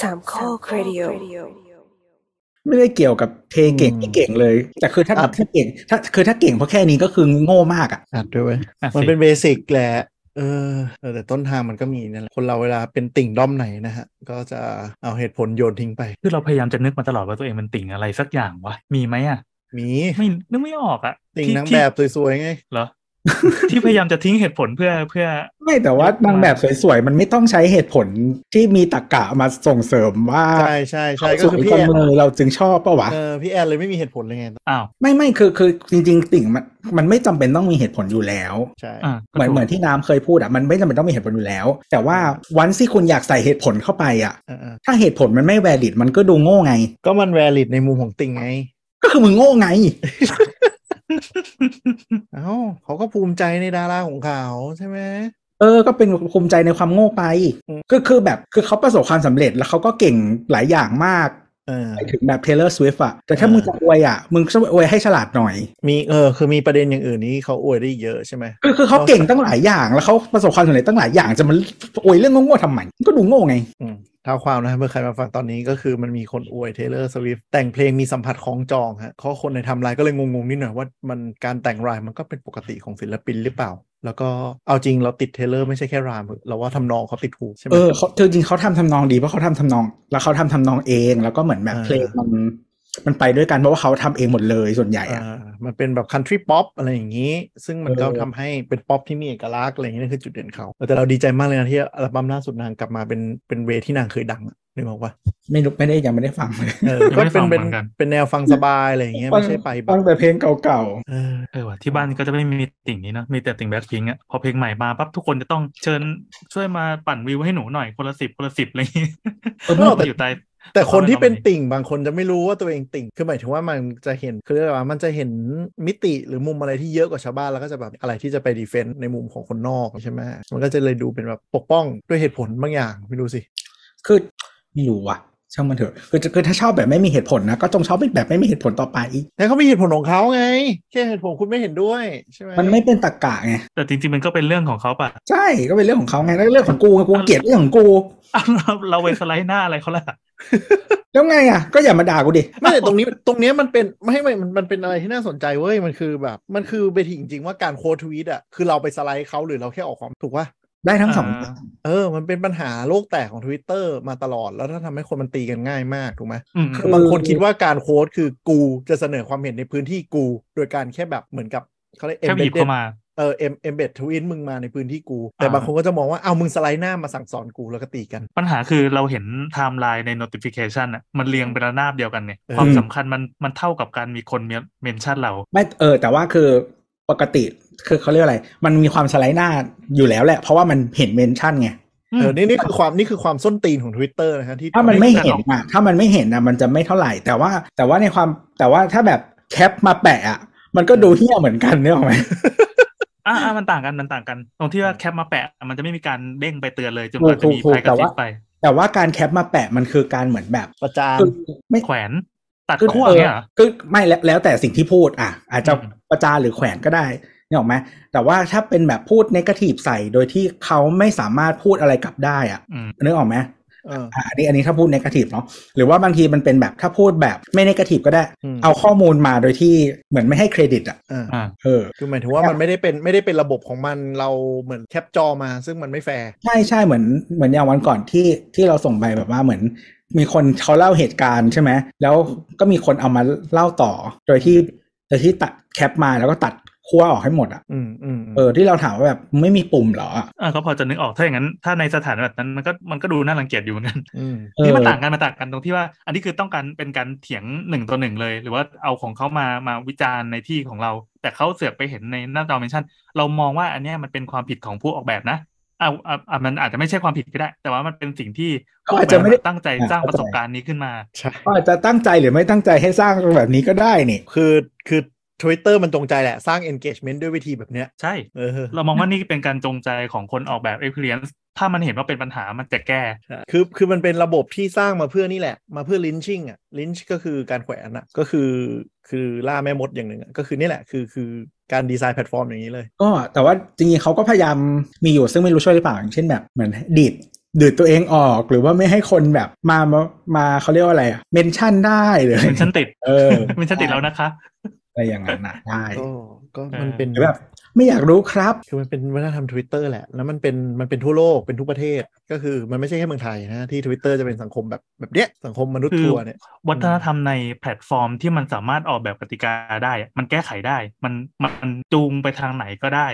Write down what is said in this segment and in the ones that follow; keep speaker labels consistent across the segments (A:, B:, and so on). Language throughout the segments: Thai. A: สามข้อครดิโอ
B: ไม่ได้เกี่ยวกับเทเก่ง
C: อืม
B: ไม่เก่งเลย แต่คือถ้า
C: อ่ะ
B: ถ้าเก่ง ถ้าคือถ้าเก่งเพราะแค่นี้ก็คือโง่มากอ่ะ
C: อัดด้วยเว้ย
D: อ่ะ
C: มัน
D: สิ
C: เป็นเบสิกแหละ เออเออแต่ต้นทางมันก็มีนั่นแหละคนเราเวลาเป็นติ่งด้อมไหนนะฮะ ก็จะเอาเหตุผลโยนทิ้งไป
D: คือเราพยายามจะนึกมาตลอดว่าตัวเองมันติ่งอะไรสักอย่างวะมีไหมอ่ะ
C: มี
D: ไม่นึกไม่ออกอ่ะ
C: ติ่ง
D: ที่
C: นาง
D: ที่
C: แบบสวยๆไง
D: เหรอ ที่พยายามจะทิ้งเหตุผลเพื่อเพื่อ
B: ไม่แต่ว่านางแบบสวยๆ มันไม่ต้องใช้เหตุผลที่มีตรรกะมาส่งเสริมว่า
C: ใช่ใช่ใช่ก็
B: เขาส
C: คือ
B: วย
C: พี่
B: จั
C: แอง น
B: เลยเราจึงชอบปะวะ
C: เออพี่แอนเลยไม่มีเหตุผลเลยไง
D: อ้าว
B: ไม่ไม่คือคือจริง ๆ ติ่งมันมันไม่จำเป็นต้องมีเหตุผลอยู่แล้ว
C: ใช่
D: อ่ะก็
B: เหมือนเห
D: ถูก
B: มือนที่น้ำเคยพูดอ่ะมันไม่จำเป็นต้องมีเหตุผลอยู่แล้ว แต่ว่าวันที่คุณอยากใส่เหตุผลเข้าไปอ่ะ
C: เออเออ
B: ถ้าเหตุผลมันไม่แวลิดมันก็ดูโง่ไง
C: ก็มันแวลิดในมุมของติ่งไง
B: ก็คือมึงโง่ไง
C: เอ้าเขาก็ภูมิใจในดาราของเขาใช่ไหม
B: เออ ก็เป็นภูมิใจในความโง่ไป
C: อืม
B: ก็คือแบบคือเขาประสบความสำเร็จแล้วเขาก็เก่งหลายอย่างมาก
C: เออ
B: ไปถึงแบบ Taylor Swift อะแต่ถ้า
C: เออ
B: มึงจะอวยอะมึงก็อวยให้ฉลาดหน่อย
C: มีเออคือมีประเด็นอย่างอื่นนี่เขาอวยได้อีกเยอะใช่ไหม
B: คือคือเขาเก่งตั้งหลายอย่าง แล้วเขาประสบความสำเร็จตั้งหลายอย่างจะมาอวยเรื่องโง่ๆทำไมมันก็ดูโง่ไง
C: อืมเท้าความนะเมื่อใครมาฟังตอนนี้ก็คือมันมีคนอวยเทเลอร์สวิฟแต่งเพลงมีสัมผัสของจองฮะข้อคนในไทำลายก็เลยงงๆนิดหน่อยว่ามันการแต่งรายมันก็เป็นปกติของศิลปินหรือเปล่า แล้วก็เอาจริงเราติดเทเลอร์ไม่ใช่แค่รามเราว่าทำนองเขาติดหูใช่ไหม
B: เออเขาคือจริงเขาทำทำนองดีเพราะเขาทำทำนอง แล้วเขาทำทำนองเองแล้วก็เหมือนแบบเพ
C: เออ
B: ลงมันมันไปด้วยกันเพราะว่าเขาทำเองหมดเลยส่วนใหญ่อะ
C: อ่ามันเป็นแบบคันทรีป๊อปอะไรอย่างนี้ ซึ่งมันก็
B: เออ
C: ทำให้เป็นป๊อปที่มีเอกลักษณ์อะไรอย่างนี้นั่นคือจุดเด่นเขาแต่เราดีใจมากเลยนะที่อัลบั้มล่าสุดนางกลับมาเป็นเป็นเวย์ที่นางเคยดังอะนึกออกปะ
B: ไม่รู้ไม่ได้ยังไม่ได้ฟังเลย
C: เออ
D: ยัง
C: ก็
D: ไม่ได้
C: เป็
D: ฟั
C: น
D: งเห
C: เป็น
D: มือนกัน
C: เป็นแนวฟังสบายอะไรอย่างเงี้ยไม่ใช่ไปแบ
B: ฟั
C: บ
B: งแต่เพลงเก่า
C: เออ
D: เออว่ะที่บ้านก็จะไม่มีติ่งนี้เนอะมีแต่ติ่งแบ็คพิงอ่ะพอเพลงใหม่มาปั๊บทุกคนจะต้องเชิญช่วยมาปั่นวิวให้หนูหน่อยคนละสิบคนละสิบอะไรอย่างงี้
B: ๆเออ
D: มั
B: ไม่
D: น
B: รู้
D: ก็อยู่ใต้
C: แต่คนที่เป็น
D: เอาไว้ทำไม
C: ติ่งบางคนจะไม่รู้ว่าตัวเองติ่ง คือหมายถึงว่ามันจะเห็นคือเรียกว่ามันจะเห็นมิติหรือมุมอะไรที่เยอะกว่าชาวบ้านแล้วก็จะแบบอะไรที่จะไปดีเฟนต์ในมุมของคนนอกใช่ไหมมันก็จะเลยดูเป็นแบบปกป้องด้วยเหตุผลบางอย่างไม่รู้สิ
B: คือไม่รู้ว่ะช่างมันเถอะคือคือถ้าชอบแบบไม่มีเหตุผลนะก็จงชอบแบบไม่มีเหตุผลต่อไป
C: แต่เขามีเหตุผลของเขาไง แค่เหตุผลคุณไม่เห็นด้วยใช่ไหม
B: มันไม่เป็นตรรกะไง
D: แต่จริงๆมันก็เป็นเรื่องของเขาป่ะ
B: ใช่ก็เป็นเรื่องของเขาไงแล้วเรื่องของกูไงกูเกลียดเรื่องของกู
D: อ้าวเราเราไปสไลด์หน้าอะไรเขาล่ะ
B: แล้วไงอ่ะก็อย่ามาด่ากูดิ
C: ไม่แต่ตรงนี้ตรงเนี้ยมันเป็นไม่ไม่มันมันเป็นอะไรที่น่าสนใจเว้ยมันคือแบบ มันคือเบทีจริงๆว่าการโค้ดทวีตอ่ะคือเราไปสไลด์เขาหรือเราแค่ออกความถูกปะ
B: ได้ทั้งสอง
D: อ่า
C: เออ มันเป็นปัญหาโลกแตกของ Twitter มาตลอด แล้วถ้าทำให้คนมันตีกันง่ายมาก ถูกไหม
D: อืม
C: คือบางคนคิดว่าการโค้ดคือกูจะเสนอความเห็นในพื้นที่กู โดยการแค่แบบเหมือนกับเขาเรียก
D: แค่บีบ
C: embedded
D: เข้ามา
C: เออ em- embed tweet มึงมาในพื้นที่กู แต่บางคนก็จะมองว่า เอามึงสไลด์หน้ามาสั่งสอนกูแล้วก็ตีกัน
D: ปัญหาคือเราเห็นไทม์ไลน์ใน notification อ่ะมันเรียงเป็นระนาบเดียวกันเนี่ย
C: เออ
D: ความสำคัญมันมันเท่ากับการมีคนเมนชั่นเรา
B: ไม่เออ แต่ว่าคือปกติคือเขาเรียกอะไร มันมีความสไลด์หน้าอยู่แล้วแหละ เพราะว่ามันเห็นเมนชั่นไง
D: อืม
C: เออนี่นี่คือความนี่คือความส้นตีนของ Twitter นะฮะที่
B: ถ้ามันไม่เห็นอ่ะถ้ามันไม่เห็นอ่ะมันจะไม่เท่าไหร่ แต่ว่าแต่ว่าในความแต่ว่าถ้าแบบแคปมาแปะอ่ะมันก็ดูเหี้ยเหมือนกันเนี่ยหรอกไหม
D: อ่าอ่ามันต่างกันมันต่างกัน ตรงที่ว่าแคปมาแปะ มันจะไม่มีการเด้งไปเตือนเลยจนกว่าจะ
B: ถูก
D: มี
B: ถูก
D: ภัยกระซิบ
B: แต่ว่า
D: ไป
B: แต่ว่าการแคปมาแปะมันคือการเหมือนแบบ
C: ประจาน
B: คือไม่
D: แขวนตัด
B: คือ
D: ขั้ว
B: เออ
D: เนี่ยเหรอ
B: คือไม่แล้วแล้วแต่สิ่งที่พูดอ่ะ อาจจะ
D: อืม
B: ประจานหรือแขวนก็ได้นี่ออกไหมแต่ว่าถ้าเป็นแบบพูดนกาทีฟใส่โดยที่เขาไม่สามารถพูดอะไรกลับได้อ่ะ
D: อืม
B: นึกออกไหม
C: เออ
B: อ่ะอันนี้อันนี้ถ้าพูดนกาทีฟเนาะหรือว่าบางทีมันเป็นแบบถ้าพูดแบบไม่นกาทีฟก็ได้
C: อืม
B: เอาข้อมูลมาโดยที่เหมือนไม่ให้เครดิตอ่ะ
C: เออ
D: อ่า
B: เออ
C: คือหมายถึงว่ามันไม่ได้เป็นไม่ได้เป็นระบบของมันเราเหมือนแคปจอมา ซึ่งมันไม่แฟร์
B: ใช่ใช่เหมือนเหมือนอย่างวันก่อนที่ที่เราส่งไปแบบว่าเหมือน มีคนเขาเล่าเหตุการณ์ใช่ไหมแล้วก็มีคนเอามาเล่าต่อ โดยที่โดยที่ตัดแคปมาแล้วก็ตัดขั้วออกให้หมดอ่ะ
C: อืมอืมม
B: เออที่เราถามว่าแบบไม่มีปุ่มเหรออ่ะ
D: อ่าก็พอจะนึกออกถ้าอย่างนั้น ถ้าในสถานแบบนั้นมันก็มันก็ดูน่ารังเกียจอยู่เหมือนกัน
C: อืม
D: นี่มันต่าง
B: เออ
D: กันมันต่างกันตรงที่ว่า อันนี้คือต้องการเป็นการเถียงหนึ่งต่อหนึ่งเลย หรือว่าเอาของเขามามาวิจารณ์ในที่ของเรา แต่เขาเสือกไปเห็นในหน้าจอเมนชั่น เรามองว่าอันเนี้ยมันเป็นความผิดของผู้ออกแบบนะอ่าอ่าอ่ามันอาจจะไม่ใช่ความผิดก็ได้ แต่ว่ามันเป็นสิ่งที่
B: เขาอาจจะไม่ได้
D: ตั้งใจสร้างประสบการณ์นี้ขึ้นมา
C: ใช่
B: เขาอาจจะตั้งใจหรือไม่ตั้งใจให้สร้างแบบนี้ก็ได้นี่
C: คือคือ Twitter มันจงใจแหละ สร้าง engagement ด้วยวิธีแบบเนี้ย
D: ใช่
C: เออ
D: เรามองว่านี่เป็นการจงใจของคนออกแบบ experience ถ้ามันเห็นว่าเป็นปัญหามันจะแก้
C: ใช่คือคือมันเป็นระบบที่สร้างมาเพื่อนี่แหละ มาเพื่อลินชิ่งอ่ะลินช์ก็คือการแขวนอ่ะ ก็คือคือล่าแม่มดอย่างหนึ่งอะก็คือนี่แหละคือคือการดีไซน์แพลตฟอร์มอย่างนี้เลย
B: ก็แต่ว่าจริงๆเขาก็พยายามมีอยู่ซึ่งไม่รู้ช่วยหรือเปล่าอย่างเช่นแบบเหมือนดีด ดืดตัวเองออกหรือว่าไม่ให้คนแบบมามามาเขาเรียกว่าอะไรอะเมนชั่นได้หรืออะไร
D: มันฉันติด
B: เออ
D: มันฉันติดแล้วนะคะ
B: อะไรอย่างนั้นนะได้
C: ก็ก็มันเป็น
B: หรือแบบไม่อยากรู้ครับ
C: คือมันเป็นวัฒนธรรม Twitter แหละ แล้วมันเป็นมันเป็นทั่วโลกเป็นทุกประเทศ ก็คือมันไม่ใช่แค่เมืองไทยนะ ที่ Twitter จะเป็นสังคมแบบแบบเนี้ยสังคมมนุษย์
D: คือ
C: ทัวร์เนี่ย
D: วัฒนธรรมในแพลตฟอร์มที่มันสามารถออกแบบกติกาได้อะมันแก้ไขได้ มันมันจูงไปทางไหนก็ได้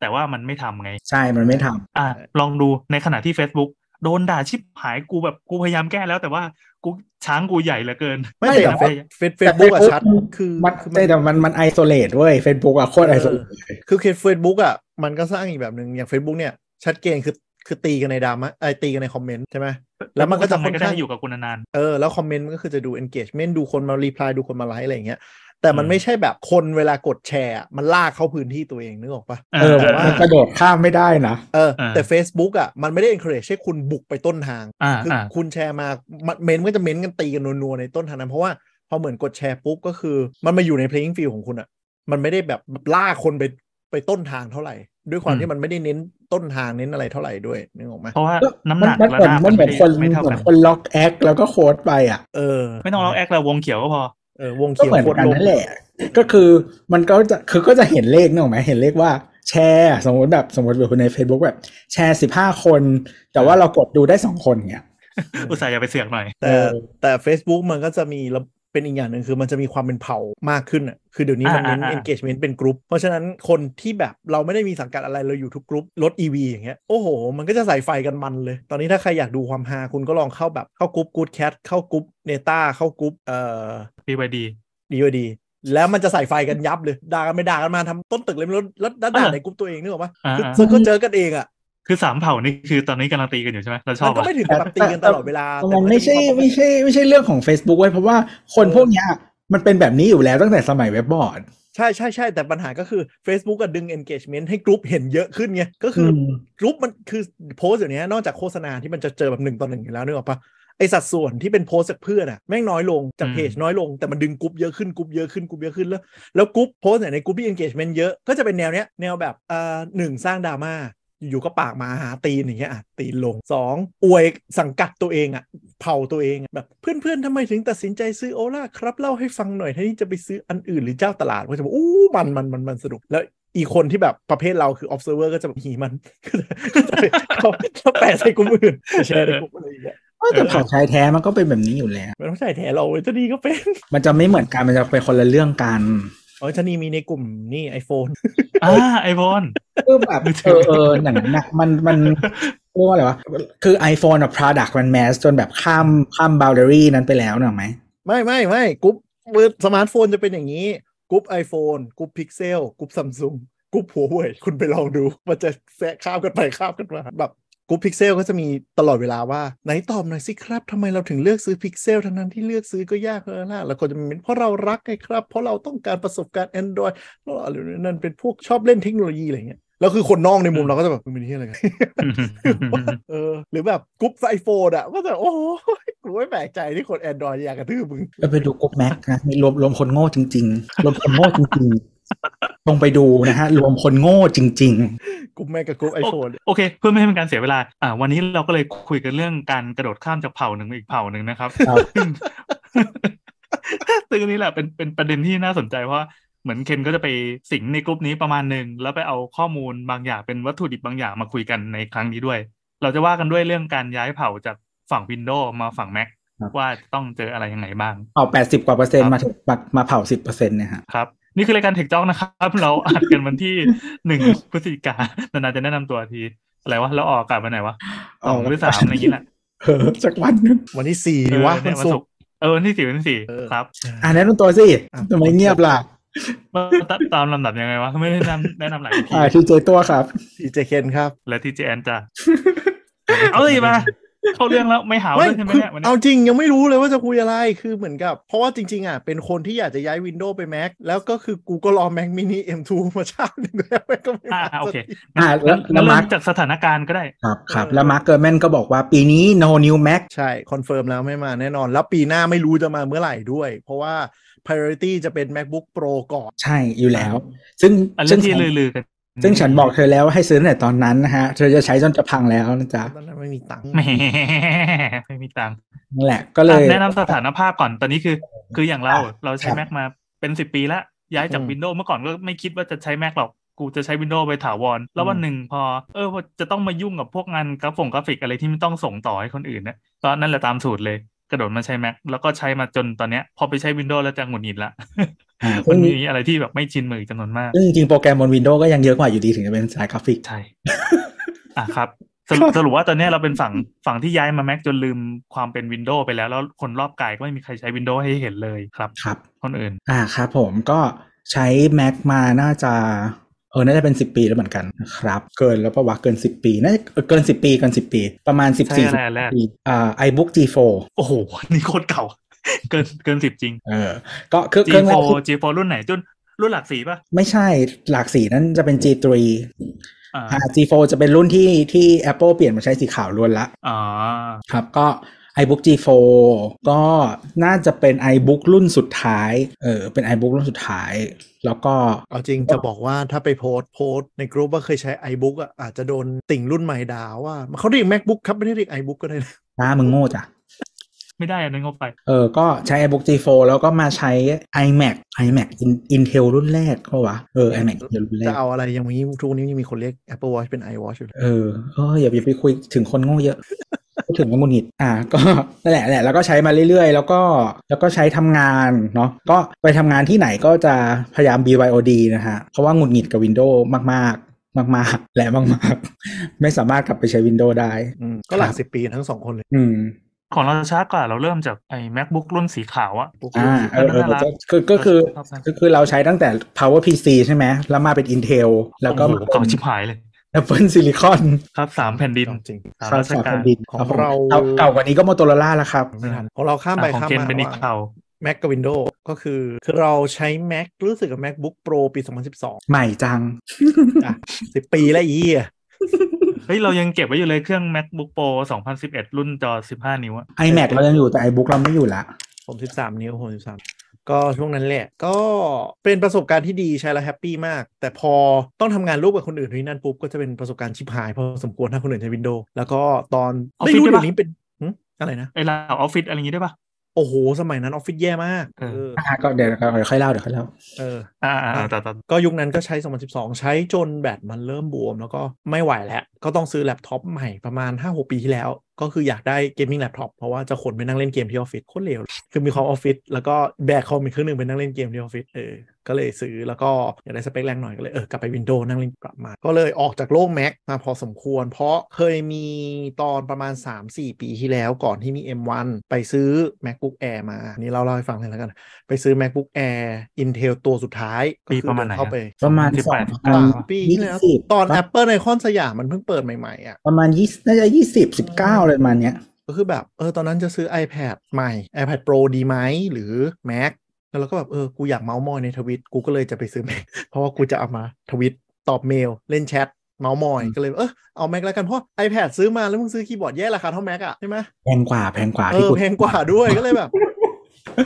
D: แต่ว่ามันไม่ทำไง
B: ใช่มันไม่ทำ
D: อ่ะ
C: ใช่
D: ลองดูในขณะที่ Facebook โดนด่าชิบหายกูแบบกูพยายามแก้แล้วแต่ว่ากูช้างกูใหญ่เหลือเกิน
C: ไม่แต่
D: นะ
C: เฟ
D: พ
C: ซ
D: ยายาม
C: เฟซเฟซบุ๊กอะ
B: แต่ Facebook
C: ชัดคือ
B: มัน
C: คือ
B: แต่แต่มันมันไอโซเลตเว้ยเฟซบุ๊กอะโคตรไอโซเลต
C: คือเฟซบุ๊กอะมันก็สร้างอีกแบบหนึ่งอย่าง Facebook เนี่ยชัดเจนคือคือตีกันในดราม่าไอยตีกันในคอมเมนต์ใช่ไหม แล้วมันก็จะ
D: ทำไง
C: ค่อน
D: ก็
C: ข้า
D: ได้
C: ง
D: อยู่กับคุณนาน
C: เออแล้วคอมเมนต์มันก็คือจะดู engagement ดูคนมา reply ดูคนมาไลค์อะไรอย่างเงี้ยแต่มันไม่ใช่แบบคนเวลากดแชร์อะมันลากเข้าพื้นที่ตัวเองนึกออกปะ
D: ๆ
B: เออ
C: แต่ว่า
B: มันกระโดดข้ามไม่ได้นะ
C: เอออา แต่ Facebook อ่ะมันไม่ได้ encourage ให้คุณบุกไปต้นทาง
D: อ่า
C: คือ
D: อ่า
C: คุณแชร์มามันเมนต์มันก็จะเมนต์กันตีกันนัวๆในต้นทางนั้น เพราะว่าพอเหมือนกดแชร์ปุ๊บก็คือ มันมาอยู่ใน playing field ของคุณอ่ะ มันไม่ได้แบบล่ากคนไปไปต้นทางเท่าไหร่ ด้วยความที่มันไม่ได้เน้นต้นทาง เน้นอะไรเท่าไหร่ด้วยนึกออกไหม
D: เพราะว่าน้ำห
B: มัน
D: นัก
B: มันเห
D: ระ
B: มือน
D: นาบ
B: มันเหมือ
D: ไม่
B: น
D: ได้
B: คนเห
D: ไม่เท่า
B: มือ
D: กัน น
B: คนล็อกแอคแล้วก็โค้ดไปอ่ะ
C: เออ
D: ไม่ต้องล็อกแอคแล้ววงเขียวก็พอ
C: เออวง
B: ก็
C: เขียว
B: เหมือน
C: คน
B: กัน
C: ลง
B: นั่นแหละ ก็คือมันก็จะคือก็จะเห็นเลขนึกออกไหมเห็นเลขว่าแชร์สมมติแบบสมมติแบบใน Facebook แบบแชร์สิบห้าคน แต่ว่าเรากดดูได้สองคนเงี้ย
D: อุตส่าห์อย่าไปเสือกหน่อย
C: แต่
B: เออ
C: แต่ Facebook มันก็จะมีระเป็นอีกอย่างหนึ่งคือมันจะมีความเป็นเผ่ามากขึ้นอ่ะคือเดี๋ยวนี้มันเน้น
D: อ่าอ่าอ่า
C: engagement เป็นกลุ่มเพราะฉะนั้นคนที่แบบเราไม่ได้มีสังกัดอะไรเราอยู่ทุกกลุ่มรถ EV อย่างเงี้ยโอ้โห มันก็จะใส่ไฟกันมันเลย ตอนนี้ถ้าใครอยากดูความฮาคุณก็ลองเข้าแบบเข้ากลุ่ม Good Cat เข้ากลุ่ม Neta เข้ากลุ่มเอ่อ
D: บีวดี
C: DOD แล้วมันจะใส่ไฟกันยับเลยด่ากันไม่ด่ากันมาทำต้นตึกเลยไม่รู้แล้วแล้วด่า
D: เออ
C: ในกลุ่มตัวเองนึกออกปะ
D: อ่า
C: คือ
D: อ่า
C: ซึ่งก็เจอกันเองอ่ะ
D: คือสามเผ่านี่คือตอนนี้กำลังตีกันอยู่ใช่ไหมเราชอ
C: มั
D: บ
C: นก็
D: อะ
C: ไม่ถึงกับแบบตีกันตลอดเวลาแต่
B: มันไม่ใช่
C: จะควา
B: ไม่ใช่ไม่ใช่เรื่องของ Facebook ไว้ยเพราะว่าคน
C: เออ
B: พวกเนี้ยมันเป็นแบบนี้อยู่แล้วตั้งแต่สมัยเว็บบอร์ด
C: ใช่ใช่ใช่แต่ปัญหาก็คือ Facebook ก็ดึง engagement ให้กรุ๊ปเห็นเยอะขึ้นไง ก็คือ
B: ม
C: กรุ๊ปมันคือโพสต์อย่างนี้ยนอกจากโฆษณาที่มันจะเจอแบบหนึ่งต่อหนึ่งอยู่แล้วนึกออกปะไอสัดส่วนที่เป็นโพสต์จากเพื่อนอะแม่งน้อยลงจากเพจน้อยลงแต่มันดึงกรุ๊ปเยอะขึ้นกรุ๊ปเยอะขึ้นกรุ๊ปเยอะขึ้นแล้ว แล้วกรุ๊ปโพสต์เนี่ยในกรุ๊ปที่ engagement เยอะก็จะเป็นแนวเนี้ยแนวแบบเอ่อหนึ่งสร้างดราม่าอยู่ๆก็ปากหมาหาตีนอย่างเงี้ยอ่ะตีนลงสองอวยสังกัดตัวเองอ่ะเผาตัวเองอะแบบเพื่อนๆทำไมถึงตัดสินใจซื้อโอล่าครับเล่าให้ฟังหน่อยแทนที่จะไปซื้ออันอื่นหรือเจ้าตลาดก็จะบอกอู้มันมันมันมันสนุกแล้วอีกคนที่แบบประเภทเราคือ observer ก็จะแบบหีมัน ก็จะเขาจะแปะ ใส่กลุ่มอื่นไปแชร์ในกลุ่มอะไรอย่างเงี้ย
B: ว่าแต่เผ่าชายแท้มันก็เป็นแบบนี้อยู่แล้ว
C: มันต้องใช่แถเราเว้ยเจะดีก็เป็น
B: มันจะไม่เหมือนกันมันจะเป็นคนละเรื่องกัน
C: อ๋อชะนีมีในกลุ่มนี่ iPhone
D: อ่าไอโฟน
B: คือแบบเออเอออย่างนั้นนะมันมันเรียกว่าอะไรวะคือ iPhone อะ product มันแมสจนแบบข้ามข้าม boundary นั้นไปแล้วเนอะไหม
C: ไม่ไม่ไม่กรุ๊ปมือสมาร์ทโฟนจะเป็นอย่างนี้กรุ๊ป iPhone กรุ๊ป Pixel กรุ๊ป Samsung กรุ๊ป Huawei คุณไปลองดู มันจะแซะข้ามกันไปข้ามกันมาแบบกรุ๊ป Pixel ก็จะมีตลอดเวลาว่า ไหนตอบหน่อยสิครับทำไมเราถึงเลือกซื้อ Pixel ทั้งนั้นที่เลือกซื้อก็ยากเออล่ะแล้วคนจะเป็นเพราะเรารักไงครับ เพราะเราต้องการประสบการณ์ Android เพราะอะไรนั่นเป็นพวกชอบเล่นเทคโนโลยีอะไรอย่างเงี้ยแล้วคือคนนอกในมุมเราก็จะแบบมึงเป็นที่อะไรกัน เออหรือแบบกรุ๊ปไอโฟนอ่ะก็จะโอ้โหกูไม่แปลกใจที่คน Android อยากกระทืบมึง
B: เราไปดูกรุ๊ปแม็กนะมีรวมรวมคนโง่จริง ๆ รวมคนโง่จริงๆลงไปดูนะฮะ รวมคนโง่จริง
C: กลุ่มแม่กับกลุ่มไอโฟน
D: โอเค เพื่อไม่ให้เป็นการเสียเวลา อ่า วันนี้เราก็เลยคุยกันเรื่องการกระโดดข้ามจากเผ่าหนึ่งไปอีกเผ่าหนึ่งนะครับ
B: ครับ
D: ซึ่งซึ่งอันนี้แหละเป็นเป็นประเด็นที่น่าสนใจเพราะว่าเหมือนเคนก็จะไปสิงในกลุ่มนี้ประมาณหนึ่งแล้วไปเอาข้อมูลบางอย่างเป็นวัตถุดิบบางอย่างมาคุยกันในครั้งนี้ด้วย เราจะว่ากันด้วยเรื่องการย้ายเผ่าจากฝั่ง Windows มาฝั่ง Mac
B: ครับ
D: ว่าต้องเจออะไรยังไงบ้าง
B: ๆ เอาแปดสิบกว่าเปอร์เซ็น
D: ครั
B: ต์มา
D: บ
B: ถึงมามาเผาสิบเปอร์เซ็นต์นะฮะ
D: ครับ นี่คือรายการเทคจ้องนะครับ เราอัดกันวันที่ หนึ่งพฤศจิกานานๆจะแนะนำตัวทีอะไรวะเราออกอากาศวันไหนวะสองหรือสามอะไรอย่างงี้แหละ
B: เออสักวันหนึง
C: วันที่สี่ดี
D: เอ
C: วะ
D: อ
C: วั
D: เนี่ย
C: น
D: วัน
C: ศุ
D: ศุ
C: ก
D: ก
C: ร์
D: ร์เออวันที่สี่วันที่สี่
C: เออ
D: ครับ
B: อ่านแนะนำตัวสิ
C: อ่ะ
B: ทำไมเงียบล่ะ
D: ว่าตตามลำดับยังไงวะไม่ได้แนะนำแนะนำหลายที
B: อ่าทีเจตัวครับ
C: ดีเจเคนครับ
D: และทีเจแอนจ้ะเอาเลยมาเข้าเรื่องแล้วไม่หาว
C: ไม่
D: เลยใช่ไหม
C: คือ
D: เนี่ยวันนี้
C: เอาจริงยังไม่รู้เลยว่าจะคุยอะไรคือเหมือนกับ เพราะว่าจริง ๆ อ่ะ เป็นคนที่อยากจะย้าย Windows ไป Mac แล้วก็คือกูก็รอ Mac mini M2 มาเชาหนึ่งแล้วแม่งก็ไม่
D: อ่า
C: มา
D: โอเค
B: อ่ะแล้วแล้
D: แล้ว
B: วมา
D: เริ่
B: ร์ค
D: มจากสถานการณ์ก็ได้
B: ครับครับแล้วมาร์คเกอร์แมนก็บอกว่าปีนี้ no new Mac
C: ใช่ คอนเฟิร์มแล้วไม่มาแน่นอน แล้วปีหน้าไม่รู้จะมาเมื่อไหร่ด้วย เพราะว่า priority จะเป็น MacBook Pro ก่อน
B: ใช่อยู่แล้ว ซึ่ง
D: อัน
B: ซึ่ง
D: เรื่องที่
B: ฉัน
D: ลือๆกัน
B: ซึ่งฉันบอกเธอแล้วว่าให้ซื้อตั้งแต่ตอนนั้นนะฮะ เธอจะใช้จนจะพังแล้วนะจ๊ะ
C: ตอนนั้นไม่มี มีตังค์
D: แหมไม่มีตังค์
B: นั่นแหละก็เลย
D: อ่ะแนะนำสถานภาพก่อนตอนนี้คือ คืออย่างเราเราใช้
B: ครับ
D: แม็กมาเป็นสิบปีแล้วย้ายจากวินโดว์เมื่อก่อนก็ไม่คิดว่าจะใช้แม็กหรอกกูจะใช้วินโดว์ไปถาวร แล้ววันหนึ่งพอ เออว่าจะต้องมายุ่งกับพวกงานกราฟงกราฟิกอะไรที่ไม่ต้องส่งต่อให้คนอื่นนะก็นั่นแหละตามสูตรเลย กระโดดมาใช้แม็กแล้วก็ใช้มาจนตอนเนี้ย พอไปใช้วินโดว์แล้วจะหงุดหงิดละ
B: อ่า
D: มั
B: ซึ่
D: น
B: ง
D: มีอะไรที่แบบไม่ชินมือจำนวนมาก
B: ซึ่งจริงๆโปรแกรมบน Windows ก็ยังเยอะกว่าอยู่ดีถึงจะเป็นสายกราฟิก
D: ใช่ อ่ะครับสรุปสรุปว่าตอนเนี้ยเราเป็นฝั่งฝั่งที่ย้ายมา Mac จนลืมความเป็น Windows ไปแล้ว แล้วคนรอบกายก็ไม่มีใครใช้ Windows ให้เห็นเลยครับ
B: ครับ
D: คนอื่น
B: อ่าครับผมก็ใช้ Mac มาน่าจะเออน่าจะเป็น 10 ปีแล้วเหมือนกันนะครับ เกินแล้วปะวะเกิน 10 ปีน่าจะเกิน 10 ปีเกิน 10 ปี ประมาณ 14
D: ใช่อะไรแรก
B: 10ปีอ่า iBook G4
D: โอ้โห นี่โคตรเก่า เกินเกินสิบจริง
B: เออก็คือเครื่องแรก
D: G4
B: ที่
D: G4 รุ่นไหนจุนรุ่นหลักสีป่ะ
B: ไม่ใช่หลากสีนั้นจะเป็น G3
D: อ่า
B: อ่า G4 จะเป็นรุ่นที่ที่ Apple เปลี่ยนมาใช้สีขาวล้วนละ
D: อ่า
B: ครับก็ iBook G4 ก็น่าจะเป็น iBook รุ่นสุดท้ายเออเป็น iBook รุ่นสุดท้าย แล้วก็
C: เอาจริงจะบอกว่าถ้าไปโพสต์โพสต์ในกลุ่มว่าเคยใช้ iBook อ่ะอาจจะโดนติ่งรุ่นใหม่ด่าว่าเขาเรียก MacBook ครับ ไม่ได้เรียก iBook ก็ได้นะ
B: อ้ามึงโง่จ้ะ
D: ไม่ได้อันนั้นงบไป
B: เออ ก็ใช้ iBook G4 แล้วก็มาใช้ iMac iMac In- Intel รุ่นแรกเพราะวะ เออ iMac Intel รุ่นแร
C: จะ
B: ก
C: เอาอะไรอย่างนี้ทุกวันนี้ยังมีคนเรียก Apple Watch เป็น iWatch อยู่เลย
B: เออเอออย่าอย่าไปคุยถึงคนโง่เยอะ พูดถึงมันหงุดหงิดอ่ะก็ นั่นแหละแหละ แล้วก็ใช้มาเรื่อยๆ แล้วก็แล้วก็ใช้ทำงานเนาะก็ไปทำงานที่ไหนก็จะพยายาม BYOD นะฮะ เพราะว่าหงุดหงิดกับ Windows มากๆ มากๆ และมากๆ ไม่สามารถกลับไปใช้ Windows ได้
C: อืมก็หลั
B: ค
C: ก
B: รับ
C: สิบปีทั้งสองคนเลย
B: อืม
D: ของเราช้ากว่าเราเริ่มจากไอ้ MacBook รุ่นสีขาวอะ
C: พวก
B: อ่า
C: รุ่น
B: เออเออ
D: น่ารัก
B: ก็ก็คือ
D: ชอบมาก
B: ก็คือเราใช้ตั้งแต่ Power PC ใช่ไหม แล้วมาเป็น Intel แล้วก็
D: โอ้
B: มา
D: โห
B: เป็
D: เก่าน ชิบหายเลย
B: Apple Silicon
D: ครับสามแผ่นดิน
C: จริง
B: ค
D: สาม
B: รั
D: รา
B: บ
D: ช
B: สาม
D: กา
B: แผ่
D: ร
B: นดิน
C: ของเรา
B: ครับเก่ากว่านี้ก็ Motorola แล้วครับ
C: ไม่ทันของเราข้ามไป
D: อ่ะของ
C: ข้าม
D: เคน
C: มา
D: เป็นอีก
C: ว่า
D: เก่า
C: Mac กับ Windows ก็คือคือเราใช้ Mac รู้สึกกับ MacBook Pro ปี 2012
B: ใหม่จัง
C: 10 ปีแล้วอีอ่ะ
D: เฮ้ยเรายังเก็บไว้อยู่เลยเครื่อง MacBook Pro 2011 รุ่นจอ 15 นิ้วอะ
B: iMac เรายังอยู่แต่ iBook เราไม่อยู่ละ
C: ผม 13 นิ้วผม 13 ก็ช่วงนั้นแหละ ก็เป็นประสบการณ์ที่ดีใช้แล้วแฮปปี้มาก แต่พอต้องทำงานร่วมกับคนอื่นที่นั่นปุ๊บ ก็จะเป็นประสบการณ์ชิบหายพอสมควรถ้าคนอื่นใช้ Windows แล้วก็ตอน
D: ออฟฟิ
C: ไม่
D: ศ
C: รู้
D: ด้วยปะ
C: เดี๋ยวนี้เป็นหึอะไรนะ
D: ไอเราออฟฟิศอะไรอย่างงี้ได้ปะ
C: โอ้โห สมัยนั้นออฟฟิศแย่มาก
D: เออ
C: เออ
B: อ่ะก็เดี๋ยวเดี๋ยวค่อยเล่าเดี๋ยวค่อยเล่า
C: เออ
D: อ่าอ่าอ่าต่อต่อ
C: ก็ยุคนั้นก็ใช้ 2012 ใช้จนแบตมันเริ่มบวม แล้วก็ไม่ไหวแล้ว ก็ต้องซื้อแล็ปท็อปใหม่ประมาณ 5-6 ปีที่แล้ว ก็คืออยากได้เกมมิ่งแล็ปท็อปเพราะว่าจะขนไปนั่งเล่นเกมที่ออฟฟิศโคตรเลวคือมีคอมออฟฟิศแล้วก็แบกคอมอีกเครื่องหนึงไปนั่งเล่นเกมที่ออฟฟิศเออ ก็เลยซื้อแล้วก็อยากได้สเปคแรงหน่อยก็เลยเออกลับไปวินโดว์นั่งเล่นกลับมา ก็เลยออกจากโลกแม็กมาพอสมควร เพราะเคยมีตอนประมาณ 3-4 ปีที่แล้วก่อนที่มี M1 ไปซื้อ MacBook Air มาอันนี่เล่าเล่าให้ฟังเลยแล้วกัน ไปซื้อ MacBook Air Intel ตัวสุดท้ายก็
D: ปี
C: คือ
D: ประมาณ
C: เดิน
D: ไหน
C: เข้าไป
B: ประมาณ
D: 18
B: สอง
C: สามปี
B: ยี่
C: ที่แล้ว
B: สิบ
C: ตอน Apple ในคอนสยามมันเพิ่งเปิดใหม่ ๆ อ่ะ
B: ประมาณยี่น่าจะยี่สิบสิบเก้าอะไรประมาณเนี้ย
C: ก็คือแบบเออตอนนั้นจะซื้อ iPad ใหม่ iPad Pro ดีไหมหรือ Mac แล้วเราก็แบบเออ กูอยากเมาส์มอยในทวิตกูก็เลยจะไปซื้อ Mac เพราะว่ากูจะเอามาทวิตตอบเมล เล่นแชทเมาส์มอย
B: อืม
C: ก็เลยเออเอา Mac แล้วกันเพราะ iPad ซื้อมาแล้วมึงซื้อคีย์บอร์ดแย่ราคาเท่า Mac อ่ะใช่ไหม
B: แพงกว่าแพงกว่า
C: เอ
B: ที่
C: อ
B: กู
C: แพงกว่าด้วยก็เลย แบบ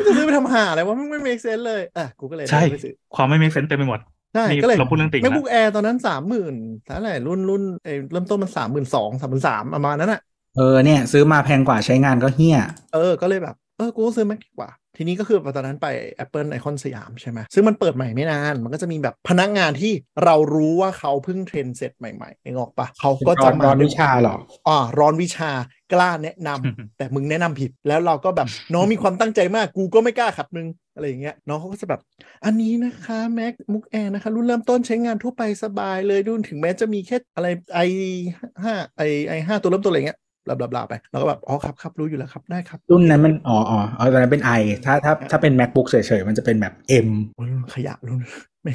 C: จะซื้อไปทำหาอะไรวะมันไม่ make sense เลยอ่ะกูก็เลย
D: ใช่
C: ไปซื้อ
D: ความไม่มีเซนเต็มไปหมด
C: ใช่
D: นี่
C: ก็เลย
D: เราพูดเรื่องติ่ง
C: แม็ก
D: นะ
C: บุ๊กแอร์ตอนนั้นสามหมื่นเท่าไหร่รุ่นรุ่นเอ้ยเริ่มต้นมันสามหมื่นสองสามหมื่นสามประมาณนั้นอ่ะ
B: เออเนี่ยซื้อมาแพงกว่าใช้งานก็เฮี้ย
C: เออ ก็เลยแบบ เออ กูก็ซื้อแม็กดีกว่า ทีนี้ก็คือตอนนั้นไป Apple ไอคอนสยามใช่ไหมซึ่งมันเปิดใหม่ไม่นาน มันก็จะมีแบบพนักงานที่เรารู้ว่าเขาเพิ่งเทรนเสร็จใหม่ๆนึกออกปะเขาก็จะมา
B: ร้อนวิชาเหรอ
C: อ่าร้อนวิชากล้าแนะนำ แต่มึงแนะนำผิดแล้วเราก็แบบ น้องมีความตั้งใจมากกูก็ไม่กล้าขัดมึงอะไรอย่างเงี้ยน้องเขาก็จะแบบ อันนี้นะคะแม็กมุกแอร์นะคะ รุ่นเริ่มต้นใช้งานทั่วไปสบายเลยรุ่นถึงแม้จะมีแค่อะไรไอห้าไอไอห้าตัวเริ่มต้นอะไรเงี้ยบลาบลาบลาไปเราก็แบบอ๋อครับครับรู้อยู่แล้วครับได้ครับ
B: รุ่นนั้นมันอ๋ออ๋ออ๋อตอนนั้นเป็น i ถ้าถ้าถ้าเป็น macbook เฉยๆ มันจะเป็นแบบ m
C: โอ้ยรุ่นขยะรุ่น ไม่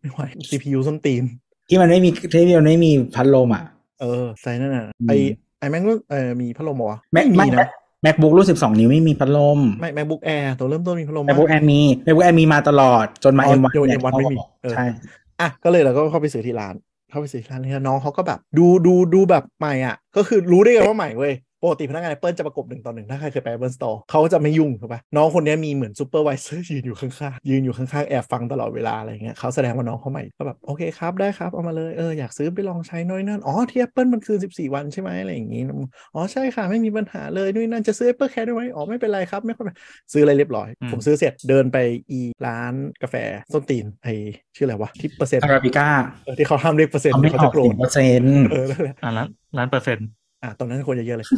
C: ไม่ไหว CPU ส้นตีน
B: ที่มันไม่มีที่มันไม่มีพัดลมอ่ะ
C: เออใส่นั่นน่ะ
B: อืม
C: ไอไอแม็กเออมีพัดลมเหรอ
B: แม็ก
C: ไม่มีนะ
B: macbook รุ่นสิบสองนิ้วไม่มีพัดลม
C: ไม่แม็กบุ๊กแอร์ตัวเริ่มต้นมีพัดลมปะ
B: macbook air มี macbook air มีมาตลอดจนมา
C: อ๋อ
B: m 1
C: โดน M1 ไม่มีเออ
B: ใช่
C: อ่ะก็เลยเราก็เข้าไปซื้อที่ร้าน เข้าไปซื้อที่ร้านเนี่ยน้องเขาก็แบบ ดูดูดูแบบใหม่อ่ะ ก็คือรู้ได้ไงว่าใหม่เว้ย ปกติพนักงาน Apple จะประกบหนึ่งต่อหนึ่งถ้าใครเคยไป Apple Store เขาจะไม่ยุ่งถูกปะน้องคนเนี้ยมีเหมือนซูเปอร์วิเซอร์ยืนอยู่ข้างๆยืนอยู่ข้างๆแอบฟังตลอดเวลาอะไรเงี้ยเขาแสดงว่าน้องเขาใหม่ก็แบบโอเคครับได้ครับเอามาเลยเอออยากซื้อไปลองใช้น้อยนั่นอ๋อที่ Apple มันคือ14 วันใช่ไหมอะไรอย่างงี้อ๋อใช่ค่ะไม่มีปัญหาเลยด้วยนั่นจะซื้อ Apple Care ด้วยไหมอ๋อไม่เป็นไรครับไม่ค่อยซื้ออะไรเรียบร้อย
D: อืม
C: ผมซื้อเสร็จเดินไปอีร้านกาแฟส้นตีนไอชื่ออะไรวะที่เปอร์เซ็นต์
B: อาราบิก้า
C: เออที่เขาห้ามเรียกเปอร์เซ็นต์
B: เขาไม่
C: เขา
B: ออ
C: จะ
B: ก
C: โกร
B: สิ
C: ธ
B: บเปอร์เซ็นต์
C: เออนั่นแหละ
D: อ่ะล้านล้านเปอร์เซ็นต์
C: อ่ะตอนนั้นคนจะเย อะเลย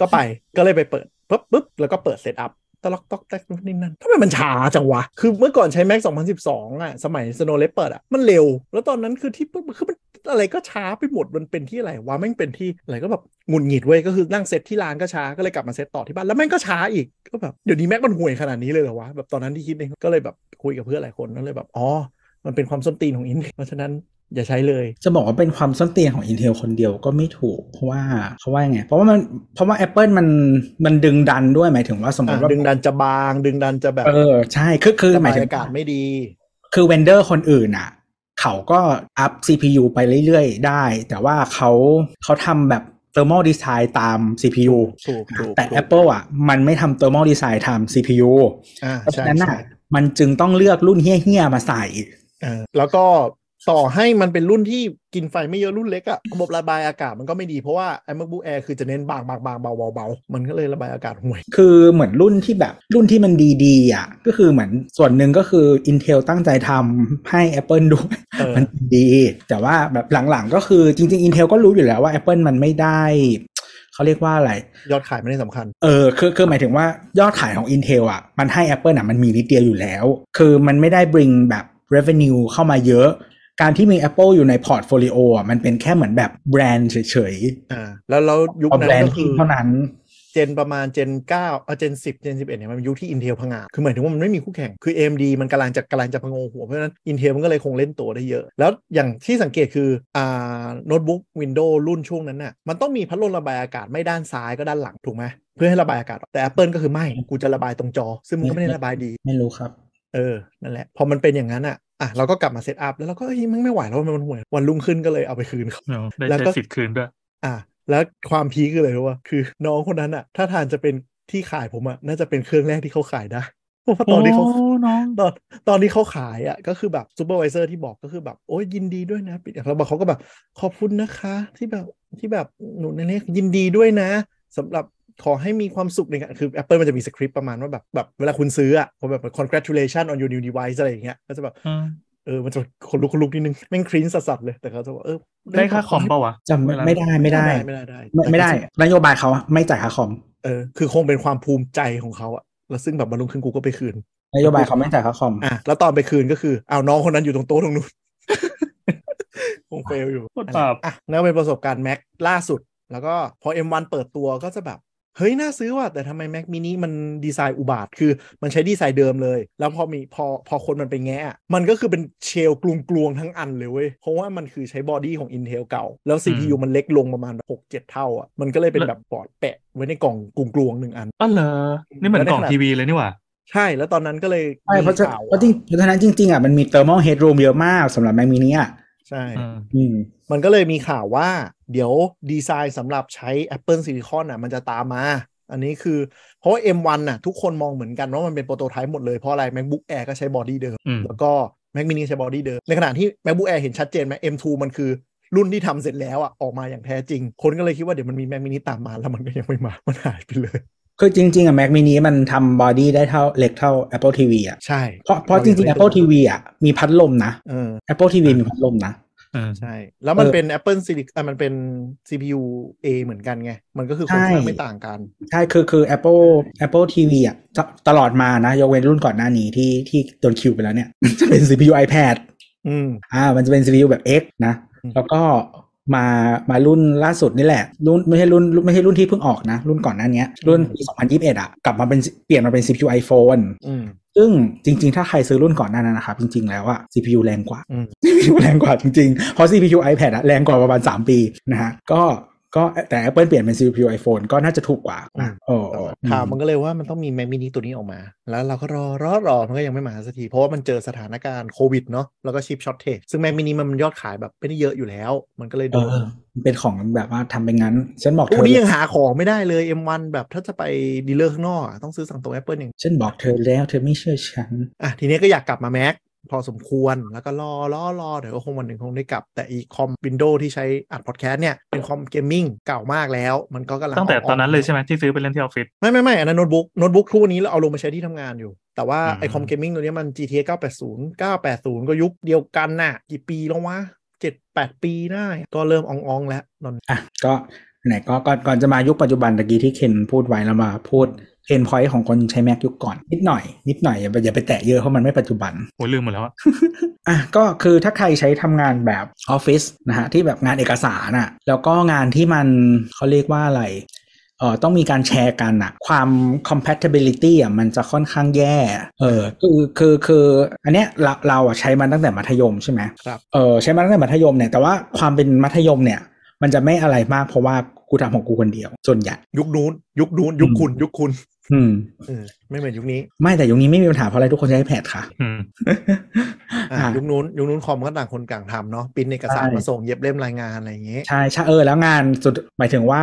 C: ก็ไปก็เลยไปเปิดปุ๊บปุ๊บแล้วก็เปิดเซตอัพตะล็อกตอกแตกนู่นนี่นั่นทำไมมันช้าจังวะ คือเมื่อก่อนใช้ Mac 2012 อ่ะ สมัย Snow Leopard อ่ะ มันเร็ว แล้วตอนนั้นคือที่ปุ๊บคือมันอะไรก็ช้าไปหมดมันเป็นที่อะไรวะแม่งเป็นที่อะไรก็แบบหงุดหงิดเว้ยก็คือนั่งเซตที่ร้านก็ช้าก็เลยกลับมาเซตต่อที่บ้านแล้วแม่งก็ช้าอีกก็แบบเดี๋ยวนี้แม็กมันห่วยขนาดนี้เลยเหรอวะแบบตอนนั้นที่คิดเองก็เลยแบบคุยกับเพื่อนหลายคนแล้วเลยแบบอ๋อมันเป็นความส้นตีนของอินเพราะฉะนั้นอย่าใช้เลย
B: จะบอกว่าเป็นความส้นเตียงของ Intel คนเดียวก็ไม่ถูก เพราะว่าเขาว่ายังไง เพราะว่ามันเพราะว่า Apple มันมันดึงดันด้วยหมายถึงว่าสมม
C: อ่ะ
B: ติว่า
C: ดึงดันจะบางดึงดันจะแบบ
B: เออใช่คือคือ
C: ระ
B: หมา
C: บาย ย
B: ถึง
C: อากาศไม่ดี
B: คือเวนเดอร์คนอื่นอ่ะ เขาก็อัพ CPU ไปเรื่อยๆ ได้ แต่ว่าเขาเขาทำแบบเทอร์มอลดีไซน์ตาม CPU
C: ถูกถูก
B: แต่
C: ถูก
B: Apple อ่ะ มันไม่ทำเทอร์มอลดีไซน์ทำ CPU
C: อ่า
B: เพราะ
C: ใช่
B: ฉะนั้น
C: ใช่
B: อ่ะมันจึงต้องเลือกรุ่นเฮี้ยๆ มาใส่
C: เออแล้วก็ต่อให้มันเป็นรุ่นที่กินไฟไม่เยอะรุ่นเล็กอะระบบระบายอากาศมันก็ไม่ดีเพราะว่าไอ้ MacBook Air คือจะเน้นบางบางบางเบาเบาเบามันก็เลยระบายอากาศห่วย
B: คือเหมือนรุ่นที่แบบรุ่นที่มันดีๆอ่ะ ก็คือเหมือนส่วนหนึ่งก็คือ Intel ตั้งใจทำให้ Apple ด้วย
C: เออ
B: มันดี แต่ว่าแบบหลังๆก็คือจริง ๆ Intel ก็รู้อยู่แล้วว่า Apple มันไม่ได้ เขาเรียกว่าอะไร
C: ยอดขายไม่ได้สำคัญ
B: เออคือคือหมายถึงว่ายอดขายของ Intel อ่ะ มันให้ Apple อ่ะ มันมีนิดเดียวอยู่แล้ว คือมันไม่ได้ bring แบบ revenue เข้ามาเยอะ การที่มี Apple อยู่ในพอร์ตโฟลิโออ่ะ มันเป็นแค่เหมือนแบบแบรนด์เฉย
C: อ่า แล้วแล้ว
B: ๆ
C: ยุค
B: เอา
C: นั้
B: แบร
C: น
B: น
C: ก็
B: ด์
C: คื
B: ที่
C: อ
B: เท่านั้น
C: เจนประมาณเจน9เออเจน10เจน11เนี่ยมันเป็นยุคที่ Intel พังอาจคือหมายถึงว่ามันไม่มีคู่แข่งคือ AMD มันกำลังจะกำลังจะพังงหัวเพราะฉะนั้น Intel มันก็เลยคงเล่นตัวได้เยอะ แล้วอย่างที่สังเกตคืออ่าโน้ตบุ๊ก Windows รุ่นช่วงนั้นน่ะมันต้องมีพัดลมระบายอากาศไม่ด้านซ้ายก็ด้านหลังถูกไหมเพื่อให้ระบายอากาศออกแต่ Apple ก็คือไม่กูจะระบายตรงจอ ซึ่งมันก็ไม่ได้ระบายดี
B: ไม่รู้ครับ
C: เออ นั่นแหละ พอมันเป็นอย่างนั้นอ่ะ อ่ะ เราก็กลับมาเซตอัพ แล้วเราก็เฮ้ยมันไม่ไหวแล้วมันห่วย วันรุ่งขึ้นก็เลยเอาไปคืนเขา
D: เนอะได้
C: แล้ว
D: ได้
C: ก็
D: สิทธิ์คืนด้วย
C: อ่ะ แล้วความพีคคืออะไรรู้ป่ะคือน้องคนนั้นอ่ะ ถ้าทานจะเป็นที่ขายผมอ่ะ น่าจะเป็นเครื่องแรกที่เขาขายได้ เพราะว่าตอนที่เขา
D: โอ้น้อง
C: ตอนตอนที่เขาขายอ่ะก็คือแบบซูเปอร์วิเซอร์ที่บอกก็คือแบบโอ้ยยินดีด้วยนะปิดแล้วบอกเขาก็แบบขอบคุณนะคะที่แบบที่แบบหนูในเลขยินดีด้วยนะสำหรับขอให้มีความสุขในการคือ Apple มันจะมีสคริปต์ประมาณว่าแบบแบบเวลาคุณซื้ออ่ะพอแบบ congratulation on your new device อะไรอย่างเงี้ยก็จะแบบ
D: อืม
C: เออมันจะคนลุกคนลุกนิดนึงแม่งคริ้นสัสๆเลยแต่เขาจะบอกเออ
D: ได้ค่าคอมเปล่าวะ
B: จำไม่ได้ไม่ได้
C: ไม่ได้ได้
B: ไม่ไม่ได้ นโยบายเขาไม่จ่ายค่าคอม
C: เออคือคงเป็นความภูมิใจของเขาอ่ะแล้วซึ่งแบบมันลงขึ้นกูก็ไปคืน
B: นโยบายเขาไม่จ่ายค่าคอม
C: อ่ะแล้วตอนไปคืนก็คือเอาน้องคนนั้นอยู่ตรงโต๊ะตรงนู้ น คงเฟลอยู่
D: โคตรบาป
C: อ่ะนั่นเป็นประสบการณ์แม็กล่าสุด แล้วก็พอ M1 เปิดตัวก็จะแบบ เฮ้ย น่าซื้อว่ะแต่ทำไมแม็กมินิมันดีไซน์อุบาท คือมันใช้ดีไซน์เดิมเลย แล้วพอมีพอพอคนมันไปแงะอะมันก็คือเป็นเชลกลวงๆทั้งอันเลยเว้ย เพราะว่ามันคือใช้บอดี้ของ Intel เก่า แล้ว CPU มันเล็กลงประมาณ 6-7 เท่าอ่ะมันก็เลยเป็นแบบปอร์ดแปะไว้ในกล่องกลวงๆหนึ่งอัน
D: อ๋อเหรอ นี่เหมือนกล่อง
C: แล้วได้ขนาด
D: ทีวีเลยนี่หว่า
C: ใช่แล้วตอนนั้นก็เลย
B: ใช่เพราะฉะ
C: มีข่ว
B: เพราะจริงเพราะฉะนั้นจริงๆอ่ะมันมีเทอร์มอลเฮดรูมเยอะมากสำหรับแม c มินิอ่ะ
C: ใช่
D: อืม
B: อืม
C: มันก็เลยมีข่าวว่าเดี๋ยวดีไซน์สำหรับใช้ Apple Silicon น่ะมันจะตามมา อันนี้คือเพราะว่า M1 น่ะทุกคนมองเหมือนกันว่ามันเป็นโปรโตไทป์หมดเลย เพราะอะไร MacBook Air ก็ใช้บอดี้เดิม
D: อืม
C: แล้วก็ Mac mini ใช้บอดี้เดิม ในขณะที่ MacBook Air เห็นชัดเจนไหม M2 มันคือรุ่นที่ทำเสร็จแล้วอ่ะออกมาอย่างแท้จริง คนก็เลยคิดว่าเดี๋ยวมันมี Mac mini ตามมาแล้วมันก็ยังไม่มา มันหายไปเลย
B: คือจริงๆอ่ะแม c มินิมันทำบอดี้ได้เท่าเล็กเท่า Apple TV อ่ะ
C: ใช่
B: เพราะเพราะจริงๆ Apple TV อ่ะมีพัดลมนะ
C: เออ
B: Apple TV มีพัดลมนะ
D: อืม
C: ใช่ แล้วมัน
B: เออ
C: เป็น Apple Silicon อ่ะมันเป็น CPU A เหมือนกันไงมันก็คือโครงสร้าง
B: ใช่
C: ไม่ต่างกัน
B: ใช่คือคือ Apple Apple TV อ่ะตตลอดมานะ ยกเว้นรุ่นก่อนหน้านี้ที่ที่โดนคิวไปแล้วเนี่ย จะเป็น CPU iPad
C: อืม
B: อ่ามันจะเป็น CPU แบบ X นะ
C: อืม
B: แล้วก็มามารุ่นล่าสุดนี่แหละ รุ่นไม่ใช่รุ่นรุ่นไม่ใช่รุ่นที่เพิ่งออกนะ รุ่นก่อนหน้าเนี้ย รุ่นปี 2021 อ่ะ กลับมาเป็นเปลี่ยนมาเป็น CPU iPhone
C: อืม
B: ซึ่งจริง ๆ ถ้าใครซื้อรุ่นก่อนหน้านั้นนะครับ จริง ๆ แล้วอะ CPU แรงกว่า
C: อืม
B: CPU แรงกว่าจริง ๆ เพราะ CPU iPad อะแรงกว่าประมาณ 3 ปีนะฮะ ก็ ก็แต่ Apple เปลี่ยนเป็น CPU iPhone ก็น่าจะถูกกว่า
C: อืม
B: โอ้โอ้
C: ข่าวมันก็เลยว่ามันต้องมีแม c มินิตัวนี้ออกมา แล้วเราก็รอรอรอมันก็ยังไม่มาสักที เพราะว่ามันเจอสถานการณ์โควิดเนาะแล้วก็ชิปช็อตเท e ซึ่งแม c มินิมันยอดขายแบบไม่ได้เยอะอยู่แล้ว มันก็เลย
B: เอ
C: โดน
B: อมันเป็นของแบบว่าทำเป็นงั้น ฉันบอกเธอ
C: โอ้นี่ยังหาของไม่ได้เลย M1 แบบถ้าจะไปดีลเลอร์ข้างนอกอะต้องซื้อสั่งตรง Apple อย่าง
B: ฉันบอกเธอแล้วเธอไม่เชื่อฉัน
C: อ่ะทีนี้ก็อยากกลับมาแม็กพอสมควรแล้วก็รอรอรอเดี๋ยวก็คงวันหนึ่งคงได้กลับ แต่อีคอมวินโดว์ที่ใช้อัดพอดแคสต์เนี่ย เป็นคอมเกมมิ่งเก่ามากแล้ว มันก็กำลัง
D: ตั้งแต่
C: กก
D: ตอนนั้นเลยใช่ไหมที่ซื้อไปเล่นที่ออฟฟิศ
C: ไม่ไม่ไม่อันนั้นโน้ตบุ๊กโน้ตบุ๊กทุกวันนี้เราเอาลงมาใช้ที่ทำงานอยู่ แต่ว่า
D: อืม
C: ไอคอมเกมมิ่งตัวเนี้ยมัน GTA 980 980 ก็ยุคเดียวกันน่ะ กี่ปีแล้ววะเจ็ดแปดปีได้ก็เริ่มอองๆแล้วนน
B: อ่ะก็ไหนก็ก่อนก่อนจะมายุคปัจจุบันตะกี้ที่เคนพูดไว้แล้วมาพูดเพนพอยต์ของคนใช้แม็กยุคก่อนนิดหน่อย นิดหน่อยอย่าไปอย่าไปแตะเยอะเพราะมันไม่ปัจจุบัน
D: โอ้ยลืมหมดแล้วอะ
B: อ่ะก็คือถ้าใครใช้ทำงานแบบออฟฟิศนะฮะที่แบบงานเอกสารอ่ะแล้วก็งานที่มันเขาเรียกว่าอะไรเออต้องมีการแชร์กันอะความ compatibility อ่ะมันจะค่อนข้างแย่เออคือคือคืออันเนี้ยเราเราอ่ะใช้มันตั้งแต่มัธยมใช่ไหม
C: ครับ
B: เออใช้มาตั้งแต่มัธยมเนี่ยแต่ว่าความเป็นมัธยมเนี่ย มันจะไม่อะไรมากเพราะว่ากูทำของกูคนเดียวส่วนใหญ่
C: ยุคนู้นยุคนู้นยุคคุณยุคคุณ
B: อืม
C: เออไม่เหมือนยุคนี้
B: ไม่แต่ยุคนี้ไม่มีปัญหาเพราะอะไรทุกคนใช้แพดค่ะ
D: อืม
C: อ่ะ
B: อ่ะ
C: ยุคนู้นยุคนู้นคอมก็ต่างคนต่างทำเนาะปริ้นเอกสาร
B: ใช่
C: มาส่งเย็บเล่มรายงานอะไรอย่างเงี้ย
B: ใช่ใช่เออแล้วงานสุดหมายถึงว่า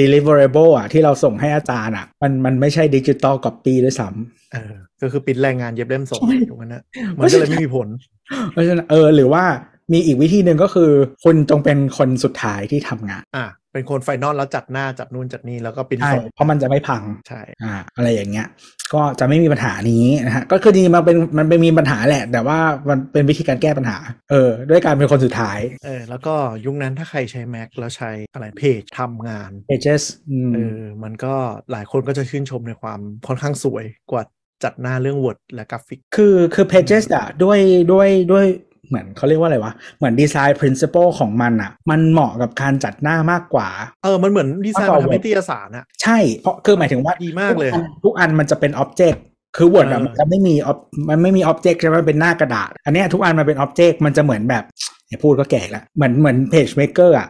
B: deliverable อ่ะที่เราส่งให้อาจารย์อ่ะ มันมันไม่ใช่ดิจิตอลก๊อปปี้ด้วยซ้
C: เออก็คือปริ้นรายงานเย็บเล่มส่งถูกไหมนะมันก็เลยไม่มีผล
B: ำเพราะฉะนั้นเออหรือว่ามีอีกวิธีหนึ่งก็คือ คุณจงเป็นคนสุดท้ายที่ทำงาน
C: อ่ะเป็นคนไฟนอลแล้วจัดหน้าจัดนู่นจัดนี่แล้วก็ปริ้น
B: ใช่
C: ส่ง
B: เพราะมันจะไม่พัง
C: ใช่
B: อ่าอะไรอย่างเงี้ย ก็จะไม่มีปัญหานี้นะฮะก็คือจริงๆมันเป็นมันเป็นมีปัญหาแหละ แต่ว่ามันเป็นวิธีการแก้ปัญหา เออ ด้วยการเป็นคนสุดท้าย
C: เออแล้วก็ยุคนั้นถ้าใครใช้ Mac แล้วใช้อะไรเพจทำงาน
B: เอเจสอืม
C: เออมันก็หลายคนก็จะชื่นชมในความค่อนข้างสวยกว่าจัดหน้าเรื่อง Word และกราฟิก
B: คือคือเพจเจสอะด้วยด้วยด้วยเหมือนเขาเรียกว่าอะไรวะ เหมือนดีไซน์ principle ของมันอะมันเหมาะกับการจัดหน้ามากกว่า
C: เออมันเหมือนดีไซน์
B: ประกอบ
C: มันทำนิตยสารอะ
B: ใช่เพราะคือหมายถึงว่า
C: ดีมากเลย
B: ทุ
C: อะ
B: อันทุกอันมันจะเป็น object คือ Word อะ
C: เออ
B: มันจะไม่มี ob- มันไม่มี object ใช่ไหมมันเป็นหน้ากระดาษ อันเนี้ยทุกอันมันเป็น object มันจะเหมือนแบบเนี่ยพูดก็แก่ละเหมือนเหมือน page maker อะ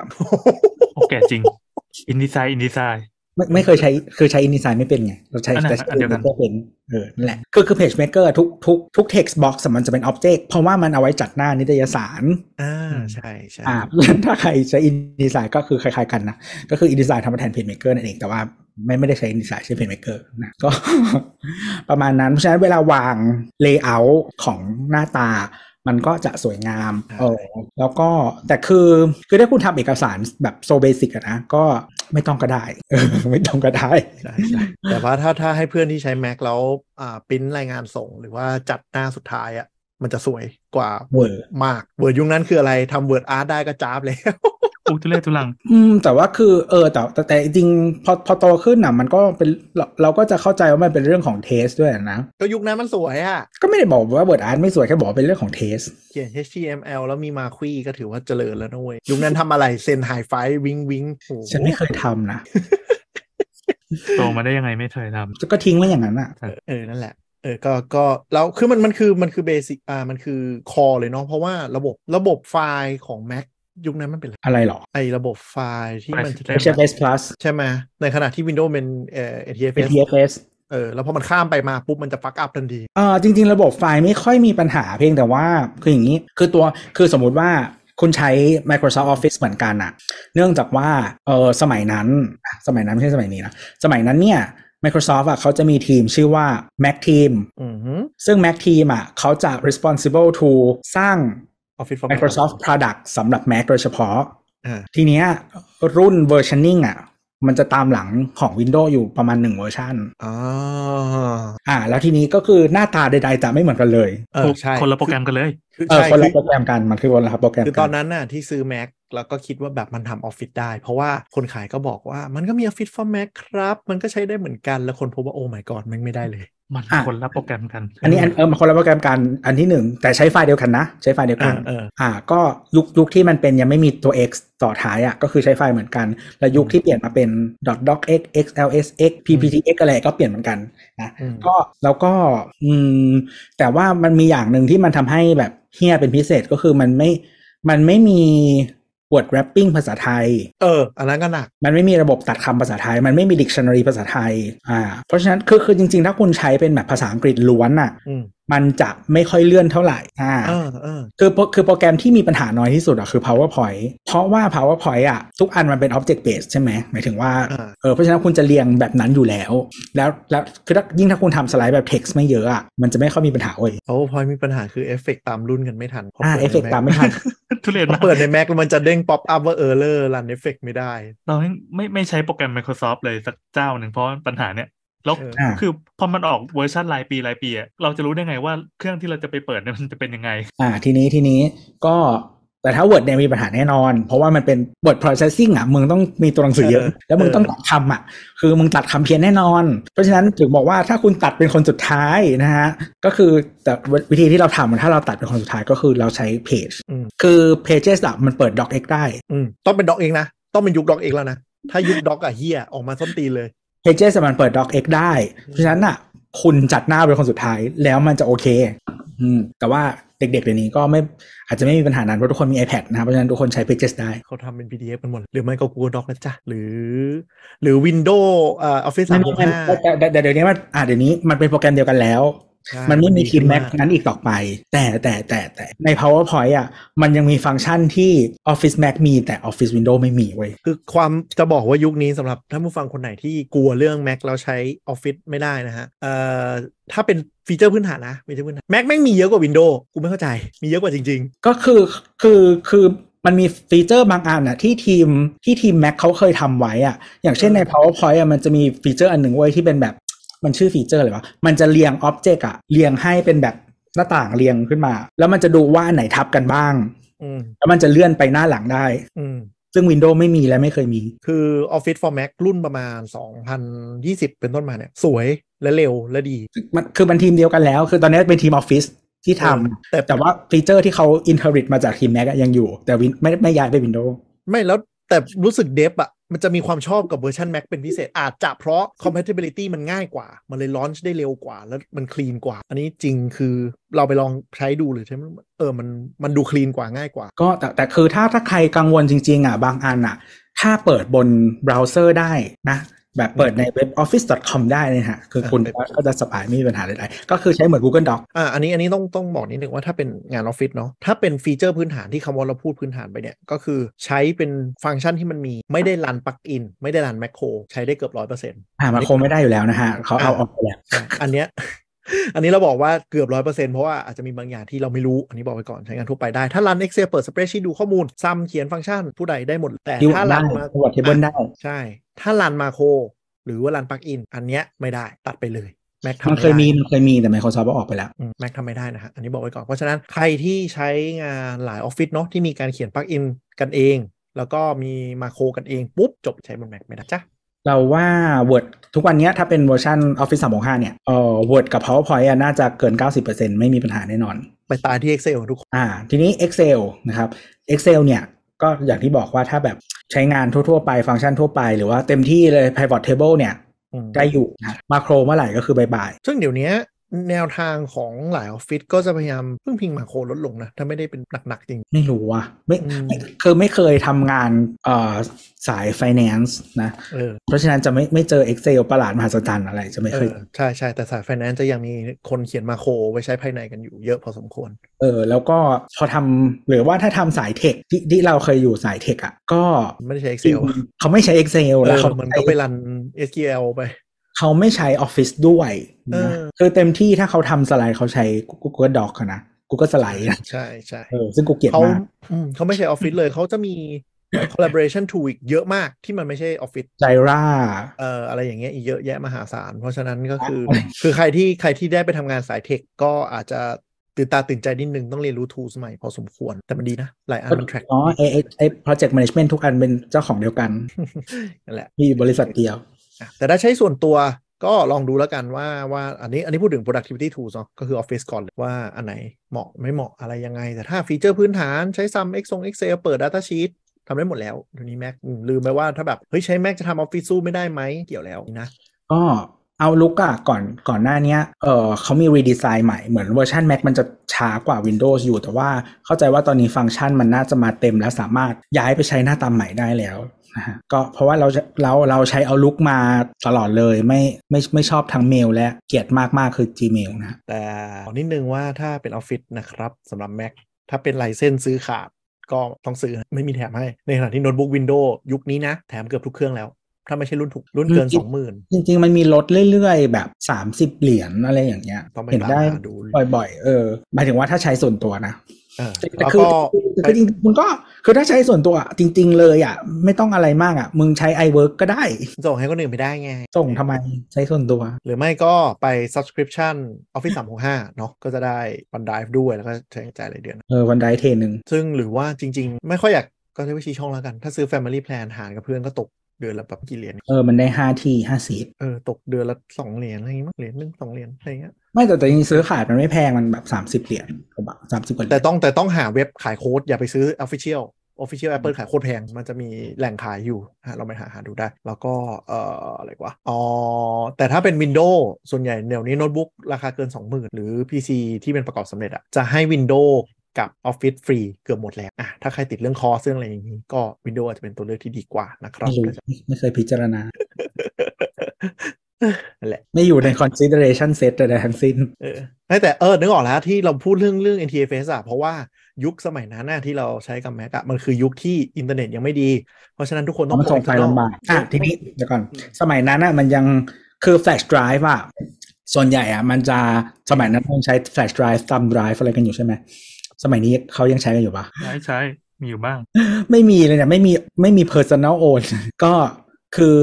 D: โอเค จริง อินดีไซน์อินดีไซน์
B: ไม่ไม่เคยใช้คือใช้ InDesign ไม่เป็นไง เราใช้
D: อันนั้น
B: แต่ใช้
D: อันเดียวกัน
B: Pagemaker เป็นเออนั่นแหละคือคือ PageMaker ทุกทุกทุก text box อะมันจะเป็น object เพราะว่ามันเอาไว้จัดหน้านิตยสาร
C: อ่าใช่ใช่
B: อ่า ถ้าใครใช้ InDesign ก็คือคล้ายๆกันนะ ก็คือ InDesign ทำมาแทน PageMaker นั่นเอง แต่ว่าไม่ไม่ได้ใช้ InDesign ใช้ PageMaker นะก็ ประมาณนั้น เพราะฉะนั้นเวลาวาง layout ของหน้าตา มันก็จะสวยงามเออแล้วก็แต่คือคือถ้าคุณทำเอกสารแบบโซเบสิกอะนะก็ไม่ต้องก็ได้ เออไม่ต้องก็ได้
C: ใช่ใช่แต่ว่าถ้าถ้าให้เพื่อนที่ใช้ Mac แล้วอ่าปริ้นรายงานส่งหรือว่าจัดหน้าสุดท้ายอะมันจะสวยกว่า
B: เวอร์
C: มากเวิร์ดยุคนั้นคืออะไรทำเวิร์ดอาร์ตได้ก็จ้าบแล้ว
D: อู้ทุเรศทุลัง
B: อืมแต่ว่าคือเออแต่แต่แต่จริงๆพอพอโตขึ้นน่ะมันก็เป็นเราเราก็จะเข้าใจว่ามันเป็นเรื่องของเทสด้วยนะ
C: ก็ยุคนั้นมันสวยอะ่ะ
B: ก็ไม่ได้บอกว่าเบิร์ดอาร์ตไม่สวยแค่บอกว่าเป็นเรื่องของเทส
C: เขียน HTML แล้วมีมาควีก็ถือว่าเจริญแล้วนะเว้ย ยุคนั้นทำอะไรเซ็นไฮไฟว์วิงวิงโอ้โห
B: ฉันไม่เคยทำนะ
D: โตมาได้ยังไงไม่เคยทำ
B: ก็ทิ้งไว้อย่างนั้นอ่ะ
C: เออ นั่นแหละ เออ ก็ก็แล้วคือมันมันคือมันคือเบสิกอ่ามันคือคอเลยเนาะเพราะว่าระบบระบบไฟล์ของ Mac ยุคนั้นมันเป็นอะ
B: อะ
C: ไร
B: ไรหรอ
C: ไอระบบไฟล์ที่มัน
D: File
B: ไม่ใช่
D: System
B: เฟสพลัส
C: ใช่ไหมในขณะที่ Windows เป็นเอ่อ
B: เป็น
C: ATFS
B: TFS
C: เออแล้วพอมันข้ามไปมาปุ๊บมันจะฟักอัพทันที
B: เออจริง ๆ ระบบไฟล์ไม่ค่อยมีปัญหาเพียงแต่ว่าคืออย่างนี้ คือตัวคือสมมุติว่าคุณใช้ Microsoft Office เหมือนกันอะเนื่องจากว่าเออสมัยนั้นสมัยนั้นไม่ใช่สมัยนี้นะสมัยนั้นเนี่ย Microsoft อะเขาจะมีทีมชื่อว่า Mac Team
C: อือหือ
B: ซึ่ง Mac Team อ่ะเขาจะ responsible to สร้าง
C: Office Format
B: Microsoft Product สำหรับ Mac โดยเฉพาะ
C: อ่า
B: ทีเนี้ยรุ่น versioning อ่ะมันจะตามหลังของ Windows อยู่ประมาณ 1 เวอร์ชัน
C: อ๋อ
B: อ่าแล้วทีนี้ก็คือหน้าตาใดๆจะไม่เหมือนกันเลย
C: เออใช่
D: คนละโปรแกรมกันเลย
C: คือ
B: เออ
C: ใช่
B: คนละ
C: คือ
B: โปรแกรมกัน มันคือคนละโปรแกรม
C: คือ
B: กั
C: ตอนนั้นน่ะที่ซื้อ Mac แล้วก็คิดว่าแบบมันทำออฟฟิศได้ เพราะว่าคนขายก็บอกว่ามันก็มีออฟฟิศ for Mac ครับ มันก็ใช้ได้เหมือนกัน แล้วคนพบว่าโอ้ my god มันไม่ได้เลย
D: มันคนละโปรแกรมกัน
B: อันนี้อันเออมันคนละโปรแกรมกันอันที่หนึ่งแต่ใช้ไฟล์เดียวกันนะ ใช้ไฟล์เดียวกั
C: อ่าน เออ
B: อ่าก็ยุคยุคที่มันเป็นยังไม่มีตัว x ต่อท้ายอะ่ะก็คือใช้ไฟล์เหมือนกัน แล้วยุคที่เปลี่ยนมาเป็น .docx xlsx pptx อะไรก็เปลี่ยนเหมือนกันนะ
C: อืม
B: ก็แล้วก็อืมแต่ว่ามันมีอย่างหนึ่งที่มันทำให้แบบเฮี้ยเป็นพิเศษก็คือมันไม่มันไม่มี วดแรปปิ้งภาษาไทย
C: เออ อันนั้นก็หนัก
B: มันไม่มีระบบตัดคำภาษาไทย มันไม่มีดิกชันนารีภาษาไทย อ่า เพราะฉะนั้นคือคือจริงๆ ถ้าคุณใช้เป็นแบบภาษาอังกฤษล้วนอ่ะ
C: อืม
B: มันจะไม่ค่อยเลื่อนเท่าไหร่ อ่า
C: เออเออ
B: คือโปรคือโปรแกรมที่มีปัญหาน้อยที่สุดอะคือ PowerPoint เพราะว่า PowerPoint อะทุกอันมันเป็น Object Based ใช่ไหมหมายถึงว่า
C: อ่า
B: เออเพราะฉะนั้นคุณจะเรียงแบบนั้นอยู่แล้ว แล้วแล้วคือถ้ายิ่งถ้าคุณทำสไลด์แบบ text ไม่เยอะอะมันจะไม่ค่อยมีปัญหาเว้ย
C: โอ้พอยมีปัญหาคือเอฟเฟกตามรุ่นกันไม่ทันพ
B: อ่าเอฟเฟก
C: ใน
B: ตามไม่
C: Mac
B: ทัน
D: ทุเรศ
C: พอ
D: มาก
C: เปิดในแม็กมันจะเด้งป๊อปอัพว่าเออร์เลอร์รันเอฟเฟกไม่ได้
D: เราไม่ไม่ไม่ใช้โปรแกรม Microsoft เลยสักเจ้าหนึ่งเพราะปัญหาเนี้ยแล้ว
C: เออ
B: อ่า
D: คือพอมันออกเวอร์ชันรายปีรายปีอะเราจะรู้ได้ไงว่าเครื่องที่เราจะไปเปิดเนี่ยมันจะเป็นยังไง
B: อ่าทีนี้ทีนี้ก็แต่ถ้า Word เนี่ยมีปัญหาแน่นอน เพราะว่ามันเป็น Word processing อ่ะมึงต้องมีตัวหนังสือเยอะ
C: เออ
B: แล้วมึง
C: เออ
B: ต้องตัดคำอ่ะ คือมึงตัดคำเพี้ยนแน่นอน เพราะฉะนั้นถึงบอกว่าถ้าคุณตัดเป็นคนสุดท้ายนะฮะ ก็คือแต่วิธีที่เราทำถ้าเราตัดเป็นคนสุดท้ายก็คือเราใช้ page
C: อืม
B: คือ pages อ่ะมันเปิด docx ได้
C: อืมต้องเป็นด็อกเองนะ ต้องเป็นยุคด็อกเองแล้วนะ ถ้ายุคด็อกอะเฮียออกมาส้นตีนเลย
B: pages อะมันเปิด docx ได้ เพราะฉะนั้นอ่ะคุณจัดหน้าเป็นคนสุดท้ายแล้วมันจะโอเค อืมแต่ว่าเด็กๆเดี๋ยวนี้ก็ไม่อาจจะไม่มีปัญหานั้นเพราะทุกคนมี iPad นะครับเพราะฉะนั้นทุกคนใช้ pages ได้
C: เขาทำเป็น PDF กันหมด หรือไม่ก็ Google Doc นะจ๊ะ หรือ หรือ Windows เอ่อ Office
B: ไม่ไม่
C: 365
B: ไม่แต่แต่แต่เดี๋ยวนี้มันอ่าเดี๋ยวนี้มันเป็นโปรแกรมเดียวกันแล้ว
C: ใช่
B: มันไม่มีคีมแม็ก
C: ดีขึ้นาก
B: นั้นอีกต่อไป แต่แต่แต่แต่ใน PowerPoint อ่ะมันยังมีฟังก์ชันที่ Office Mac มีแต่ Office Windows ไม่มีเว้ย
C: คือความจะบอกว่ายุคนี้สำหรับท่านผู้ฟังคนไหนที่กลัวเรื่อง Mac แล้วใช้ Office ไม่ได้นะฮะเอ่อถ้าเป็นฟีเจอร์พื้นฐานนะฟีเจอร์พื้นฐาน Mac แม่งมีเยอะกว่า Windows กูไม่เข้าใจ มีเยอะกว่าจริง
B: ก็คือคือคือมันมีฟีเจอร์บางอันอ่ะที่ทีมที่ทีม Mac เขาเคยทำไว้อ่ะอย่างเช่นใน PowerPoint อ่ะมันจะมีฟีเจอร์อันหนึ่งเว้ยที่เป็นแบบมันชื่อฟีเจอร์อะไรวะมันจะเรียงอ็อบเจกต์อ่ะเรียงให้เป็นแบบหน้าต่างเรียงขึ้นมา แล้วมันจะดูว่าอันไหนทับกันบ้าง
C: ๆ อืม
B: แล้วมันจะเลื่อนไปหน้าหลังได้
C: อืม
B: ซึ่ง Windows ไม่มีและไม่เคยมี
C: คือ Office for Mac รุ่นประมาณ 2020 เป็นต้นมาเนี่ย สวยและเร็วและดี
B: มันคือมันทีมเดียวกันแล้ว คือตอนนี้เป็นทีมออฟฟิศที่ท
C: แต่
B: ำแต่ว่าฟีเจอร์ที่เขาอินเทอร์ริตมาจากทีมแม็กยังอยู่ แต่ Win- ไม่ไม่ย้ายไป Windows
C: ไม่แล้วแต่รู้สึกเดฟอะมันจะมีความชอบกับเวอร์ชัน Mac เป็นพิเศษ อาจจะเพราะ compatibility มันง่ายกว่า มันเลยลอนช์ได้เร็วกว่า แล้วมันคลีนกว่า อันนี้จริงคือเราไปลองใช้ดูหรือใช้มันเออมันมันดูคลีนกว่าง่ายกว่า
B: ก็แต่แต่คือถ้าถ้าใครกังวลจริง ๆ อ่ะ บางอันอ่ะ ถ้าเปิดบนเบราว์เซอร์ได้นะ แบบเปิดในเว็บ office.com ได้นะฮะ คือคุณ
C: อ่ะ
B: ก็จะสบายไม่มีปัญหาใดๆก็คือใช้เหมือน Google Doc
C: อ่าอันนี้อันนี้ต้องต้องบอกนิดนึงว่าถ้าเป็นงานออฟฟิศเนาะถ้าเป็นฟีเจอร์พื้นฐานที่คำว่าเราพูดพื้นฐานไปเนี่ย ก็คือใช้เป็นฟังก์ชันที่มันมีไม่ได้รันปลักอินไม่ได้รันแมคโครใช้ได้เกือบร้อยเปอร์เซ็นต
B: อ่ามาคงไม่ได้อยู่แล้วนะฮะเขาเอาออกไปแล้ว
C: อ่ะอันเนี้ย อันนี้เราบอกว่าเกือบร้อยเปอร์เซ็นต์เพราะว่าอาจจะมีบางอย่างที่เราไม่รู้ อันนี้บอกไปก่อนใช้งานทั่วไปได้ ถ้ารัน Excel เปิด Spreadsheet ดูข้อมูล ซ้ำเขียนฟังก์ชันผู้ใดได้หมด แต่
B: ดิว
C: ถ้ารั
B: ได้
C: นมา
B: ตรวจเทเบิลได้
C: ใช่ ถ้ารันมาโครหรือว่ารันปลักอิน อันเนี้ยไม่ได้ตัดไปเลย Mac ทำ
B: มัน
C: ไได้
B: เคยมีมันเคยมีแต่ Microsoft เอาออกไปแล้ว
C: แม็กทำไม่ได้นะฮะอันนี้บอกไว้ก่อนเพราะฉะนั้นใครที่ใช้งานหลายออฟฟิศเนาะที่มีการเขียนปลักอินกันเอง แล้วก็มีมาโครกันเองปุ๊บจบใช้บน Mac ไม่ได้จ้ะ
B: เราว่า Word ทุกวันเนี้ยถ้าเป็นเวอร์ชัน Office 365 เนี่ยเอ่อ Word กับ PowerPoint อะน่าจะเกิน 90%ไม่มีปัญหาแน่นอน
C: ไปตายที่ Excel ของทุกคน
B: อ่า ทีนี้ Excel นะครับ Excel เนี่ยก็อย่างที่บอกว่าถ้าแบบใช้งานทั่ว ๆ ไปฟังก์ชันทั่วไปหรือว่าเต็มที่เลย pivot table เนี่ย
C: อืม
B: ได้อยู่นะมาโครเมื่อไหร่ก็คือบายบาย
C: ซึ่งเดี๋ยวเนี้ยแนวทางของหลายออฟฟิศก็จะพยายามพึ่งพิงมาโครลดลงนะ ถ้าไม่ได้เป็นหนัก ๆ จริง
B: ไม่รู้ว่ะไม่
C: อืม
B: ไม่คือไม่เคยทำงานเอ่อสาย finance นะ
C: เออ
B: เพราะฉะนั้นจะไม่ไม่เจอ Excel ประหลาดมหัศจรรย์อะไรจะไม่
C: เอ
B: เคย
C: อใช่ใช่แต่สายไฟแนนซ์จะยังมีคนเขียนมาโครไว้ใช้ภายในกันอยู่เยอะพอสมควร
B: เออแล้วก็พอทำหรือว่าถ้าทำสายเทคที่ที่เราเคยอยู่สายเทคอ่ะก็
C: ไม่ได้ใช้ Excel
B: เขาไม่ใช้ Excel
C: เอ
B: แล้ว
C: อ
B: เขา
C: มัน
B: ใช้
C: ก็ไปรัน SQL ไป
B: เขาไม่ใช้ Office ด้วย
C: เอ
B: นะ
C: อ
B: คือเต็มที่ถ้าเขาทำสไลด์เขาใช้ Google Doc อะนะ Google สไลด์นะ
C: ใช่ใช่
B: เออซึ่งกูเกลียด
C: เขา
B: มาก
C: อืมเขาไม่ใช่ออฟฟิศเลยเขาจะมี collaboration tool อีกเยอะมากที่มันไม่ใช่ออฟฟิศ
B: ไจร่า
C: เอ่ออะไรอย่างเงี้ยอีกเยอะแยะมหาศาล เพราะฉะนั้นก็คือ คือใครที่ใครที่ได้ไปทำงานสายเทคก็อาจจะตื่นตาตื่นใจนิดนึง ต้องเรียนรู้ทูสใหม่พอสมควร แต่มันดีนะ หลายอันมันแทร็ก
B: อ๋อไอไอ้ไอ project management ทุกอันเป็นเจ้าของเดียวกัน
C: นั่นแหละ
B: มีบริษัทเดียว
C: อ่ะแต่ถ้าใช้ส่วนตัวก็ลองดูแล้วกันว่าว่าอันนี้อันนี้พูดถึง productivity tools เนาะก็คือ Office ก่อนเลยว่าอันไหนเหมาะไม่เหมาะอะไรยังไง แต่ถ้าฟีเจอร์พื้นฐานใช้ซ้ำ Excel Excel เปิด Data Sheet ทำได้หมดแล้วเดี๋ยวนี้ Mac อืมลืมไปว่าถ้าแบบเฮ้ยใช้ Mac จะทำ Office สู้ไม่ได้ไหมเกี่ยวแล้วนะ
B: ก็ เอาลุกอะก่อนก่อนหน้าเนี้ยเออเขามีรีดีไซน์ใหม่เหมือนเวอร์ชัน Mac มันจะช้ากว่า Windows อยู่ แต่ว่าเข้าใจว่าตอนนี้ฟังก์ชันมันน่าจะมาเต็มและสามารถย้ายไปใช้หน้าตาใหม่ได้แล้วนะฮะก็เพราะว่าเราจะเราเราใช้เอาลุกมาตลอดเลยไม่ไม่ไม่ชอบทั้งเมลและเกลียดมากๆคือ Gmail นะฮะ
C: แต่ขอนิดนึงว่าถ้าเป็นออฟฟิศนะครับสำหรับ Mac ถ้าเป็นไลเซนส์ซื้อขาดก็ต้องซื้อไม่มีแถมให้ ในขณะที่โน้ตบุ๊ก Windows ยุคนี้นะ แถมเกือบทุกเครื่องแล้ว ถ้าไม่ใช่รุ่นถูกรุ่นเกิน
B: อืม จริงๆ มันมีลดเรื่อยๆ แบบ 30 เหรียญอะไรอย่างเงี้ย
C: ต้องไป
B: เห็นได้
C: ตามหาดู
B: บ่อยๆเออหมายถึงว่าถ้าใช้ส่วนตัวนะ
C: 20,000เออ
B: แต่
C: แล้ว
B: คือ
C: ก็
B: แต่คือจริงๆมันก็คือถ้าใช้ส่วนตัวอะจริง ๆ เลยอ่ะ ไม่ต้องอะไรมากอ่ะ มึงใช้ iWork ก็ได้
C: ส่งให้คนอื่นไปได้ไง
B: ส่งทำไมใช้ส่วนตัว
C: หรือไม่ก็ไป subscription Office 365 เนาะก็จะได้บันไดฟ์ด้วยแล้วก็ใช้จ่ายรายเดือน
B: เออวันไดเทหนึ่ง
C: ซึ่งหรือว่าจริง ๆ ไม่ค่อยอยากก็ใช้วิธีช่องแล้วกัน ถ้าซื้อ Family Plan หารกับเพื่อนก็ตกเดือนละแบบกี่เหรียญ
B: เออมันได้ห้าที่ห้าสีท
C: เออตกเดือนละสองเหรียญอะไรอย่างงี้มั้งเหรียญหนึ่งสองเหรียญอะไรอย่างเงี้ย
B: ไม่แต่แต่จริงๆซื้อขาดมันไม่แพง มันแบบสามสิบ30 เหรียญกว่าบาทสามสิบกว่าเหรี
C: แต่
B: ยญ
C: ต้องแต่ต้องหาเว็บขายโค้ดอย่าไปซื้อ Official Official Apple ขายโคตรแพง มันจะมีแหล่งขายอยู่ฮะเราไปหาหาดูได้ แล้วก็เอ่ออะไรวะอ๋อแต่ถ้าเป็น Windows ส่วนใหญ่เดี๋ยวนี้โน้ตบุ๊กราคาเกิน 20,000 หรือ PC ที่เป็นประกอบสำเร็จอะจะให้ Windows กับ Office ฟรีเกือบหมดแล้วอ่ะถ้าใครติดเรื่องคอร์สเรื่องอะไรอย่างนี้ก็ Windows อาจจะเป็นตัวเลือกที่ดีกว่านะครับ
B: ไม่รู้ไม่เคยพิจารณา
C: นั่นแหละ
B: ไม่อยู่ใน consideration set ใดๆทั้งสิ้น
C: เออไม่แต่เออนึกออกแล้วที่เราพูดเรื่องเรื่อง NTFS อะเพราะว่ายุคสมัยนั้นน่ะที่เราใช้กับแม็กอะมันคือยุคที่อินเทอร์เน็ตยังไม่ดี เพราะฉะนั้นทุกคน
B: เพ
C: ต้อ
B: ราะ
C: ง
B: มันส่งไฟล์ลำบากอ่ะทีนี้เดี๋ยวก่อน สมัยนั้นอ่ะมันยังคือแฟลชไดรฟ์อ่ะ ส่วนใหญ่อ่ะมันจะสมัยนั้นมันใช้แฟลชไดรฟ์ซัมไดรฟ์อะไรกันอยู่ใช่ไหม สมัยนี้เขายังใช้กันอยู่ปะ
D: ใช้ใช้มีอยู่บ้าง
B: ไม่มีเลยเนี่ยไม่มีไม่มี personal own ก็คือ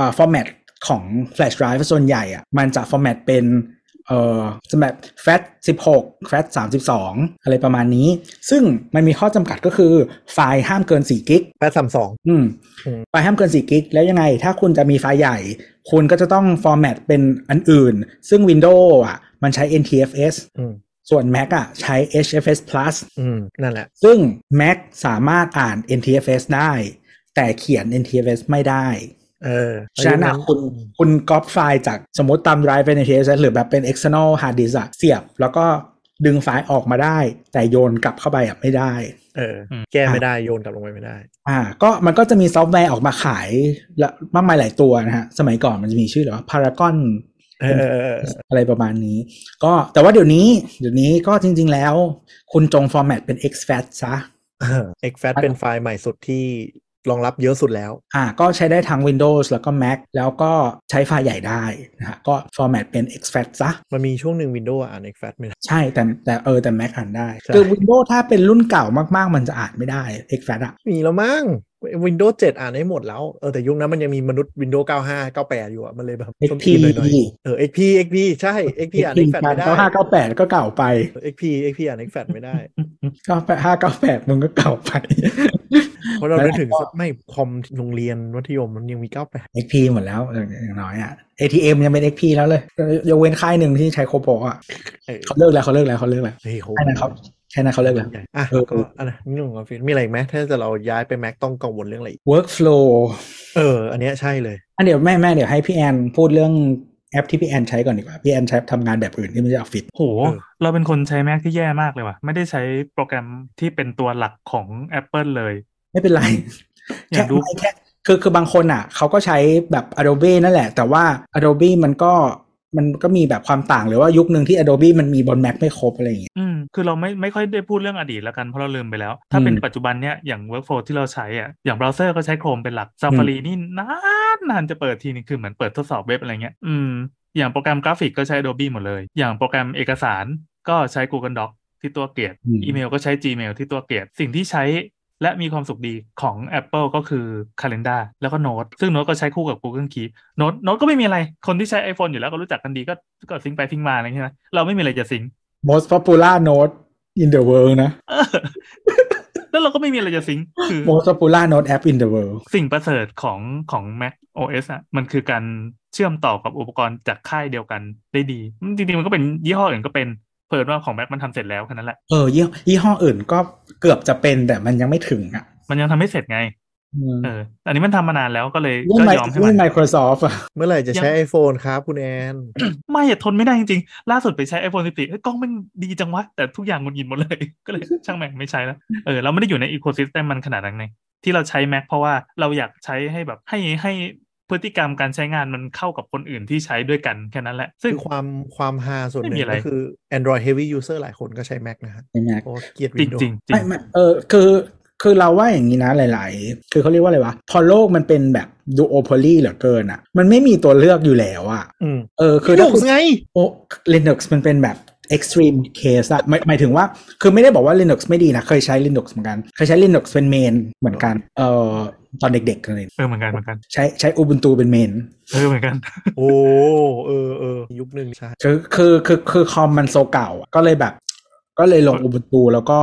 B: อ่า format ของ flash drive ส่วนใหญ่อะมันจะ format เป็นเอ่อสมับ fat 16 fat 32 อะไรประมาณนี้ ซึ่งมันมีข้อจำกัดก็คือไฟล์ห้ามเกิน 4 กิก
C: แปดสามสอง
B: อืม
C: อืม
B: ไฟล์ห้ามเกิน 4 กิก แล้วยังไง ถ้าคุณจะมีไฟล์ใหญ่ คุณก็จะต้อง format เป็นอันอื่น ซึ่ง Windows อ่ะ มันใช้ NTFS
C: อืม
B: ส่วน Mac อ่ะ ใช้ HFS Plus
C: อืมนั่นแหละ
B: ซึ่ง Mac สามารถอ่าน NTFS ได้ แต่เขียน NTFS ไม่ได้
C: เออ
B: ฉะนั้นอะคุณคุณก๊อปไฟล์จากสมมติตาม drive เป็น NTFS หรือแบบเป็น external hard disk อะเสียบ แล้วก็ดึงไฟล์ออกมาได้ แต่โยนกลับเข้าไปอะไม่ได้
C: เอออ
D: ม
C: แก้ไม่ได้โยนกลับลงไปไม่ได้
B: อ่าก็มันก็จะมีซอฟต์แวร์ออกมาขายละมากมายหลายตัวนะฮะ สมัยก่อนมันจะมีชื่อหรือว่า Paragon
C: เออเออเออ
B: อะไรประมาณนี้ ก็แต่ว่าเดี๋ยวนี้เดี๋ยวนี้ก็จริง ๆ แล้ว คุณจง format เป็น exFAT ซะ
C: เอ็กแฟตเป็นไฟล์ใหม่สุดที่รองรับเยอะสุดแล้ว
B: อ่าก็ใช้ได้ทั้ง Windows แล้วก็ Mac แล้วก็ใช้ไฟล์ใหญ่ได้นะฮะก็ format เป็น exFAT ซะ
C: มันมีช่วงหนึ่ง Windows อ่านเอ็กแฟตไม่ได้
B: ใช่แต่แต่เออแต่ Mac อ่านได้
C: ใช่
B: คือ Windows ถ้าเป็นรุ่นเก่ามากๆ มันจะอ่านไม่ได้ exFAT อ่ะ
C: มีแล้วมั้ง Windows 7 อ่านได้หมดแล้วเออแต่ยุคนั้นมันยังมีมนุษย์ Windows 95 98 อยู่อ่ะมันเลยแบบ
B: เอ็ก
C: ต้น
B: พี
C: ทุนหน่อยๆ เออ XP XP ใช่ XP อ่าน XP ไม่ได้
B: เก้าห้าเก้าแปดก็เก่าไป
C: XP XP อ่าน XP ไม่ได้
B: เก้าแปดห้าเก้าแปดมึงก็เก่าไป
C: เพราะเรานึกถึงไม่คอมโรงเรียนมัธยมมันยังมี 98
B: XP หมดแล้วอย่างน้อยอ่ะ ATM ยังเป็น XP แล้วเลยยกเว้นค่ายหนึ่งที่ใช้โคโปอ่ะ
C: เออ
B: เขาเลิกแล้วเขาเลิกแล้วเขาเลิกแล้ว
C: เฮ้ยโห
B: แค่นั้นเขาแค่นั้นเขาเลิกแล้ว
C: ใหญ่อ่ะ
B: เออ
C: ก็อันนั้นนี่หนุ่มกับฟินมีอะไรอีกไหมถ้าจะเราย้ายไปแม็กต้องกังวลเรื่องอะไรอีก
B: workflow
C: เออ อันเนี้ยใช่เลย
B: อันเดี๋ยวแม่แม่เดี๋ยวให้พี่แอนพูดเรื่องแอปที่พี่แอนใช้ก่อนดีกว่า พี่แอนใช้ทำงานแบบอื่นที่ไม่ใช่ออฟฟิศ
D: โห เราเป็นคนใช้แม็กที่แย่มากเลยว่ะ ไม่ได้ใช้โปรแกรมที่เป็นตัวหลักของ Apple เลย
B: ไม่เป็นไร
D: อ
B: แค่
D: ยากดู
B: ไม่แค่คือคือบางคนอ่ะเขาก็ใช้แบบ Adobe นั่นแหละ แต่ว่า Adobe มันก็มันก็มีแบบความต่างหรือว่ายุคหนึ่งที่ Adobe มันมีบน Mac ไม่ครบอะไรอย่างเงี้ย
D: อืมคือเราไม่ไม่ค่อยได้พูดเรื่องอดีตแล้วกันเพราะเราลืมไปแล้ว ถ้า
B: อืม
D: เป็นปัจจุบันเนี้ยอย่าง Workflow ที่เราใช้อ่ะอย่างเบราว์เซอร์ก็ใช้ Chrome เป็นหลัก Safari นี่นานนานจะเปิดทีนึงคือเหมือนเปิดทดสอบเว็บอะไรเงี้ยอืมอย่างโปรแกรมกราฟิกก็ใช้ Adobe หมดเลย อย่างโปรแกรมเอกสารก็ใช้ Google Docs ที่ตัวเกลียด
B: อืม
D: อีเมลก็ใช้ Gmail ที่ตัวเกลียดสิ่งที่ใช้ และมีความสุขดีของ Apple ก็คือ Calendar แล้วก็ Note ซึ่ง Note ก็ใช้คู่กับ Google Keep Note Note ก็ไม่มีอะไรคนที่ใช้ iPhone อยู่แล้วก็รู้จักกันดีก็ก็ซิงค์ไปซิงค์มาอะไรอย่างเงี้ยนะเราไม่มีอะไรจะซิงค์
B: most popular note in the world นะ
D: เออแล้วเราก็ไม่มีอะไรจะซิงค์คือ
B: most popular note app in the world
D: สิ่งประเสริฐของของ Mac OS อ่ะมันคือการเชื่อมต่อกับอุปกรณ์จากค่ายเดียวกันได้ดีจริงๆมันก็เป็นยี่ห้ออื่นก็เป็นเพิ่ว่าของ Mac มันทำเสร็จแล้วแค่นั้นแหละ
B: เออยี่ห้อยี่ห้ออื่นก็เกือบจะเป็นแต่มันยังไม่ถึงอ่ะ
D: มันยังทำไม่เสร็จไง
B: อืม
D: เออ อันนี้มันทำมานานแล้วก็เลย
B: นี่
D: ก็
B: ไม
D: ยอมให้มั
B: นี่
D: น
B: Microsoft อะ
C: เมื่อไหร่จะ
D: ยัง
C: ใช้ iPhone ครับคุณแอน
D: ไม่อะทนไม่ได้จริงๆ ล่าสุดไปใช้ iPhone 14เอ้ยกล้องแมันดีจังวะ แต่ทุกอย่างหงุดหงิดหมดเลย ก็เลยช่างแม่งไม่ใช้แล้ว เออเราไม่ได้อยู่ในอีโค y ิส e m มันขนาดนั้นไงที่เราใช้ Mac เพราะว่าเราอยากใช้ให้แบบให้ให้พฤติกรรมการใช้งานมันเข้ากับคนอื่นที่ใช้ด้วยกันแค่นั้นแหละ ซึ่ง
C: คือความความฮาส่วนหนึ่
D: ไม่
C: ง
D: มีอะไร
C: ก็คือ Android heavy user หลายคนก็ใช้ Mac นะฮะ
B: ใช่ไหม
C: เพราะเกลียด
D: จริง
C: Windows
D: จริงจริ
B: ไม่
D: ง
B: ไม่เออคือคือเราว่าอย่างนี้นะหลาย ๆ คือเขาเรียกว่าอะไรวะ พอโลกมันเป็นแบบดูโอพอลีเหลือเกินอ่ะ มันไม่มีตัวเลือกอยู่แล้วอ่ะ
C: อืม
B: เออคือถ้า
C: Linux
B: คุณ
C: ไง
B: โอ้ Linux มันเป็นแบบ extreme case อะหมายหมายถึงว่า คือไม่ได้บอกว่า Linux ไม่ดีนะ เคยใช้ Linux เหมือนกัน เคยใช้ Linux เป็นเมนเหมือนกันเออตอนเด็ก ๆ เลย
D: เออเหมือนกันเหมือนกัน
B: ใช้ใช้ Ubuntu เป็นเมน
D: เออเหมือนกัน
C: โอ้เออเออยุคหนึ่งใช่
B: คือคือคือคือคอมมันโซเก่าอะก็เลยแบบ ก็เลยลง Ubuntu แล้วก็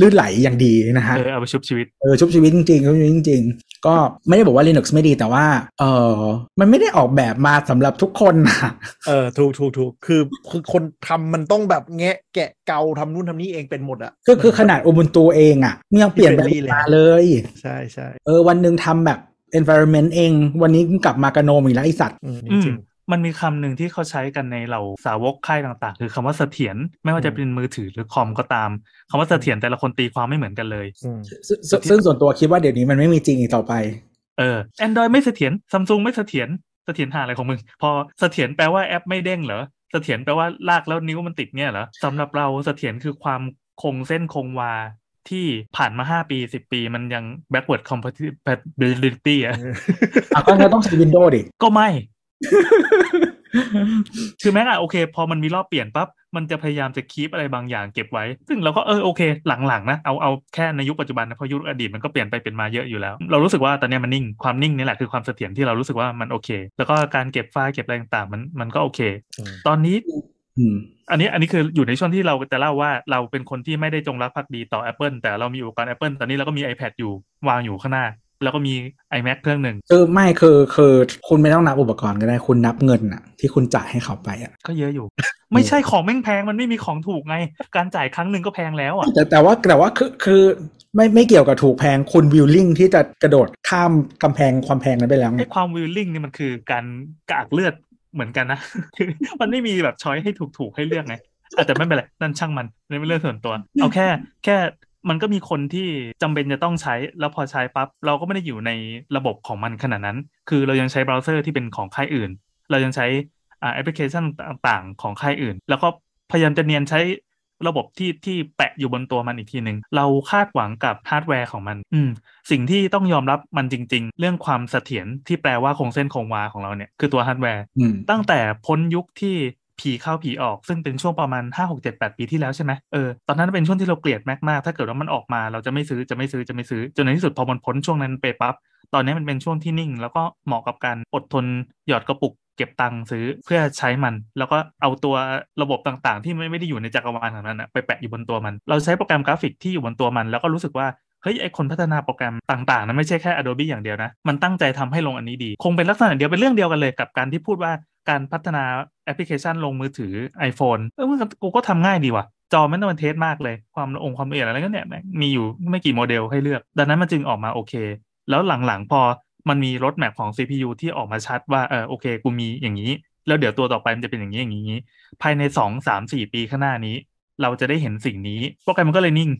B: ลื่นไหลอย่างดีนะฮะ
D: เออเอาไปชุบชีวิต
B: เออชุบชีวิตจริงๆชุบชีวิตจริงๆ ก็ไม่ได้บอกว่า Linux ไม่ดีแต่ว่าเออมันไม่ได้ออกแบบมาสำหรับทุกคนนะ
C: เออถูกถูกถูกคือคือคนทำมันต้องแบบแงะแกะเกาทำนู่นทำนี่เองเป็นหมดอะ
B: คือคือขนาด Ubuntu เองอะ่ะมันยังเปลี่ยนแบบ
C: ที่เป็นลี่เลย
B: มาเลย
C: ใช่ใช่
B: เออวันหนึ่งทำแบบ environment เอง วันนี้กลับมากระโนมอีกแล้วไอสัตว์
C: อืมจ
D: อืม
C: ริง
D: มันมีคำหนึ่งที่เขาใช้กันในเหล่าสาวกค่ายต่างๆ คือคำว่าเสถียรไม่ว่าจะ
C: อืม
D: เป็นมือถือหรือคอมก็ตามคำว่าเสถียรแต่ละคนตีความไม่เหมือนกันเลย
C: ๆอืม
B: ซึ่งซึ่งซึ่งส่วนตัวคิดว่าเดี๋ยวนี้มันไม่มีจริงอีกต่อไป
D: เออ Android ไม่เสถียรซัมซุงไม่เสถียรเสถียรหาอะไรของมึง พอเสถียรแปลว่าแอปไม่เด้งเหรอเสถียรแปลว่าลากแล้วนิ้วมันติดเนี่ยเหรอสำหรับเราเสถียรคือความคงเส้นคงวาที่ผ่านมา 5 ปี 10 ปี มันยัง backward compatibility อะ
B: อ่ะก็งั้นต้องใช้ Windows ดิ
D: ก็ไม่ คือแม็กอะโอเค พอมันมีรอบเปลี่ยนปั๊บมันจะพยายามจะคีปอะไรบางอย่างเก็บไว้ ซึ่งเราก็เออโอเค หลังๆนะเอาเอาแค่ในยุคปัจจุบันนะเพราะยุคอดีตมันก็เปลี่ยนไปเปลี่ยนมาเยอะอยู่แล้ว เรารู้สึกว่าตอนเนี้ยมันนิ่งความนิ่งนี่แหละคือความเสถียรที่เรารู้สึกว่ามันโอเค แล้วก็การเก็บไฟล์เก็บอะไรต่างๆมันมันก็โอเค
C: อืม
D: ตอนนี้
B: อืม
D: อันนี้อันนี้คืออยู่ในช่วงที่เราจะเล่าว่าเราเป็นคนที่ไม่ได้จงรักภักดีต่อ Apple แต่เรามีอุปกรณ์ Apple ตอนนี้เราก็มี iPad อยู่วางอยู่ข้างหน้า แล้วก็มี iMac เครื่องหนึ่ง
B: คือไม่คือคือคุณไม่ต้องนับอุปกรณ์ก็ได้คุณนับเงินอะที่คุณจ่ายให้เขาไปอะ
D: ก็เยอะ อยู่ ไม่ใช่ของแม่งแพงมันไม่มีของถูกไง การจ่ายครั้งหนึ่งก็แพงแล้วอะ
B: แต่แต่ว่าแต่ว่าคือคือไม่ไม่เกี่ยวกับถูกแพงคุณวิลลิ่งที่จะกระโดดข้ามกำแพงความแพงนั้นไปแล้วไง
D: ไอ้ความวิลลิ่งนี่มันคือการกากเลือดเหมือนกันนะ คือมันไม่มีแบบช้อยให้ถูกๆให้เลือกไงอ่ะแต่ไม่เป็นไรนั่นช่างมันนั่นเป็นเรื่องส่วนตัว เอาแค่ แค่มันก็มีคนที่จำเป็นจะต้องใช้ แล้วพอใช้ปั๊บเราก็ไม่ได้อยู่ในระบบของมันขนาดนั้น คือเรายังใช้เบราว์เซอร์ที่เป็นของค่ายอื่น เรายังใช้อ่าแอปพลิเคชันต่างๆ ของค่ายอื่น แล้วก็พยายามจะเนียนใช้ระบบที่ที่แปะอยู่บนตัวมันอีกทีหนึ่งเราคาดหวังกับฮาร์ดแวร์ของมัน อืม สิ่งที่ต้องยอมรับมันจริง ๆ เรื่องความเสถียรที่แปลว่าคงเส้นคงวาของเราเนี่ยคือตัวฮาร์ดแวร์
B: อืม
D: ตั้งแต่พ้นยุคที่ผีเข้าผีออก ซึ่งเป็นช่วงประมาณ 5 6 7 8 ปีที่แล้วใช่ไหมเออตอนนั้นเป็นช่วงที่เราเกลียดแม็กมากถ้าเกิดว่ามันออกมาเราจะไม่ซื้อจะไม่ซื้อจะไม่ซื้อจนในที่สุดพอมันพ้นช่วงนั้นไปปั๊บตอนนี้มันเป็นช่วงที่นิ่ง แล้วก็เหมาะกับการอดทนหยอดกระปุกเก็บตังค์ซื้อเพื่อใช้มัน แล้วก็เอาตัวระบบต่างๆ ที่ไม่ไม่ได้อยู่ในจักรวาลของนั้นนะไปแปะอยู่บนตัวมัน เราใช้โปรแกรมกราฟิกที่อยู่บนตัวมัน แล้วก็รู้สึกว่า เฮ้ยไอคนพัฒนาโปรแกรมต่างๆนั้นไม่ใช่แค่ Adobe อย่างเดียวนะ มันตั้งใจทำให้ลงอันนี้ดี คงเป็นลักษณะเดียวเป็นเรื่องเดียวกันเลยกับการที่พูดว่าการพัฒนาแอปพลิเคชันลงมือถือ iPhone เออมันก็กูก็ทำง่ายดีว่ะ จอไม่ต้องมันเทสมากเลย ความละองความละเอียดอะไรก็เนี่ยแม่งมีอยู่ไม่กี่โมเดลให้เลือก ดังนั้นมันจึงออกมาโอเค แล้วหลังๆ พอมันมีรถแมพของ CPU ที่ออกมาชัดว่าเออโอเคกูมีอย่างนี้ แล้วเดี๋ยวตัวต่อไปมันจะเป็นอย่างนี้อย่างนี้อย่างนี้ ภายในสองสามสี่ปีข้างหน้านี้ เราจะได้เห็นสิ่งนี้โปรแกรมมันก็เลยนิ่ง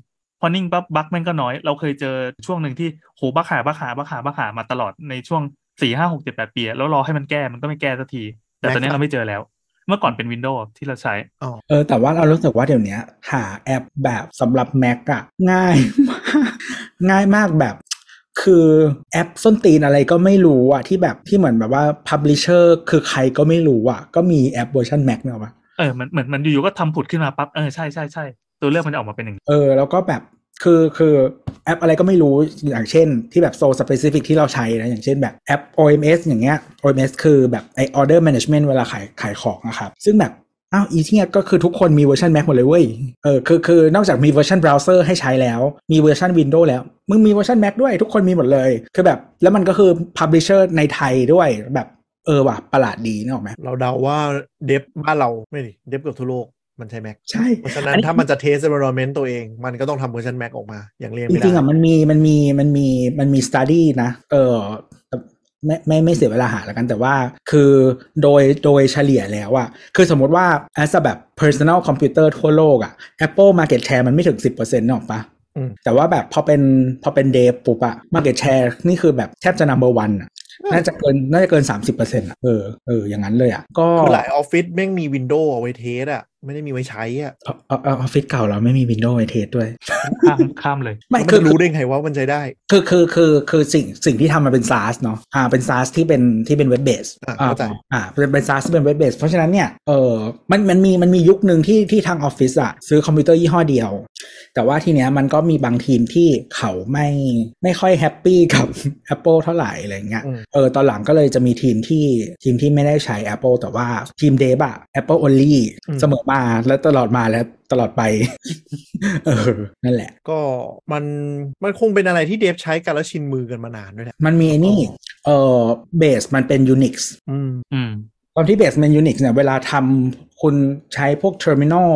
D: พอนิ่งปั๊บบั๊กมันก็น้อย เราเคยเจอช่วงหนึ่งที่โหบั๊กหาบั๊กหาบั๊กหาบั๊กหามาตลอดในช่วงสี่ห้าหกเจ็ดแปดปีอะแล้วรอให้มันแก้มันก็ไม่แก้สักที แต่ตอนนี้เราไม่เจอแล้ว เมื่อก่อนเป็น Windows ที่เราใช้
B: เออแต่ว่าเรารู้สึกว่าเดี๋ยวเนี้ย หาแอปแบบสำหรับ Mac อะง่าย มากง่ายมากแบบ คือแอปส้นตีนอะไรก็ไม่รู้อะที่แบบที่เหมือนแบบว่า Publisher คือใครก็ไม่รู้อะก็มีแอปเวอร์ชัน Mac เนอะปะ
D: เออมันเหมือนมันอยู่ๆก็ทำผุดขึ้นมาปั๊บเออใช่ใช่ใช่ตัวเลือกมันจะออกมาเป็นอย่างนี้
B: เออแล้วก็แบบคือคือแอปอะไรก็ไม่รู้อย่างเช่น ที่แบบโซ specific ที่เราใช้นะอย่างเช่นแบบแอป OMS อย่างเงี้ย OMS คือแบบไอ order management เวลาขายขายของนะครับ ซึ่งแบบอ้าวอีที่เนี้ยก็คือทุกคนมีเวอร์ชัน Mac หมดเลยเว้ยเออคือคือนอกจากมีเวอร์ชันเบราว์เซอร์ให้ใช้แล้ว มีเวอร์ชัน Windows แล้ว มึงมีเวอร์ชัน Mac ด้วยทุกคนมีหมดเลย คือแบบแล้วมันก็คือ Publisher ในไทยด้วยแบบเออว่ะประหลาดดีนึกออกไหม
C: เราเดาว่าเดฟบ้านเราไม่ดิเดฟเกือบทั่วโลก มันใช้ Mac
B: ใช่
C: เพราะฉะนั้น
B: อั
C: ถ้ามันจะเทส environment ตัวเอง มันก็ต้องทำเวอร์ชัน Mac ออกมา อย่างเลี่ยง
B: จ
C: ไม่ได้
B: ริงๆอ่ะมันมีมันมีมันมีมันมี study นะ เออไม่ไม่ไม่เสียเวลาหาแล้วกันแต่ว่าคือโดยโดยเฉลี่ยแล้วอะคือสมมติว่า as a แบบ personal computer ทั่วโลกอะ Apple market share มันไม่ถึง 10%นกออกปะ
C: อืม
B: แต่ว่าแบบพอเป็นพอเป็นเดฟปุ๊บอะมาเก็ตแชร์นี่คือแบบแทบจะ number one อะน่าจะเกินน่าจะเกิน 30%อะเออเอออย่างนั้นเลยอะก็
C: คือหลายออฟฟิศแม่งมีวินโดว์เอาไว้เทสอะไม่ได้มีไว้ใช้อะ
B: ออออฟฟิศเก่าเราไม่มี Windows ไว้เทสด้วย
D: ข้ามข้ามเลย
B: ไม่
C: แล้วมัน
B: คือ
C: จะรู้ได้ไงว่ามันใช้ได้
B: คือคือคือคือสิ่งสิ่งที่ทำมันเป็น SaaS เนาะอ่าเป็น SaaS ที่เป็นที่เป็นเว็บเบส
C: อ่ะเข้าใจ
B: อ่าเป็นเป็น SaaS ที่เป็นเว็บเบสเพราะฉะนั้นเนี่ยเออมันมันมีมันมียุคหนึ่งที่ที่ทางออฟฟิศอะซื้อคอมพิวเตอร์ยี่ห้อเดียว แต่ว่าทีเนี้ยมันก็มีบางทีมที่เขาไม่ไม่ค่อยแฮปปี้ กับ Apple เท่าไหร่อะไรอย่างเงี้ย
C: อืม
B: เออตอนหลังก็เลยจะมีทีมที่ทีมที่ไม่ได้ใช้ Apple แต่ว่าทีมเดบอะ Apple only
C: อืม
B: เสมอมาและตลอดมาและตลอดไป เออ นั่นแหละ
C: ก็มันมันคงเป็นอะไรที่เดฟใช้กันแล้วชินมือกันมานานด้วยแหละ
B: มันมีไอ้นี่
C: อ๋อ
B: เออเบสมันเป็น Unix
C: อืม
D: อืม
B: ตอนที่เบสเป็น Unix เนี่ยเวลาทำคุณใช้พวก Terminal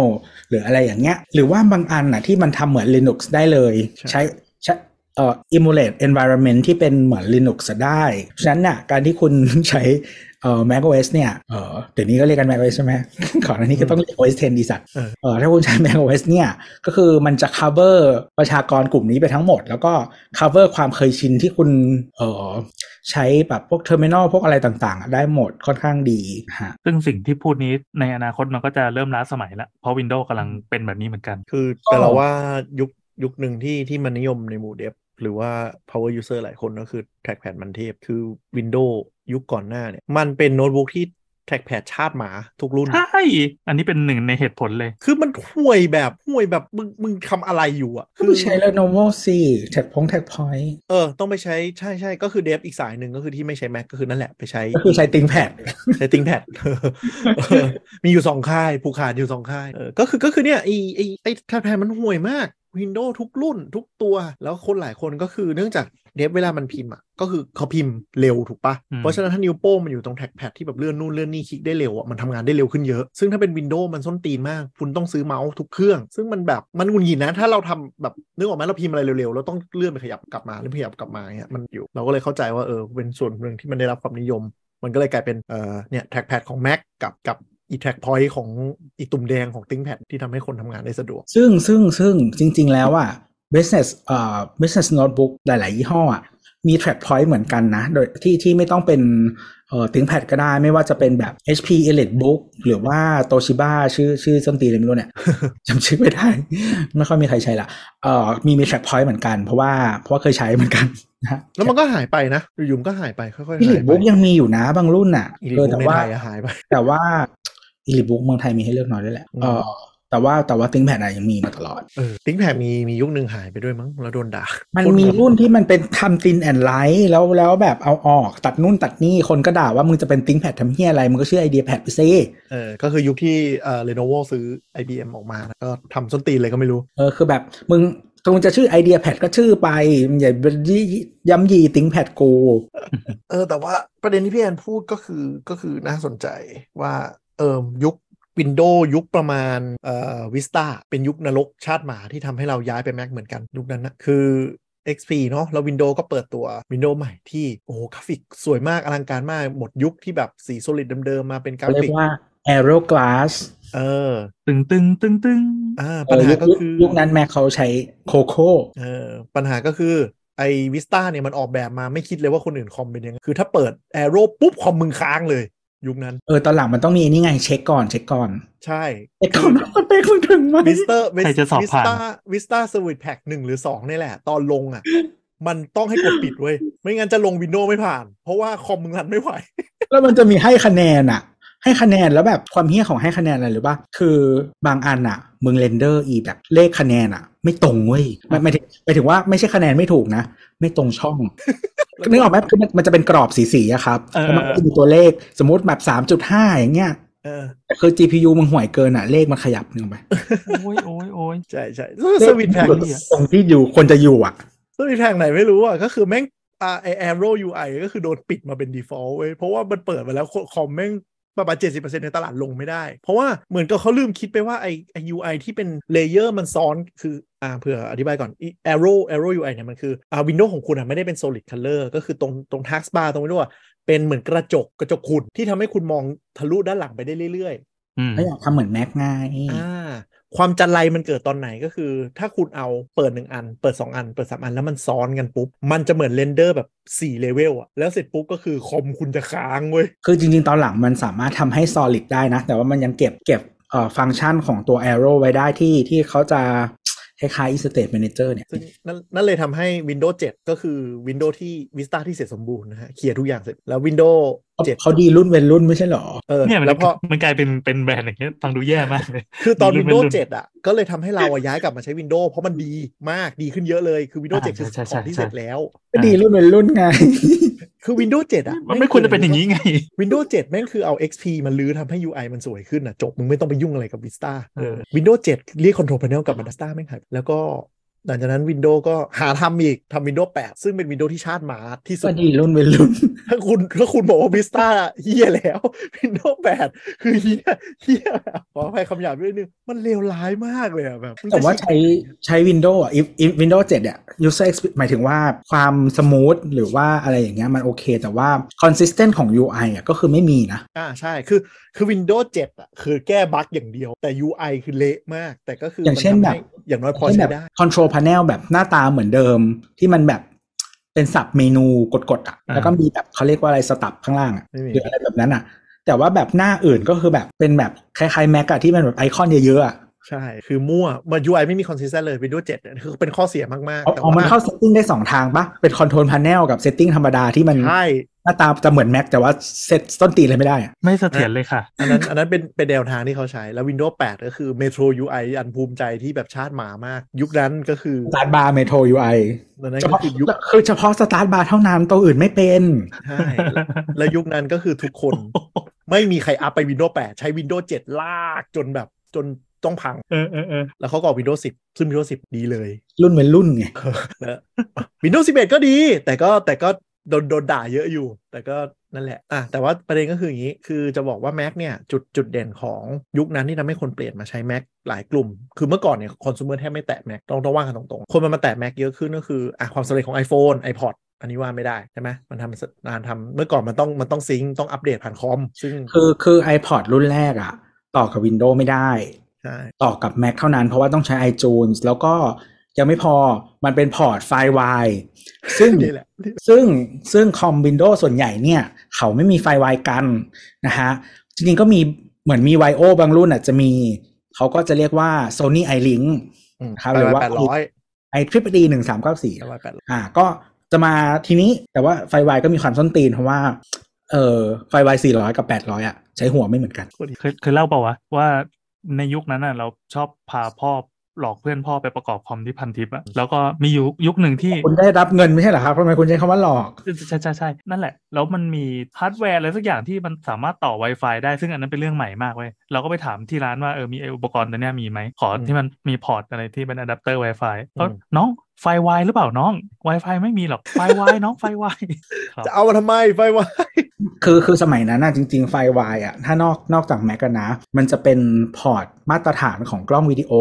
B: หรืออะไรอย่างเงี้ย หรือว่าบางอันน่ะที่มันทำเหมือน Linux ได้เลย
C: ใช่
B: ใช้ใช้เอ่อ emulate environment ที่เป็นเหมือน Linux ได้ฉะนั้นน่ะการที่คุณใช้เอ่อ macOS เนี่ยเอ่อเดี๋ยวนี้ก็เรียกกัน macOS ใช่ไหม ก่อนหน้านี้ก็ต้องเรียก OS 10ดีสัตว์
C: เออ
B: เอ่อถ้าคุณใช้ macOS เนี่ยก็คือมันจะ cover ประชากรกลุ่มนี้ไปทั้งหมด แล้วก็ cover ความเคยชินที่คุณเอ่อใช้แบบพวก terminal พวกอะไรต่างๆอ่ะได้หมดค่อนข้างดีฮะ
D: ซึ่งสิ่งที่พูดนี้ในอนาคตมันก็จะเริ่มล้าสมัยละเพราะ Windows กำลังเป็นแบบนี้เหมือนกัน
C: คือ
B: ก็
C: แต่เราว่ายุคยุคหนึ่งที่ที่มันนิยมในหมู่เดฟหรือว่า power user หลายคนก็คือ trackpad มันเทพ คือ Windows ยุคก่อนหน้าเนี่ย มันเป็นโน้ตบุ๊กที่ trackpad ชาติหมาทุกรุ่น
D: ใช่ อันนี้เป็นหนึ่งในเหตุผลเลย
C: คือมันห่วยแบบห่วยแบบมึงมึงทำอะไรอยู่อ่ะ
B: ก็
C: คือ
B: ใช้ Lenovo สิแท็กพงแท็กพอยต์
C: เออ ต้องไปใช้ใช่ใช่ก็คือเดฟอีกสายหนึ่งก็คือที่ไม่ใช้ Mac ก็คือนั่นแหละไปใช้
B: ก็คือใช้ ThinkPad
C: ใช้ติงแพด มีอยู่สองค่าย ผูกขาดอยู่สองค่ายเออก็คือก็คือเนี่ยไอไอไอแพดมันห่วยมาก Windows ทุกรุ่นทุกตัว แล้วคนหลายคนก็คือเนื่องจากเดฟเวลามันพิมพ์อ่ะ ก็คือเขาพิมพ์เร็วถูกปะ
D: อืม
C: เพราะฉะนั้นถ้านิ้วโป้งมันอยู่ตรงแท็กแพดที่แบบเลื่อนนู่นเลื่อนนี่คลิกได้เร็วอ่ะ มันทำงานได้เร็วขึ้นเยอะ ซึ่งถ้าเป็น Windows มันส้นตีนมาก คุณต้องซื้อเมาส์ทุกเครื่อง ซึ่งมันแบบมันหงุนหงิดนะ ถ้าเราทำแบบนึกออกไหมเราพิมพ์อะไรเร็วๆแล้วต้องเลื่อนไปขยับกลับมาหรือขยับกลับมาเนี่ยมันอยู่เราก็เลยเข้าใจว่าเออเป็นส่วนหนึ่งที่มันได้รับความนิยม มันก็เลยกลายเป็นเอ่อเนี่ยแท็กแพดของ Mac กับกับอีแท็กพอยต์ของอีตุ่มแดงของ ThinkPad ที่ทำให้คนทำงานได้สะดวก
B: ซึ่งซึ่งซึ่งจริง ๆ แล้วอ่ะ business เอ่อ business notebook หลาย ๆ ยี่ห้ออ่ะมี track point เหมือนกันนะ โดยที่ที่ไม่ต้องเป็นเอ่อ ThinkPad ก็ได้ไม่ว่าจะเป็นแบบ HP EliteBook หรือว่า Toshiba ชื่อชื่อส้นตีนอะไรไม่รู้เนี่ย จำชื่อไม่ได้ ไม่ค่อยมีใครใช้ละเอ่อมีมี track point เหมือนกันเพราะว่าเพราะว่าเคยใช้เหมือนกันนะฮะ
C: แล้วมันก็หายไปนะอยู่ๆมันก็หายไปค่อยๆหายไป
B: EliteBook ยังมีอยู่นะบางรุ่นอ่ะ
C: อีลิ
B: เออแต่
C: บุ๊กใน
B: ว่า
C: ไทยอะหายไป
B: แต่ว่าอีลิบุ๊กเมืองไทยมีให้เลือกน้อยด้วยแหละ
C: อืม
B: เออแต่ว่าแต่ว่าติ้งแพดยังมีมาตลอด
C: เออ ThinkPad มีมียุคหนึ่งหายไปด้วยมั้งแล้วโดนด่า
B: มัน
C: คน
B: มี
C: ของ
B: รุ่นที่มันเป็นทำตินแอนไลท์แล้วแล้วแบบเอาออกตัดนู่นตัดนี่คนก็ด่าว่ามึงจะเป็นติ้งแพดทำเฮียอะไร มึงก็เชื่อไอเดียแพดไปซิ
C: เออก็คือยุคที่เอ่อ Lenovo ซื้อ IBM ออกมาแล้วก็ทำส้นตีนเลยก็ไม่รู้
B: เออคือแบบมึงมึงจะชื่อไอเดียแพดก็ชื่อไปมึงอย่าไปย้ำยีติ้งแพดกู
C: เออแต่ว่าประเด็นที่พี่แอนพูดก็คือก็คือน่าสนใจว่าเอิมยุควินโดว์ยุคประมาณเอ่อวิสตาเป็นยุคนรกชาติหมาที่ทำให้เราย้ายไปแม็กเหมือนกัน ยุคนั้นนะคือ XP เนาะแล้ว Windows ก็เปิดตัว Windows ใหม่ที่ โอ้โหกราฟิกสวยมาก อลังการมาก หมดยุคที่แบบสี solid เดิมๆ มาเป็นกรา
B: เรีย
C: ฟิก
B: กว่า Aero Glass
C: เออ
D: ตึงตึงตึงตึง
C: อ่า
B: เอ
C: ปัญ
B: อ
C: หา
B: ยุค
C: ก็คือ
B: ยุคนั้นแม่เขาใช้โคโค่
C: เออปัญหาก็คือไอ้วิสตาเนี่ยมันออกแบบมาไม่คิดเลยว่าคนอื่นคอมเป็นยังไงคือถ้าเปิด Arrow ปุ๊บคอมมึงค้างเลยยุคนั้น
B: เออตอนหลังมันต้องมีนี่ไงเช็คก่อนเช็คก่อน
C: ใช่
B: เช็คก่อนว่าสเปคมึงถึงไหม
C: วิสเตอร์วิ
D: ใครจะสอบ
C: ส
D: ผ่าน
C: ตาวิสตาสวิตแพ็กหนึ่งหรือสองนี่แหละ ตอนลงอ่ะ มันต้องให้กดปิดเว้ย ไม่งั้นจะลงวินโดว์ไม่ผ่าน เพราะว่าคอมมึงรันไม่ไหว
B: แล้วมันจะมีให้คะแนนอะให้คะแนนแล้วแบบความเฮี้ยของให้คะแนนอะไรหรือป่ะคือบางอันอะมึงเรนเดอร์อีแบบเลขคะแนนอะไม่ตรงเว้ยหมายหมายถึงหมายถึงว่าไม่ใช่คะแนนไม่ถูกนะ ไม่ตรง ช่อง นึกออกไหมคือมันมันจะเป็นกรอบสีๆอะครับ
D: เออ
B: แล้วมันก็จะมีตัวเลขสมมติแบบสามจุดห้าอย่างเงี้ย
C: เออ
B: แต่คือ GPU มึงห่วยเกินอะเลขมันขยับนึกออกไหม
D: โอ้ยโอ้ยโอ้ย
C: ใช่ใช่สวิตแพ็ก
D: นี่อะ
B: ตรงที่อยู่ควรจะอยู่อะ
C: สวิตแพ็กไหนไม่รู้อ่ะ ก็คือแม่งอ่าไอแอโร่ UI ก็คือโดนปิดมาเป็น default เว้ย เพราะว่ามันเปิดมาแล้วคอมแม่ง ประมาณ70%ในตลาดลงไม่ได้ เพราะว่าเหมือนกับเขาลืมคิดไปว่าไอไอ UI ที่เป็นเลเยอร์มันซ้อนคืออ่าเผื่ออธิบายก่อนอี Arrow Arrow UI เนี่ยมันคืออ่าวินโดว์ของคุณอ่ะไม่ได้เป็น solid color ก็คือตรงตรง taskbar ตรงนี้ว่าเป็นเหมือนกระจกกระจกขุดที่ทำให้คุณมองทะลุด้านหลังไปได้เรื่อยๆ
D: อืม
B: เขาอยากทำเหมือนแม็กง่าย
C: อ่าความจันไรมันเกิดตอนไหนก็คือ ถ้าคุณเอาเปิดหนึ่งอัน เปิด 2 อัน เปิด 3 อันแล้วมันซ้อนกันปุ๊บ มันจะเหมือนเรนเดอร์แบบ4เลเวลอะแล้วเสร็จปุ๊บก็คือคอมคุณจะค้างเว้ย
B: คือจริง ๆ ตอนหลังมันสามารถทำให้ solid ได้นะ แต่ว่ามันยังเก็บเก็บเอ่อฟังก์ชันของตัว arrow ไว้ได้ที่ที่เขาจะคล้ายๆ state manager เนี่ย
C: ซึ่งนั่นนั่นเลยทำให้ Windows 7 ก็คือ Windows ที่ Vista ที่เสร็จสมบูรณ์นะฮะเคลียร์ทุกอย่างเสร็จแล้ว Windows 7
B: เขาดีรุ่นเวนรุ่นไม่ใช่เหรอ
C: เออ
D: เนี่ยมัน
C: แล้วพอ
D: มันกลายเป็นเป็นแบรนด์อย่างเงี้ยฟังดูแย่มากเลย
C: คือตอน
D: มีรุ่
C: Windows
D: นเป็นรุ่น
C: 7 อ่ะ ก็เลยทำให้เราอะย้ายกลับมาใช้ Windows เพราะมันดีมากดีขึ้นเยอะเลยคือ Windows
D: อ่า
C: 7 คือ
D: ใช่
C: ข
D: ใช่
C: องที่
D: ใช่
C: เสร็จแล้ว
B: ก็ดีรุ่นเวนรุ่นไง
C: คือ Windows 7 อ่ะ
D: มันไม่ควรจะเป็นอย่างนี้ไง
C: Windows 7 แม่งคือเอา XP มาลื้อทำให้ UI มันสวยขึ้นอ่ะ จบ มึงไม่ต้องไปยุ่งอะไรกับ Vista เออ Windows 7 เรียก Control Panel กลับมา Vista แม่งหายแล้วก็หลังจากนั้น Windows ก็หาทำอีกทำ Windows 8 ซึ่งเป็น Windows ที่ชาติหมาที่สุ
B: ก็
C: ด
B: ดีรุ่นเวนรุ่น
C: ถ้าคุณถ้าคุณบอกว่า Vista เฮียแล้ว Windows 8 คือเฮียเฮียแล้วขออภัยคำหยาบด้วยนึงมันเลวร้ายมากเลยอ่ะแบบ
B: แต่ว่าใช้ใช้ Windows อ่ะ if if Windows 7อ่ะ user experience หมายถึงว่าความสมูทหรือว่าอะไรอย่างเงี้ยมันโอเค แต่ว่า consistent ของ UI อ่ะก็คือไม่มีนะ
C: อ่าใช่คือคือ Windows 7 อ่ะ คือแก้บั๊กอย่างเดียว แต่ UI คือเละมาก แต่ก็คือ
B: อ
C: อย่าง
B: เช่นแบบ
C: อย่างน้อยพอ
B: เช่นแบ
C: ใช้
B: บ
C: ได้
B: control panel แบบหน้าตาเหมือนเดิมที่มันแบบเป็นสับเมนูกดๆอ่ะ
D: อ่า
B: แล้วก็มีแบบเขาเรียกว่าอะไรสตับข้างล่างอ่ะ
C: ไม่มี
B: หรืออะไรแบบนั้นอ่ะ แต่ว่าแบบหน้าอื่นก็คือแบบเป็นแบบคล้ายๆ Mac อ่ะที่มันแบบไอคอนเยอะๆอ่ะ
C: ใช่ คือมั่วมัน UI ไม่มี consistent เลย Windows 7เนี่ยคือเป็นข้อเสียมาก ๆ
B: เอา
C: แต่
B: เอามัน
C: ว่า
B: เข้า setting ได้สองทางปะเป็น control panel กับ setting ธรรมดาที่มัน
C: ใช่
B: หน้าตาจะเหมือน Mac แต่ว่าเซตต้นตีนเลยไม่ได้อ่ะ
D: ไม่เสถียรเลยค่ะ
C: อันนั้นอันนั้นเป็นเป็นแนวทางที่เขาใช้ แล้ว Windows 8 ก็คือ Metro UI อันภูมิใจที่แบบชาติหมามาก ยุคนั้นก็คือ
B: สตาร์ทบาร์เมโทร UI
C: ตอนนั้น
B: เฉ
C: ก็
B: พาะ
C: คือยุค
B: คือเฉพาะสตาร์ทบาร์เท่านั้นตัวอื่นไม่เป็น
C: ใช่แล้วแล้วยุคนั้นก็คือทุก คน ไม่มีใครอัพไป Windows 8 ใช้ Windows 7 ลากจนแบบจนต้องพัง
D: เออเออเออ
C: แล้วเขาก็ออก Windows 10 ซึ่ง Windows 10 ดีเลย
B: รุ่นเป็นรุ่นไง
C: แล้ว Windows 11 ก็ดี แต่ก็แต่ก็โดนโดนด่าเยอะอยู่ แต่ก็นั่นแหละอ่ะแต่ว่าประเด็นก็คืออย่างนี้ คือจะบอกว่า Mac เนี่ย จุดจุดเด่นของยุคนั้นที่ทำให้คนเปลี่ยนมาใช้ Mac หลายกลุ่ม คือเมื่อก่อนเนี่ยคอน sumer แทบไม่แตะ Mac ต้องต้องว่ากันตรงๆ คนมันมาแตะ Mac เยอะขึ้นก็คืออ่ะความสำเร็จของ iPhone iPod อันนี้ว่าไม่ได้ใช่ไหมมันทำนานทำเมื่อก่อนมันต้องมันต้องซิงค์ต้องอัปเดตผ่านคอม ซึ่ง
B: คือคือ iPod รุ่นแรกอะต่อกับ Windows ไม่ได้
C: ใช่
B: ต่อกับ Mac เท่านั้นเพราะว่าต้องใช้ iTunes แล้วก็ยังไม่พอมันเป็นพอร์ตไฟล์ Y ซึ่ง
C: นี่แหละ
B: ซึ่งซึ่งคอม Windows ส่วนใหญ่เนี่ย เขาไม่มีไฟล์ Y กันนะฮะ จริงๆก็มีเหมือนมี YO บางรุ่นอ่ะจะมี เขาก็จะเรียกว่า Sony iLink
C: อืม
B: ครับหรือว่า
C: แปดร้อย
B: i t r i p d 1 3 9 4
C: แปดร้อยแปดร้อย
B: อ่าก็จะมาทีนี้แต่ว่าไฟวายก็มีความส้นตีนเพราะว่า เออไฟวายสี่ร้อยกับแปดร้อยอ่ะ ใช้หัวไม่เหมือนกัน
D: เคยเคยเล่าเปล่าวะว่าในยุคนั้นน่ะเราชอบพาพ่อหลอกเพื่อนพ่อไปประกอบคอมที่พันทิปอะแล้วก็มียุคยุคหนึ่งที่
B: คุณได้รับเงินไม่ใช่เหรอครับทำไมคุณใช้คำว่าหลอก
D: ใช่ใช่ใช่นั่นแหละ แล้วมันมีฮาร์ดแวร์อะไรสักอย่างที่มันสามารถต่อ Wi-Fi ได้ ซึ่งอันนั้นเป็นเรื่องใหม่มากเว้ย เราก็ไปถามที่ร้านว่าเออมีไอ้อุปกรณ์ตัวเนี้ยมีไหม ขอที่มันมีพอร์ตอะไรที่เป็นอะแดปเตอร์ Wi-Fi เขาน้องไฟไวหรือเปล่าน้อง Wi-Fi ไม่มีหรอก ไฟไวน้องไฟไวครับ
C: จะเอามาทำไมไฟวะ
B: คือคือสมัยนั้นน่ะจริง ๆ ไฟวายอ่ะ ถ้านอกนอกจากแม็กนะ มันจะเป็นพอร์ตมาตรฐานของกล้องวิดีโอ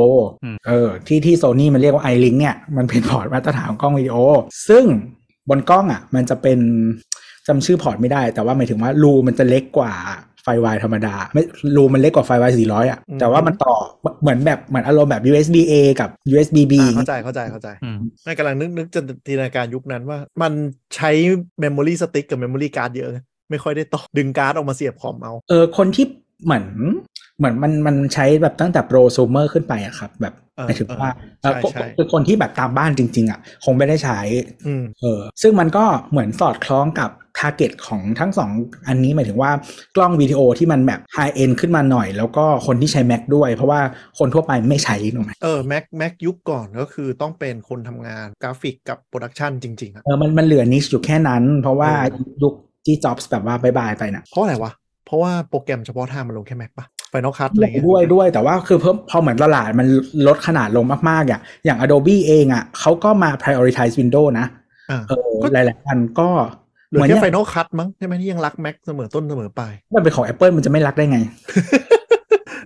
B: อเออที่ที่โซนี่มันเรียกว่า iLink เนี่ย มันเป็นพอร์ตมาตรฐานของกล้องวิดีโอ ซึ่งบนกล้องอ่ะ มันจะเป็นจำชื่อพอร์ตไม่ได้ แต่ว่าหมายถึงว่ารูมันจะเล็กกว่าไฟวายธรรมดา ไม่รูมันเล็กกว่าไฟวาย400 อ่ะ
C: อืม
B: แต่ว่ามันต่อเหมือนแบบเหมือนอารมณ์แบบ USB A กับ USB B
C: อ่าเข้าใจเข้าใจเข้าใจ
D: อืม
C: ไม่กำลังนึกนึกจินตนาการยุคนั้นว่ามันใช้เมมโมรีสติ๊กกับเมมโมรีการ์ดเยอะไงไม่ค่อยได้ต่อดึงการ์ดออกมาเสียบคอมเอา
B: เออคนที่เหมือนเหมือนมันมันใช้แบบตั้งแต่โปรซูเมอร์ขึ้นไปอะครับ แบบ
C: เออ
B: หมายถึงว่า
C: เออใช่
B: เออคน
C: ใช่
B: คือคนที่แบบตามบ้านจริง ๆอะคงไม่ได้ใช้
C: อืม
B: เออซึ่งมันก็เหมือนสอดคล้องกับทาร์เก็ตของทั้งสองอันนี้หมายถึงว่ากล้องวิดีโอที่มันแบบไฮเอนขึ้นมาหน่อย แล้วก็คนที่ใช้ Mac ด้วย เพราะว่าคนทั่วไปไม่ใช้ถูกไหม
C: เออแม็กแม็กยุคก่อนก็คือต้องเป็นคนทำงานกราฟิกกับโปรดักชันจริง ๆอะ
B: เออมันมันเหลือนิชอยู่แค่นั้น เพราะว่า
C: เออ
B: ยุคที่จ็อบส์แบบว่าบายบายไปนะ
C: เพราะอะไรวะ เพราะว่าโปรแกรมเฉพาะทางมันลงแค่แม็กปะไฟนอลคั t อะไรเงี้ย
B: ด้วยด้วยแต่ว่าคือเพิ่มพอเหมือนตลาดมันลดขนาดลงมากๆอย่างอย่าง Adobe เองอ่ะเขาก็มา prioritize Windows นะ
C: อ่า
B: เออ
C: ก็
B: หลายๆอันก็
C: เหลือ
B: เหมือนเนี่
C: แค่
B: ย
C: ไฟนอลคัตมั้งใช่ไหมที่ยังรักแม็กเสมอต้นเสมอปลาย
B: มันเป็นของ Apple มันจะไม่รักได้ไง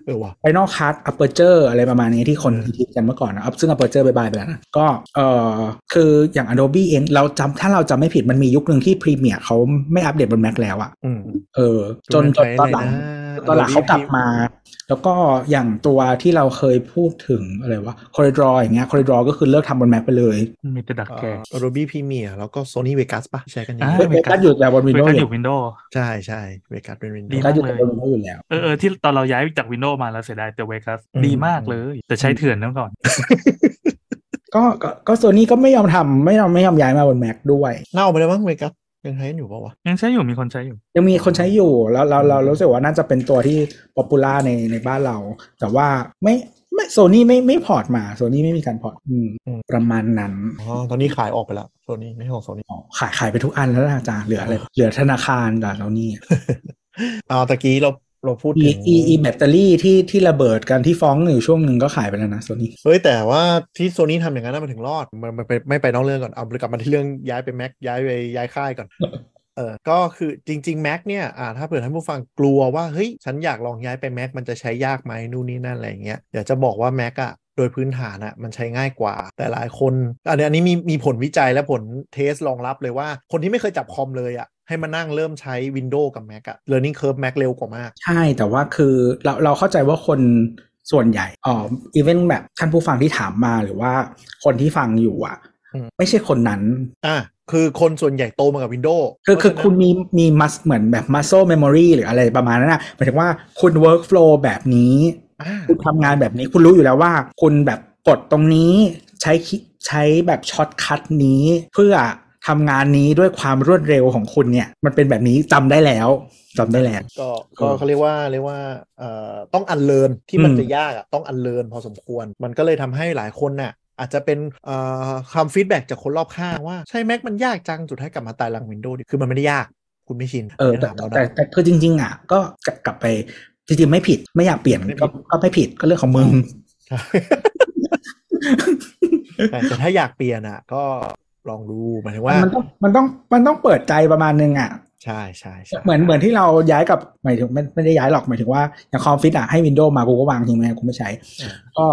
C: เออว่ะ
B: Final Cut Aperture อะไรประมาณนี้ที่คนคิดกันเมื่อก่อนนะซึ่ง Aperture บายบายไปแล้วนะ ก็เอ่อคืออย่าง Adobe เองเราจำถ้าเราจำไม่ผิดมันมียุคหนึ่งที่ Premiere เขาไม่อัปเดตบน Mac แล้วอะ
C: อืม
B: เออ จนจนตอนหลัง ตอนหลังเขากลับมา แล้วก็อย่างตัวที่เราเคยพูดถึงอะไรวะ Corridor อย่างเงี้ย Corridor ก็คือเลิกทำบน Mac ไปเลย
D: มีแต่ดักแก
C: โรบี้พรีเมียแล้วก็โซนี่เวกัสปะใช้กันอยู่
D: อ่า
B: เวกัสอยู่แต่บน
D: เวกั
B: Windows
D: น
B: อ
D: อยู่ ยู่วินโดว์
C: ใช่ใช่เวกัสเป็นวินโด
D: ดี
B: ก็
C: ว์
B: อยู่แต่บน Windows อยู่แล้ว
D: เออเออที่ตอนเราย้ายจากวินโดว์มาเราเสียดายแต่เวกัส
C: อืม
D: ดีมากเลย แต่ใช้เถื่อนนั่นก่อน
B: ก็ก็ก็โซนี่ก็ไม่ยอมทำไม่ยอมไม่ยอมย้ายมาบน Mac ด้วย
C: เน่าไปแล้วมั้งเวกัสยังใช้กันอยู่ปะวะ
D: ยังใช้อยู่มีคนใช้อยู่
B: ยังมีคนใช้อยู่แล้วเราเรารู้สึกว่าน่าจะเป็นตัวที่ป๊อปปูล่าในในบ้านเรา แต่ว่าไม่ไม่โซนี่ไม่ไม่พอร์ตมาโซนี่ไม่มีการพอร์ตอืม
C: อืม
B: ประมาณนั้น
C: อ๋อตอนนี้ขายออกไปแล้วโซนี่ไม่ใช่ของโซนี่
B: อ๋อขายขายไปทุกอันแล้วล่ะอาจารย์เหลืออะไรเหลือธนาคารกับเรานี่
C: เอาตะกี้เราเราพูด
B: อี
C: ถึง
B: อีอีแบตเตอรี่ที่ที่ระเบิดกันที่ฟ้องอยู่ช่วงหนึ่งก็ขายไปแล้วนะโซนี่
C: เฮ้ยแต่ว่าที่โซนี่ทำอย่างนั้นนะมันถึงรอดมันมันไปไม่ไปนอกเรื่องก่อนเอากลับมาที่เรื่องย้ายไปแม็กย้ายไปย้าย ค่ายก่อน เออก็คือจริงๆแม็กเนี่ยอ่าถ้าเผื่อท่านผู้ฟังกลัวว่าเฮ้ยฉันอยากลองย้ายไปแม็กมันจะใช้ยากไหมนู่นนี่นั่นอะไรอย่างเงี้ยเดี๋ยวจะบอกว่าแม็กอะโดยพื้นฐานอะมันใช้ง่ายกว่า แต่หลายคนอันนี้อันนี้มีมีผลวิจัยและผลเทสรองรับเลยว่า คนที่ไม่เคยจับคอมเลยอะให้มานั่งเริ่มใช้ Windows กับ Mac อะ Learning Curve Mac เร็วกว่ามาก
B: ใช่แต่ว่าคือเราเราเข้าใจว่าคนส่วนใหญ่อ๋ออีเวนแบบท่านผู้ฟังที่ถามมาหรือว่าคนที่ฟังอยู่อ่ะ
C: อืม
B: ไม่ใช่คนนั้น
C: อ่ะคือคนส่วนใหญ่โตมากับ Windows
B: คือคือ
C: เพราะฉะนั้
B: คุ
C: น
B: ณมีมีมัสเหมือนแบบ muscle memory หรืออะไรประมาณนั้นนะหมายถึงว่าคุณ workflow แบบนี้
C: อ่า
B: คุณทำงานแบบนี้ คุณรู้อยู่แล้วว่า คุณแบบกดตรงนี้ใช้คิใช้แบบช็อตคัทนี้ เพื่อทำงานนี้ด้วยความรวดเร็วของคุณเนี่ย มันเป็นแบบนี้จำได้แล้วจำได้แล้ว
C: ก็ก็
B: เออ
C: เขาเรียกว่าเรียกว่าเอ่อต้องอันเลินที่มัน
B: อืม
C: จะยากอ่ะต้องอันเลินพอสมควร มันก็เลยทำให้หลายคนน่ะอาจจะเป็นเอ่อคำฟีดแบ็จากคนรอบข้างว่าใช่แม็กมันยากจังสุดท้ายกลับมาตายหลังวินโดว์คือมันไม่ได้ยากคุณไม่ชิน
B: เออแต่
C: ย่าถามเรา
B: แต่
C: นะ
B: แต่คือจริง ๆ อ่ะ ก็กลับกลับไปจริงๆไม่ผิดไม่อยากเปลี่ยน
C: ไม่ผิด
B: ก็ก็ไม่ผิดก็เรื่องของมึง
C: แต่แต่ถ้าอยากเปลี่ยนอ่ะ ก็ลองดูหมายถึงว่าม
B: มันต้องมันต้องมันต้องเปิดใจประมาณนึงอ่ะ
C: ใช่ใช่ใช่
B: เหมือนเหมือนที่เราย้ายกับหมายถึงไม่ไม่ได้ย้ายหรอกหมายถึงว่าอย่างคอมฟิตอ่ะให้วินโดว์มากูก็วางทิ้งไว้กูไม่ใช้ ก็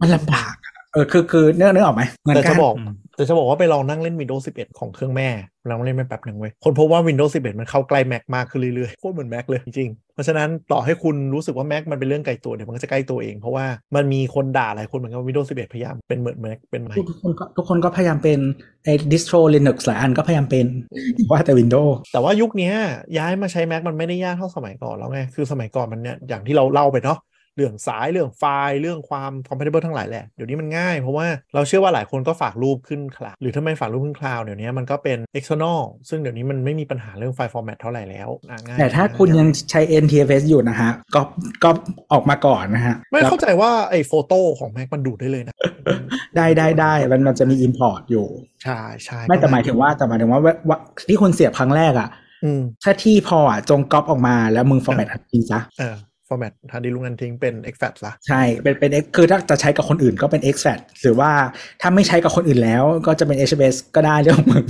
B: มันลำบากอะเออคือคือเนื้อเนื้อออกไหมเหมือน
C: แต่
B: กั
C: จะ
B: น
C: บอก แต่จะบอกว่าไปลองนั่งเล่น Windows 11 ของเครื่องแม่ลองเล่นไปแป๊บหนึ่งเว้ย คนพบว่า Windows 11 มันเข้าใกล้ Mac มากขึ้นเรื่อยๆ โคตรเหมือน Mac เลยจริงๆ เพราะฉะนั้นต่อให้คุณรู้สึกว่า Mac มันเป็นเรื่องไกลตัวเดี๋ยวมันก็จะใกล้ตัวเอง เพราะว่ามันมีคนด่าหลายคนเหมือนกันว่า Windows 11 พยายามเป็นเหมือน Mac เป็นไหม
B: ทุกคนก็ทุกคนก็พยายามเป็นไอ้ดิสโทรลินักหลายอันก็พยายามเป็น อย่าว่าแต่วินโดว์
C: แต่ว่ายุคเนี้ยย้ายมาใช้ Mac มันไม่ได้ยากเท่าสมัยก่อนแล้วไงคือสมัยก่อนมันเนี่ยอย่างที่เราเล่าไปเนาะเรื่องสายเรื่องไฟล์เรื่องความ compatible ทั้งหลายแหละเดี๋ยวนี้มันง่ายเพราะว่าเราเชื่อว่าหลายคนก็ฝากรูปขึ้นคลาวหรือถ้าไม่ฝากรูปขึ้นคลาวเดี๋ยวนี้มันก็เป็น external ซึ่งเดี๋ยวนี้มันไม่มีปัญหาเรื่องไฟล์ format เท่าไหร่แล้วอ่ะง่าย
B: แต่ถ้าคุณยังใช้ NTFS อยู่นะฮะก็ก็ออกมาก่อนนะฮะ
C: ไม่เข้าใจว่าไอ้โฟโต้ของ Mac มันดูดได้เลยนะ
B: ได้ได้ได้มันมันจะมี Import อยู่
C: ใช่ใช่
B: ไม่แต่หมายถึงว่าแต่หมายถึงว่าว่าว่าที่คุณเสียบครั้งแรกอ่ะ
C: อืม
B: ถ้าที่พออ่ะจงก๊อปออกมาแล้วมึงฟอร์แมตจริงซะ
C: เออ format ทันดีลุงนันทิ้งเป็น exfat ละ
B: ใช่ เป็น เป็น X คือถ้าจะใช้กับคนอื่นก็เป็น extract หรือว่าถ้าไม่ใช้กับคนอื่นแล้วก็จะเป็น HBS ก็ได้เรื่องของมึง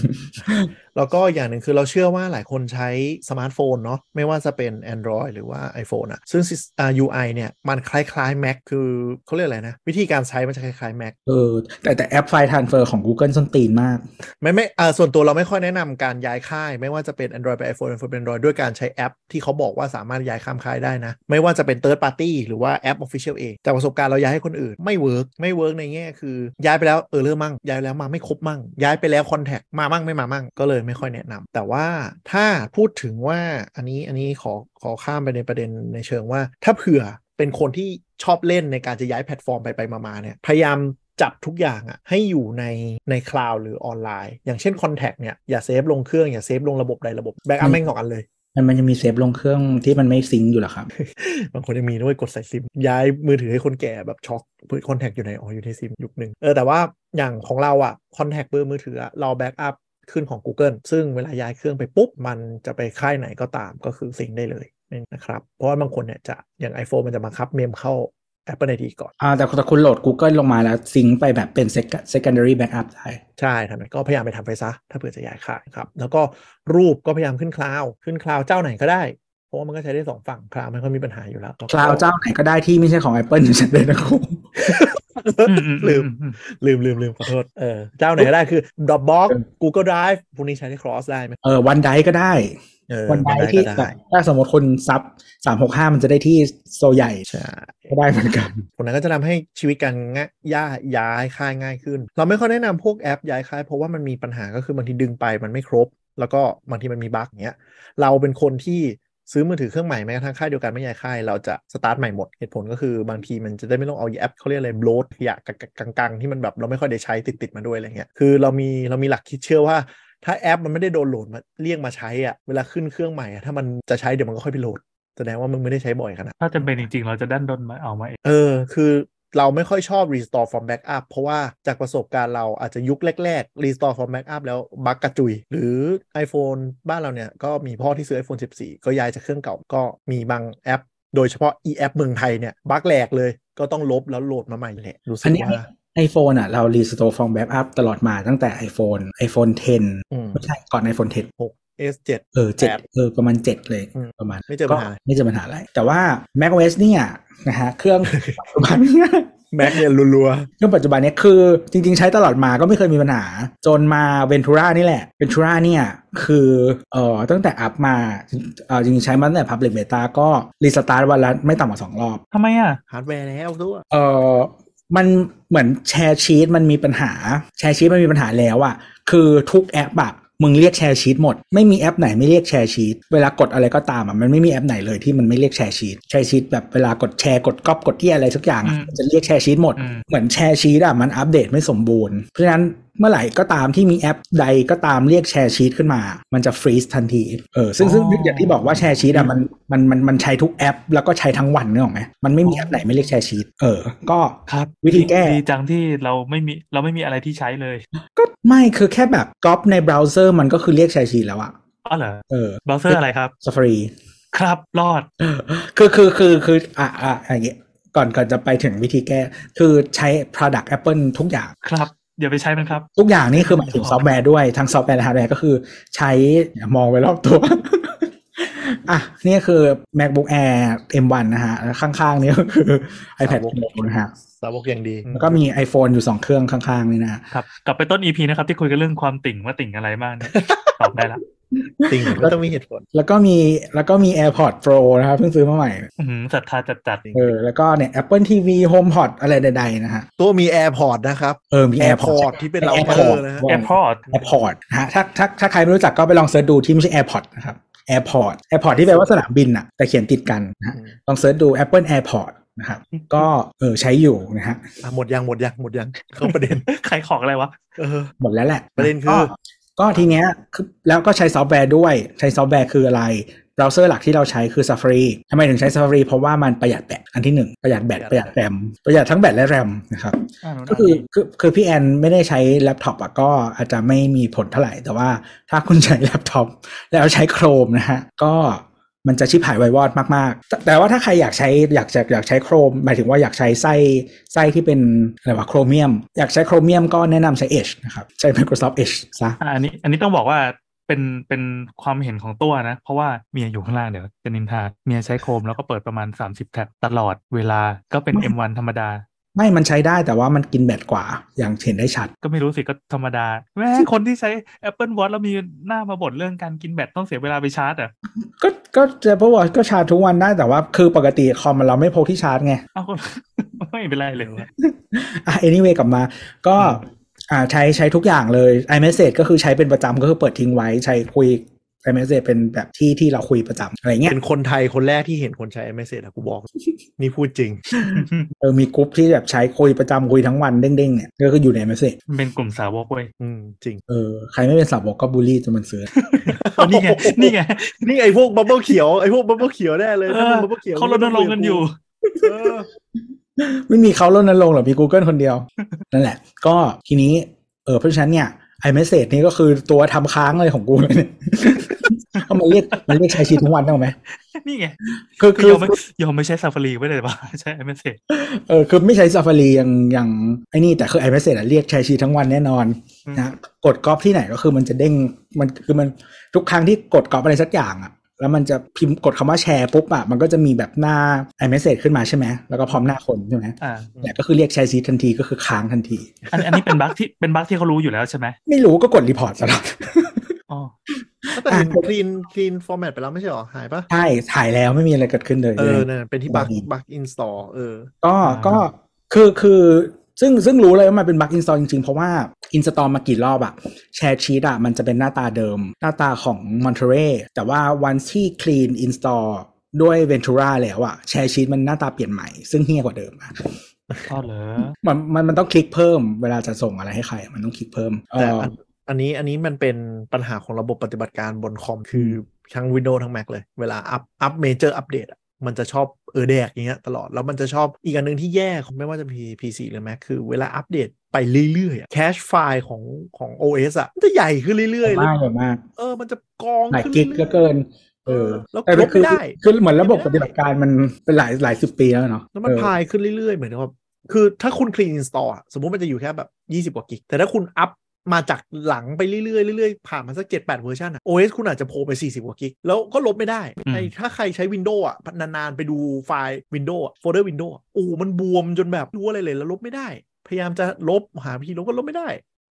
C: แล้วก็อย่างหนึ่งคือเราเชื่อว่าหลายคนใช้สมาร์ทโฟนเนาะไม่ว่าจะเป็น Android หรือว่า iPhone อะซึ่ง sys- อ่า UI เนี่ยมันคล้ายๆ Mac คือเขาเรียกอะไรนะ วิธีการใช้มันจะคล้ายๆ Mac
B: เออ แต่แต่แอปไฟล์ transfer ของ Google ส้นตีนมาก
C: ไม่ไม่อ่าส่วนตัวเราไม่ค่อยแนะนำการย้ายค่าย ไม่ว่าจะเป็น Android ไป iPhone iPhone เป็น Android ด้วยการใช้แอป ที่เขาบอกว่าสามารถย้ายข้ามค่ายได้นะ ไม่ว่าจะเป็น Third Party หรือว่าแอป Official เองจากประสบการณ์เราย้ายให้คนอื่นไม่เวิร์กไม่เวิร์กในแง่คือ ย้ายไปแล้วเออเลอมั่งย้ายไปแล้วมาไม่ครบมั่ง ย้ายไปแล้วคอนแทคมามั่งไม่มามั่งก็เลยไม่ค่อยแนะนำแต่ว่าถ้าพูดถึงว่าอันนี้อันนี้ขอขอข้ามไปในประเด็นในเชิงว่า ถ้าเผื่อเป็นคนที่ชอบเล่นในการจะย้ายแพลตฟอร์มไปไปมามาเนี่ยพยายาม จับทุกอย่างอะให้อยู่ในในคลาวด์หรือออนไลน์ อย่างเช่นคอนแท t เนี่ย อย่าเซฟลงเครื่อง อย่าเซฟลงระบบใดระบบ แบ็กอั
B: อื
C: พ
B: ม
C: แม่งสองอันเลย
B: มันมันยังมีเซฟลงเครื่องที่มันไม่ซิงค์อยู่เหรอ ครับ
C: บางคนยังมีด้วยกดใส่ซิม ย้ายมือถือให้คนแก่แบบช็อกคอนแท t อยู่ในอ๋ออยู่ในซิมยุคหนึ่งเออแต่ว่าอย่างของเราอะคอนแท t เบอร์มือถืออะเราแบ็กอัพขึ้นของ Google ซึ่งเวลาย้ายเครื่องไปปุ๊บ มันจะไปค่ายไหนก็ตามก็คือซิงค์ได้เลยนะครับเพราะว่าบางคนเนี่ยจะอย่าง iPhone มันจะบังคับเมมเข้า Apple ID ก่อน
B: อ่าแต่แต่คุณโหลด Google ลงมาแล้วซิงค์ไปแบบเป็น sec- secondary backup ได้
C: ใช่ทำไมก็พยายามไปทำไปซะ ถ้าเผื่อจะย้ายค่ายครับ แล้วก็รูปก็พยายามขึ้นคลาวขึ้นคลาวเจ้าไหนก็ได้ เพราะว่ามันก็ใช้ได้สองฝั่งคลาวไม่ค่อยมีปัญหาอยู่แล้วแก็
B: คลาวเจ้าไหนก็ได้ที่ไม่ใช่ของ Apple อยู่ชัดเลยนะคุณ
D: อืมอืม
C: ลืม
D: อือื
C: ลืมลืมลืมขอโทษเออเจ้าไหนก็ได้คือ Dropbox
B: เออ
C: Google Drive พวกนี้ใช้ได้ cross ได้ไหม
B: เออวันไดก็ได้
C: เออ
B: วันได
C: ก็
B: ที่
C: ได้
B: ถ้าสมมติคนซับสามหกห้ามันจะได้ที่โซใหญ่
C: ใช่
B: ก็ได้เหมือนกัน
C: ผลนั้นก็จะทำให้ชีวิตการง่ายย้ายย้ายค่ายง่ายขึ้น เราไม่ค่อยแนะนำพวกแอปย้ายค่ายเพราะว่ามันมีปัญหาก็คือบางทีดึงไปมันไม่ครบ แล้วก็บางทีมันมีบั๊กอย่างเงี้ยเราเป็นคนที่ซื้อมือถือเครื่องใหม่แม้กระทั่งค่ายเดียวกันไม่ย้ายค่ายเราจะสตาร์ทใหม่หมดเหตุผลก็คือบางทีมันจะได้ไม่ต้องเอาแอปเขาเรียกอะไรโบลดขยะกังๆที่มันแบบเราไม่ค่อยได้ใช้ติดๆมาด้วยอะไรเงี้ยคือเรามีเรามีหลักคิดเชื่อว่า ถ้าแอปมันไม่ได้โดนโหลดมาเรียกมาใช้อะเวลาขึ้นเครื่องใหม่อะถ้ามันจะใช้เดี๋ยวมันก็ค่อยไปโหลดแสดงว่ามึงไม่ได้ใช้บ่อยขนาดนั้น
D: ถ้าจำเป็นจริงๆ เราจะดันดนมาเอามาเอง
C: เออ คือเราไม่ค่อยชอบ restore from backup เพราะว่าจากประสบการณ์เราอาจจะยุคแรก ๆ restore from backup แล้วบั๊กกระจุย หรือ iPhone บ้านเราเนี่ย ก็มีพ่อที่ซื้อ iPhone 14 ก็ย้ายจากเครื่องเก่าก็มีบางแอป โดยเฉพาะ e app เมืองไทยเนี่ย บั๊กแหลกเลย ก็ต้องลบแล้วโหลดมาใหม่แหละรู้สึ
B: อั
C: ก
B: นนี้
C: ว่า
B: ไอโฟนอ่ะ เรารีสโตร์ฟองแบ็กอัพตลอดมาตั้งแต่ iPhone iPhone 10
C: อืม
B: ไม่ใช่ก่อน iPhone 10
C: S7
B: เออเจ็ด
C: แปด
B: เออประมาณเจ็ดเลย
C: อืม
B: ประมาณ
C: ไม่เจอปัญหา
B: ก็ไม่เจอปัญหาอะไร แต่ว่า macOS เนี่ยนะฮะ เครื่อง ปัจจุบันเนี่ย
C: Mac เนี่ยรัว
B: เครื่องปัจจุบันเนี่ยคือจริง ๆ ใช้ตลอดมาก็ไม่เคยมีปัญหา จนมา Ventura นี่แหละ Ventura เนี่ยคือเอ่อตั้งแต่อัพมาเอ่อจริงๆใช้มาตั้งแต่ Public Beta ก็รีสตาร์ทวันละไม่ต่ำกว่าสองรอบ
D: ทำไมอ่ะ
C: ๆฮาร์ดแวร์แล้วด้วย
B: เออมันเหมือนแชร์ชีตมันมีปัญหา แชร์ชีตมันมีปัญหาแล้วอะคือทุกแอปอะมึงเรียกแชร์ชีตหมด ไม่มีแอปไหนไม่เรียกแชร์ชีตเวลากดอะไรก็ตามอะมันไม่มีแอปไหนเลยที่มันไม่เรียกแชร์ชีตแชร์ชีตแบบเวลากดแชร์กดก๊อปกดที่อะไรสักอย่างอะ
D: อืม
B: มันจะเรียกแชร์ชีตหมด
D: อืม
B: เหมือนแชร์ชีตอะมันอัปเดตไม่สมบูรณ์เพราะฉะนั้นเมื่อไหร่ก็ตามที่มีแอปใดก็ตามเรียกแชร์ชีตขึ้นมา มันจะฟรีซทันทีเออซึ่งซึ่งอย่างที่บอกว่าแชร์ชีตอะมันมันมันมันใช้ทุกแอป แล้วก็ใช้ทั้งวันเนกออกไหมมันไม่มีแอปไหนไม่เรียกแชร์ชีตเออก็
D: ครับ
B: วิธีแก้
D: ดีจังที่เราไม่มีเราไม่มีอะไรที่ใช้เลย
B: ก็ไม่คือแค่แบบก๊อปในเบราว์เซอร์มันก็คือเรียกแชร์ชีตแล้วอะ
D: อ๋อเหรอ
B: เออ
D: เบราว์เซอร์อะไรครับ
B: Safari
D: ครับรอด
B: คือคือคือคืออ่ะอ่ะอย่างเงี้ยก่อนก่อนจะไปถึงวิธีแก้ คือใช้ product Apple ทุกอย่าง
D: ครับอย่าไปใช้มันครับ
B: ทุกอย่างนี่คือหมายถึงซอฟต์แวร์ด้วยทั้งซอฟต์แวร์และฮาร์ดแวร์ก็คือใช้มองไว้รอบตัว อ่ะนี่คือ MacBook Air M1 นะฮะแล้วข้างๆนี่ก็คือ iPad
C: MacBook
B: Pro นะฮะ
C: สาวกอย่างดี
B: แล้วก็มี iPhone อยู่ 2 เครื่องข้างๆ นี่นะฮะ
D: ครับ กลับไปต้น EP นะครับ ที่คุยกันเรื่องความติ่งว่าติ่งอะไรบ้างเนี่ยตอบได้ละ
C: จริงก็ต้องมีเหตุผล
B: แล้วก็มีแล้วก็มี AirPods Pro นะครับเพิ่งซื้อมาใหม่
D: อื้อหือศรัทธาจัดจัด
B: เออแล้วก็เนี่ย Apple TV HomePod อะไรใดๆนะฮะ
C: ตัวมี AirPod นะครับ
B: เออมี AirPod
C: AirPod ที่เป็นเราเตอ
B: AirPod
C: ร์นะฮะ
D: ๆ AirPod
B: AirPod นะฮะถ้าถ้าถ้าใครไม่รู้จักก็ไปลองเสิร์ชดูที่ไม่ใช่ AirPod นะครับ AirPod AirPod ที่แปลว่าสนามบินน่ะแต่เขียนติดกันนะฮะลองเสิร์ชดู Apple AirPod นะครับก็เออใช้อยู่นะฮะ
C: อ่ะหมดยังหมดยังหมดยังเข้าประเด็น
D: ใครของอะไรวะ
C: เออ
B: หมดแล้วแหละ
C: ประเด็นคือ
B: ก็ก็ทีเนี้ยคือแล้วก็ใช้ซอฟต์แวร์ด้วยใช้ซอฟต์แวร์คืออะไรเบราว์เซอร์หลักที่เราใช้คือ Safari ทำไมถึงใช้ Safari เพราะว่ามันประหยัดแบตอันที่หนึ่งประหยัดแบตประหยัดแรมประหยัดทั้งแบตและแรมนะครับ ก็คือคือคือพี่แอนไม่ได้ใช้แล็ปท็อปอะก็อาจจะไม่มีผลเท่าไหร่ แต่ว่าถ้าคุณใช้แล็ปท็อปแล้วใช้โครมนะฮะ ก็มันจะชิบหายไวายวอดมากๆแต่แต่ว่าถ้าใครอยากใช้อยากจะอยากใช้โครม หมายถึงว่าอยากใช้ไส้ไส้ที่เป็นอะไรวะโครเมียม อยากใช้โครเมียมก็แนะนำใช้ Edge นะครับ ใช้ Microsoft Edge ซะ
D: อ่ะอันนี้อันนี้ต้องบอกว่าเป็นเป็นความเห็นของตัวนะ เพราะว่าเมียอยู่ข้างล่างเดี๋ยวจะนินทาเมียใช้โครมแล้วก็เปิดประมาณ 30 แท็บตลอดเวลาก็ เป็น
B: ไม่
D: M1 ธรรมดา
B: ไม่มันใช้ได้แต่ว่ามันกินแบตกว่าอย่างเห็นได้ชัด
D: ก็ไม่รู้สิก็ธรรมดาแม่คนที่ใช้ Apple Watch แล้วมีหน้ามาบ่นเรื่องการกินแบตต้องเสียเวลาไปชาร์จอ่ะ
B: ก็ก็จะเพราะว่าก็ชาร์จทุกวันได้แต่ว่าคือปกติคอมเราไม่พกที่ชาร์จไง
D: เอาคน ไม่เป็นไรเลย
B: อ่ะ anyway กลับมาก็อ่าใช้ใช้ทุกอย่างเลย iMessage ก็คือใช้เป็นประจำก็คือเปิดทิ้งไว้ใช้คุย iMessage เป็นแบบที่ที่เราคุยประจำอะไรเงี้ย
C: เป็นคนไทยคนแรกที่เห็นคนใช้ iMessage อะกู บอก นี่พูดจริง
B: เออมีกรุ๊ปที่แบบใช้คุยประจำคุยทั้งวันเด้งๆเนี่ยก็คืออยู่ใน iMessage
D: มันเป็นกลุ่มสาวกเว้ย
C: อืม จริง
B: เออใครไม่เป็นสาวกก็ บูลลี่จนมันเสือ
D: นี่ไงนี่ไง
C: นี่ไอ้พวกบับเบิ้ลเขียว ไอ้พวกบับเบิ้ลเขียวแน่เลย
D: เอ
C: ถ้า
D: อ
C: มึงบับเบิ้ลเขียว
D: เขารณรงค์กันอยู่
C: เออ
B: ไม่มีเขาลดนลงค์หรอกมี Google คนเดียว นั่นแหละ ก็ทีนี้เออเพราะฉะนั้นเนี่ย ไอเมสเซจนี่ก็คือตัวทำค้างเลยของกูเลย เนี่ยก็มันเรียกมันเรียกใช้ชีทั้งวันได้ไหม
D: นี่ไง
B: คือ
D: คือ
B: คือย
D: อมไม่ยอมไม่ใช้ซาฟารีไว้เลยว่า ใช้ MSN
B: เออคือไม่ใช้ Safari อย่างอย่างไอ้นี่แต่คือไอเมสเซจเรียกใช้ชีทั้งวันแน่นอน
D: อืม
B: นะกดกรอบที่ไหนก็คือมันจะเด้งมันคือมันทุกครั้งที่กดกรอบอะไรสักอย่างอะแล้วมันจะพิมพ์กดคำว่าแชร์ปุ๊บอะมันก็จะมีแบบหน้า iMessage ขึ้นมาใช่ไหมแล้วก็พร้อมหน้าคนใช่ไหม
D: อ่า
B: เนี่ยก็คือเรียกแชร์ซีทันทีก็คือค้างทันที
D: อันอันนี้เป็นบั๊กที่เป็นบั๊กที่เขารู้อยู่แล้วใช่ไหม
B: ไม่รู้ก็กดรีพอร์ตตลอด
D: อ๋อ
C: แต่เห็น
B: อ่ะ
C: คลีนคลีนฟอร์แมตไปแล้วไม่ใช่หรอหายปะ
B: ใช่ถ่ายแล้วไม่มีอะไรเกิดขึ้นเลย
C: เออนั่นเป็นที่บัก
B: อืม
C: บักอินสตอลเออ
B: ก็ก็คือคือซึ่งซึ่งรู้เลยว่ามันเป็นบั๊กอินสตอลจริงๆ เพราะว่าอินสตอลมากี่รอบอะแชร์ชีตอะมันจะเป็นหน้าตาเดิม หน้าตาของ m o n t e r e y แต่ว่าวันที่ clean install ด้วย Ventura แล้วอะแชร์ชีตมันหน้าตาเปลี่ยนใหม่ ซึ่งเฮี้ยกว่าเดิมอะ
D: ก็เหรอ
B: มันมันมันต้องคลิกเพิ่มเวลาจะส่งอะไรให้ใครอะมันต้องคลิกเพิ่มเอ
C: แต่
B: อ
C: อันอันนี้อันนี้มันเป็นปัญหาของระบบปฏิบัติการบนคอมคือทั้ง Windows ทั้ง Mac เลย เวลาอัพอัพเมเจอร์อัปเดตมันจะชอบเออแดกอย่างเงี้ยตลอด แล้วมันจะชอบอีกอันหนึ่งที่แย่ของไม่ว่าจะ P- PC หรือ Mac คือเวลาอัปเดตไปเรื่อยๆแคชไฟล์ของของ OS อ่ะมันจะใหญ่ขึ้นเรื่อยๆแล้ว
B: มากเลยมาก
C: เออมันจะกอง
B: หลาย
C: ขึ้น
B: กิกก็
C: รื่อยๆ
B: เกิน เออ
C: แล้ว
B: แต่
C: ลบไม่
B: คือ
C: ได้
B: คือเหมือนระบบปฏิบัติการมันเป็นหลายหลายสิบปีแล้วเนาะ
C: แล้วมัน
B: เออ
C: พายขึ้นเรื่อยๆ เหมือนกับคือถ้าคุณ clean install อะสมมุติมันจะอยู่แค่แบบ 20 กว่ากิก แต่ถ้าคุณอัพมาจากหลังไปเรื่อยๆเรื่อยๆ ผ่านมาสัก 7 8 เวอร์ชันอะ OS คุณอาจจะโผล่ไป 40 กว่ากิก แล้วก็ลบไม่ได้ไอ้ถ้าใครใช้ Windows อะนานๆ ไปดูไฟล์ Windows โฟลเดอร์ Windows อะโอ้มันบวมจนแบบไม่รู้อะไรเลยแล้วลบไม่ได้ พยายามจะลบหาวิธีลบก็ลบไม่ได้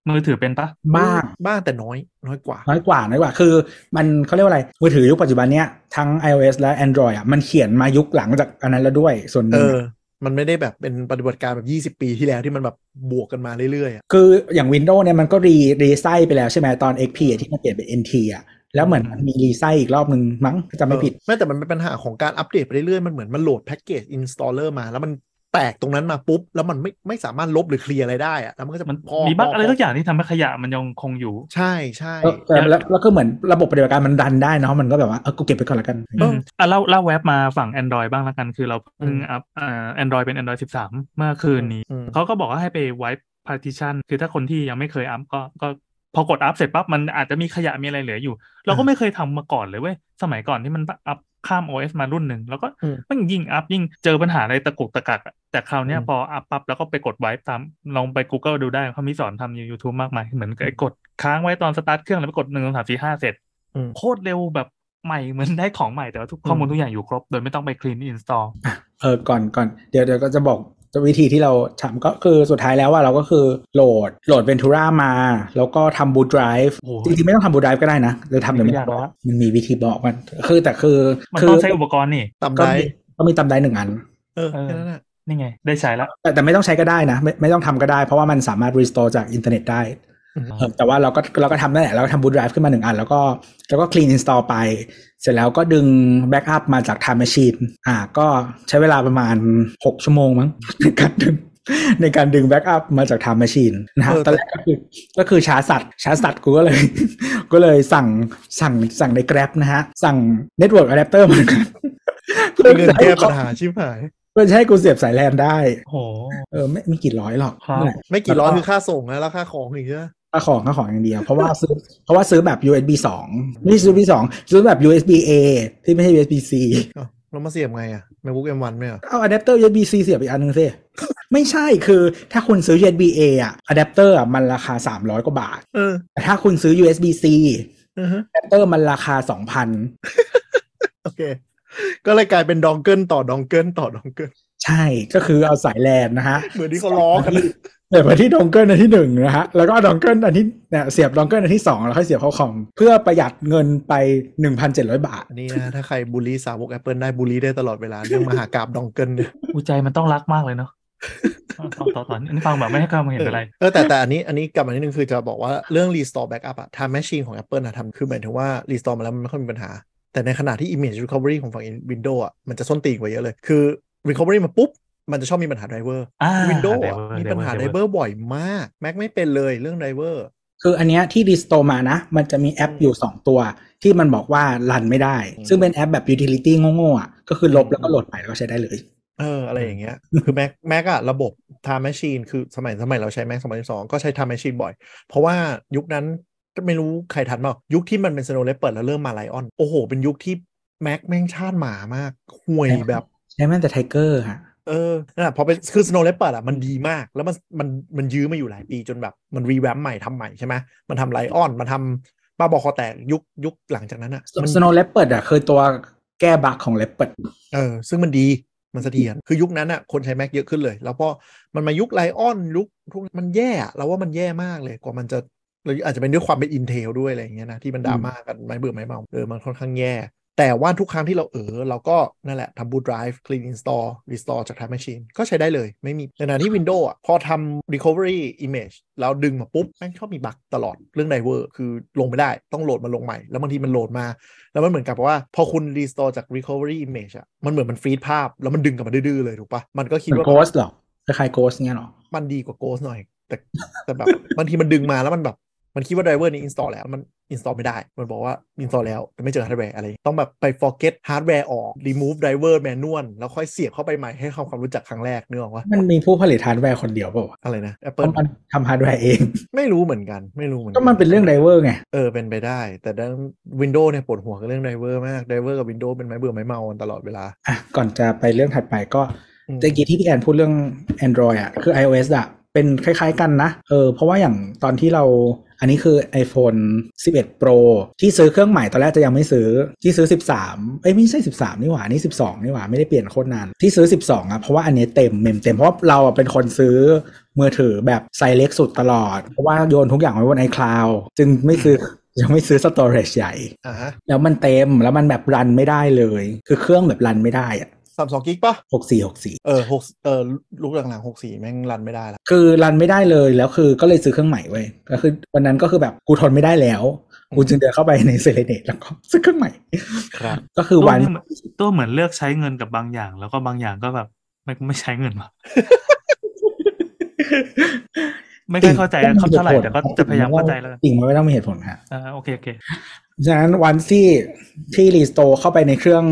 D: มือถือเป็นปะ
B: บ้าง
C: บ้างแต่น้อยน้อยกว่า
B: น้อยกว่าน้อยกว่า คือมันเขาเรียกว่าอะไร มือถือยุคปัจจุบันเนี้ยทั้ง iOS และ Android อ่ะ มันเขียนมายุคหลังจากอันนั้นแล้วด้วย ส่วนห
C: เอ
B: นึ่ง
C: อ มันไม่ได้แบบเป็นปฏิบัติการแบบ 20 ปีที่แล้วที่มันแบบบวกกันมาเรื่อยๆอะ
B: คืออย่าง Windows เนี่ยมันก็รีรีไซต์ไปแล้วใช่ไหมตอน XP อ่ะที่มันเปลี่ยนเป็น NT อ่ะ แล้วเหมือนมันมีรีไซต์อีกรอบหนึ่งมั้งถ้าจำไม่ผิด
C: เออไม่แต่มันเป็นปัญหาของการอัปเดตไปเรื่อยๆ มันเหมือนมันโหลดแพ็กเกจอินสตอลเลอร์มา แล้วมันแตกตรงนั้นมาปุ๊บ แล้วมันไม่ไม่สามารถลบหรือเคลียร์อะไรได้อะแล้วมันก็จะ
D: มัน
C: พอ
D: มีบั๊กอะไร
C: พ
D: สักอย่างที่ทำให้ขยะมันยังคงอยู่
C: ใช่ใช่
B: แล้วแล้วแล้วก็เหมือนระบบปฏิบัติการมันดันได้เนาะ มันก็แบบว่า เออ กูเก็บไปก่อนละกัน
D: อืมอ่ะเล่าเล่าแว็บมาฝั่ง Android บ้างละกัน คือเราเพิ่งอัพอ่าแอนดรอยเป็น Android 13 เมื่อคืนนี้
C: อืม
D: เขาก็บอกว่าให้ไป wipe partition คือถ้าคนที่ยังไม่เคยอัพก็ก็พอกดอัพเสร็จปั๊บ มันอาจจะมีขยะมีอะไรเหลืออยู่ เราก็ไม่เคยทำมาก่อนเลยเว้ย สมัยก่อนที่มันอัพข้าม OS มารุ่นหนึ่ง แล้วก็
C: อืม
D: มันยิ่งอัพยิ่งเจอปัญหาอะไรตะกุกตะกักอะแต่คราวเนี้ย
C: อืม
D: พออัพปั๊บแล้วก็ไปกด wipe ตามลองไป Google ดูได้เขามีสอนทำใน YouTube มากมายเหมือนกับไอ้กดค้างไว้ตอนสตาร์ทเครื่องแล้วไปกดหนึ่งสองสามสี่ห้าเสร็จ
C: อืม
D: โคตรเร็วแบบใหม่เหมือนได้ของใหม่แต่ว่าทุกข้อมูลทุกอย่างอยู่ครบ โดยไม่ต้องไป clean install
B: เออ ก่อนก่อนเดี๋ยวเดี๋ยวก็จะบอกวิธีที่เราทำก็คือสุดท้ายแล้วว่าเราก็คือโหลดโหลด Ventura มา แล้วก็ทำ boot drive
D: โอ้โห
B: จริงๆไม่ต้องทำ boot drive ก็ได้นะหรือทำเดี๋ยวมัน
D: ไม่ยากหรอก
B: มันมีวิธีบอกมันคือแต่คือ
D: มัน
B: คื
D: ต้องใช้อุปกรณ์นี่
C: ตำ
B: ก็
C: ได้
B: มีก็มีตำได้หนึ่งอัน
C: เออ
D: เออ
C: แค่นั้นอะ
D: นี่ไง ได้ใช้แล้ว
B: แต่แต่ไม่ต้องใช้ก็ได้นะ ไม่ไม่ต้องทำก็ได้ เพราะว่ามันสามารถ restore จากอินเทอร์เน็ตได้เออแต่ว่าเราก็เราก็ทำนั่นแหละเราก็ทำ boot drive ขึ้นมาหนึ่งอัน แล้วก็แล้วก็ clean install ไป เสร็จแล้วก็ดึง backup มาจาก time machine อ่าก็ใช้เวลาประมาณ 6 ชั่วโมงมั้ง ในการดึงในการดึง backup มาจาก time machine นะฮะตอนแรกก็คือก็คือช้าสัตว์ช้าสัตว์กูก็เลย ก็เลยสั่งสั่งสั่งใน grab นะฮะ สั่ง network adapter มาเพื่อ
C: เงิน
B: จะให้
C: แก้
B: กู
C: ปัญหาชิบหาย
B: เพื่อจะให้กูเสียบสายแลนได้
D: โห
B: เออไม่ไม่กี่ร้อยหรอก
D: ครับ
B: นั่นแหละ
C: ไม่กี่ร้อยคือค่าส่งนะแล้วค่าของอีกใช่ไหม
B: ค่าของค่าของอย่างเดียว เพราะ ว่าซื้อเพราะว่าซื้อแบบ USB สองไม่ใช่ซื้อ USB สองซื้อแบบ USB A ที่ไม่ใช่ USB C
C: อ้าวแล้วมาเสียบไงอะ MacBook M1 ไหมอะ
B: เอาอะแดปเตอร์ USB C เสียบอีกอันนึงสิ ไม่ใช่คือถ้าคุณซื้อ USB A อะอะแดปเตอร์อะมันราคา 300 กว่าบาท
C: เออ
B: แต่ถ้าคุณซื้อ USB C
C: อือฮะ
B: อะแดปเตอร์มันราคา 2,000
C: โอเค ก็เลยกลายเป็นดองเกิลต่อดองเกิลต่อดองเกิล
B: ใช่ก็คือเอาสายแลนนะฮะ
C: เหมือนที่เขาล้อกันนะ
B: เสียบไปที่ดองเกิลอันที่หนึ่งนะฮะ แล้วก็ดองเกิลอันที่เนี่ยเสียบดองเกิลอันที่สองแล้วค่อยเสียบเข้าคอมเพื่อประหยัดเงินไป 1,700 บาท
C: อันนี้นะถ้าใครบูลลี่สาวก Apple ได้บูลลี่ได้ตลอดเวลาเรื่องมหากาบดองเกิลเนี่ย
D: อุยใจมันต้องรักมากเลยเนาะต่อต่อต่ออันนี้ฟังแบบไม่ให้ความเห็นอะไร
C: เออแต่แต่อันนี้อันนี้กลับมานิดนึงคือจะบอกว่าเรื่อง restore backup อะ time machine ของ Apple นะทำคือหมายถึงว่า restore มาแล้วมันไม่ค่อยมีปัญหา แต่ในขณะที่ image recovery ของฝั่ง Windows อะมันจะส้นตีนกว่าเยอะเลย คือ recovery มาปุ๊บ มันจะชอบมีปัญหา driver
D: อ่า
C: Windows อะ
D: driver
C: มีปัญหา
D: driver
C: driver บ่อยมาก Mac ไม่เป็นเลยเรื่อง driver
B: คืออันเนี้ยที่ Restore มานะ มันจะมีแอปอยู่ 2 ตัว ที่มันบอกว่ารันไม่ได้ ซึ่งเป็นแอปแบบ utility โง่ๆอ่ะก็คือลบแล้วก็โหลดใหม่แล้วก็ใช้ได้เลย
C: เอออะไรอย่างเงี้ย คือแม็กแม็กอะระบบ time machine คือสมัยสมัยเราใช้แม็กสมัยสองก็ใช้ time machine บ่อย เพราะว่ายุคนั้นก็ไม่รู้ใครทันเปล่ายุคที่มันเป็น snow leopard แล้วเริ่มมาไลออน โอ้โห เป็นยุคที่แม็กแม่งชาติหมามากห่วยแบบ
B: ใช่ไหมแต่ไทเกอร์ค่ะ
C: เออนั่นแหละพอเป็นคือ Snow Leopard อ่ะมันดีมาก แล้วมันมันมันยื้อมาอยู่หลายปีจนแบบมันรีแวมใหม่ทำใหม่ใช่ไหมมันทำไลออนมันทำบ้าบอคอแตกยุคยุคหลังจากนั้นอ่ะมัน
B: สโนว์เลปเปิดอ่ะคือตัวแก้บั๊กของเลปเปิด
C: เออซึ่งมันดีมันเสถียรคือยุคนั้นอ่ะคนใช้ Mac เยอะขึ้นเลย แล้วพอมันมายุคไลออนยุคพวกมันแย่อะเราว่ามันแย่มากเลยกว่ามันจะเราอาจจะเป็นด้วยความเป็นอินเทลด้วยอะไรอย่างเงี้ยนะที่มันดราม่ากันไม่เบื่อไม่เมาเออมันค่อนข้างแย่ แต่ว่าทุกครั้งที่เราเออเราก็นั่นแหละทำบูตไดรฟ์คลีนอินสตอลรีสตอร์จาก Time Machine ก็ใช้ได้เลยไม่มีในขณะที่ Windows อ่ะพอทำ Recovery Image แล้วดึงมาปุ๊บแม่งชอบมีบั๊กตลอดเรื่องไดเวอร์คือลงไม่ได้ต้องโหลดมาลงใหม่แล้วบางทีมันโหลดมา แล้วมันเหมือนกับว่าพอคุณ Restore จาก Recovery Image อะมันเหมือนมันฟรีดภาพ แล้วมันดึงกลับมาดื้อๆเลยถูกปะมันก็คิดว่า
B: โกสหรอคล้ายๆโกสเงี้ยหรอ
C: มันดีกว่าโกสหน่อย แต่แต่แบบ บางทีมันดึงมาแล้วมันแบบ มันคิดว่าไดรเวอร์นี้อินสตอลแล้วมันอินสตอลไม่ได้ มันบอกว่าอินสตอลแล้วแต่ไม่เจอฮาร์ดแวร์อะไร ต้องแบบไป forget ฮาร์ดแวร์ออก remove driver manual แล้วค่อยเสียบเข้าไปใหม่ให้เขาความรู้จักครั้งแรกนึกออกว่า
B: มันมีผู้ผลิตฮาร์ดแวร์คนเดียวเปล่าวะ
C: อะไรนะ
B: เพราะ
C: Apple
B: มันทำฮาร์ดแวร์เอง
C: ไม่รู้เหมือนกันไม่รู้เหมือน
B: ก็มันเป็นเรื่องไดเวอร์ไง
C: เออเป็นไปได้ แต่ด้าน Windows เนี่ยปวดหัวกับเรื่องไดเวอร์มากไดเวอร์กับ Windows เป็นไม้เบื่อไม้เมากันตลอดเวลา
B: อ่ะ ก่อนจะไปเรื่องถัดไปก็
C: อืม
B: ตะกี้ที่พี่แอนพูดเรื่อง Android อ่ะ คือ iOS อ่ะ เป็นคล้ายๆกันนะ เออ เพราะว่าอย่างตอนที่เรา อันนี้คือ iPhone 11 Pro ที่ซื้อเครื่องใหม่ตอนแรกจะยังไม่ซื้อ ที่ซื้อ 13 เอ้ยไม่ใช่ 13 นี่หว่า นี่ 12 นี่หว่า ไม่ได้เปลี่ยนโคตรนาน ที่ซื้อ 12 อ่ะ เพราะว่าอันนี้เต็มเมมเต็ม เพราะเราอ่ะเป็นคนซื้อมือถือแบบไซส์เล็กสุดตลอด เพราะว่าโยนทุกอย่างไว้บน iCloud จึงไม่ซื้อ ยังไม่ซื้อสตอเรจใหญ่
C: อ่าฮะ
B: แล้วมันเต็มแล้วมันแบบรันไม่ได้เลย คือเครื่องแบบรันไม่ได้อะ
C: สามสองกิกปะ
B: หกสี่หกสี่
C: เออหกเออลูกหลังๆหกสี่แม่งรันไม่ได้ละ
B: คือรันไม่ได้เลยแล้วคือก็เลยซื้อเครื่องใหม่เว้ยก็คือวันนั้นก็คือแบบกูทนไม่ได้แล้ว กูจึงเดินเข้าไปในเซเลเนตแล้วก็ซื้อเครื่องใหม่
C: ครับ
B: ก็คือวัน
D: ตัวเยตัวเหมือนเลือกใช้เงินกับบางอย่าง แล้วก็บางอย่างก็แบบไม่ไม่ใช้เงินวะไม่ค่อยเข้าใจเขาเท่าไหร่แต่ก็จะพยายามเข้าใจแล้วกัน
B: จริงมันไม่ต้องมีเหตุผลฮะ
D: อ่าโอเคโอเค
B: ฉะนั้นวันที่ที่รีสโตเข้าไปในเครื่อง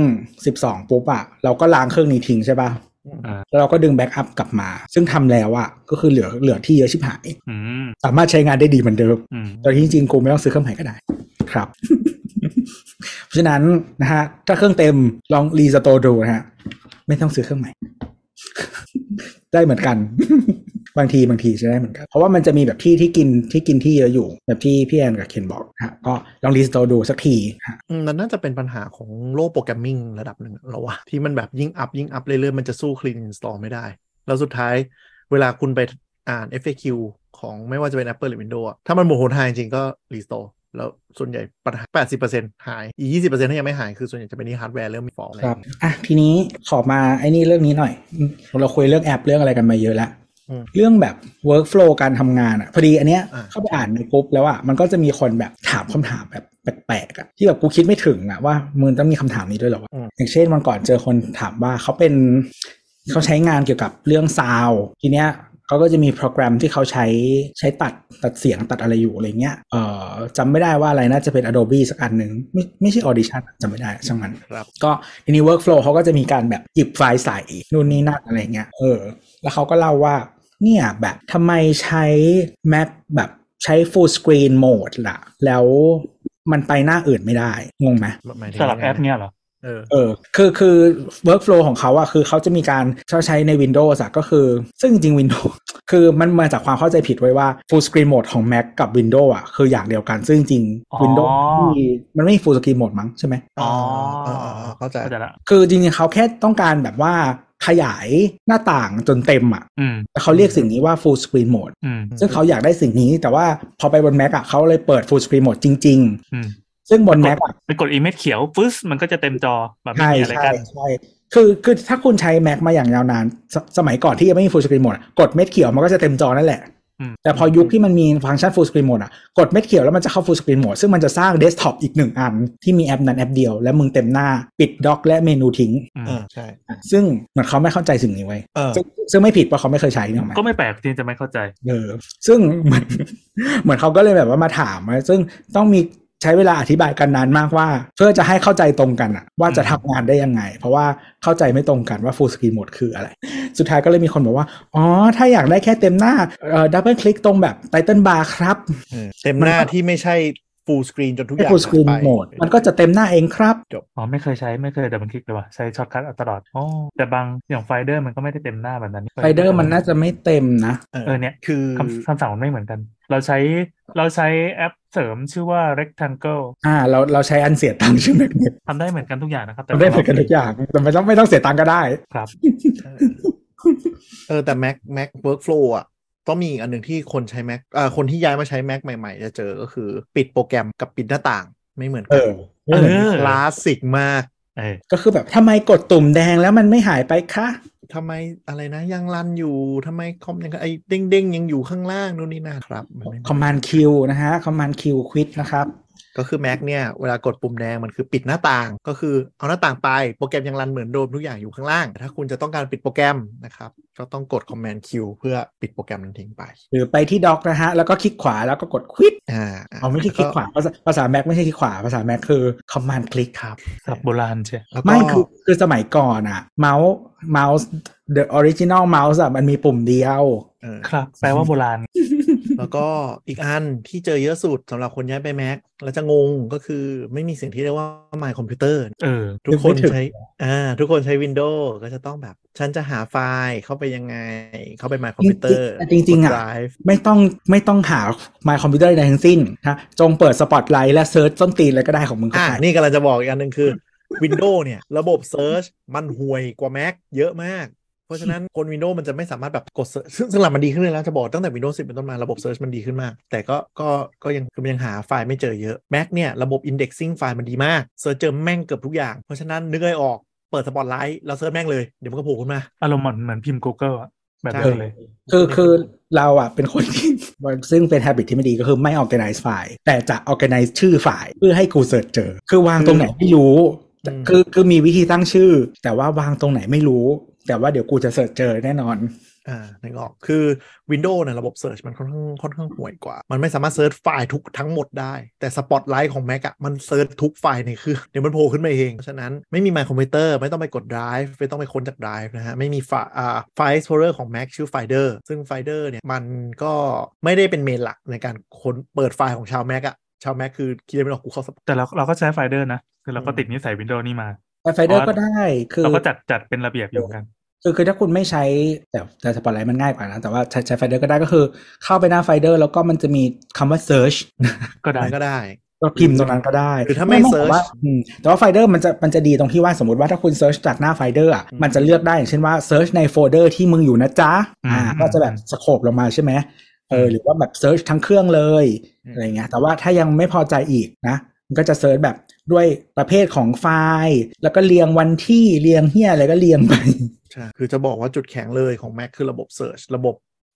B: 12 ปุ๊บอะเราก็ล้างเครื่องนี้ทิ้งใช่ป่ะ
D: อ่า
B: แล้วเราก็ดึงแบ็กอัพกลับมา ซึ่งทำแล้วอะก็คือเหลือเหลือที่เยอะชิบหาย
D: อืม
B: สามารถใช้งานได้ดีเหมือนเดิม
D: อืม
B: แต่ที่จริงๆกูไม่ต้องซื้อเครื่องใหม่ก็ได้ ครับ เพราะฉะนั้นนะฮะ ถ้าเครื่องเต็มลองรีสโตร์ดูนะฮะ ไม่ต้องซื้อเครื่องใหม่ ได้เหมือนกัน บางทีบางทีจะได้เหมือนกัน เพราะว่ามันจะมีแบบที่ที่กินที่กินที่เยอะอยู่ แบบที่พี่แอนกับเคนบอกนะฮะก็ลองรีสโตร์ดูสักทีนะฮะ
C: อืมมันน่าจะเป็นปัญหาของโลกโปรแกรมมิ่งระดับหนึ่งอะเราว่าที่มันแบบยิ่งอัพยิ่งอัพเรื่อยๆ มันจะสู้ Clean Install ไม่ได้ แล้วสุดท้ายเวลาคุณไปอ่าน FAQ ของไม่ว่าจะเป็น Apple หรือ Windows อะถ้ามันโมโหทายจริงๆก็ Restore แล้วส่วนใหญ่ปัญหา 80%หาย อีก 20%ที่ยังไม่หายคือส่วนใหญ่จะเป็นที่ฮาร์ดแวร์เริ่มมีฟอลอะไร
B: ครับอ่ะทีนี้ขอมาไอ้นี่เรื่องนี้หน่อยอืมเราคุยเรื่องแอปเรื่องอะไรกันมาเยอะแล้ว
C: อืม
B: เรื่องแบบ workflow การทำงานอ่ะ พอดีอันเนี้ย
C: อ่า
B: เข้าไปอ่านในกรุ๊ปแล้วอ่ะมันก็จะมีคนแบบถามคำถามแบบแปลกๆอ่ะที่แบบกูคิดไม่ถึงอ่ะว่ามึงต้องมีคำถามนี้ด้วยเหรอวะอย่างเช่นวันก่อนเจอคนถามว่าเขาเป็นเขาใช้งานเกี่ยวกับเรื่องซาวด์ทีเนี้ยเขาก็จะมีโปรแกรมที่เขาใช้ใช้ตัดตัดเสียงตัดอะไรอยู่อะไรเงี้ยเอ่อจำไม่ได้ว่าอะไรน่าจะเป็น Adobe สักอันหนึ่งไม่ไม่ใช่ Audition อะจำไม่ได้ช่างมัน
C: ครับ
B: ก็ทีนี้ workflow เขาก็จะมีการแบบหยิบไฟล์ใส่นู่นนี่นั่นอะไรเงี้ยเออ แล้วเขาก็เล่าว่า เนี่ยแบบทำไมใช้ Mac แบบใช้ full screen mode ล่ะ แล้วมันไปหน้าอื่นไม่ได้ งงไหม
C: หมายถึง
D: สลับแอปเนี่ยเหรอ
C: เออ
B: เออ คือ คือ workflow ของเขาอะคือเขาจะมีการเขาใช้ใน Windows อะก็คือ ซึ่งจริง Windows คือมันมาจากความเข้าใจผิดไว้ว่า full screen mode ของ Mac กับ Windows อะคืออย่างเดียวกัน ซึ่งจริง
D: อ๋อ
B: Windows ที่มันไม่มี full screen mode มั้งใช่ไหม
D: อ๋อ
C: เออเออเออเข้าใจ
D: เข้าใจละ
B: คือจริงๆเขาแค่ต้องการแบบว่าขยายหน้าต่างจนเต็มอะ
D: อืม
B: แต่เขาเรียกสิ่งนี้ว่า full screen mode
D: อืม
B: ซึ่งเขาอยากได้สิ่งนี้ แต่ว่าพอไปบน Mac อะเขาเลยเปิด full screen mode จริง
D: อืม
B: ๆ ซึ่งบน Mac อะ
D: ไปกดอีเมจเขียวปึ๊สมันก็จะเต็มจอแบบไม่
B: ใช่
D: มีอะไร
B: ใช่
D: กัน
B: ใช่คือคือถ้าคุณใช้ Mac มาอย่างยาวนานสสมัยก่อนที่ยังไม่มี full screen mode อะกดเม็ดเขียวมันก็จะเต็มจอนั่นแหละ
D: อืม
B: แต่พอยุคที่มันมีฟังก์ชัน full screen mode อ่ะ กดเม็ดเขียวแล้วมันจะเข้า full screen mode ซึ่งมันจะสร้างเดสก์ท็อปอีกหนึ่งอัน ที่มีแอปนั้นแอปเดียว และมึงเต็มหน้าปิดด็อกและเมนูทิ้ง
D: อืม
C: เออใช่
B: ซึ่งเหมือนเขาไม่เข้าใจสิ่งนี้ไว้ย
C: เออ
B: ซึ่งซึ่งไม่ผิดเพราะเขาไม่เคยใช้นี่หรอกไหม
D: ก็ไม่แปลกที่จะไม่เข้าใจ
B: เออซึ่งเหมือน เหมือนเขาก็เลยแบบว่ามาถามว่าซึ่งต้องมี ใช้เวลาอธิบายกันนานมากว่า เพื่อจะให้เข้าใจตรงกันอะว่าจะทำงานได้ยังไง เพราะว่าเข้าใจไม่ตรงกันว่า full screen mode คืออะไร สุดท้ายก็เลยมีคนบอกว่า อ๋อ ถ้าอยากได้แค่เต็มหน้าเอ่อดับเบิลคลิกตรงแบบไตเติลบาร์ครับ
C: เออเต็มหน้าที่ไม่ใช่ full screen จนทุกอ
B: ให้
C: ย่าง
B: full screen
C: หายไป
B: mode มันก็จะเต็มหน้าเองครับ
D: อ๋อไม่เคยใช้ไม่เคยดับเบิลคลิกเลยว่ะใช้ช็อตคัทเอาตลอดอ๋อแต่บางอย่างไฟเดอร์มันก็ไม่ได้เต็มหน้าแบบนั้น
B: ไฟเดอร์มันน่าจะไม่เต็มนะ
D: เออเนี่ย
C: คือ
D: คำคำสั่งมันไม่เหมือนกัน เราใช้เราใช้แอปเสริมชื่อว่า rectangle
B: อ่า เราเราใช้อันเสียตังค์ใช่ไหมเนี่ย
D: ทำได้เหมือนกันทุกอย่างนะครับแต่
B: ทำได้เหมือนกันทุกอย่างแต่ไม่ต้องไม่ต้องเสียตังค์ก็ได้
D: ครับ
C: เออแต่ Mac Mac workflow อ่ะต้องมีอีกอันหนึ่งที่คนใช้ Mac อ่าคนที่ย้ายมาใช้ Mac ใหม่ ๆ จะเจอก็คือปิดโปรแกรมกับปิดหน้าต่างไม่เหมือน
B: เอ
C: กัน
B: อ
D: เออ
C: คลาสสิกมาก
D: เออ
B: ก็คือแบบทำไมกดตุ่มแดงแล้วมันไม่หายไปคะ
C: ทำไมอะไรนะยังรันอยู่ทำไมคอมยังไอเด้งเด้งๆ ยังอยู่ข้างล่างนู่นนี่นะครับมันไม่เหมือน
B: คอมมานด์คิวนะฮะคอมมานด์คิวควิดนะครับ
C: ก็คือ Mac เนี่ย เวลากดปุ่มแดงมันคือปิดหน้าต่าง ก็คือเอาหน้าต่างไปโปรแกรมยังรันเหมือนเดิมทุกอย่างอยู่ข้างล่างแต่ถ้าคุณจะต้องการปิดโปรแกรมนะครับก็ต้องกด Command Q เพื่อปิดโปรแกรมนั้นทิ้งไป
B: หรือไปที่ด็อกนะฮะ แล้วก็คลิกขวาแล้วก็กดควิด
C: อ่า
B: เอาไม่ใช่คลิกขวาภาษาภาษาแม็กไม่ใช่คลิกขวาภาษาแม็กคือคอมมานด์คลิกครับ
D: สับโบราณใช่
C: แล้วก็
B: ไม่คือคือสมัยก่อนอะเมาส์เมาส์ the original mouse อะมันมีปุ่มเดียว
C: เออ
D: ครับ แปลว่าโบราณ
C: แล้วก็อีกอันที่เจอเยอะสุดสำหรับคนย้ายไป Mac แล้วจะงงก็คือไม่มีสิ่งที่เรียกว่า My Computer
D: เออ
C: ทุกคน
B: นึกไม่ถึง
C: ใช้อ่าทุกคนใช้ Windows ก็จะต้องแบบ ฉันจะหาไฟล์เข้าไปยังไง เข้าไป My Computer
B: จริงๆจริงๆ
C: ก
B: อะ
C: ด Drive
B: ไม่ต้องไม่ต้องหา my computer ใดทั้งสิ้นนะจงเปิด spotlight และ search ส้นตีนอะไรก็ได้ของมึงก็
C: อ่า
B: ได้
C: นี่กำลังจะบอกอีกอันหนึ่งคือ Windows เนี่ย ระบบ Search มันห่วยกว่า Mac เยอะมาก เพราะฉะนั้นคน Windows มันจะไม่สามารถแบบกด Search ซึ่งซึ่งหลังมันดีขึ้นเลยแล้วจะบอกตั้งแต่ Windows 10 เป็นต้นมาระบบ Search มันดีขึ้นมาก แต่ก็ก็ก็ยังคือมันยังหาไฟล์ไม่เจอเยอะ Mac เนี่ย ระบบ Indexing ไฟล์มันดีมาก Search เจอแม่งเกือบทุกอย่าง เพราะฉะนั้นนึกอะไรออกเปิด Spotlight แล้วเซิร์ชแม่งเลย เดี๋ยวมันก็โผล่ขึ้นมา
D: อารมณ์เหมือนเหมือนพิมพ์ Google อะแบบ
C: ใช่
D: นั้นเลย
B: คือคือเราอะเป็นคนที่ ซึ่งเป็น habit ที่ไม่ดีก็คือไม่ organize ไฟล์แต่จะ organize ชื่อไฟล์เพื่อให้กู search เจอ คือวางตรงไหนไม่รู้
C: อืม
B: คือคือมีวิธีตั้งชื่อ แต่ว่าวางตรงไหนไม่รู้ แต่ว่าเดี๋ยวกูจะ search เจอแน่นอน
C: อ่านึกออก คือ Windows เนี่ยระบบ Search มันค่อนข้างค่อนข้างห่วยกว่า มันไม่สามารถเซิร์ชไฟล์ทุกทั้งหมดได้ แต่ Spotlight ของ Mac อะมันเซิร์ชทุกไฟล์ในเครื่องเดี๋ยวมัน โผล่ขึ้นมาเอง เพราะฉะนั้นไม่มี My Computer ไม่ต้องไปกด Drive ไม่ต้องไปค้นจาก Drive นะฮะ ไม่มีไฟล์อ่าไฟล์ Explorer ของ Mac ชื่อ Finder ซึ่ง Finder เนี่ย มันก็ไม่ได้เป็นเมนหลักในการค้นเปิดไฟล์ของชาว Mac อะชาว Mac คือคิดไม่ออกกูเข้า Spot-
D: แต่เราเราก็ใช้ไฟเดอร์นะ คือเราก็
C: อืม
D: ติดนิสัย Windows นี่มา
B: แต่ไฟเดอร์ก็ได้คือ
D: เราก็จัดจัดเป็นระเบียบอยู่เหมือนกัน
B: คือคือถ้าคุณไม่ใช้แต่แต่สปอตไลท์มันง่ายกว่านะ แต่ว่าใช้ใช้ไฟเดอร์ก็ได้ก็คือ เข้าไปหน้าไฟเดอร์แล้วก็มันจะมีคำว่า search
D: ก็ได้
C: มันก็ได้
B: ก็พิมพ์ตรงนั้นก็ได้
C: หรือถ้าไม่ search
B: แแต่ว่าอืมแต่ว่าไฟเดอร์มันจะมันจะดีตรงที่ว่าสมมติว่าถ้าคุณ search จากหน้าไฟเดอร์อ่ะ
C: อืม
B: มันจะเลือกได้อย่างเช่นว่า search ในโฟลเดอร์ที่มึงอยู่นะจ๊ะ
D: อืม
B: อ่าก็จะแบบสโคบลงมาใช่ไหมเออหรือว่าแบบ search ทั้งเครื่องเลยอะไรเงี้ยแต่ว่าถ้ายังไม่พอใจอีกนะมันก็จะ search แบบด้วยประเภทของไฟล์ แล้วก็เรียงวันที่เรียงเฮียอะไรก็เรียงไป
C: ใช่คือจะบอกว่าจุดแข็งเลยของ Mac คือระบบ Search ระบบ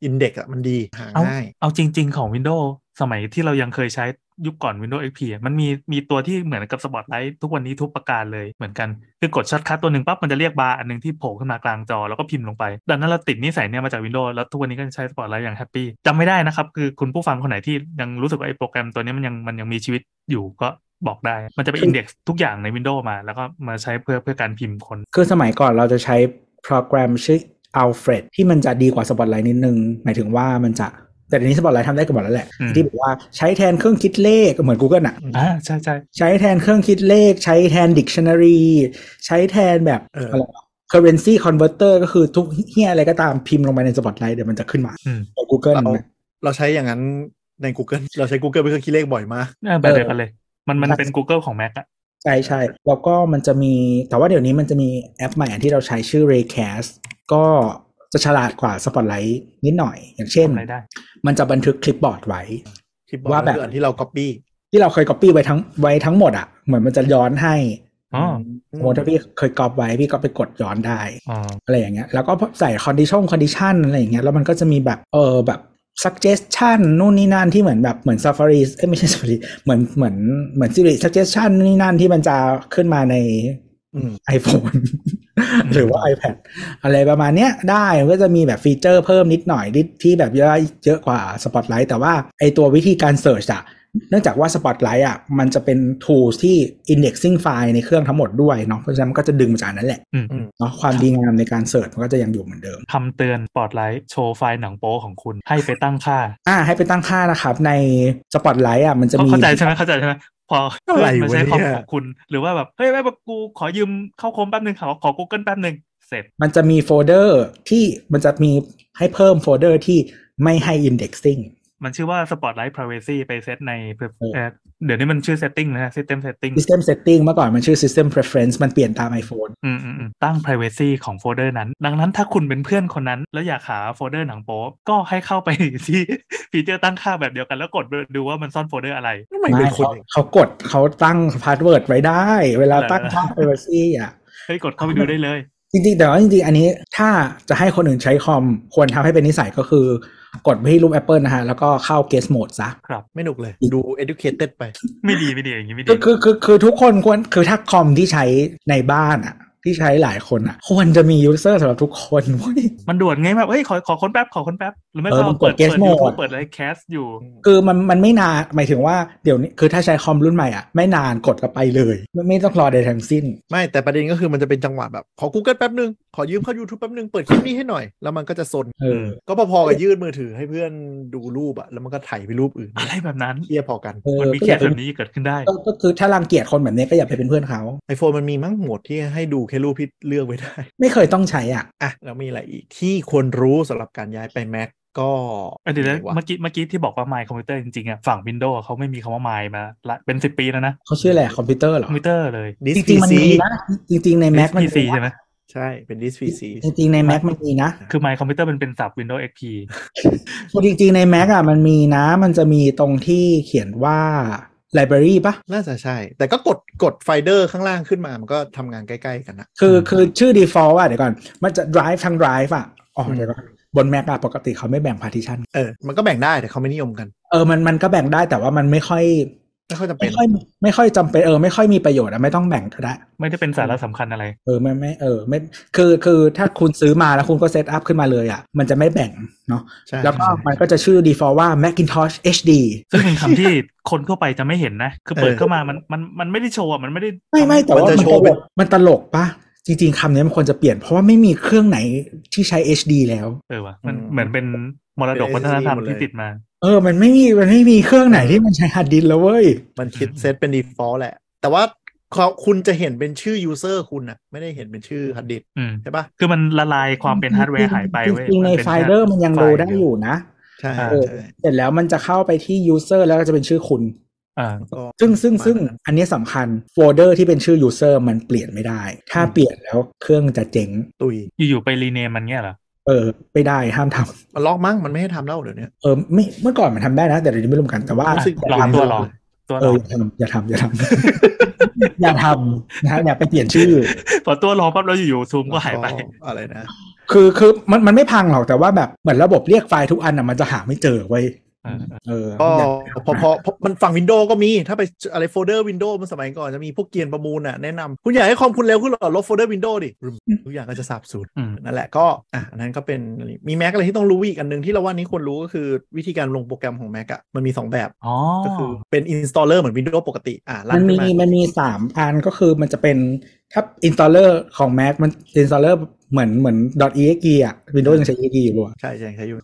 C: Index อะมันดีหา
D: เอา
C: ง่าย
D: เอาจริง ๆ ของ Windows สมัยที่เรายังเคยใช้ยุคก่อน Windows XP อะมันมีมีตัวที่เหมือนกับ Spotlight ทุกวันนี้ทุกประการเลยเหมือนกัน คือกดช็อตคัทตัวหนึ่งปั๊บมันจะเรียกบาร์อันหนึงที่โผล่ขึ้นมากลางจอแล้วก็พิมพ์ลงไป ดังนั้นเราติดนิสัยเนี่ยมาจาก Windows แล้วทุกวันนี้ก็ยังใช้ Spotlight อย่างแฮปปี้จำไม่ได้นะครับ คือคุณผู้ฟังคนไหนที่ยังรู้สึกว่าไอ้โปรแกรมตัวนี้มันยังมันยังมีชีวิตอยู่ก็บอกได้ มันจะไปอินเด็กซ์ทุกอย่างใน Windows มา แล้วก็มาใช้เพื่อเพื่อการพิมพ์คน
B: คือสมัยก่อนเราจะใช้โปรแกรมชื่อ Alfred ที่มันจะดีกว่า Spotlight นิดนึง หมายถึงว่ามันจะ แต่เดี๋ยวนี้ Spotlight ทำได้กันหมดแล้วแหละ
D: อืม
B: ที่บอกว่าใช้แทนเครื่องคิดเลขเหมือน Google น่ะ
D: อ่าใช่ใช่
B: ใช้แทนเครื่องคิดเลข ใช้แทน Dictionary ใช้แทนแบบ
C: เอออ
B: อะไรวะ Currency Converter ก็คือทุกเฮียอะไรก็ตามพิมพ์ลงไปใน Spotlight เดี๋ยวมันจะขึ้นมา
D: อืม
B: ใน Google
C: เรา
B: นะ
C: เราใช้อย่างนั้นใน Google เราใช้ Google เป็นเครื่องคิดเลขบ่อยมาก
D: เออแบบเดียวกันเลย มันมันเป็น Google ของ Mac อะ
B: ใช่ใช่แล้วก็มันจะมีแต่ว่าเดี๋ยวนี้มันจะมีแอปใหม่อันที่เราใช้ชื่อ Raycast ก็จะฉลาดกว่า Spotlight นิดหน่อย อย่างเช่น
D: ทำอะไรได้
B: มันจะบันทึกคลิปบอร์ดไว้
C: คลิปบอร์ด
B: ว่าแบบ
C: นั่นคืออันที่เรา copy
B: ที่เราเคย copy ไว้ทั้งไว้ทั้งหมดอะ่ะ เหมือนมันจะย้อนให้
D: อ๋อ
B: สมมติถ้าพี่เคยกรอบไว้พี่ก็ไปกดย้อนได้
D: อ๋อ
B: อะไรอย่างเงี้ยแล้วก็ใส่ condition condition อะไรอย่างเงี้ยแล้วมันก็จะมีแบบเออแบบ suggestion นู่นนี่นั่นที่เหมือนแบบเหมือน Safari เอ้ยไม่ใช่ Safari เหมือนเหมือนเหมือน Siri suggestion นู่นนี่นั่นที่มันจะขึ้นมาใน
C: อืม
B: iPhone หรือว่า iPad อะไรประมาณเนี้ยได้มันก็จะมีแบบฟีเจอร์เพิ่มนิดหน่อยที่ที่แบบเยอะเยอะกว่า Spotlight แต่ว่าไอตัววิธีการ Search อะ เนื่องจากว่า Spotlight อ่ะมันจะเป็น tools ที่ indexing ไฟล์ในเครื่องทั้งหมดด้วยเนาะเพราะฉะนั้นมันก็จะดึงมาจากอันนั้นแหละ
D: อืม
B: เนาะความดีงามในการเสิร์ชมันก็จะยังอยู่เหมือนเดิม
D: คำเตือนปอดไลท์โชว์ไฟล์หนังโป๊ของคุณให้ไปตั้งค่า
B: อ่าให้ไปตั้งค่านะครับ ใน Spotlight อ่ะมันจะมี
D: เข้าใจใช่ไหมเข้าใจใช่ไหมพอ
C: อะ
D: เพื่
C: ไร
D: อนมาใช้
C: วะ
D: คอม
C: เนี่ย
D: ของคุณ หรือว่าแบบ เฮ้ยแม่กูขอยืมเข้าโคมแป๊บหนึ่งขอขอ Google แป๊บหนึ่งเสร็จ
B: มันจะมีโฟลเดอร์ที่มันจะมีให้เพิ่มโฟลเดอร์ที่ไม่ให้ indexing
D: มันชื่อว่า Spotlight Privacy ไปเซตในเอ่อเดี๋ยวนี้มันชื่อ setting นะ system setting
B: system setting เมื่อก่อนมันชื่อ system preference มันเปลี่ยนตาม iPhone
D: อืมอืมอืมตั้ง privacy ของโฟลเดอร์นั้น ดังนั้นถ้าคุณเป็นเพื่อนคนนั้น แล้วอยากหาโฟลเดอร์หนังโป๊ก็ให้เข้าไป ที่ ฟีเจอร์ตั้งค่าแบบเดียวกันแล้วกดดูว่ามันซ่อนโฟลเดอร์อะไร
C: ทำไมเป็นคน
B: เขาเขากดเขาตั้งพาสเวิร์ดไว้ได้ เวลา
D: เหรอ
B: ตั้งค่า privacy อ่ะ
D: เฮ้ยกดเข้าไปดูได้เลย
B: จริงๆ แต่ว่าจริงๆ อันนี้ถ้าจะให้คนอื่นใช้คอมควรทำให้เป็นนิสัยก็คือกดไปที่รูป Apple นะฮะ แล้วก็เข้า guest mode ซะ
C: ไม่หนุกเลยดู educated ไป
D: ไม่ดีไม่ดีอย่างนี้ไม่ดี
B: คือคือคือคือทุกคนควรคือถ้าคอมที่ใช้ในบ้านอ่ะ ที่ใช้หลายคนอ่ะ ควรจะมี user สำหรับทุกคน เว้ย
D: มันด่วนไงแบบเฮ้ยขอขอค้นแป๊บขอค้นแป๊บหรือไม่
B: เออ
D: ก็
B: มันกด
D: เปิด
B: guest
D: เปิดยูทูบ
B: mode
D: เปิดอะไรแคสอยู่
B: คือมันมันไม่นานหมายถึงว่าเดี๋ยวนี้คือถ้าใช้คอมรุ่นใหม่อ่ะไม่นานกดก็ไปเลยไม่ไม่ต้องรอใดทั้งสิ้น
C: ไม่แต่ประเด็นก็คือมันจะเป็นจังหวะแบบ ขอ Google แป๊บนึง ขอยืมเข้า YouTube แป๊บนึง เปิดคลิปนี้ให้หน่อย แล้วมันก็จะซน
B: เออ
C: ก็พอๆกับยื่นมือถือให้เพื่อนดูรูปอะแล้วมันก็ไถ่ายไปรูปอื่น
D: อะไรแบบนั้น
C: เทียพอกัน
B: เออ
D: มันมี
B: ก็
D: เค
B: อย่า
D: ส
B: ไป
D: แบบนี้เกิดขึ้นได้
B: ก็ก็คือถ้ารังเกียจคนแบบนี้ก็อย่าไปเป็นเพื่อนเขา
C: iPhone มันมีมั้งโหมดที่ให้ดูแค่รูปที่เลือกไว้ได้
B: ไม่เคยต้องใช้อ่ะ
C: อ่ะแล้วมีอะไรอีกที่ควรรู้สำหรับการย้ายไป Mac ก็
D: เดี๋ยวนะ
C: ไหนวะ
D: เมื่อกี้เมื่อกี้ที่บอกว่า My Computer จริงๆอ่ะฝั่ง Windows เขาไม่มีคำว่า My มาละเป็นสิบปีแล้วนะ
B: เขาชื่ออะไรคอมพิวเตอร์เหร
D: ค
B: อ
D: อมพิวเตอร์เลย
C: ดิส
B: จ
C: พี
B: ริงๆมัน
C: ซี
B: มีนะจริงๆใน Mac มัน
D: PC ใช่ไหม
C: ใช่เป็นดิสพีซี
B: จริงๆใน Mac มันมีนะ
D: คือ My Computer มันเป็นสับ Windows XP
B: จริงๆใน Mac อ่ะมันมีนะ มันจะมีตรงที่เขียนว่า library ปะ
C: น่าจะใช่ แต่ก็กดกดไฟเดอร์ข้างล่างขึ้นมามันก็ทำงานใกล้ๆกันนะ
B: คือคือชื่อ default อ่ะเดี๋ยวก่อน มันจะ drive ทั้ง drive อ่ะอ๋อ
C: อืม
B: เดี๋ยวก่อนบน Mac อ่ะปกติเขาไม่แบ่ง partition
C: เออมันก็แบ่งได้แต่เขาไม่นิยมกัน
B: เออมันมันก็แบ่งได้แต่ว่ามันไม่ค่อย
C: ไม่ค่อยจะเป็
B: ไม่
C: น
B: ค่อยไม่ค่อยจำเป็นเออไม่ค่อยมีประโยชน์อะไม่ต้องแบ่งก็ได้
D: ไม่ได้เป็นสาระสำคัญอะไร
B: เออไม่ไม่เออไม่คือคือถ้าคุณซื้อมาแล้วคุณก็เซตอัพขึ้นมาเลยอะมันจะไม่แบ่งเนาะ
C: ใช่
B: แล้วก็มันก็จะชื่อ default ว่า Macintosh HD
D: ซึ่งเป็นคำที่คนทั่วไปจะไม่เห็นนะ คือเปิดเข้ามามันมันมันไม่ได้โชว์อะมันไม่ได้
B: ไม่ไม่แต่ว่ามัน
C: จะ
B: ต
C: โช
B: ล
C: ว์
B: ก
C: เป็น
B: มันตลกปะจริง ๆคำนี้มันควรจะเปลี่ยนเพราะว่าไม่มีเครื่องไหนที่ใช้ HD แล้ว
D: เออว่ะมัน
C: อืม
D: เหมือนเป็นมรดกวัฒนธรรมที่ติดมา
B: เออมันไม่มีมันไม่มีเครื่องไหนที่มันใช้ฮาร์ดดิสก์แล้วเว้ย
C: มันคิดเซตเป็น default แหละ แต่ว่าเขาคุณจะเห็นเป็นชื่อ user คุณนะไม่ได้เห็นเป็นชื่อ hard disk
D: อืม
C: ใช่ปะ
D: คือมันละลายความเป็นฮาร์ดแวร์หายไปเว้ย
B: จริงๆใน
D: มัป็
B: ไฟเดอร์มันยัง
D: ไฟ
B: ดู
D: ล์
B: ได้
D: เว
B: อยู่นะ
C: ใช่
B: เออ
C: ใช่
B: เสร็จแล้วมันจะเข้าไปที่ user แล้วก็จะเป็นชื่อคุณ
D: อ่า
C: ก็
B: ซึ่งซึ่งซึ่ง
C: ประมาณนั้น
B: อันนี้สำคัญโฟลเดอร์ที่เป็นชื่อ user มันเปลี่ยนไม่ได้ ถ้า
D: อืม
B: เปลี่ยนแล้วเครื่องจะเจ๊ง
C: ตุย
D: อยู่ๆไปรีเนมมันเงี้ยเหรอ
B: เออไม่ได้ห้ามทำ
C: มันล็อกมั้งมันไม่ให้ทำแล้วเดี๋ยวนี้
B: เออไม่เมื่อก่อนมันทำได้นะ แต่เดี๋ยวนี้ไม่รวมกันแต่ว่า
D: อ่ะ
C: รู้สึก
D: ลองตัวลอง ตัว
B: เอ
D: ลอ
B: อง อย่าทำอย่าทำอย่าทำ อย่าทำนะฮะอย่าไปเปลี่ยนชื่อ
D: พอตัวลองปั๊บแล้วอยู่ๆซูมก็หายไป
C: อะไรนะ
B: คือคือมันมันไม่พังหรอกแต่ว่าแบบเหมือนระบบเรียกไฟล์ทุกอันอ่ะมันจะหาไม่เจอไว้ย
D: เออเออ
B: เออ
C: ก็
B: อย่า
C: พอพอพอมันฝั่ง Windows ก็มีถ้าไปอะไรโฟลเดอร์ Windows มันสมัยก่อนจะมีพวกเกียร์ประมูลน่ะแนะนำคุณอยากให้คอมคุณเร็วขึ้นเหรอลบโฟลเดอร์ Windows ดิรึมทุกอย่างก็จะสับสูญ
D: อืม
C: นั่นแหละก็อ่ะอันนั้นก็เป็นมีแม็กอะไรที่ต้องรู้อีกอันหนึงที่เราว่านี้ควรรู้ก็คือวิธีการลงโปรแกรมของแม็กอะมันมี 2 แบบ
D: อ๋อ
C: ก็คือเป็น installer เหมือน Windows ปกติอ่ะลั่
B: มัน น
C: ขึ้
B: มี
C: นมา
B: มันมีสามอันก็คือมันจะเป็นถ้า installer ของ Mac มัน installer เหมือนเหมือน .exe อ่ะ Windows ยังใช้ exe อยู่ปะวะ
C: ใช่ใช่ใช่อยู่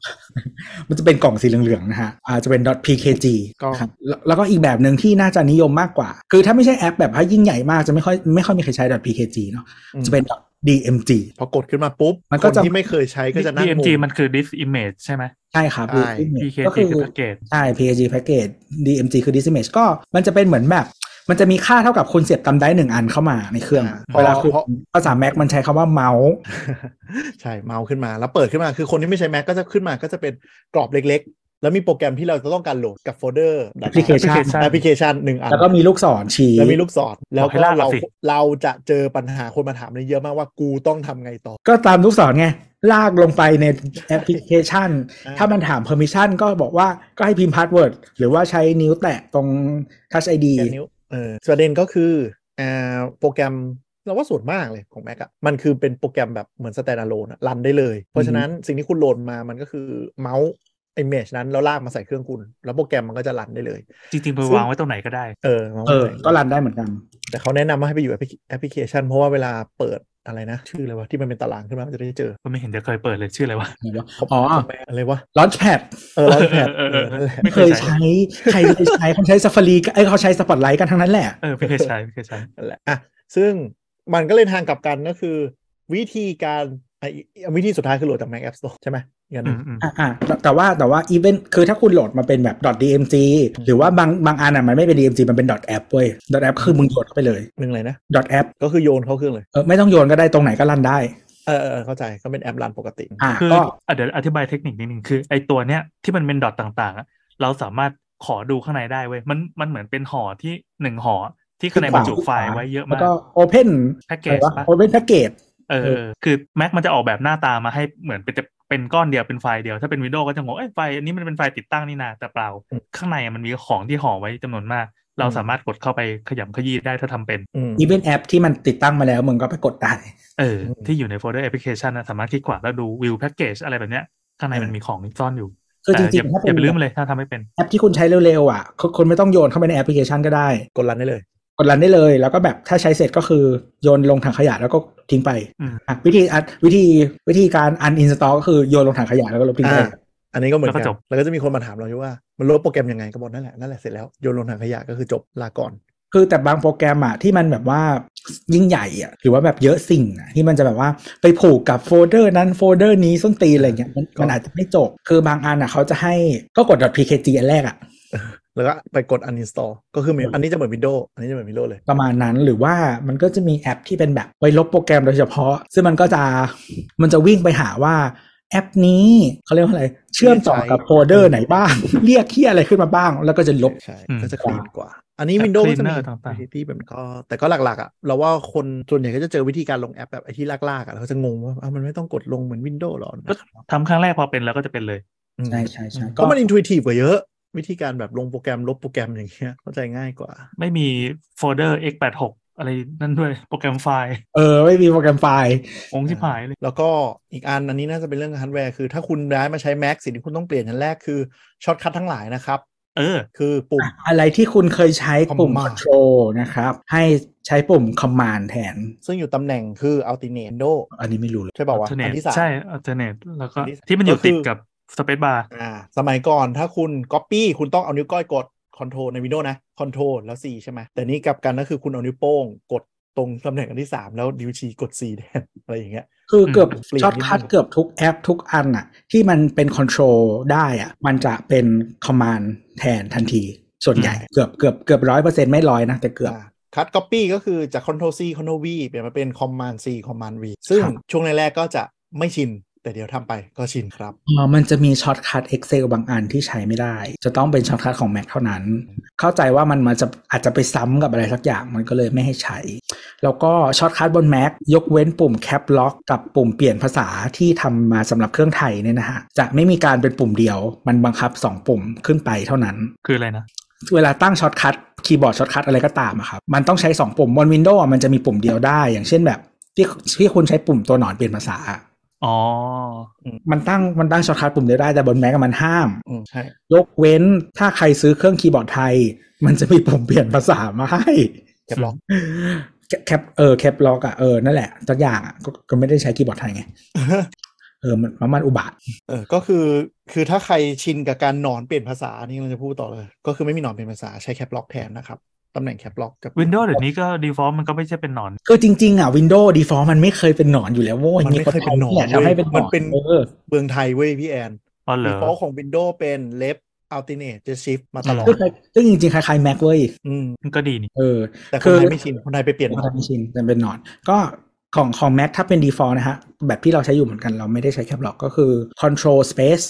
B: มันจะเป็นกล่องสีเหลืองๆนะฮะอาจจะเป็น .pkg
C: กล่อง
B: นะครับแล้วแล้วก็อีกแบบหนึ่งที่น่าจะนิยมมากกว่า คือถ้าไม่ใช่แอปแบบให้ยิ่งใหญ่มากจะไม่ค่อยไม่ค่อยมีใครใช้ .pkg เนาะ
C: อืม
B: จะเป็น .dmg
C: พอกดขึ้นมาปุ๊บ
B: มัน
C: ค
B: ก็
C: น
B: จะ
C: ที่ไม่เคยใช้ก็จะนั่ง
D: ดีเอ็ม
C: ง
D: จี
C: ง
D: มันคือ disk image ใช่ไหม
B: ใช่ครับ
C: ใช่
B: Dismage
D: PKG
B: ก็คือ
D: คือ package
B: ใช่ pkg package dmg คือ dismage ก็มันจะเป็นเหมือนแบบ มันจะมีค่าเท่ากับคุณเสียบตำได้หนึ่งอันเข้ามาในเครื่อง
C: อ่า
B: เวลาคุณ
C: เพราะ
B: ภาษา Mac มันใช้คำว่าเมาส์
C: ใช่เมาส์ขึ้นมาแล้วเปิดขึ้นมาคือคนที่ไม่ใช้แม็กก็จะขึ้นมาก็จะเป็นกรอบเล็กๆ แล้วมีโปรแกรมที่เราจะต้องการโหลดกับโฟลเดอร์
B: Application
C: แอปพลิเคชันหนึ่งอัน
B: แล้วก็มีลูกศรชี้
C: แล้วมีลูกศรแล้วก็
D: ลากมา
C: เรา
D: สิ
C: เราจะเจอปัญหาคนมาถามเนี่ยเยอะมากว่ากูต้องทำไงต่อ
B: ก็ตามลูกศรไง ลากลงไปในแอปพลิเคชัน
C: อ่า
B: ถ้ามันถาม permission ก็บอกว่าก็ให้พิมพ์พาสเวิร์ดหรือว่าใช้นิ้วแตะตรง Touch ID
C: แกนนิ้วเออประเด็นก็คืออ่าโปรแกรมเราว่าส่วนมากเลยของ Mac อะมันคือเป็นโปรแกรมแบบเหมือน standalone อะรันได้เลย เพราะฉะนั้นสิ่งที่คุณโหลดมามันก็คือเมาส์ ไอเมจนั้นแล้วลากมาใส่เครื่องคุณ แล้วโปรแกรมมันก็จะรันได้เลย
D: จริงๆไป
C: ซึ่ง
D: วางไว้ตรงไหนก็ได้
C: เออมัน
B: เออ
C: ไม่
B: ก็รันได้เหมือนกัน
C: แต่เขาแนะนำว่าให้ไปอยู่แอปพลิแอปพลิเคชัน เพราะว่าเวลาเปิดอะไรนะ ชื่ออะไรวะที่มันเป็นตารางขึ้นมามันจะได้เจอ
D: ก็ไม่เห็นจะเคยเปิดเลยชื่ออะไรวะ
B: อ๋อ
C: อะไรวะ
B: ลอนแพด
C: เออ Launchpad
D: เออเออเออ
C: นั่นแหละ
D: ไม่
B: ไม่
D: เค
B: เค
D: ย
B: ย
D: ใช้
B: ใช้ ใครเคยใช้คนใช้ซัฟฟารีไอ้ยเขาใช้สปอตไลท์กันทั้งนั้นแหละ
D: เออไม่เคยใช้ไม่เคยใช้
C: นั่นแหละอ่ะซึ่งมันก็เลยทางกลับกันก็คือ วิธีการอ่ะอีอ่ะวิธีสุดท้ายคือโหลดจาก Mac App Store ใช่ไหมอีกอันห
D: อื
C: นึง
D: มอืม
B: อ่ะอ่ะแต่แต่ว่าแต่ว่าอีเวนคือถ้าคุณโหลดมาเป็นแบบ .dmg หรือว่าบางบางอันอ่ะมันไม่เป็น dmg มันเป็น .app เว้ย .app คือมึงโหลดเข้าไปเลย
C: หนึ่งเลยนะ
B: .app
C: ก็คือโยนเข้าเครื่องเลย
B: เออไม่ต้องโยนก็ได้ตรงไหนก็รันได้
C: เออเออเออเข้าใจก็เป็นแอปรันปกติ
B: อ่ะ
D: คือ
B: ก็
D: อ่ะเดี๋ยวอธิบายเทคนิคนิดนึงคือไอตัวเนี้ยที่มันเป็นดอทต่างๆอะเราสามารถขอดูข้างในได้เว้ยมันมันเหมือนเป็นห่อที่หนึ่งห่อที่ข้างในบรรจุไฟล์ไว้เยอะ
B: แล้
D: มาว ก
B: ก็ open
D: แพ็กเก
B: อะไร
D: จ
B: วะ
D: ปะ
B: open package
D: เออเออคือ Mac มันจะออกแบบหน้าตามาให้เหมือนเป็นจะเป็นก้อนเดียวเป็นไฟล์เดียว ถ้าเป็น Windows ก็จะงงเอ้ยไฟล์อันนี้มันเป็นไฟล์ติดตั้งนี่นาแต่เปล่า
C: อืม
D: ข้างในมันมีของที่ห่อไว้จำนวนมาก เรา
C: อืม
D: สามารถกดเข้าไปขยำขยี้ได้ถ้าทำเป็น
C: อืม
B: อีเวนแอปที่มันติดตั้งมาแล้วมึงก็ไปกดได้
D: เอออ
C: ม
D: ที่อยู่ในโฟลเดอร์แอปพลิเคชันนะสามารถคลิกขวาแล้วดูวิวแพ็กเกจอะไรแบบเนี้ยข้างใน
C: อืม
D: มันมีของซ่อนอยู่
B: คือจ
D: แต่
B: ริงๆถ้า
D: อย่าอย่าไป
B: เป็น
D: ลืมเลยถ้าทำไม่เป็น
B: แอปที่คุณใช้เร็วๆอ่ะคือคุณไม่ต้องโยนเข้าไปในแอปพลิเคชันก็ได้
C: กดรันได้เลย
B: กดรันได้เลยแล้วก็แบบถ้าใช้เสร็จก็คือโยนลงถังขยะแล้วก็ทิ้งไป
D: อืม
B: อ่ะวิธีอัดวิธีวิธีการอันอินสตอลก็คือโยนลงถังขยะแล้วก็ลบทิ้งไป
C: อ่า อันนี้ก็เหมือน
D: แล้
C: กั
D: วนก็จบ
C: แล้วก็จะมีคนมาถามเราอยู่ว่ามันลบโปรแกรมยังไงก็บอกนั่นแหละนั่นแหละเสร็จแล้วโยนลงถังขยะก็คือจบลาก่อน
B: คือแต่บางโปรแกรมอ่ะที่มันแบบว่ายิ่งใหญ่อ่ะหรือว่าแบบเยอะสิ่งอะที่มันจะแบบว่าไปผูกกับโฟลเดอร์นั้นโฟลเดอร์นี้ส้นตีนอะไรเงี้ยมัน
C: ก็
B: มันอาจจะไม่จบ คือบางอันอ่ะเขาจะให้ก็กด .pkg อันแรกอ่ะ
C: แล้วก็ไปกด uninstall ก็คือเหมือน
B: อืม
C: อันนี้จะเหมือน Windows อันนี้จะเหมือน Windows เลย
B: ประมาณนั้นหรือว่ามันก็จะมีแอปที่เป็นแบบไว้ลบโปรแกรมโดยเฉพาะ ซึ่งมันก็จะมันจะวิ่งไปหาว่าแอปนี้เขาเรียกว่าอะไร เชื่อมต่อกับโฟลเดอร์ไหนบ้าง เรียกที่อะไรขึ้นมาบ้าง แล้วก็จะลบ
C: ใช่
D: อืม
C: ก็จะคลีนกว่า อันนี้ Windows
D: แต่
C: ก็จะมี
D: cleaner ต่างๆ
C: วิธีแบบก็ แต่ก็หลักๆอ่ะเราว่าคนส่วนใหญ่ก็จะเจอวิธีการลงแอปแบบไอ้ที่ลากๆอ่ะแล้วก็จะงงว่าอ้าวมันไม่ต้องกดลงเหมือน Windows หรอ
D: ก็ทำครั้งแรกพอเป็นแล้วก็จะเป็นเลย
C: อืม
B: ใช่ใช่ใช่
C: ก็มัน intuitive กว่าเยอะ วิธีการแบบลงโปรแกรมลบโปรแกรมอย่างเงี้ยเข้าใจง่ายกว่า
D: ไม่มีโฟลเดอร์ x86 อะไรนั่นด้วยโปรแกรมไฟล์
B: เออไม่มีโปรแกรมไฟล์
D: องค์ที่หายเลย
C: แล้วก็อีกอันอันนี้น่าจะเป็นเรื่องฮาร์ดแวร์คือถ้าคุณย้ายมาใช้ Mac สิ่งที่คุณต้องเปลี่ยนอันแรกคือช็อตคัททั้งหลายนะครับ
D: เออ
C: คือปุ่ม
B: อะไรที่คุณเคยใช้ปุ่ม
C: Command
B: control นะครับ ให้ใช้ปุ่ม command แทน
C: ซึ่งอยู่ตำแหน่งคือ alternate window
B: อันนี้ไม่รู้เลย
C: ใช่ป่าววะอัน
D: alternate
C: ที่สาม
D: ใช่ alternate แล้วก็
C: อันที่สาม
D: ที่มันอยู่
C: ก็คือ
D: ติดกับสเปซบาร์
C: อ่าสมัยก่อนถ้าคุณ Copy คุณต้องเอานิ้วก้อยกด Control ใน Windows นะ Control แล้ว C ใช่ไหมแต่นี่กลับกันก็คือคุณเอานิ้วโป้งกดตรงตำแหน่งอันที่ 3 แล้วนิ้วชี้กด C แทน อะไรอย่างเงี้ย
B: คือเกือบ
C: เปลี่ยน
B: ช็อตคัด
C: นิดนึง
B: เกือบทุกแอปทุกอันอ่ะ ที่มันเป็น control ได้อ่ะ มันจะเป็น command แทนทันที ส่วนใหญ่เกือบเกือบเกือบร้อยเปอร์เซ็นต์ไม่ร้อยนะ แต่เกือบ
C: คัด Copy ก็คือจาก Control C Control V เปลี่ยนมาเป็น Command C Command V ซึ่ง
B: ครับ
C: ช่วงแรกๆก็จะไม่ชิน แต่เดี๋ยวทำไปก็ชินครับ
B: เอ่อมันจะมีช็อตคัด Excel บางอันที่ใช้ไม่ได้ จะต้องเป็นช็อตคัดของ Mac เท่านั้น เข้าใจว่ามันมาจะอาจจะไปซ้ำกับอะไรสักอย่างมันก็เลยไม่ให้ใช้ แล้วก็ช็อตคัดบน Mac ยกเว้นปุ่ม Cap Lock กับปุ่มเปลี่ยนภาษาที่ทำมาสำหรับเครื่องไทยเนี่ยนะฮะ จะไม่มีการเป็นปุ่มเดียว มันบังคับ 2 ปุ่มขึ้นไปเท่านั้น
D: คืออะไรนะ
B: เวลาตั้งช็อตคัดคีย์บอร์ดช็อตคัดอะไรก็ตามอะครับ มันต้องใช้ 2 ปุ่มบน Windows อะมันจะมีปุ่มเดียวได้ อย่างเช่นแบบที่ที่คุณใช้ปุ่มตัวหนอนเปลี่ยนภาษา
D: อ๋อ
B: มันตั้งมันตั้งช็อตคัดปุ่มเดียวได้แต่บน Mac อะมันห้าม
C: อืมใช่
B: ยกเว้นถ้าใครซื้อเครื่องคีย์บอร์ดไทย มันจะมีปุ่มเปลี่ยนภาษามาให้
C: Cap Lock
B: แคปเออแคปล็อกอะเออนั่นแหละสักอย่างอะก็ก็ไม่ได้ใช้คีย์บอร์ดไทย ไงเออมันมันมันอุบาท
C: เออก็คือคือถ้าใครชินกับการหนอนเปลี่ยนภาษานี่เราจะพูดต่อเลย ก็คือไม่มีหนอนเปลี่ยนภาษาใช้แคปล็อกแทนนะครับตำแหน่งแคปล็อกกับ
D: Windows เดี๋ยวนี้ก็ default มันก็ไม่ใช่เป็นหนอน
B: คือจริง ๆอะวินโดว์ดีฟอลมันไม่เคยเป็นหนอนอยู่แล้วโว้ย
C: มันไม่เคยเป็นหนอน
B: มีคไทยแหละทำให้เป็นหน
C: มั
B: อน น
C: เป็น
B: เออ
C: เมืองไทยเว้ยพี่แอน
D: อ๋อเหร
C: ดี
D: อ
C: ฟอลของ Windows เป็น Left Alternate Just Shift มาตลอด
B: ซึ่งซึ่งจริงๆคล้ายๆแม็กเว้ย
C: อืม
D: มันก็ดีนี่
B: เออ
C: แต่ค
B: คื
C: น
B: อ
C: ไทยไม่ชิน คนไทยไปเปลี่ยน
B: เป็นทางชินแต่เป็นหนอนก็ของของ Mac ถ้าเป็น default นะฮะ แบบที่เราใช้อยู่เหมือนกันเราไม่ได้ใช้แคปล็อกก็คือ control space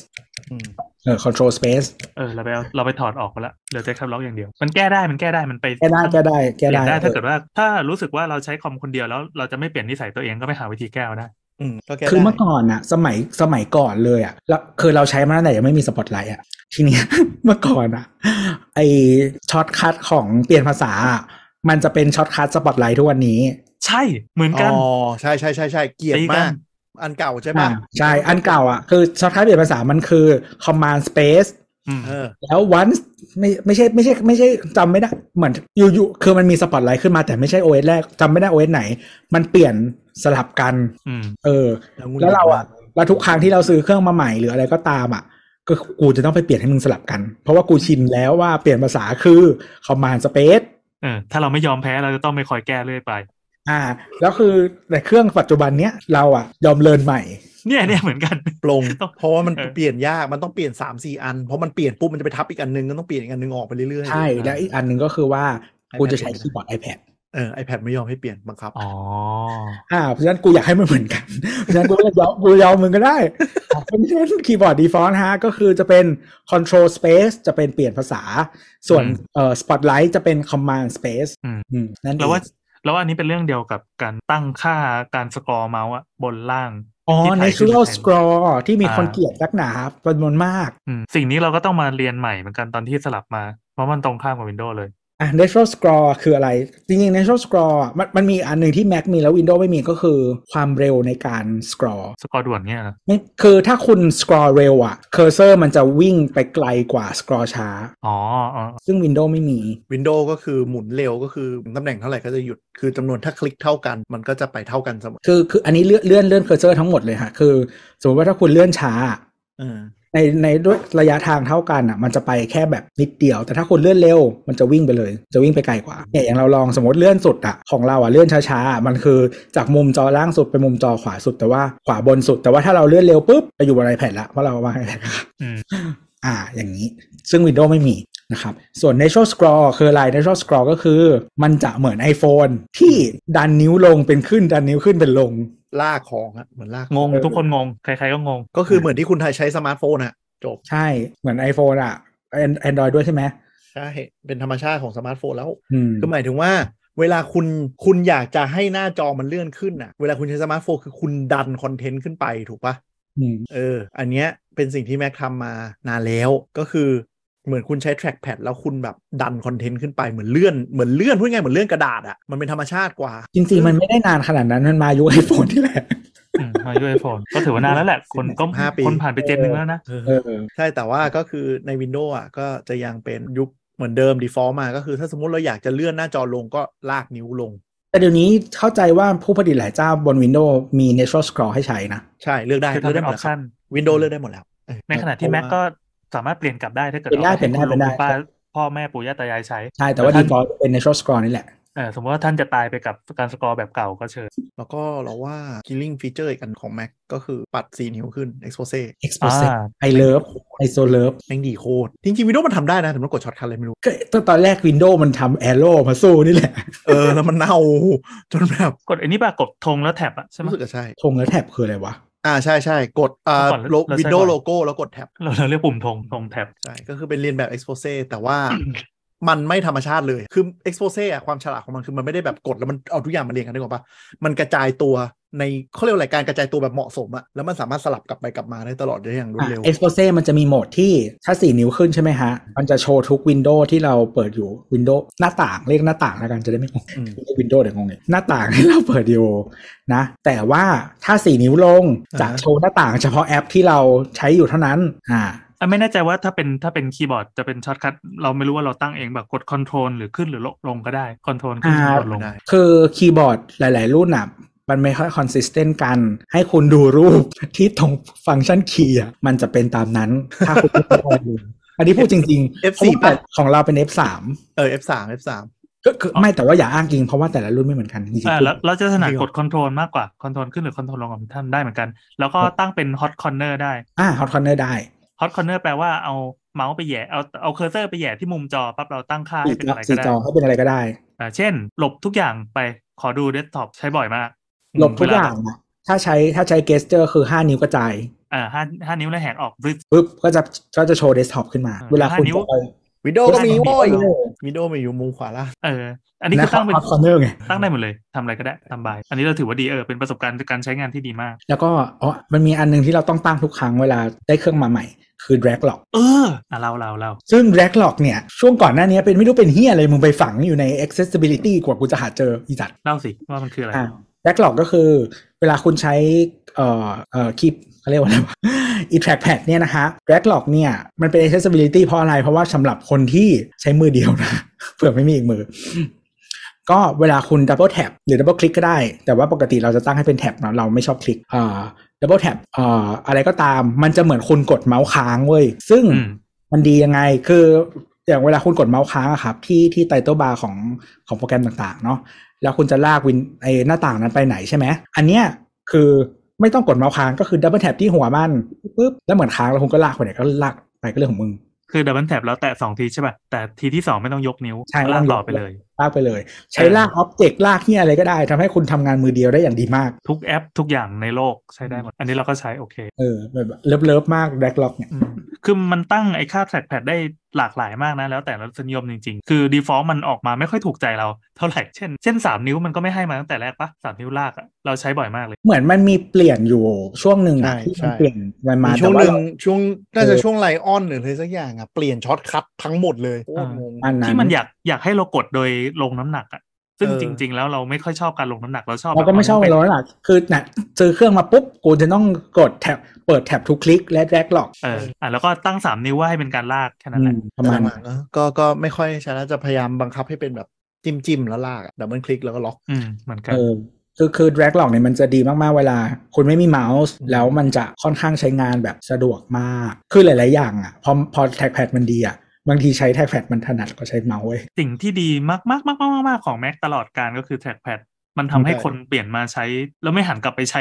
C: อืม
B: เออ control space
D: เออ เราไปเอาเราไปถอดออกไปละเหลือแต่แคปล็อกอย่างเดียว มันแก้ได้มันแก้ได้มันไป
B: แก้ได้แก้ได้
D: เป
B: แก้
D: ลี่ย
B: ได้
D: นได้ถ้าเกิดว่าถ้ารู้สึกว่าเราใช้คอมคนเดียวแล้วเราจะไม่เปลี่ยนนิสัยตัวเองก็ไปหาวิธีแก้เอาได้
C: อืมก็แก้
B: คือเมื่อ
C: ได้
B: ก่อนอะสมัยสมัยก่อนเลยอะแล้วคือเราใช้มาตั้งแต่ยังไม่มีสปอตไลท์อะทีเนี้ย เมื่อก่อนอะไอช็อตคัทของเปลี่ยนภาษาอะมันจะเป็นช็อตคัทสปอตไลท์ทุกวันนี้
D: ใช่เหมือน
C: อ๋
D: กัน
C: อ ใช่ใช่ใช่ใช่เกลียด
D: ตี
C: มาก อันเก่าใช่ปะ
B: อ่าใช่ อันเก่าอ่ะ คือซอฟต์แวร์เปลี่ยนภาษามันคือ command space
D: อืม
C: เออ
B: แล้ว once ไม่ไม่ใช่ไม่ใช่ไม่ใช่จำไม่ได้เหมือนอยู่ๆคือมันมีสปอตไลท์ขึ้นมาแต่ไม่ใช่ OS แรกจำไม่ได้ OS ไหน มันเปลี่ยนสลับกัน
D: อืม
B: เออ
C: แล้วงู
B: แล้วเราอ่ะแล้วทุกครั้งที่เราซื้อเครื่องมาใหม่หรืออะไรก็ตามอ่ะ ก็กูจะต้องไปเปลี่ยนให้มึงสลับกัน เพราะว่ากูชินแล้วว่าเปลี่ยนภาษาคือ command space
D: เออ ถ้าเราไม่ยอมแพ้เราจะต้องไปคอยแก้เรื่อยไป
B: อ่า แล้วคือแต่เครื่องปัจจุบันเนี้ยเราอ่ะยอมเลิร์นใหม่
D: เนี่ยเนี่ยเหมือนกัน
C: ปล ง
D: ต้อง
C: เพราะว่ามัน
D: เออ
C: เปลี่ยนยากมันต้องเปลี่ยน3ามสี่อันเพราะมันเปลี่ยนปุ๊บมันจะไปทับอีกอันนึงก็ต้องเปลี่ยนอีกอันนึงออกไปเรื่อยๆ
B: ใช่และอีกอันหนึ่งก็คือว่ากูจะใช้คีย์บอร์ด iPad
C: เออไอแพดไม่ยอมให้เปลี่ยนบังคับ
D: อ๋อ
B: อ่าเพราะฉะนั้นกูอยากให้มันเหมือนกัน เพราะฉะนั้นกูก็เลยยอมกูยอมมึงก็ได้เพราะฉะนั้นคีย์บอร์ด default ฮะก็คือจะเป็น control space จะเป็นเปลี่ยนภาษา ส่วน
D: อืม
B: เอ่อ spotlight จะเป็น command space
D: อืม
B: อืมนั่นเอง
D: แล้วว่าแล้วว่าอันนี้เป็นเรื่องเดียวกับการตั้งค่าการสกรอเมาส์อะบนล่าง
B: อ๋อ
D: ที่ไทย
B: natural scroll ที่มี
D: อ่า
B: คนเกลียดนักหนาจำนวนมาก
D: อืมสิ่งนี้เราก็ต้องมาเรียนใหม่เหมือนกันตอนที่สลับมา เพราะมันตรงข้ามกับ Windows เลย
B: อ่ะ natural scroll คืออะไร จริงๆ natural scroll อ่ะมันมันมีอันหนึ่งที่ Mac มีแล้ว Windows ไม่มีก็คือความเร็วในการ scroll
D: สกอร์ด่วนเนี่ยนะ
B: ไม่คือถ้าคุณ scroll เร็วอ่ะ cursor มันจะวิ่งไปไกลกว่า scroll ช้า
D: อ๋ออ๋อ
B: ซึ่ง Windows ไม่มี
C: วินโดว์ก็คือหมุนเร็วก็คือตำแหน่งเท่าไหร่ก็จะหยุดคือจำนวนถ้าคลิกเท่ากันมันก็จะไปเท่ากันเสมอ
B: คือคืออันนี้เลื่อนเลื่อนเลื่อนเคอร์เซอร์ทั้งหมดเลยค่ะ คือ สมมติว่าถ้าคุณเลื่อนช้า
C: เออ
B: ในในด้วยระยะทางเท่ากันอ่ะ มันจะไปแค่แบบนิดเดียว แต่ถ้าคุณเลื่อนเร็ว มันจะวิ่งไปเลย จะวิ่งไปไกลกว่าเนี่ยอย่างเราลองสมมติเลื่อนสุดอ่ะของเราอ่ะเลื่อนช้าๆอ่ะมันคือจากมุมจอล่างสุดไปมุมจอขวาสุดแต่ว่าขวาบนสุด แต่ว่าถ้าเราเลื่อนเร็วปุ๊บไปอยู่บนไอแพดละเพราะเราวางไอแพด
D: อืม
B: อ่าอย่างนี้ซึ่ง Windows ไม่มีนะครับ ส่วน Natural Scroll คืออะไร Natural Scroll ก็คือมันจะเหมือน iPhone ที่ดันนิ้วลงเป็นขึ้นดันนิ้วขึ้นเป็นลง
C: ลากของอะเหมือนลาก
D: งงทุกคนงง ใครๆก็งง
C: ก็คือเหมือนที่คุณไทยใช้สมาร์ทโฟนอะจบ
B: ใช่เหมือน iPhone อะ An- Android ด้วยใช่ไหม
C: ใช่เป็นธรรมชาติของสมาร์ทโฟนแล้ว
B: อืม
C: คือหมายถึงว่า เวลาคุณคุณอยากจะให้หน้าจอมันเลื่อนขึ้นน่ะ เวลาคุณใช้สมาร์ทโฟนคือคุณดันคอนเทนต์ขึ้นไปถูกปะ
B: อืม
C: เออ อันเนี้ยเป็นสิ่งที่แม็กทำมานานแล้ว ก็คือเหมือนคุณใช้แทร็กแพดแล้วคุณแบบดันคอนเทนต์ขึ้นไปเหมือนเลื่อนเหมือนเลื่อนพูดง่ายๆเหมือนเลื่อนกระดาษอะมันเป็นธรรมชาติกว่า
B: จริงๆ มันไม่ได้นานขนาดนั้น มันมายุค iPhone ที่แหละ
D: อืมมาด้วยไอโฟนก็ถือว่านานแล้วแหละ คนก็
C: 15ปี
D: คนผ่านไปเจนหนึ่งแล้วนะ
B: เออ
C: ใช่แต่ว่าก็คือใน Windows อ่ะก็จะยังเป็นยุคเหมือนเดิม default มาก็คือถ้าสมมติเราอยากจะเลื่อนหน้าจอลงก็ลากนิ้วลง
B: แต่เดี๋ยวนี้เข้าใจว่าผู้ผลิตหลายเจ้าบน Windows มี Natural Scroll ให้ใช้นะ
C: ใช่เลือกได้
D: คือ
C: เลือก
D: ทำเป็
C: ได้
D: น
C: ห
D: อ
C: มด
D: อป
C: แล้วครับ
D: ชั่น
C: Windows เลือกได้หมดแล้วเออ
D: ในขณะที่
C: เพราะ
D: แม็ก
C: ว่า
D: ก็สามารถเปลี่ยนกลับได้ถ้าเกิด
B: เปลี่ยนได้
D: อาให้
B: เปลี่ยนได้
D: คุณลุง
B: เปลี่ยนได้
D: คุณป้าพ่อแม่ปู่ย่าตายายใช้
B: ใช่แต่ว่า default เป็น Natural Scroll นี่แหละ
D: เออสมมติว่าท่านจะตายไปกับการสกอร์แบบเก่าก็เชิญ
C: แล้วก็เราว่า killing feature อีกอันของ Mac ก็คือปัดสีนิ้วขึ้น expose
B: Expose
D: อ่า
B: I love I so love
C: แม่งดีโคตร จริงๆวิดีโอมันทำได้นะ แต่มันกดช็อตคัทเลยไม่รู้
B: ก็ตอนแรก Windows มันทำ Arrow มาสู้นี่แหละ
C: เอ อ แล้วมันเน่า จนแบบ
D: กดไอันนี้ป่ะกดธงแล้วแท็บอะใช่ไหม
C: รู้สึกจะใช่
B: ธงและแท็บคืออะไรวะ
C: อ่าใช่ใช่กดอ่า
D: เมื่อก่อนเราใช้
C: วิดีโอ
D: บ่อย
C: โลโก้แล้วกดแท็บ
D: เราเราเรียกปุ่มธงธงแท็บ
C: ใช่ ก็คือเป็นเรียนแบบ expose แต่ว่า มันไม่ธรรมชาติเลย คือ expose อะความฉลาดของมันคือมันไม่ได้แบบกดแล้วมันเอาทุกอย่างมาเรียงกันนึกออกปะมันกระจายตัวในเขาเรียกว่าอะไรการกระจายตัวแบบเหมาะสมอะแล้วมันสามารถสลับกลับไปกลับมาได้ตลอดได้อย่างรวดเร็ว
B: e x p o s e มันจะมีโหมดที่ถ้า 4 นิ้วขึ้นใช่ไหมฮะ มันจะโชว์ทุกวินโดว์ที่เราเปิดอยู่วินโดว์หน้าต่างเรียกหน้าต่างแล้วกันจะได้ไม่งง
C: อืม
B: วินโดว์เดี๋ยวงงอีกหน้าต่างที่เราเปิดอยู่นะ แต่ว่าถ้า 4 นิ้วลงจะโชว์หน้าต่างเฉพาะแอปที่เราใช้อยู่เท่านั้นอ่า
D: อ่ะไม่แน่ใจว่าถ้าเป็นถ้าเป็นคีย์บอร์ดจะเป็นช็อตคัทเราไม่รู้ว่าเราตั้งเองแบบกดคอนโทรลหรือขึ้นหรือลงลงก็ได้คอนโทรลขึ้น
B: อ่า
D: กดลง
C: ได้
B: คือคีย์บอร์ดหลาย ๆ รุ่นอ่ะมันไม่ค่อยคอนสิสเทนต์กัน ให้คุณดูรูปที่ตรงฟังก์ชันคีย์อ่ะมันจะเป็นตามนั้น ถ้าคุณไม่ได้ลองดูอัน นี้พูดจริงๆ
C: F4
B: เพราะว่าของเราเป็น F3
C: เออ F3 F3
B: ก็คือไม่แต่ว่าอย่าอ้างอิงเพราะว่าแต่ละรุ่นไม่เหมือนกันจริง
D: อ่า
B: ๆ
D: แล้วเราจะถนัด
C: จริงเหรอ
D: กดคอนโทรลมากกว่าคอนโทรลขึ้นหรือคอนโทรลลงของท่านได้เหมือนกัน แล้วก็ตั้งเป็นฮอตคอ r n เนอร์ได้
B: อ่าฮอตคอนเนอร์ได้
D: ฮอตคอ r n เนอร์แปลว่าเอาเมาส์ไปแหย่เอาเอาเคอร์เซอร์ไปแหย่ที่มุมจอปั๊บเราตั้งค่าให้เป็นอะไรก็
B: สี่
D: ได้
B: จอให้เป็นอะไรก็ได้
D: อ่าเช่น หลบทุกอย่างไปขอดูเดสก์ท็อปใช้บ่อยมาก
B: หลบทุก
D: เว
B: อ
D: ลา
B: ย่างอะถ้าใช้ถ้าใช้เกสเจอร์คือ 5 นิ้วกระจาย
D: อ่าห้าห้านิ้วแล้วแหกออกบริด
B: ปุ๊บก็จะก็จะโชว์เดสก์ท็อปขึ้นมา
D: อ่า
B: เวลาคุณ
D: ห้านิ้ว
B: จะไป
C: วิดีโอก็มีโว้ย
B: เออ
C: วิดีโอมีอยู่มุมขวาล่าง
D: เอออันนี้
B: นะ
D: คือตั้งเป็น
B: ฮอตคอนเนอร์ไง
D: ตั้งได้หมดเลยทำอะไรก็ได้ทำบาย อันนี้เราถือว่าดีเออเป็นประสบการณ์การใช้งานที่ดีมาก
B: แล้วก็อ๋อมันมีอันหนึงที่เราต้องตั้งทุกครั้งเวลาได้เครื่องมาใหม่ คือ drag lock
D: เอออ่ะเราเราเรา
B: ซึ่ง drag lock เนี่ย ช่วงก่อนหน้านี้เป็นไม่รู้เป็นเฮียอะไร มึงไปฝังอยู่ใน accessibility กว่ากูจะหาเจออีจัด
D: เล่าสิว่ามันคืออะไร
B: อ่ะ แบ็กหลอกก็คือเวลาคุณใช้เอ่อเอ่อคลิปเขาเรียกว่าอะไรว ะ อีแทร็กแพดเนี่ยนะฮะแบ็กหลอกเนี่ยมันเป็น accessibility เพราะอะไร เพราะว่าสำหรับคนที่ใช้มือเดียวนะ เผื่อไม่มีอีกมือ ก็เวลาคุณดับเบิลแท็บหรือดับเบิลคลิกก็ได้ แต่ว่าปกติเราจะตั้งให้เป็นแท็บเนอะเราไม่ชอบคลิกอ่าดับเบิลแท็บอ่าอะไรก็ตาม มันจะเหมือนคุณกดเมาส์ค้างเว้ยซึ่ง
D: อืม
B: มันดียังไง คืออย่างเวลาคุณกดเมาส์ค้างอะครับ ที่ที่ไตเติลบาร์ของของโปรแกรมต่างๆ เนาะ แล้วคุณจะลากวินไอหน้าต่างนั้นไปไหนใช่ไหม อันเนี้ยคือไม่ต้องกดเมาส์ค้างก็คือดับเบิลแท็บที่หัวมันปุ๊บ แล้วเหมือนค้างแล้วคุณก็ลากไปไหนก็ลากไปก็เรื่องของมึง
D: คือดับเบิลแท็บแล้วแตะสองทีใช่ป่ะ แต่ทีที่สองไม่ต้องยกนิ้ว
B: ใช่ไม่
D: ลาก
B: ต้องยก
D: ต่อไปเลย
B: ลากไปเลย ใช้
D: เออ
B: ลากอ็อบเจกต์ลากที่อะไรก็ได้ทำให้คุณทำงานมือเดียวได้อย่างดีมาก
D: ทุกแอปทุกอย่างในโลกใช้ได้หมด อันนี้เราก็ใช้โอเค
B: เออแบบเลิฟเลิฟๆมากแบ็กล็อกเนี่ย
D: อืมคือมันตั้งไอ้ค่าแทร็กแพดได้หลากหลายมากนะ แล้วแต่รสนิยมจริงๆ คือ default มันออกมาไม่ค่อยถูกใจเราเท่าไหร่ เช่น เช่น 3 นิ้วมันก็ไม่ให้มาตั้งแต่แรกปะสามนิ้วลากอะเราใช้บ่อยมากเลย
B: เหมือนมันมีเปลี่ยนอยู่ช่วงหนึ่งอะ
C: ใช่
B: ที่
C: ใช่
B: มันเปลี่ยนมันมา
C: มีช่วง
B: แต่า
C: หนึ่ง
B: เรา
C: ช่วงน่าจะ
B: เออ
C: ช่วงไลออนหรืออะไรสักอย่างอ่ะเปลี่ยนช็อตคัททั้งหมดเลยโคตรงง
B: อันนั้น
D: ที่มันอยากอยากให้เรากดโดยลงน้ำหนักอะซึ่ง
C: เออ
D: จริง ๆ แล้วเราไม่ค่อยชอบการลงน้ำหนักเราชอบ
B: เราก็ไม่ชอบ
D: แบบ
B: เราหลักคือน่ะซื้อเครื่องมาปุ๊บ กูจะต้องกดแท็บเปิดแท็บทุกคลิกและแรกหลอก
D: เอออ่ะแล้วก็ตั้งสามนิ้วว่าให้เป็นการลากแค่นั้นแหละ
B: อืมประมาณ
C: หลังๆอะก็ก็ไม่ค่อยใช่แล้วจะพยายามบังคับให้เป็นแบบจิ้มจิ้มๆแล้วลากดับเบิลคลิกแล้วก็ล็อก
D: อืมเหมือนกัน
B: เออคือคือแรกหลอกเนี่ยมันจะดีมากๆเวลา คุณไม่มีเมาส์ แล้วมันจะค่อนข้างใช้งานแบบสะดวกมาก คือหลาย ๆ อย่างอ่ะ พอพอแท็กแพดมันดีอ่ะ บางทีใช้แท็กแพดมันถนัดก็ใช้เมาส์เว้ย
D: สิ่งที่ดีมากมากมากมากมากของแม็กตลอดการก็คือแท็กแพดมันทำให้คนเปลี่ยนมาใช้ แล้วไม่หันกลับไปใช้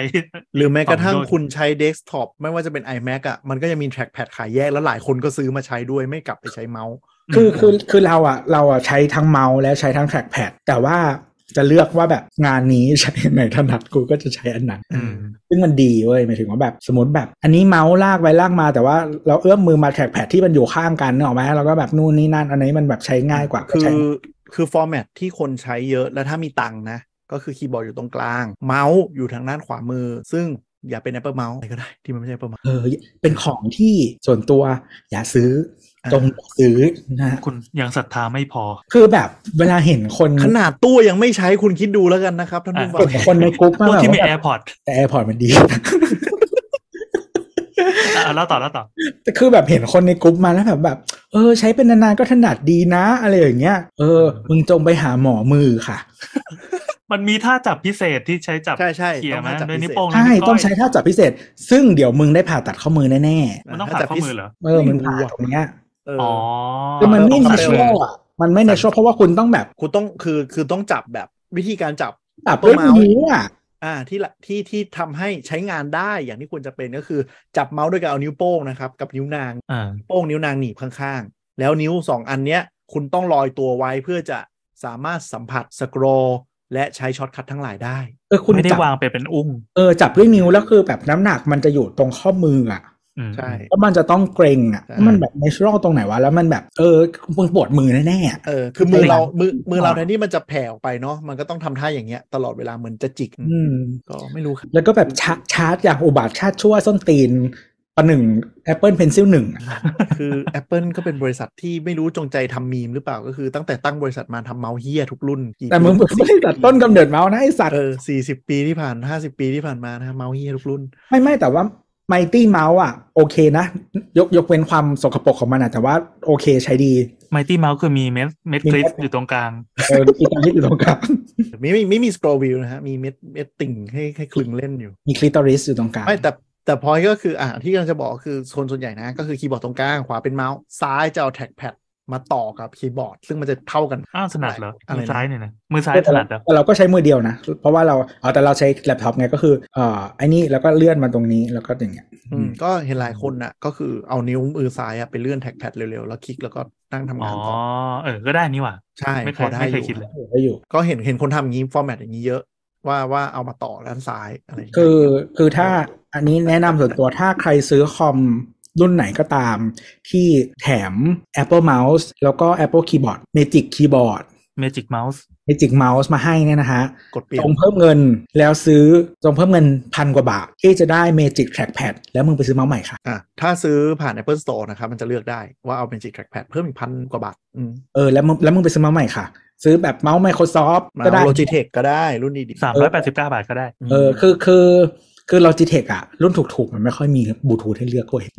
C: หรือแม้กระทั่ง
D: ฝั่งด้วย
C: คุณใช้เดสก์ท็อปไม่ว่าจะเป็น iMac อ่ะมันก็ยังมีแทร็กแพดขายแยกแล้วหลายคนก็ซื้อมาใช้ด้วยไม่กลับไปใช้เมาส์
B: คือคือคือเราอ่ะเราอ่ะใช้ทั้งเมาส์และใช้ทั้งแท็กแพดแต่ว่าจะเลือกว่าแบบงานนี้ใช้อันไหนถนัดกูก็จะใช้อันนั้น
D: อืม
B: ซึ่งมันดีเว้ยหมายถึงว่าแบบสมมติแบบ อันนี้เมาส์ลากไปลากมาแต่ว่าเราเอื้อมมือมาแทร็กแพดที่มันอยู่ข้างกันเนกอะไหมเราก็แบบนู่นนี่นั่นอันนี้มันแบบใช้ง่ายกว่าก็
C: คื
B: ใช้
C: อคือฟอร์แมตที่คนใช้เยอะแล้วถ้ามีตังค์นะ ก็คือคีย์บอร์ดอยู่ตรงกลาง เมาส์อยู่ทางด้านขวามือ ซึ่งอย่าเป็น Apple Mouse อะไรก็ได้ที่มันไม่ใช่ Apple Mouse
B: เออเป็นของที่ส่วนตัวอย่าซื้อ
C: อ่า
B: จงอย่าซื้อนะฮะ
D: คุณยังศรัทธาไม่พอ
B: คือแบบเวลาเห็นคน
C: ขนาดตู้ยังไม่ใช้คุณคิดดูแล้วกันนะครับท่านผู้ฟั
B: เห็
C: ง
B: นคนในกลุ่มมา
D: พวก
B: แบบ
D: ที่มี
B: ว่า
D: แอร์พอร์ต
B: แต่แอร์พอร์ตมันดี
D: แล้วต่อแล้วต่อ
B: แต่คือแบบเห็นคนในกลุ่มมาแล้วแบบแบบ เออ ใช้เป็นนานๆก็ถนัดดีนะ อะไรอย่างเงี้ยเออมึงจงไปหาหมอมือค่ะ
D: มันมีท่าจับพิเศษที่ใช้จับ
C: ใช่ใช่
D: เขี่ย
C: ต้อง
D: มา
C: หาจับ
D: ด้วย
C: พิ
D: นิ้ว
C: เศษ
D: โป้งและ
B: ใช่
D: นิ้วก้ย
B: ต้องใช้ท่าจับพิเศษ ซึ่งเดี๋ยวมึงได้ผ่าตัดข้อมือแน่ๆ
D: มันต้องผ่าข้อมือเหรอ
B: เออ มันผ่าตรงเนี้ย
C: เอออ
D: อ๋อ
B: คือมันไม่
C: เออ
B: ในชั่วอ่ะ มันไม่ในชั่วเพราะว่าคุณต้องแบบ
C: คุณต้องคือคือต้องจับแบบวิธีการจับ
B: ปรับด้วยมืออ่ะ
C: อ่าที่ละที่ที่ทำให้ใช้งานได้อย่างที่ควรจะเป็นก็คือจับเมาส์ด้วยการเอานิ้วโป้งนะครับกับนิ้วนาง
D: อ่า
C: โป้งนิ้วนางหนีบข้างๆ แล้วนิ้วสองอันเนี้ยคุณต้องลอยตัวไว้เพื่อจะสามารถสัมผัสสครอลและใช้ช็อตคัททั้งหลายได้
B: เออ คุณ
D: ไม่ได้
B: จับ
D: วางไปเป็นอุ้ง
B: เออ จับด้วยนิ้วแล้วคือแบบน้ำหนักมันจะอยู่ตรงข้อมืออ่ะ
D: อืม
C: ใช่
B: แล้วมันจะต้องเกรงอ่ะ
C: ใช่
B: มันแบบในชั่วตรงไหนวะ แล้วมันแบบ เออ มึงปวดมือแน่ๆอะ
C: เออคือมื
B: จ
C: อ
B: ริง
C: เรามือมือเราแทนที่มันจะแผ่ออกไปเนาะมันก็ต้องทำท่าอย่างเงี้ยตลอดเวลาเหมือนจะจิก
B: อืม
C: ก็ไม่รู้ครับ
B: แล้วก็แบบชาชาร์จอย่างอุบาทชาติชั่วส้นตีนประหนึ่ง Apple Pencil หนึ่งอะ
C: คือ Apple ก็เป็นบริษัทที่ไม่รู้จงใจทำมีมหรือเปล่าก็คือตั้งแต่ตั้งบริษัทมาทำเมาส์เฮียทุกรุ่นกี่
B: แต่มึง
C: ปี
B: ไม่ได้ตัดต้นกำเนิดเมาส์นะไอสัตว์
C: เออสี่สิบปีที่ผ่านห้าสิบปีที่ผ่านมานะฮะเมาส์เฮียทุกรุ่น
B: ไม่ไม่แต่ว่าไมตี้เมาส์อ่ะ โอเคนะ ยกยกเว้นความสกปรกของมันอ่ะ แต่ว่าโอเคใช้ดี
D: ไมตี้เมาส์คือมีเม็ดเม็ด
B: มี
D: ก
B: เม็
D: ริ
B: ด
D: ปอยู่ตรงกลาง
B: เออมีการที่อยู่ตรงกลาง
C: ไม่ไม่ไม่มีส r ร l วิวนะฮะ มีเม็ดเม็ดติ่งให้ให้คลึงเล่นอยู่
B: มีคลิตอริสอยู่ตรงกลาง
C: ไม่แต่แต่พอยก็คืออ่าที่กำลังจะบอกคือคนส่วนใหญ่นะ ก็คือคีย์บอร์ดตรงกลาง ขวาเป็นเมาส์ซ้ายจะเอาแท็กแพดมาต่อกับคีย์บอร์ด ซึ่งมันจะเท่ากัน
D: อ้าวถนัดเหรอ
C: อะ
D: มื
C: ไรนะ
D: อซ้ายเนี่ยนะมือซ้ายถนัดเหรอ
B: แต่เราก็ใช้มือเดียวนะ เพราะว่าเราเอาแต่เราใช้แล็ปท็อปไงก็คือเอ่อไอ้นี่แล้วก็เลื่อนมาตรงนี้แล้วก็อย่างเงี้ย
C: อืมก็เห็นหลายคนนะก็คือเอานิ้วมือซ้ายอะไปเลื่อนแท็กแพดเร็วๆ แล้วคลิกแล้วก็นั่งทำ
D: อ๋
C: งา
D: อน
C: ต่อ
D: เออก็ได้นี่หว่า
C: ใช่
D: ไม่เค
C: พอย ได้
D: ไม่
C: อ
D: เคย
C: ยู่
D: คิดเลย
B: เออได้อยู่
C: ก็เห็นเห็นคนทำอย่างนี้ฟอร์แมตอย่างนี้เยอะว่าว่าเอามาต่อด้านซ้ายอะไรย่างเงี้ย
B: คือคือถ้าอันนี้แนะนำส่วนตัวถ้าใครซื้อคอมรุ่นไหนก็ตาม ที่แถม Apple Mouse แล้วก็ Apple Keyboard Magic Keyboard
D: Magic Mouse
B: ไอจิกเมาส์มาให้เนี่ยนะฮะ
C: กดเปลี่ย
B: จ
C: น
B: งเพิ่มเงินแล้วซื้อจงเพิ่มเงินพันกว่าบาท ที่จะได้ Magic Trackpad แล้วมึงไปซื้อเมาส์ใหม่ค่ะ
C: อ่ะถ้าซื้อผ่าน Apple Store นะครับมันจะเลือกได้ว่าเอาเป็นจิกแทร็กแพดเพิ่มอีกพันกว่าบาทอืม
B: เออแล้วมึงแล้วมึงไปซื้อเมาส์ใหม่ค่ะ ซื้อแบบเมาส์ Microsoft
C: มา
B: ก็ได้
C: โลจิเทคก็ได้รุ่นดีๆ
D: สามร้อยแปดสิบเก้าบาทก็ได้
B: เออคือคือคือ Logitech อะรุ่นถูกๆ มันไม่ค่อยมีบลูทูธให้เลือกเลย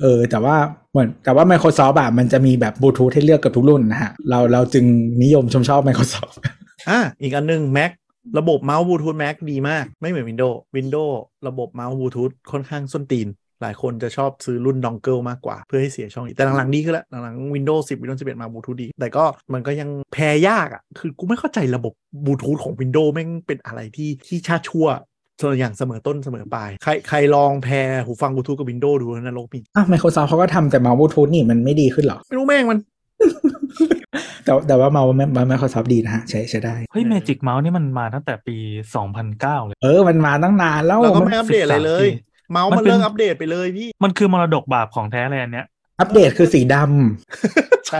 B: เออ แต่ว่าเหมือนแต่ว่า Microsoft อะมันจะมีแบบบลูทูธให้เลือกเกับทุกรุ่นนะฮะ เราเราจึงนิยมชมชอบ Microsoft
C: อ่ะอีกอันหนึง Mac ระบบเมาส์บลูทูธ Mac ดีมาก ไม่เหมือน Windows Windows ระบบเมาส์บลูทูธค่อนข้างส้นตีน หลายคนจะชอบซื้อรุ่นดองเกิลมากกว่า เพื่อให้เสียช่องอีกแต่หลังๆดีขึ้นแล้วหลังๆ Windows 10 Windows 11 มาบลูทูธดี แต่ก็มันก็ยังแพ้ยากอ่ะ คือกูไม่เข้าใจระบบบลูทูธของ Windows แม่งเป็นอะไรที่ที่ชาชั่วส่วนอย่างเสมอต้นเสมอปลายใครใครลองแพรหูฟังบลูทูธกับ Windows ดูนะโลกมี
B: อ่ะ Microsoft เขาก็ทำแต่เมาส์บลูทูธนี่มันไม่ดีขึ้นเหรอ
C: ไม่รู้แม่งมัน
B: แต่แต่ว่าเมาส์มันมัน Microsoft ดีนะฮะใช้ใช้ได้
D: เฮ้ย
C: เออ
D: Magic Mouse นี่มันมาตั้งแต่ปีสองพันเก้าเลย
B: เออ มันมาตั้งนานแล้ว
C: เราก็
B: มัน
C: ไม่อัปเดตอะไรเลย เมาส์
D: มั
C: มัน น
D: เป็น
C: เลิกอัปเดตไปเลยพี่
D: มันคือมรดกบาปของแท้เลยอันเนี้ย
B: อัปเดตคือสีดำ
C: ใช่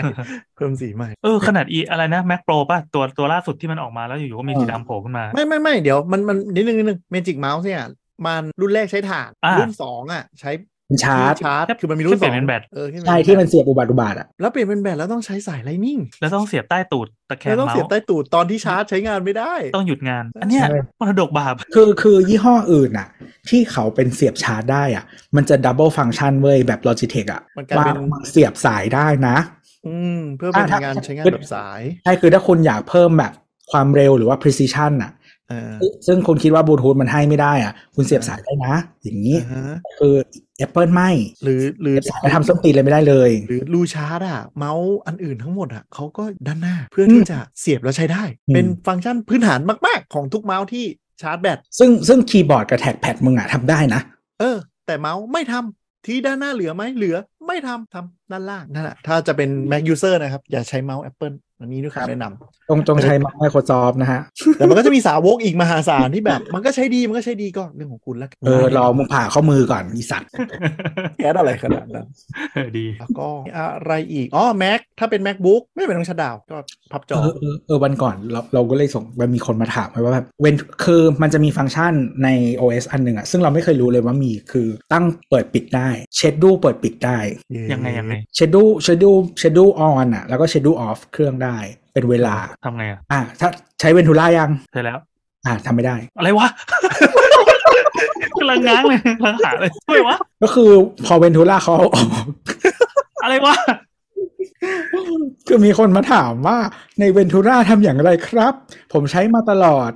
C: เพิ่มสีใหม่
D: เออขนาดอีอะไรนะ Mac Pro ป่ะ ตัวตัวล่าสุดที่มันออกมาแล้วอยู่ๆก็มี
B: เออ
D: สีดำโผล่ขึ้นมา
C: ไม่ไม่ไม่เดี๋ยวมันมันนิดนึงนิดนึงเมจิกเมาส์เนี่ย มันรุ่นแรกใช้ถ่าน
D: อ่ารุ่
C: รุ่นสองอ่ะ ใช้
B: เป็นชาร์จ
C: ชาร์จ
D: แค่
C: คือมันมีรุ่นสอง
D: แค่เปลี่ยนเป็นแบต
C: เออแค่เปลี่ย
B: ใช่
C: เป็แบต
B: ที่มันเสียบอุบัติอุบาทอ่ะ
C: แล้วเปลี่ยนเป็นแบตแล้วต้องใช้สายไลนิ่ง
D: แล้วต้องเสียบใต้ตูดตะแค
C: แล้
D: ง
C: วต้อง
D: เมา
C: เสียบ
D: ส์
C: ใต้ตูดตอนที่ชาร์จใช้งานไม่ได้
D: ต้องหยุดงาน อันเนี้ย
B: ใช่
D: มรดกบาป
B: คือคือยี่ห้ออื่นอ่ะ ที่เขาเป็นเสียบชาร์จได้อ่ะ มันจะดับเบิลฟัง c t ชันเว้ย แบบ Logitech อ่ะ
C: มันกลาย
B: ว่า
C: เป็น
B: เสียบสายได้นะ
C: อืมเพื่อเป็น
B: อ่ะถ้าง
C: านใช้งาน
B: คือ
C: แบบสาย
B: ใช่คือถ้าคุณอยากเพิ่มแบบความเร็วหรือว่า precision อ่ะ
C: เออ
B: ซึ่งคุณคิดว่าบลูทูธมันให้ไม่ได้อ่ะ คุณเสียบสายได้นะ อย่างนี้
C: อ่าฮะ
B: คือ Apple ไม่
C: หรือหรือ
B: เสียบสายแล้วทำส้มตีนเลยไม่ได้เลย
C: หรือรูชาร์จอ่ะ เมาส์อันอื่นทั้งหมดอ่ะเขาก็ด้านหน้าเพื่อที่จะเสียบแล้วใช้ได้
B: อืม
C: เป็นฟังก์ชันพื้นฐานมากๆ ของทุกเมาส์ที่ชาร์จแบต
B: ซึ่งซึ่งคีย์บอร์ดกับแท็กแพดมึงอ่ะทำได้นะ
C: เออ แต่เมาส์ไม่ทำที่ด้านหน้าเหลือไหมเหลือไม่ทำทำด้านล่างนั่นแหละถ้าจะเป็น Mac user นะครับ อย่าใช้เมาส์ Apple อันนี้ด้วยคำแนะนำ
B: ตรงตรงใช้ Microsoft นะฮะ
C: แต่มันก็จะมีสาวกอีกมหาศาล ที่แบบ มันก็ใช้ดีมันก็ใช้ดีก็เรื่องของคุณละกัน
B: เออรอมึงผ่าข้อมือก่อนอีสัตว์
C: แก๊สอะไรขนาดนั้น
D: เออดี
C: แล้วก็อะไรอีกอ๋อ Mac ถ้าเป็น MacBook ไม่เป็นต้องชัดดาวน์ก็พับจอ
B: เออเออเออวันก่อนเราเราก็เลยส่งมันมีคนมาถามไว้ว่าแบบเว้นคือมันจะมีฟังก์ชันใน OS อันหนึ่งอะซึ่งเราไม่เคยรู้เลยว่ามีคือตั้งเปิดปิดได้เชดดูเปิดปิดได้
D: ยังไงยังไง
B: เชดดูเชดดูเชดดูออนอะแล้วก็เชดดูออฟเครื่องได้เป็นเวลา
D: ทำไงอ่ะ
B: อ่ะถ้าใช้เวนทูล่ายัง
D: ใช่แล้ว
B: อ่ะทำไม่ได้
D: อะไรวะ กำลังง้างเลยกำลังหาเลยช่วยวะ
B: ก็คือพอเวนทูล่า เขาเอาออก
D: อะไรวะ
B: คือมีคนมาถามว่าในเวนทูล่าทำอย่างไรครับ ผมใช้มาตลอด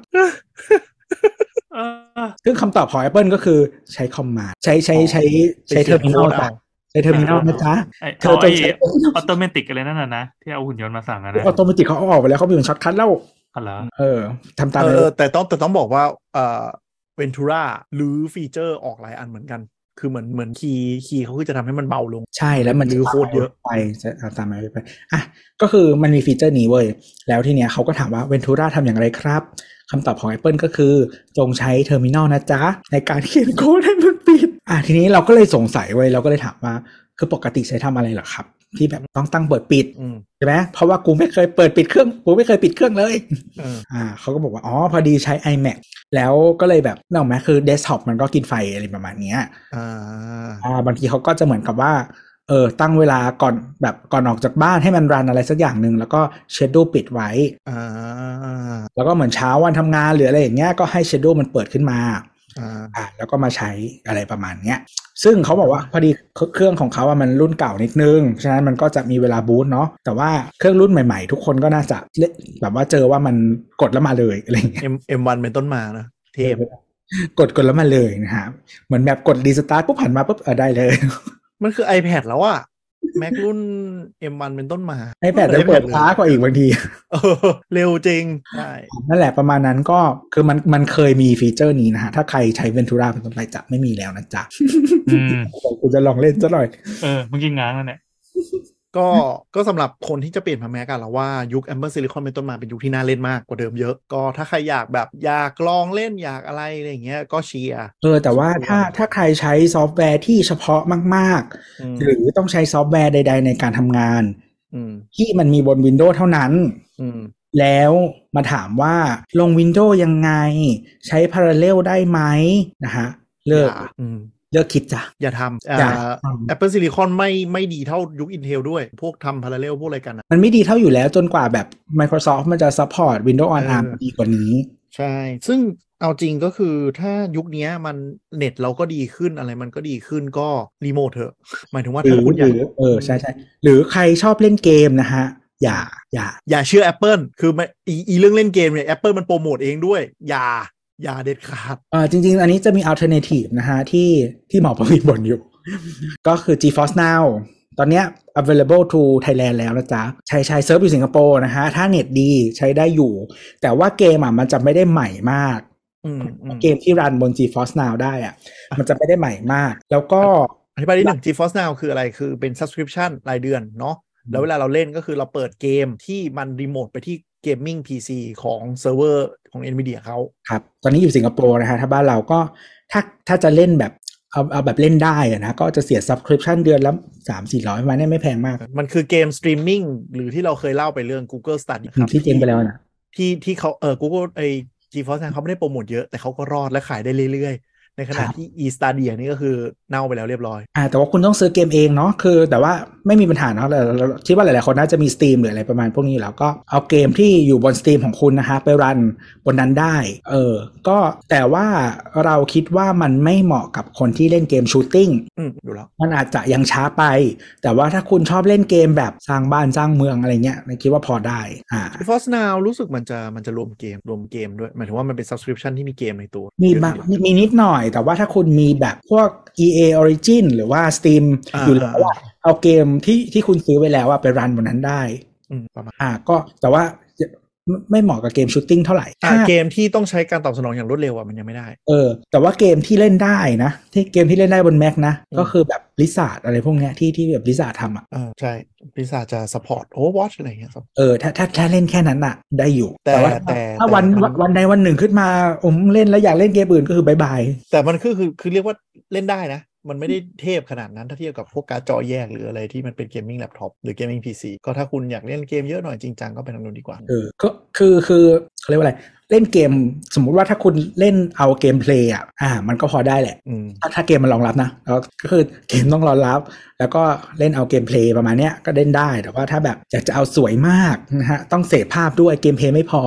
D: เออ
B: ซึ่งคำตอบของ Apple ก็คือใช้คอมมานใช้ใช้ใช้ใช้เทอร์มินอลจ้ะใช้เทอร์มินอลนะจ๊ะ
D: ไอ้
B: เธอ
D: เอา
B: จ
D: ไอ้
B: งใช้
D: ออโตเมติกอะไรนั่นน่ะนะ ที่เอาหุ่นยนต์มาสั่งอะนะ
B: ออโตเมติกเขาเอาออกไปแล้วเขาเปลี่ยนช็อตคัทแล้ว
D: อ๋อเหรอ
B: เออทำตาม
C: เอ
B: เล
C: อย เออแต่ต้องแต่ต้องบอกว่าเอ่อเวนทูราหรือฟีเจอร์ออกหลายอันเหมือนกัน คือเหมือนเหมือนคีย์คีย์เขาคือจะทำให้มันเบาลง
B: ใช่แล้วมัน
C: หรือโคตรเยอะ
B: ไปจะทำตามไปไปอ่ะก็คือมันมีฟีเจอร์นี้เว้ย แล้วทีเนี้ยเขาก็ถามว่าเวนทูราทำอย่างไรครับคำตอบของ Apple ก็คือ จงใช้เทอร์มินอลนะจ๊ะ ในการเขียนโค้ดให้มันปิด อ่ะทีนี้เราก็เลยสงสัยเว้ยเราก็เลยถามว่า คือปกติใช้ทำอะไรเหรอครับ ที่แบบต้องตั้งเปิดปิด
C: อืม
B: ใช่ไหมเพราะว่ากูไม่เคยเปิดปิดเครื่องกูไม่เคยปิดเครื่องเลย
C: เออ
B: อ่าเขาก็บอกว่า อ๋อ พอดีใช้ iMac แล้วก็เลยแบบนกออกไหมคือเดสก์ท็อปมันก็กินไฟอะไรประมาณเนี้ย
C: อ่า
B: อ่าบางทีเขาก็จะเหมือนกับว่า เออ ตั้งเวลาก่อนแบบก่อนออกจากบ้านให้มันรันอะไรสักอย่างหนึ่งแล้วก็เชด o w ปิดไว้
C: อ่า
B: แล้วก็เหมือนเช้าวันทำงานหรืออะไรอย่างเงี้ยก็ให้เชด o w มันเปิดขึ้นมา
C: อ่า
B: อ่าแล้วก็มาใช้อะไรประมาณเนี้ย ซึ่งเขาบอกว่าพอดีเครื่องของเขาอะมันรุ่นเก่านิดนึง ฉะนั้นมันก็จะมีเวลาบูตเนาะ แต่ว่าเครื่องรุ่นใหม่ๆ ทุกคนก็น่าจะเละแบบว่าเจอว่ามันกดแล้วมาเลยอะไรอย่างเงี้ย
C: เอ็มเอ็มวันเป็นต้นมานะ เทพ
B: กดกดแล้วมาเลยนะครับเหมือนแบบกดรีสตาร์ทปุ๊บผ่านมาปุ๊บเออได้เลย
C: มันคือ iPad แล้วอะแม็กรุ่น M1 เป็นต้นมา
B: ไอแพดจะเปิดช้ากว่าอีกบางที
C: เออเร็วจริงใช่
B: นั่นแหละประมาณนั้นก็คือมันมันเคยมีฟีเจอร์นี้นะฮะ ถ้าใครใช้เวนทูราเป็นต้นไปจะไม่มีแล้วนะจ๊ะ
D: อืม
B: กูจะลองเล่นซะหน่อย
D: เออเมื่อกี้ง้างแล้วเนี่ย
C: ก็ก็สำหรับคนที่จะเปลี่ยนมาแม็กอะเราว่ายุค Amber Silicon เป็นต้นมาเป็นยุคที่น่าเล่นมากกว่าเดิมเยอะ ก็ถ้าใครอยากแบบอยากลองเล่นอยากอะไรอะไรอย่างเงี้ยก็เชียร์
B: เออ แต่ว่าถ้าถ้าใครใช้ซอฟต์แวร์ที่เฉพาะมาก
C: อืม
B: ๆ หรือต้องใช้ซอฟต์แวร์ใด ๆ ในการทำงาน
C: อืม
B: ที่มันมีบน Windows เท่านั้น
C: อืม
B: แล้วมาถามว่าลง Windows ยังไง ใช้ Parallel ได้ไหมนะฮะเลิก
C: อย่าอืม
B: เลิกคิดจ้ะ
C: อย่าทำอ่า
B: อย่าทำ
C: Apple Silicon ไม่ไม่ดีเท่ายุค Intel ด้วย พวกทำพาราเรลพวกอะไรกันอ่ะ
B: มันไม่ดีเท่าอยู่แล้วจนกว่าแบบ Microsoft มันจะ support Windows on
C: เออ
B: ARM ดีกว่านี้
C: ใช่ ซึ่งเอาจริงก็คือถ้ายุคเนี้ยมันเน็ตเราก็ดีขึ้นอะไรมันก็ดีขึ้นก็รีโมทเถอะ หมายถึงว่า
B: หรื
C: ถ้า
B: อ
C: คุณอ
B: ห
C: ยาก
B: รือเออใช่ใช่หรือใครชอบเล่นเกมนะฮะ อย่าอย่า
C: อย่าเชื่อ Apple คือมันอีอีเรื่องเล่นเกมเนี่ย Apple มันโปรโมทเองด้วย อย่า อย่าเด็ดขาด
B: เออจริง ๆ อันนี้จะมี alternative นะฮะ ที่ที่หมอประวินบ่นอยู่ ก็คือ GeForce Now ตอนเนี้ย available to Thailand แล้วนะจ๊ะ ใช้ใช้เซิร์ฟอยู่สิงคโปร์นะฮะ ถ้าเน็ตดีใช้ได้อยู่ แต่ว่าเกมอ่ะมันจะไม่ได้ใหม่มาก
C: อืมอืม
B: เกมที่รันบน GeForce Now ได้อ่ะ มันจะไม่ได้ใหม่มาก แล้วก็
C: อธิบายนิดหนึ่ง GeForce Now คืออะไรคือเป็น subscription รายเดือนเนาะแล้วเวลาเราเล่นก็คือเราเปิดเกมที่มันรีโมทไปที่เกมมิ่ง PC ของเซิร์ฟเวอร์ของ NVIDIA เขา
B: ครับ ตอนนี้อยู่สิงคโปร์นะฮะ ถ้าบ้านเราก็ถ้าถ้าจะเล่นแบบเอาเอาแบบเล่นได้อะนะ ก็จะเสีย subscription เดือนละสามสี่ร้อยประมาณเนี้ไม่แพงมาก
C: มันคือเกมสตรีมมิ่งหรือที่เราเคยเล่าไปเรื่อง Google Stadia ครับ
B: ที่เจงไปแล้วนะ
C: ที่ที่เขาเออ Google ไอ GeForce Now เขาไม่ได้โปรโมทเยอะแต่เขาก็รอดและขายได้เรื่อยๆ ในขณะ
B: ครับ
C: ที่ e Stadia นี่ก็คือเน่าไปแล้วเรียบร้อย
B: อ่าแต่ว่าคุณต้องซื้อเกมเองเนาะคือ แต่ว่าไม่มีปัญหาเนาะแต่เราคิดว่าหลายๆคนน่าจะมี Steam หรืออะไรประมาณพวกนี้อยู่แล้วก็เอาเกมที่อยู่บน Steam ของคุณนะฮะไปรันบนนั้นได้ เออ ก็แต่ว่าเราคิดว่ามันไม่เหมาะกับคนที่เล่นเกมชูตติ้ง
C: อืมอยู่แล้ว
B: มันอาจจะยังช้าไป แต่ว่าถ้าคุณชอบเล่นเกมแบบสร้างบ้านสร้างเมืองอะไรเงี้ยคิดว่าพอได้อ่า
C: GeForce Now รู้สึกมันจะมันจะรวมเกมรวมเกมด้วย หมายถึงว่ามันเป็น subscription ที่มีเกมในตัว
B: มี
C: เยอะ
B: บาง
C: อยู่
B: มีมีนิดหน่อย แต่ว่าถ้าคุณมีแบบพวก EA Origin หรือว่า Steam
C: อ่า
B: อยู่แล้วอะเอาเกมที่ที่คุณซื้อไว้แล้วอะไปรันบนนั้นได้
C: อืมประมาณ
B: อ่าก็แต่ว่าไม่ไม่เหมาะกับเกมชูตติ้งเท่าไหร่
C: อ่ะ
B: ถ้า
C: เกมที่ต้องใช้การตอบสนองอย่างรวดเร็วอ่ะมันยังไม่ได้
B: เออ แต่ว่าเกมที่เล่นได้นะ ที่เกมที่เล่นได้บนแม็กนะ
C: อืม
B: ก็คือแบบลิซ่าอะไรพวกเนี้ยที่ที่แบบลิซ่าทำอ่ะ
C: อ่าใช่พิซซ่าจะ support Overwatch อะไรอย่างเงี้ย
B: เออถ้าถ้าถ้าเล่นแค่นั้นอ่ะ ได้อยู่
C: แต่
B: ว่า
C: แต่
B: ถ้าวัน
C: แต่
B: วันวันใดวันหนึ่งขึ้นมาผมเล่นแล้วอยากเล่นเกมอื่นก็คือบายบาย
C: แต่มันคือคือคือเรียกว่าเล่นได้นะ มันไม่ได้เทพขนาดนั้นถ้าเทียบกับพวกการ์ดจอแยกหรืออะไรที่มันเป็นเกมมิ่งแล็ปท็อปหรือเกมมิ่งพีซีก็ถ้าคุณอยากเล่นเกมเยอะหน่อยจริงจังก็ไปทางนู้นดีกว่า
B: เออก็คือคือเขาเรียกว่าอะไรเล่นเกมสมมุติว่าถ้าคุณเล่นเอาเกมเพลย์อ่ะอ่า มันก็พอได้แหละ
C: อืม
B: ถ้าถ้าเกมมันรองรับนะแล้วก็คือเกมต้องรองรับ แล้วก็เล่นเอาเกมเพลย์ประมาณเนี้ยก็เล่นได้ แต่ว่าถ้าแบบอยากจะเอาสวยมากนะฮะ ต้องเสพภาพด้วยเกมเพลย์ไม่พอ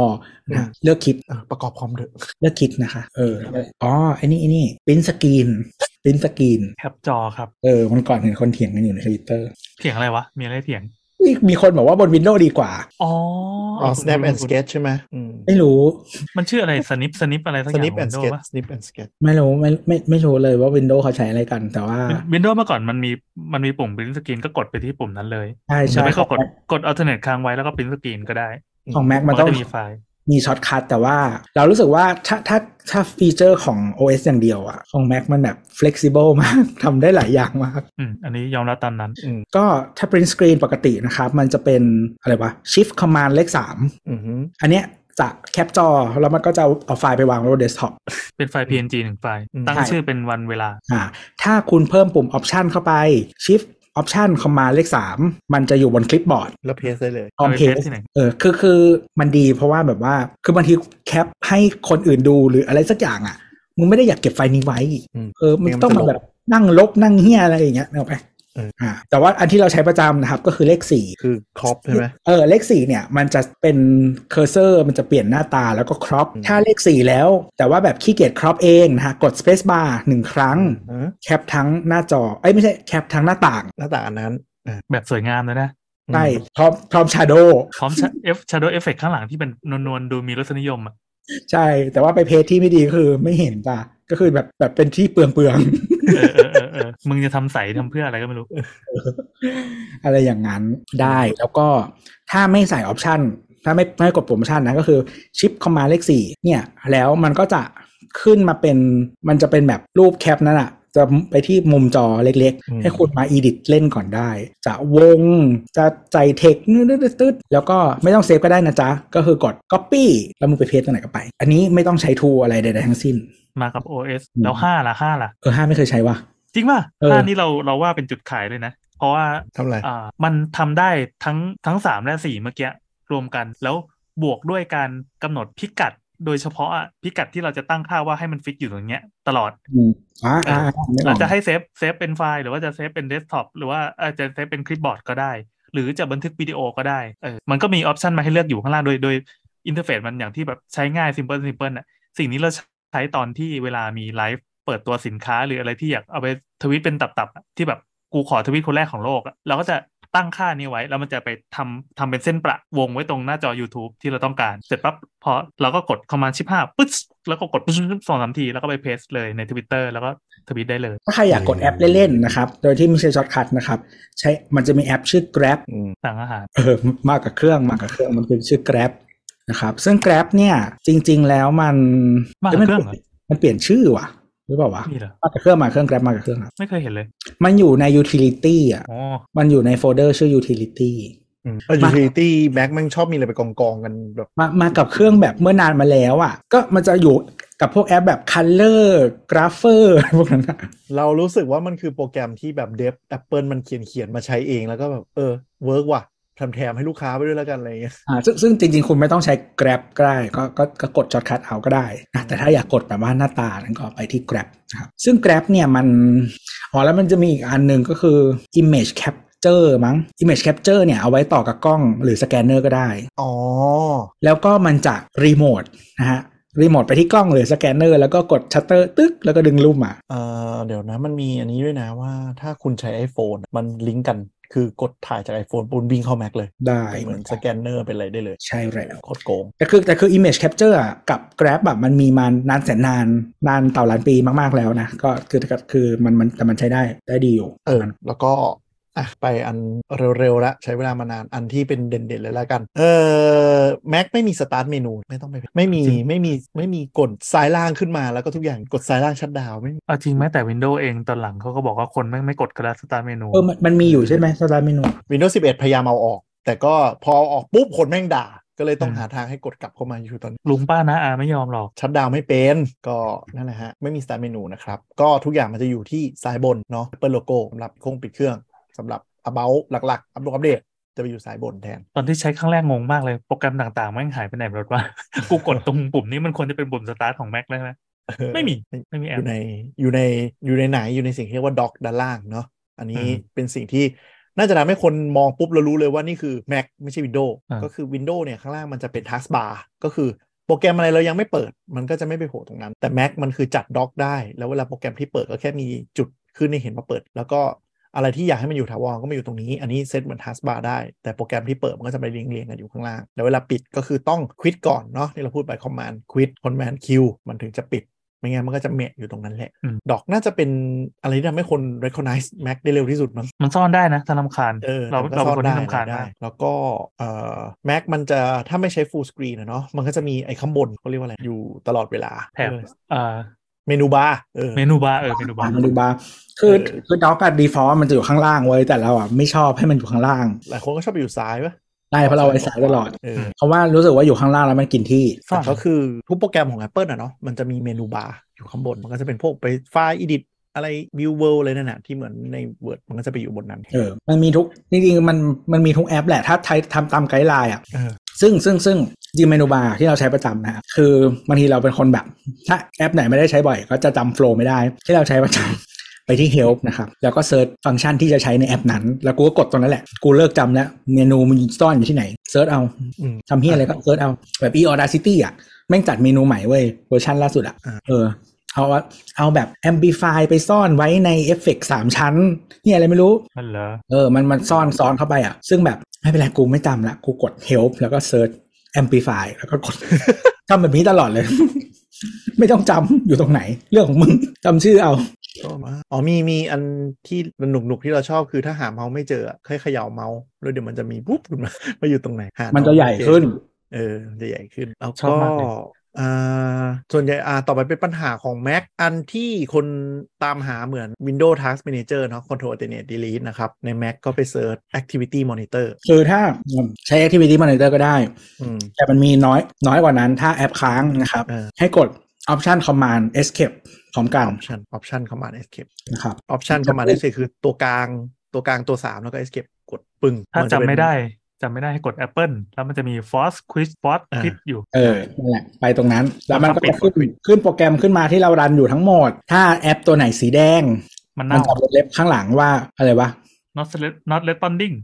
B: นะฮะ
C: อืม
B: เลือกคิด
C: เออประกอบคอมเถอะ
B: เลือกคิดนะคะ เอออ๋อไอ้นี่ไอ้นี่ปริ้นสกรีนปริ้นสกรีน
D: แคปจอครับ
B: เออวันก่อนเห็นคนเถียงกันอยู่ในทวิตเตอร์
D: เถียงอะไรวะ มีอะไรเถียง
B: มีคนบอกว่าบนวินโดว์ดีกว่า
D: อ๋อ
C: อ๋อ snap
D: คุณ
C: and
D: คุณ
C: sketch ใช่ไหมอืม
B: ไม่รู้
D: มันชื่ออะไรสนิปสนิปอะไรสักอย่าง
C: snip
D: ของ
C: and
D: Windows
C: sketch
D: ปะ
C: snip and sketch
B: ไม่รู้ไม่ไม่ไม่รู้เลยว่าวินโดว์เขาใช้อะไรกัน แต่ว่า
D: Windows เมื่อก่อนมันมีมันมีปุ่ม print screen ก็กดไปที่ปุ่มนั้นเลย
B: ใช่
D: หรือ
B: ใช่
D: ไม่
B: ข
D: ก็
B: อง
D: กด
B: แม็ก
D: กด alternate ค้างไว้แล้วก็ print screen ก็ได้
B: ของแม็กมันต้อง
D: จะมีไฟล์
B: มีช็อตคัทแต่ว่าเรารู้สึกว่าถ้าถ้าถ้าฟีเจอร์ของ OS อย่างเดียวอะของ Mac มันแบบ flexible มาก ทำได้หลายอย่างมาก
D: อืมอันนี้ยอมรับตามนั้น
C: อืม
B: ก็ถ้า print screen ปกตินะครับ มันจะเป็นอะไรวะ shift command เลข
C: อืมฮึ
B: 3 อันเนี้ยจะแคปจอ แล้วมันก็จะเอาไฟล์ไปวางบนเดสก์ท็อป
D: เป็นไฟล์ PNG หนึ่งไฟล์ ตั้ง
B: ใช่
D: ชื่อเป็นวันเวลา
B: อ่าถ้าคุณเพิ่มปุ่ม option เข้าไป shift option command เลข 3 มันจะอยู่บนคลิปบอร์ด
C: แล้วเพสได้เลย
B: ออม
D: เอาไป
B: เพจ
D: paste ที่ไหน
B: เออคือคือมันดีเพราะว่าแบบว่า คือบางทีแคปให้คนอื่นดูหรืออะไรสักอย่างอ่ะ มึงไม่ได้อยากเก็บไฟล์นี้ไว้
C: อืม
B: เออ มัน
C: ไม่งั้น
B: ต้อง
C: มัน
B: มา
C: จะลบ
B: แบบนั่งลบนั่งเฮียอะไรอย่างเงี้ยเอาไป
C: เอออ่
B: อ่า แต่ว่าอันที่เราใช้ประจำนะครับ ก็คือเลขสี่
C: คือครอปใช่ไหม
B: เออเลขสี่เนี่ย มันจะเป็นเคอร์เซอร์มันจะเปลี่ยนหน้าตาแล้วก็ครอป
C: อืม
B: ถ้าเลขสี่แล้ว แต่ว่าแบบขี้เกียจครอปเองนะฮะกด Space Bar หนึ่งครั้ง
C: อืม
B: แคปทั้งหน้าจอเอ้ยไม่ใช่แคปทั้งหน้าต่าง
C: หน้าต่างอันนั้นอ่ะ
D: แบบสวยงามเลยนะ
B: ใช่พร้อมพร้อมชาโด
D: พ ร้อม F Shadow Effect ข้างหลังที่เป็นนวลๆดูมีรสนิยมอ่ะ
B: ใช่ แต่ว่าไปเพจที่ไม่ดีคือไม่เห็นจ้ะก็คือแบบแบบเป็นที่เปลืองเปลือง
D: เออเออเออเออมึงจะทำใสทำเพื่ออะไรก็ไม่รู้
B: ๆ อะไรอย่างนั้นได้แล้วก็ถ้าไม่ใส่ออปชันถ้าไม่ไม่กดปุ่มออปชันนะก็คือชิปคอมมาเลขสี่เนี่ย แล้วมันก็จะขึ้นมาเป็นมันจะเป็นแบบรูปแคปนั่นแหะจะไปที่มุมจอเล็กๆ ให้คุณมาอีดิทเล่นก่อนได้ จะวงจะใจเทคตึ๊ดๆๆๆแล้วก็ไม่ต้องเซฟก็ได้นะจ๊ะ ก็คือกด Copy แล้วมึงไปเพจตรงไหนก็ไป อันนี้ไม่ต้องใช้ทูอะไรใดๆทั้งสิ้น
D: มากับ OS
B: อืม
D: แล้วห้าล่ะห้าล่ะ
B: เออห้าไม่เคยใช้ว่ะ
D: จริงป่ะ
B: เออ
D: ห้านี่เราเราว่าเป็นจุดขายเลยนะ เพราะว่า
C: ทำอะไร
D: อ่ามันทำได้ทั้งทั้งสามและสี่เมื่อกี้รวมกัน แล้วบวกด้วยการกำหนดพิกัด โดยเฉพาะอะพิกัดที่เราจะตั้งค่าว่าให้มันฟิกอยู่ตรงเนี้ยตลอด
B: อืมอ่าอ่าไม่อ
D: เรา
B: อก
D: จะให้เซฟเซฟเป็นไฟล์หรือว่าจะเซฟเป็นเดสก์ท็อปหรือว่าเอ่อจะเซฟเป็นคลิปบอร์ดก็ได้ หรือจะบันทึกวิดีโอก็ได้เออมันก็มีออปชันมาให้เลือกอยู่ข้างล่างโดยโดยอินเทอร์เฟซมันอย่างที่แบบใช้ง่ายซิมเ l ิลซิมเ l ิลน่ะสิ่งนี้เราใช้ตอนที่เวลามีไลฟ์เปิดตัวสินค้าหรืออะไรที่อยากเอาไปทวีตเป็นตับๆอะที่แบบกูขอทวีตคนแรกของโลกอะเราก็จะตั้งค่านี้ไว้ แล้วมันจะไปทำทำเป็นเส้นประวงไว้ตรงหน้าจอ YouTube ที่เราต้องการเสร็จปั๊บพอเราก็กด command ชิปห้าปึ๊บแล้วก็กดปึ๊บสองสามทีแล้วก็ไป paste เลยใน Twitter แล้วก็ทวีตได้เลย
B: ถ้าใครอยากกดแอปเล่นๆนะครับ โดยที่ไม่ใช่ช็อตคัทนะครับ ใช้มันจะมีแอปชื่อ Grab
C: อืม
D: สั่งอาหาร
B: เออมากับเครื่องมากับเครื่องมันคือชื่อ Grab นะครับ ซึ่ง Grab เนี่ยจริง ๆ แล้วมัน
D: มากับเครื่องเหรอ
B: มันเปลี่ยนชื่อว่ะหรือเปล่าวะ
D: นี่เหรอ
B: มากับเครื่องมากับเครื่อง Grab มากับเครื่องครับ
D: ไม่เคยเห็นเลย
B: มันอยู่ใน utility อ่ะ
D: อ๋อ
B: มันอยู่ในโฟลเดอร์ชื่อ utility
C: เออยูทิลิตี้แม็กแม่งชอบมีอะไรไปกองกองๆกันแบบ
B: มามากับเครื่องแบบเมื่อนานมาแล้วอ่ะ ก็มันจะอยู่กับพวกแอปแบบ Color Grapher พวกนั้นอะ
C: เรารู้สึกว่ามันคือโปรแกรมที่แบบเดฟแอปเปิลมันเขียนเขียนๆมาใช้เองแล้วก็แบบเออเวิร์กว่ะทำแถมให้ลูกค้าไปด้วยแล้วกันอะไรอย่างเงี้ย
B: อ่าซึ่งซึ่งจริง ๆ คุณไม่ต้องใช้ Grab ก็ได้ก็ก็ก็กดช็อตคัทเอาก็ได้นะแต่ถ้าอยากกดแบบว่าหน้าตานั้นก็ไปที่ Grab นะครับซึ่ง Grab เนี่ยมัน อ๋อแล้วมันจะมีอีกอันหนึ่งก็คือ image capture มั้ง image capture เนี่ยเอาไว้ต่อกับกล้องหรือสแกนเนอร์ก็ได้
C: อ๋อ
B: แล้วก็มันจะรีโมทนะฮะรีโมทไปที่กล้องหรือสแกนเนอร์แล้วก็กดชัตเตอร์ตึ๊กแล้วก็ดึงรูปมา
C: เอ่อเดี๋ยวนะมันมีอันนี้ด้วยนะว่าถ้าคุณใช้ iPhone อะมันลิงก์กันคือกดถ่ายจาก iPhone ปุ่นวิ่งเข้า Mac เลย
B: ได้
C: เหมือนสแกนเนอร์เป็นอะไรได้เลย
B: ใช่แล้ว
C: โคตรโกง
B: แต่คือแต่คือ image capture อะกับ Grab แบบมันมีมานานแสนนานนานเต่าล้านปีมาก ๆ แล้วนะ ก็คือก็คือมันมันแต่มันใช้ได้ได้ดีอยู่
C: เออแล้วก็อ่ะไปอันเร็วๆละใช้เวลามานานอันที่เป็นเด่นๆเลยละกัน เออแม็กไม่มีสตาร์ทเมนูไม่ต้องไปไม่มีไม่มีไม่มีกดซ้ายล่างขึ้นมาแล้วก็ทุกอย่างกดซ้ายล่างชัดดาวน์ไม่มี
D: เอาจริงไหมแต่ Windows เองตอนหลังเขาก็บอกว่าคนไม่งไม่กดกระดาษสตาร์เมนู
B: เออมันมันมีอยู่ใช่ไหมสตาร์เมนู
C: Windows 11 พยายามเอาออก แต่ก็พอเอาออกปุ๊บคนแม่งด่า ก็เลยต้อง
D: อืม
C: หาทางให้กดกลับเข้ามาอยู่ตอนนี้
D: ลุงป้านะอาไม่ยอมหรอก
C: ชัดดาวน์ไม่เป็นก็นั่นแหละฮะ ไม่มีสตาร์ทเมนูนะครับ ก็ทุกอย่างมันจะอยู่ที่ซ้ายบนเนาะเปิดโลโก้สำหรับเครื่องปิดเครื่องสำหรับ about หลักๆ อัปโหลดอัปเดตจะไปอยู่ซ้ายบนแทน
D: ตอนที่ใช้ครั้งแรกงงมากเลยโปรแกรมต่างๆแม่งหายไปไหนหมดวะ กูกดตรงปุ่มนี้มันควรจะเป็นปุ่มสตาร์ทของ Mac แล้วใช่ไหมไม่มีไม่มีแอ
C: อ
D: ป
C: ยู่ในอยู่ในอยู่ในไหนอยู่ในสิ่งที่เรียกว่าด็อกด้านล่างเนาะอันนี้
D: อืม
C: เป็นสิ่งที่น่าจะทำให้คนมองปุ๊บ แล้วรู้เลยว่านี่คือ Mac ไม่ใช่ Windows
D: อ่า
C: ก็คือ Windows เนี่ย ข้างล่างมันจะเป็น Task Bar ก็คือโปรแกรมอะไรเรายังไม่เปิด มันก็จะไม่ไปโผล่ตรงนั้น แต่ Mac มันคือจัดด็อกได้ แล้วเวลาโปรแกรมที่เปิดก็แค่มีจุดขึ้นให้เห็นว่าเปิด แล้วก็อะไรที่อยากให้มันอยู่ถาวรก็มาอยู่ตรงนี้ อันนี้เซตเหมือน Task Bar ได้ แต่โปรแกรมที่เปิดมันก็จะไปเรียงเรียงๆกันอยู่ข้างล่าง แล้วเวลาปิดก็คือต้องควิดก่อนเนาะที่เราพูดไป command quit command q มันถึงจะปิด ไม่งั้นมันก็จะเมะอยู่ตรงนั้นแหละ
D: อืม
C: ดอกน่าจะเป็นอะไรที่ทำให้คน recognize Mac ได้เร็วที่สุดมั้ง
D: มันซ่อนได้นะถ้าลำคาญ
C: เออ
D: เรา
C: แต่
D: เราเป็นคนที่
C: ซ่อ
D: ลำคาญมาก
C: แล้วก็เอ่อ Mac มันจะถ้าไม่ใช้ full screen นะเนาะ มันก็จะมีไอ้ข้างบนเขาเรียกว่าอะไร อยู่ตลอดเวลา
D: แถบ เออ
C: เมนูบาร์เออ
D: เมนูบาร์เออเมนูบาร์
B: มาดูบาร์คือ
C: เออ
B: คือด็อกอะดีฟอลมันจะอยู่ข้างล่างเว้ยแต่เราอ่ะไม่ชอบให้มันอยู่ข้างล่าง
C: หลายคนก็ชอบไปอยู่ซ้ายปะ
B: ได้เพราะเราไว้สายตลอด
C: เออ
B: เพราะว่ารู้สึกว่าอยู่ข้างล่างแล้วมันกินที่
D: ซ่อ
C: แต่
D: น
C: ก็คือทุกโปรแกรมของ Apple นะเนาะ มันจะมีเมนูบาร์อยู่ข้างบน มันก็จะเป็นพวกไปไฟล์ edit อะไร view world เลยนั่นแหะที่เหมือนใน Word มันก็จะไปอยู่บนนั้น
B: เออ มันมีทุกจริงๆมันมันมีทุกแอปแหละถ้าใช้ทำตามไกด์ไลน์อ่ะ
C: เออ
B: ซึ่งซึ่งซึ่งจริงเมนูบาร์ที่เราใช้ประจำนะฮะคือบางทีเราเป็นคนแบบ ถ้าแอปไหนไม่ได้ใช้บ่อย ก็จะจำโฟล์ไม่ได้ ที่เราใช้ประจำ ไปที่ help นะครับ แล้วก็เซิร์ชฟังก์ชันที่จะใช้ในแอปนั้น แล้วกูก็กดตรงนั้นแหละ กูเลิกจำแล้วเมนูมันซ่อนอยู่ที่ไหนเซิร์ชเอา
C: อืม
B: ทำเฮียอะไรก็เซิร์ชเอาแบบ e audacity อ่ะแม่งจัดเมนูใหม่เว้ยเวอร์ชันล่าสุดอ่ะ
C: อ่า
B: เออ เอาว่าเอาแบบ amplify ไปซ่อนไว้ในเอฟเฟกต์สามชั้นเนี่ยอะไรไม่รู้
D: มันเหรอ
B: เออ มัน มันซ่อนซ้อนเข้าไปอ่ะ ซึ่งแบบ ไม่เป็นไร กูไม่จำละ กูกด help แล้วก็ search amplify แล้วก็กด ทำแบบนี้ตลอดเลย ไม่ต้องจำอยู่ตรงไหน เรื่องของมึงจำชื่อเอา
C: ชอบมากอ๋อมีมีอันที่หนุกหนุกๆที่เราชอบคือถ้าหาเมาส์ไม่เจออะให้เขย่าเมาส์แล้วเดี๋ยวมันจะมีปุ๊บขึ้นมา ว่าอยู่ตรงไหนหา
B: มันจะใหญ่
C: ไม่เอ
B: ขึ้น
C: เออมันจะใหญ่ขึ้นแล้ว
D: ชอบ
C: ก็
D: มากเลย
C: อ่าส่วนใหญ่อ่าต่อไปเป็นปัญหาของ Mac อันที่คนตามหาเหมือน Windows Task Manager เนาะ Control Alternate Delete นะครับ ใน Mac ก็ไปเซิร์ช Activity Monitor
B: คือถ้าใช้ activity monitor ก็ได้
C: อืม
B: แต่มันมีน้อย น้อยกว่านั้น ถ้าแอปค้างนะครับ
C: เออ
B: ให้กด option command escape พร้อมกัน
C: Option Option Command Escape
B: นะครับ
C: Option Command Escape คือตัวกลาง ตัวกลางตัวสามแล้วก็ escape กดปึ้ง
D: ถ้าน
C: จะ
D: จำ
C: เป็น
D: ไม่ได้จำไม่ได้ให้กด Apple แล้วมันจะมี Force Quiz Force
C: อ่า
D: Quiz อยู่
B: เออนั่นแหละไปตรงนั้น แล้วมันก็
D: ปิ
B: จะ
D: ด
B: ขึ้นขึ้นโปรแกรมขึ้นมาที่เรารันอยู่ทั้งหมด ถ้าแอปตัวไหนสีแดง
D: มัน
B: มั
D: เน่า
B: นจะวงเล็บข้างหลังว่าอะไรวะ
D: not select- not responding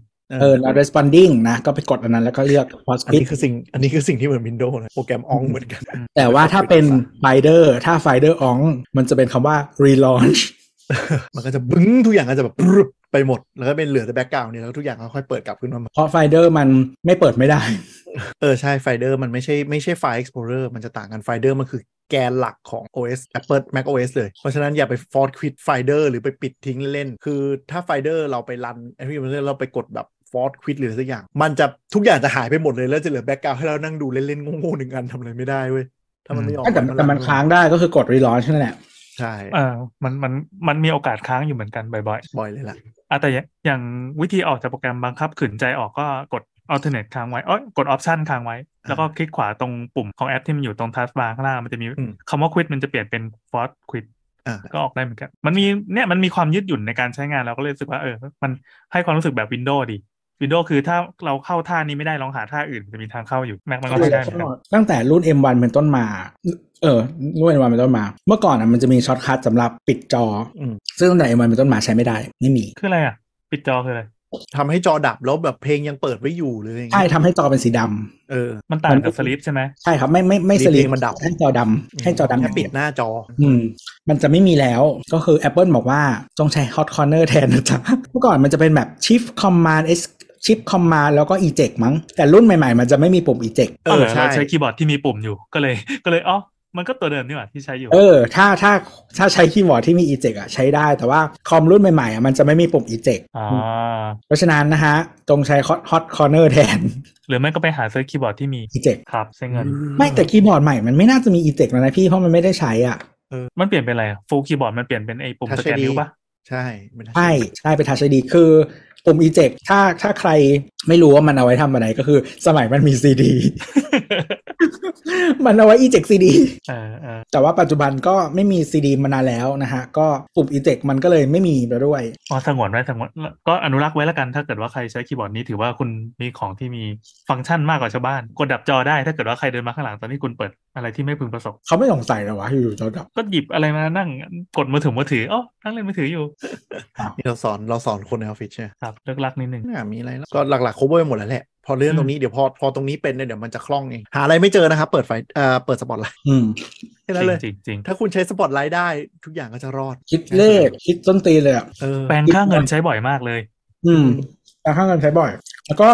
B: เออ not responding นะ ก็ไปกดอันนั้นแล้วก็เลือก post
C: อัน
B: quit
C: นี้คือสิ่งอันนี้คือสิ่งที่เหมือน Windows นะโปรแกรมอองเหมือนกัน
B: แต่ว่าถ้าเป็น finder ถ้า finder on มันจะเป็นคำว่า relaunch
C: มันก็จะบึ้งทุกอย่างก็จะแบบป รึบไปหมด แล้วก็เป็นเหลือแต่แบ็กกราวน์เนี่ยแล้วทุกอย่างก็ค่อยเปิดกลับขึ้นมาใหม่
B: เพราะ finder มันไม่เปิดไม่ได้
C: เออใช่ไฟเดอร์มันไม่ใช่ไม่ใช่ไฟ Explorer มันจะต่างกันไฟเดอร์มันคือแกนหลักของ OS Apple Mac OS เลย เพราะฉะนั้นอย่าไปฟอร์ดควิดไฟเดอร์หรือไปปิดทิ้งเล่นๆ คือถ้าไฟเดอร์เราไปรันแอปพลิเคชันเราไปกดแบบฟอร์ดควิดหรือสักอย่าง มันจะทุกอย่างจะหายไปหมดเลยแล้วจะเหลือแบ็กกราวน์ให้เรานั่งดูเล่นๆโง่ๆหนึ่งอันทำอะไรไม่ได้เว้ยถ้ามันไม่ออก
B: แต่แต่มันค้างได้ก็คือกด relaunch นั่นแหละ
C: ใช่
D: เออมันมันมันมีโอกาสค้างอยู่เหมือนกันบ่อย
C: บ่อยเลยล่ะ
D: ๆอ่ะแต่อย่างอย่างวิธีออกจากโปรแกรมบังคับขืนใจออกก็กด alternate ค้างไว้เอ้ยกด option ค้างไว้ แล้วก็คลิกขวาตรงปุ่มของแอปที่มันอยู่ตรง task bar ข้างล่างมันจะมี
C: อืม
D: คำว่า quit มันจะเปลี่ยนเป็น force quit
C: อ่า
D: ก็ออกได้เหมือนกัน มันมีเนี่ยมันมีความยืดหยุ่นในการใช้งานเราก็เลยรู้สึกว่าเออ มันให้ความรู้สึกแบบ Windows ดี Windows คือถ้าเราเข้าท่านี้ไม่ได้ลองหาท่าอื่นมันจะมีทางเข้าอยู่ Mac มันก็ใช้ได้เหมือนกัน
B: ตั้งแต่รุ่น M1 เป็นต้นมา เออ รุ่น M1 เป็นต้นมา เมื่อก่อนอ่ะมันจะมีช็อตคัทสำหรับปิดจออ
C: ม
B: ซึ่งตั้งแต่ M1 เป็นต้นมาใช้ไม่ได้ ไม่มี
D: คืออะไรอ่ะ ปิดจอคืออะไร
C: ทำให้จอดับแล้วแบบเพลงยังเปิดไว้อยู่เลยอย่าง
B: ใช่
C: เงี้ย
B: ทำให้จอเป็นสีดำ
C: เออ
D: มันต่าง
B: มั
D: กับ
B: น
D: สลิปใช่ไหม
B: ใช่ครับ ไม่ไม่ไม่สลิ
C: เพลงมันดับ
B: ให้จอดำให้จอดำ
C: แค่ปิดหน้าจอ
B: อืม มันจะไม่มีแล้วก็คือ Apple บอกว่าต้องใช้ Hot Corner แทนนะจ๊ะ เมื่อก่อนมันจะเป็นแบบ Shift Command S Shift Command แล้วก็ Eject มั้ง แต่รุ่นใหม่ๆ มันจะไม่มีปุ่ม Eject
C: เอ
D: เอ
C: อ
D: อ
C: ใช่
D: เราใช้คีย์บอร์ดที่มีปุ่มอยู่ก็เลย ก็เลยอ๋อมันก็ตัวเดิมนี่หว่าที่ใช้อยู่
B: เออ ถ้าถ้าถ้าใช้คีย์บอร์ดที่มี Eject อะใช้ได้ แต่ว่าคอมรุ่นใหม่ๆอะมันจะไม่มีปุ่ม Eject
D: อ่า
B: เพราะฉะนั้นนะฮะจงใช้ Hot Hot Corner แทน
D: หรือไม่ก็ไปหาซื้อคีย์บอร์ดที่มี
B: Eject
D: ครับใช้เงิน
B: ไม่แต่คีย์บอร์ดใหม่มันไม่น่าจะมี Eject แล้วนะพี่เพราะมันไม่ได้ใช้อ่ะ
D: มันเปลี่ยนเป็นอะไรอ่ะฟูคีย์บอร์ดมันเปลี่ยนเป็นไอ้ปุ่มส
C: Touch
D: แกนนิ้ว
C: ID
D: ปะ
C: ใช่มัน
B: ใช่ใช่ไปทัชดีคือปุ่ม Eject ถ้าถ้าใครไม่รู้ว่ามันเอาไว้ทำอะไรก็คือ สมัยมันมีซีดี มันเอาไว้ Eject ซีดี
D: เออเออ
B: แต่ว่าปัจจุบันก็ไม่มีซีดีมานานแล้วนะฮะ ก็ปุ่ม Eject มันก็เลยไม่มีแล้วด้วย
D: อ๋อสงวนไว้สงวนก็อนุรักษ์ไว้แล้วกันถ้าเกิดว่าใครใช้คีย์บอร์ดนี้ถือว่าคุณมีของที่มีฟังก์ชันมากกว่าชาวบ้าน กดดับจอได้ถ้าเกิดว่าใครเดินมาข้างหลังตอนนี้คุณเปิดอะไรที่ไม่พึงประสงค์
B: เขาไม่สงสัยเหรอวะอยู่ๆจะดับ
D: ก็หยิบอะไรมานั่งกดมือถือมือถืออ๋อนั่งเล่นมือถืออยู่
C: นี่เราสอนเราสอนคนในออฟฟิศใช่ไหม
D: ครับเลิกลักนิดนึง
C: น่ามีอะไรแล้วก็หลักๆ cover หมดแล้วแหละ พอเรื่อง
D: อืม
C: ตรงนี้เดี๋ยวพอพอตรงนี้เป็นเนี่ยเดี๋ยวมันจะคล่องเอง หาอะไรไม่เจอนะครับ เปิดไฟเอ่อเปิดสปอตไลท์
B: อืม
C: แค่นั้นเลย
D: จริงๆจริง
C: ถ้าคุณใช้สปอตไลท์ได้ ทุกอย่างก็จะรอด
B: คิดเลขคิดต้นตีนเลยอะ
C: เออ
D: ๆแปลงค่าเงินใช้บ่อยมากเลย
B: อืมแต่ข้างกันใช้บ่อย แล้วก็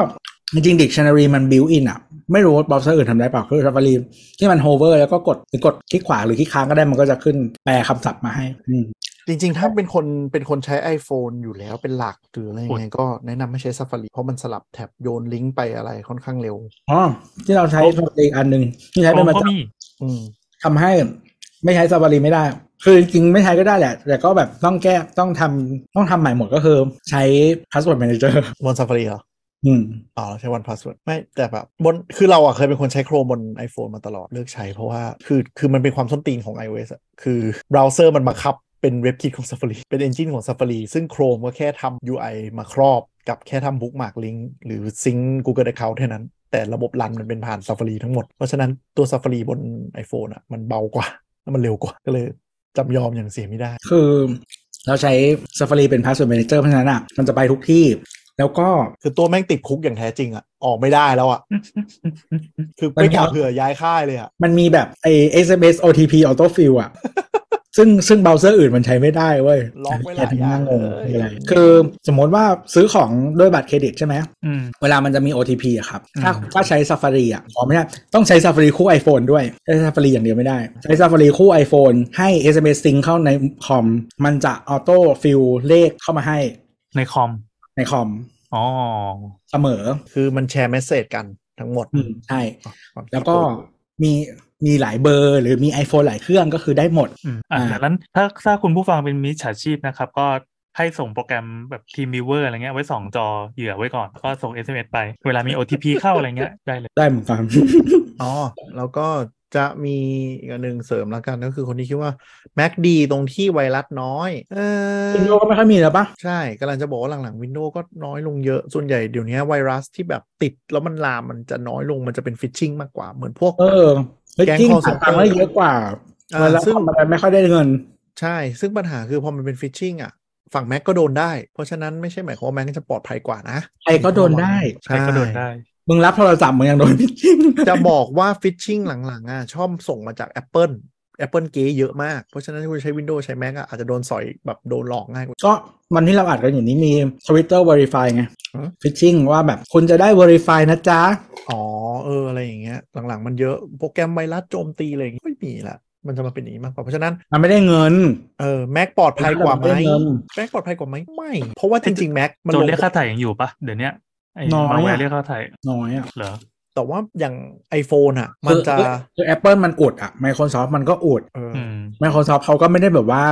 B: จริงๆ dictionary มัน built in อะไม่รู้ว่าบอสเซอร์อื่นทำได้เปล่าคือ Safari ที่มัน hover แล้วก็กดหรือกดคลิกขวาหรือคลิกค้างก็ได้มันก็จะขึ้นแปลคำศัพท์มาให้ อืม
C: จริง ๆ ถ้าเป็นคนเป็นคนใช้ iPhone อยู่แล้วเป็นหลักหรืออะไรยังไงก็แนะนำให้ใช้ Safari เพราะมันสลับแท็บโยนลิงก์ไปอะไรค่อนข้างเร็ว
B: อ๋อที่เราใช้
D: โอ้
B: สปารีอันหนึ่งที่ใช้
D: โค
B: เป็นประ
D: ก็
B: จ
D: มี
C: อืม
B: ำทำให้ไม่ใช้สปารีไม่ได้ คือจริงๆไม่ใช้ก็ได้แหละ แต่ก็แบบต้องแก้ต้องทำต้องทำใหม่หมดก็คือใช้ Password Manager
C: บน Safari เหรอ
B: อืม
C: อ๋อเราใช้ one password ไม่แต่แบบบนคือเราอ่ะเคยเป็นคนใช้ Chrome บน iPhone มาตลอดเลิกใช้เพราะว่าคือคือมันเป็นความส้นตีนของ iOS อะคือเบราว์เซอร์มันบังคับเป็นเว็บคิดของ Safari เป็น engine ของ Safari ซึ่ง Chrome ก็แค่ทำ UI มาครอบกับแค่ทำ bookmark link หรือ sync Google Account เท่านั้น แต่ระบบรันมันเป็นผ่าน Safari ทั้งหมด เพราะฉะนั้นตัว Safari บน iPhone อ่ะมันเบากว่าแล้วมันเร็วกว่าก็เลยจำยอมอย่างเสียไม่ได้
B: คือเราใช้ Safari เป็น Password Manager เพราะฉะนั้นอ่ะมันจะไปทุกที่ แล้วก็
C: คือตัวแม่งติดคุกอย่างแท้จริงอ่ะออกไม่ได้แล้วอ่ะคือไม่กล่าวเผื่อย้ายค่ายเลยอ่ะ
B: มันมีแบบไอ SMS OTP Auto Fill อ่ะ ซึ่งซึ่งเบราว์เซอร์อื่นมันใช้ไม่ได้เว้ย
C: ล็อกไว้หลายอย่าง
B: งง
C: เลย
B: คืออะไรคือสมมติว่าซื้อของด้วยบัตรเครดิตใช่ไหม
D: อืม
B: เวลามันจะมี OTP อะครับ ถ้า
D: อืม
B: ถ้าใช้ Safari อะอ๋อไม่ใช่ต้องใช้ Safari คู่ iPhone ด้วย ใช้ Safari อย่างเดียวไม่ได้ ใช้ Safari คู่ iPhone ให้ SMS Sync เข้าในคอม มันจะออโต้ฟิลเลขเข้ามาให้
D: ในคอม
B: ในคอม
D: อ๋อ
B: เสมอ
C: คือมันแชร์เมสเซจกันทั้งหมด
B: อืมใช่
C: ความคิด
B: แล้วก็มีมีหลายเบอร์ หรือมี iPhone หลายเครื่องก็คือได้หมด
D: อืมอ่ะ
B: อ่า
D: ดังนั้นถ้าถ้าคุณผู้ฟังเป็นมิจฉาชีพนะครับ ก็ให้ส่งโปรแกรมแบบทีม v ิวเวอร์อะไรเงี้ยไว้สองจอเหยื่อไว้ก่อนแล้วก็ส่ง SMS ไป เวลามี OTP เข้าอะไรเงี้ยได้เลย
B: ได้เหมือนกัน
C: อ๋อ แล้วก็ จะมีอีกอันหนึ่งเสริมแล้วกันก็คือคนที่คิดว่าแม็กดีตรงที่ไวรัสน้อย เออ
B: วินโดว์ก็ไม่ค่อยมีแล้วปะ
C: ใช่กำลังจะบอกว่าหลังๆ Windows ก็น้อยลงเยอะ ส่วนใหญ่เดี๋ยวนี้ไวรัสที่แบบติดแล้วมันลามมันจะน้อยลงมันจะเป็นฟิชชิงมากกว่าเหมือนพวก
B: เออแล้ว
C: แก๊ง
B: ยิ่ง
C: call
B: หา
C: center
B: ตังค์ได้เยอะกว่า
C: เออ
B: แล้ว
C: ซึ่ง
B: ทำอะไรไม่ค่อยได้เงิน
C: ใช่ ซึ่งปัญหาคือพอมันเป็นฟิชชิงอ่ะ ฝั่งแม็กก็โดนได้ เพราะฉะนั้นไม่ใช่หมายความว่าแม็กจะปลอดภัยกว่านะ
B: ใครก็โดนได้
D: ใครก็โดนได้
B: มึงรับโทรศัพท์มึงยังโดน พิชชิ่ง
C: จะบอกว่าฟิชชิงหลังๆอ่ะชอบส่งมาจาก Apple Apple เก๋เยอะมาก เพราะฉะนั้นถ้าคุณใช้ Windows ใช้ Mac อ่ะอาจจะโดนสอยแบบโดนหลอกง่ายกว่า
B: ก็วันที่เราอัดกันอยู่นี้มี Twitter Verify ไง
C: อืม
B: พิชชิ่งว่าแบบคุณจะได้ Verify นะจ๊ะ
C: อ๋อเอออะไรอย่างเงี้ยหลังๆ มันเยอะโปรแกรมไวรัสโจมตีอะไรอย่างเงี้ยไม่มีละมันจะมาเป็นอย่างนี้มากกว่าเพราะฉะนั้น
B: มันไม่ได้เงิน
C: เออแม็กปลอดภัยกว่าไหม
B: ไม่ได้เงิน
C: แม็กปลอดภัยกว่าไหมไม่ เพราะว่าจริงๆแม็กมัน
D: โจ
C: ล
D: น
C: ง
D: เรียกค่าถ่ายยังอยู่ปะเดี๋ยวเนี้ยไอ้
B: น้อยอะ
D: มาแวร์เรียกค่าถ่าย
B: น้อยอ่ะ
D: เหรอ
C: แต่ว่าอย่าง iPhone อ่ะ มันจะ
B: คือคือ Apple มันอุดอ่ะ Microsoft มันก็อุด
C: เออ
D: อืม
B: Microsoft เขาก็ไม่ได้แบบว่า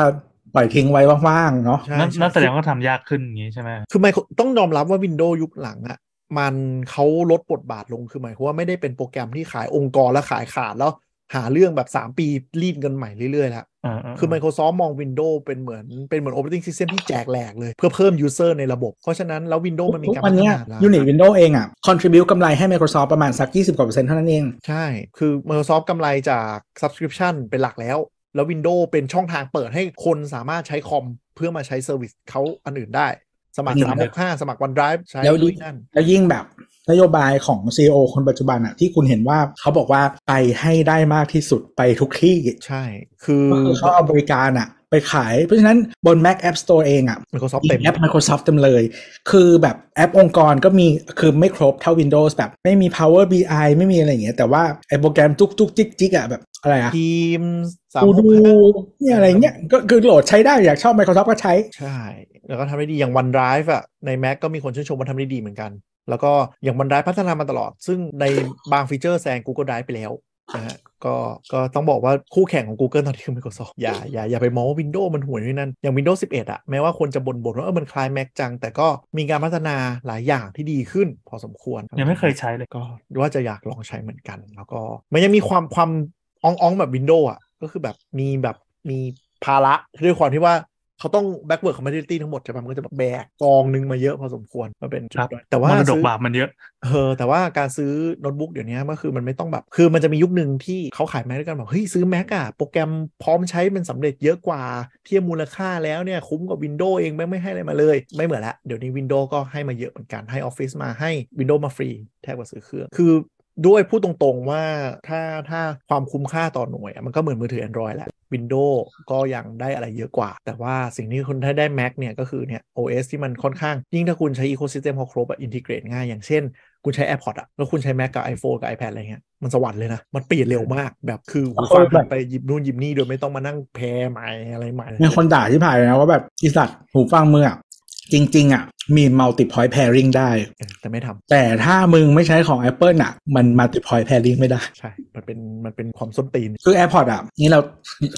B: ปล่อยทิ้งไว้ว่างๆเนาะ
C: ใช่
D: นั่น
C: ใช่
D: นั่นแสดงว่าทำยากขึ้นอย่างงี้ใช่ไหม
C: คือไมต้องยอมรับว่า Windows ยุคหลังอ่ะ มันเขาลดบทบาทลงคือหมายความว่าไม่ได้เป็นโปรแกรมที่ขายองค์กรและขายขาดแล้วหาเรื่องแบบ 3 ปีรีดเงินใหม่เรื่อยๆแล้ว
D: เออเ
C: คือ Microsoft มอง Windows เป็นเหมือนเป็นเหมือน Operating System ที่แจกแหลกเลย เพื่อเพิ่ม User ในระบบ เพราะฉะนั้นแล้ว Windows มันมี
B: ทุก
C: การ
B: วัน
C: พัฒ
B: เนี้ย
C: นาแล้ว
B: ยูนิตวินโดว์เองอ่ะ contribute กำไรให้ Microsoft ประมาณสัก 20กว่าเปอร์เซ็นต์เท่านั้นเอง
C: ใช่ คือ Microsoft กำไรจาก Subscription เป็นหลักแล้ว แล้ว Windows เป็นช่องทางเปิดให้คนสามารถใช้คอม เพื่อมาใช้เซอร์วิสเขาอันอื่นได้ สมัคร
B: อันอื่นได้
C: 365 สมัคร OneDrive ใช้
B: แล้วดู
C: ด้วยนั่น
B: แล้วยิ่งแบบนโยบายของ CEO คนปัจจุบันอ่ะ ที่คุณเห็นว่าเขาบอกว่าไปให้ได้มากที่สุดไปทุกที่
C: ใช่ คือ
B: ก็คือเขาเอาบริการอ่ะ ไปขาย เพราะฉะนั้นบน Mac App Store เองอ่ะ
C: Microsoft
B: มี
C: เต็ม
B: แอป Microsoft เต็มเลย คือแบบแอปองค์กรก็มีคือไม่ครบเท่า Windows แบบไม่มี Power BI ไม่มีอะไรอย่างเงี้ยแต่ว่าไอโปรแกรมจุกจุกจิกจิกอ่ะแบบอะไรอ่ะ
C: Teams
B: กูดู
C: 365
B: เนี่ยอะไรเงี้ยก็คือโหลดใช้ได้อยากชอบ Microsoft ก็ใช้
C: ใช่ แล้วก็ทำได้ดี อย่าง OneDrive อะใน Mac ก็มีคนชื่นชมว่าทำได้ดีเหมือนกัน แล้วก็อย่าง OneDrive พัฒนามาตลอด ซึ่งในบางฟีเจอร์แซง Google Drive ไปแล้วนะฮะก็ก็ต้องบอกว่าคู่แข่งของ Google ตอนนี้คือ Microsoft อย่าอย่าอย่าไปมองว่า Windows มันห่วยด้วยนั่น อย่าง Windows 11 อะแม้ว่าคนจะบ่นๆว่าเออมันคล้าย Mac จัง แต่ก็มีการพัฒนาหลายอย่างที่ดีขึ้นพอสมควร
D: ยังไม่เคยใช้เลย
C: ก็ว่าจะอยากลองใช้เหมือนกัน แล้วก็มันยังมีความความอ่องๆแบบวินโดว์อ่ะ ก็คือแบบมีแบบมีภาระด้วยความที่ว่าเขาต้อง backward compatibility ทั้งหมดใช่ปะมันก็จะแบบแบกกองนึงมาเยอะพอสมควรมาเป็นจุด
D: ครับ
C: ด้อยแต่ว่าม
D: รดก
C: ซื้อบ
D: าปมันเยอะ
C: เออแต่ว่าการซื้อโน้ตบุ๊กเดี๋ยวนี้ก็คือมันไม่ต้องแบบ คือมันจะมียุคหนึ่งที่เขาขายแม็กด้วยกันแบบเฮ้ยซื้อแม็กอะโปรแกรมพร้อมใช้มันสำเร็จเยอะกว่าเทียบมูลค่าแล้วเนี่ยคุ้มกับ Windows เองแม่งไม่ให้อะไรมาเลย ไม่เหมือนละเดี๋ยวนี้ Windows ก็ให้มาเยอะเหมือนกันให้ Office มาให้ Windows มาฟรีแทบกว่าซื้อเครื่องคือ ด้วยพูดตรงๆว่าถ้าถ้าความคุ้มค่าต่อหน่วยอะมันก็เหมือนมือถือ Android แหละ Windows ก็ยังได้อะไรเยอะกว่า แต่ว่าสิ่งที่คุณได้ได้ Mac เนี่ยก็คือเนี่ย OS ที่มันค่อนข้าง ยิ่งถ้าคุณใช้ Ecosystem เขาครบอะอินทิเกรตง่าย อย่างเช่น คุณใช้ AirPods อะแล้วคุณใช้ Mac กับ iPhone กับ iPad อะไรเงี้ยมันสวรรค์เลยนะ มันเปลี่ยนเร็วมากแบบคือหูฟัง
B: แบบ
C: ไปหยิบนู่นหยิบนี่โดยไม่ต้องมานั่งแพรใหม่อะไรใหม่
B: มีคนด่าที่ผ่านเลยนะว่าแบบอีสัตว์หูฟังมืออ่ะจริง ๆ อ่ะ มี multi point pairing ได้
C: แต่ไม่ทำ
B: แต่ถ้ามึงไม่ใช้ของ Apple อ่ะ มัน multi point pairing ไม่ได้
C: ใช่มันเป็นมันเป็นความส้นตีน
B: คือ AirPod อ่ะ นี่เรา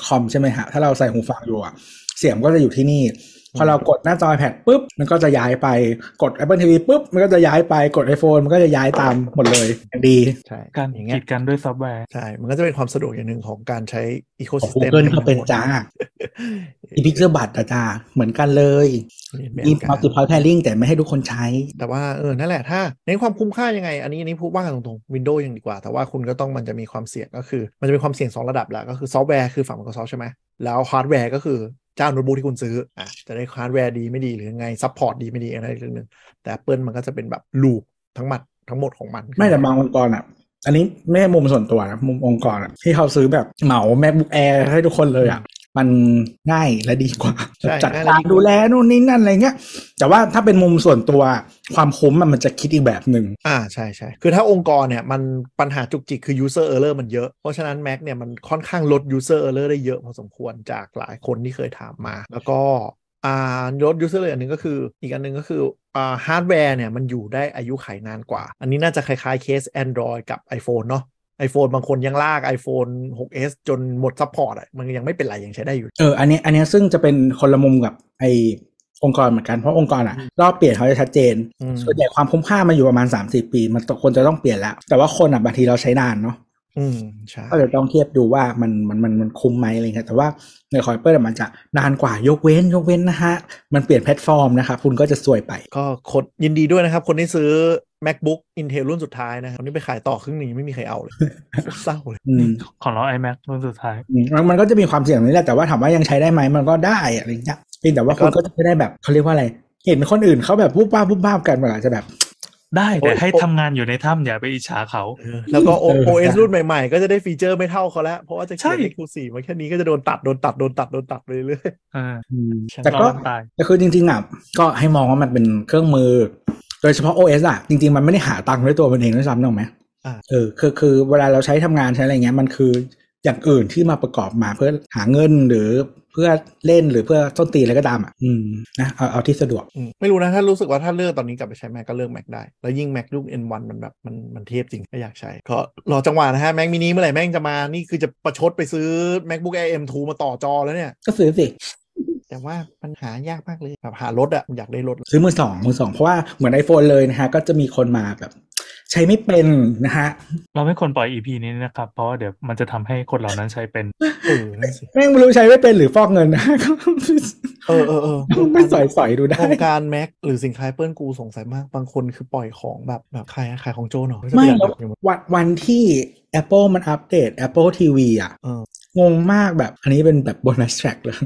B: คอมใช่ไหมฮะ ถ้าเราใส่หูฟังอยู่อ่ะ เสียงก็จะอยู่ที่นี่ พอเรากดหน้าจอ iPad ปุ๊บ มันก็จะย้ายไปกด Apple TV ปุ๊บ มันก็จะย้ายไปกด iPhone มันก็จะย้ายตามหมดเลยดี
C: ใช่
D: การ
C: อย่างเงี้
D: กี
C: ย
D: ดกันด้วยซอฟต์แวร์
C: ใช่มันก็จะเป็นความสะดวกอย่างหนึ่งของการใช้
B: ของ
C: ecosystem
B: Google ก็เป็นจ้าอีพิก
C: เ
B: เซอร์บัตจ้าเหมือนกันเลย
C: รียนแบบ
B: มี
C: กัน
B: multi point pairing แต่ไม่ให้ทุกคนใช้
C: แต่ว่าเออนั่นแหละถ้าในนความคุ้มค่ายังไง อันนี้อันนี้พูดว่ากันตรงๆ Windows ยังดีกว่า แต่ว่าคุณก็ต้องมันจะมีความเสี่ยงก็คือ มันจะมีความเสี่ยง 2 ระดับแหละก็คือซอฟต์แวร์คือฝั่ง Microsoft ใช่ไหมแล้วฮาร์ดแวร์ก็คือเจ้าโน้ตบุ๊กที่คุณซื้ออ่ะจะได้ฮาร์ดแวร์ดีไม่ดีหรือยังไงซัพพอร์ตดีไม่ดีอะไรเรื่องหนึงแต่ Apple มันก็จะเป็นแบบลูปทั้งหมดทั้งหมดของมัน
B: ไม่แต่บางองค์กรอ่ะ อันนี้ไม่ใช่มุมส่วนตัวนะมุมองค์กรอ่ะที่เขาซื้อแบบเหมา MacBook Air ให้ทุกคนเลยอ่ะ มันง่ายและดีกว่า
C: ใช่
B: จัด
C: นั่น
B: การ
C: แหะ
B: ดูแลนู่นนี่นั่นอะไรเงี้ย แต่ว่าถ้าเป็นมุมส่วนตัวความคุ้มอะมันจะคิดอีกแบบหนึ่ง
C: อ่าใช่ใช่คือถ้าองค์กรเนี่ยมันปัญหาจุกจิกคือ user error มันเยอะเพราะฉะนั้น Mac เนี่ยมันค่อนข้างลด user error ได้เยอะพอสมควรจากหลายคนที่เคยถามมา แล้วก็อ่าลด user error อันหนึงก็คืออีกอันหนึงก็คืออ่าฮาร์ดแวร์เนี่ยมันอยู่ได้อายุไขนานกว่า อันนี้น่าจะคล้ายๆเคส Android กับ iPhone เนาะ iPhone บางคนยังลาก iPhone 6s จนหมดซัพพอร์ตอ่ะมันยังไม่เป็นไรยังใช้ได้อยู่
B: เอออันเนี้ยอันเนี้ยซึ่งจะเป็นคนละมุมกับไอองค์กรเหมือนกันเพราะองค์กรอ่ะรอบเปลี่ยนเขาจะชัดเจน
C: อืม
B: ส่วนใหญ่ความคุ้มค่ามันอยู่ประมาณ3 4ปี มันควรจะต้องเปลี่ยนแล้ว แต่ว่าคนอ่ะบางทีเราใช้นานเนาะ
C: อืมใช่
B: ก็จะต้องเทียบดูว่ามันมันมันมันคุ้มไหมอะไรเงี้ยแต่ว่าในคอยเปอร์มันจะนานกว่ายกเว้นยกเว้นนะฮะ มันเปลี่ยนแพลตฟอร์มนะครับคุณก็จะซวยไป
C: ก็คนยินดีด้วยนะครับ คนที่ซื้อ macbook intel รุ่นสุดท้ายนะครับคนนี้ไปขายต่อครึ่งหนึงยังไม่มีใครเอาเลย เศร้าเลย
B: อืม
D: ของเรา iMac รุ่นสุดท้าย
B: อืมมันมันก็จะมีความเสี่ยงนี้แหละแต่ว่าถามว่ายังใช้ได้ไหมมันก็ได้อะไรเงี้ยเพียงแต่ว่าคุณก็จะไม่ได้แบบเขาเรียกว่าอะไร เห็นคนอื่นเขาแบบปุ๊บป้าบปุ๊บป้าบกันมันอาจจะแบบ
D: ได้แต่ให้ทำงานอยู่ในถ้ำอย่าไปอิจฉาเขา
C: เออแล้วก็ O-
B: เออ
C: OS รุ่นใหม่ๆ ก็จะได้ฟีเจอร์ไม่เท่าเขาแล้ว เพราะว่าจะเขียน
D: ใช่
C: ในคูสี่มาแค่นี้ก็จะโดนตัดโดนตัดโดนตัดโดนตัดไปเรื่อย
D: เออ
B: อืม
D: ฉัน
B: แต่ก็
D: รอดตาย
B: แต่คือจริงๆอ่ะก็ให้มองว่ามันเป็นเครื่องมือ โดยเฉพาะ OS อ่ะ จริงๆ มันไม่ได้หาตังค์ด้วยตัวมันเองด้วยซ้ำนึกออกไหม
C: อ่า
B: เออคือคือเวลาเราใช้ทำงานใช้อะไรเงี้ยมันคืออย่างอื่นที่มาประกอบมาเพื่อหาเงินหรือเพื่อเล่นหรือเพื่อต้นตีนอะไรก็ตามอ่ะอืมนะเอาเอาที่สะดวก
C: อืมไม่รู้นะ ถ้ารู้สึกว่าถ้าเลือกตอนนี้กลับไปใช้ Mac ก็เลือก Mac ได้ แล้วยิ่ง Mac รุ่น N1 มันแบบมันมันเทพจริงก็อยากใช้ ก็รอจังหวะนะฮะ Mac mini เมื่อไหร่แม่งจะมา นี่คือจะประชดไปซื้อ MacBook Air M2 มาต่อจอแล้วเนี่ย
B: ก็ซื้อสิ
C: แต่ว่าปัญหายากมากเลยแบบหารถอะอยากได้รถ
B: ซื้อมือสองมือสองเพราะว่าเหมือน iPhone เลยนะฮะ ก็จะมีคนมาแบบ ใช้ไม่เป็นนะฮะ
D: เราไม่ควรปล่อย EP นี้นะครับ เพราะว่าเดี๋ยวมันจะทำให้คนเหล่านั้นใช้เป็น
C: เออนั่นสิ
B: แม่งไม่รู้ใช้ไม่เป็นหรือฟอกเงินนะฮะก็
C: เออเออเออ
B: ไม่สอยสอยๆดูได้
C: โครงการ Mac หรือสินค้าเปิ้ลกูสงสัยมากบางคนคือปล่อยของแบบแบบขายขายของโจรเหรอ
B: ไม่
C: จะป
B: แล้
C: ดั
B: ว
C: กอยู่มั้ย
B: วันวันที่ Apple มันอัปเดต Apple TV อ่ะ
C: เออ
B: งงมากแบบอันนี้เป็นแบบ bonus track เลย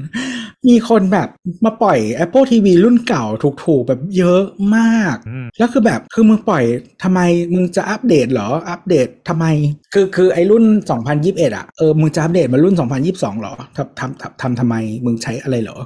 B: มีคนแบบมาปล่อย Apple TV รุ่นเก่าถูกๆ แบบเยอะมาก
D: อืม
B: แล้วคือแบบคือมึงปล่อยทำไมมึงจะอัปเดตเหรอ อัปเดตทำไม คือคือไอ้รุ่น 2021 อ่ะเออมึงจะอัปเดตมารุ่น 2022 เหรอทำทำทำทำทำไมมึงใช้อะไรเหรอ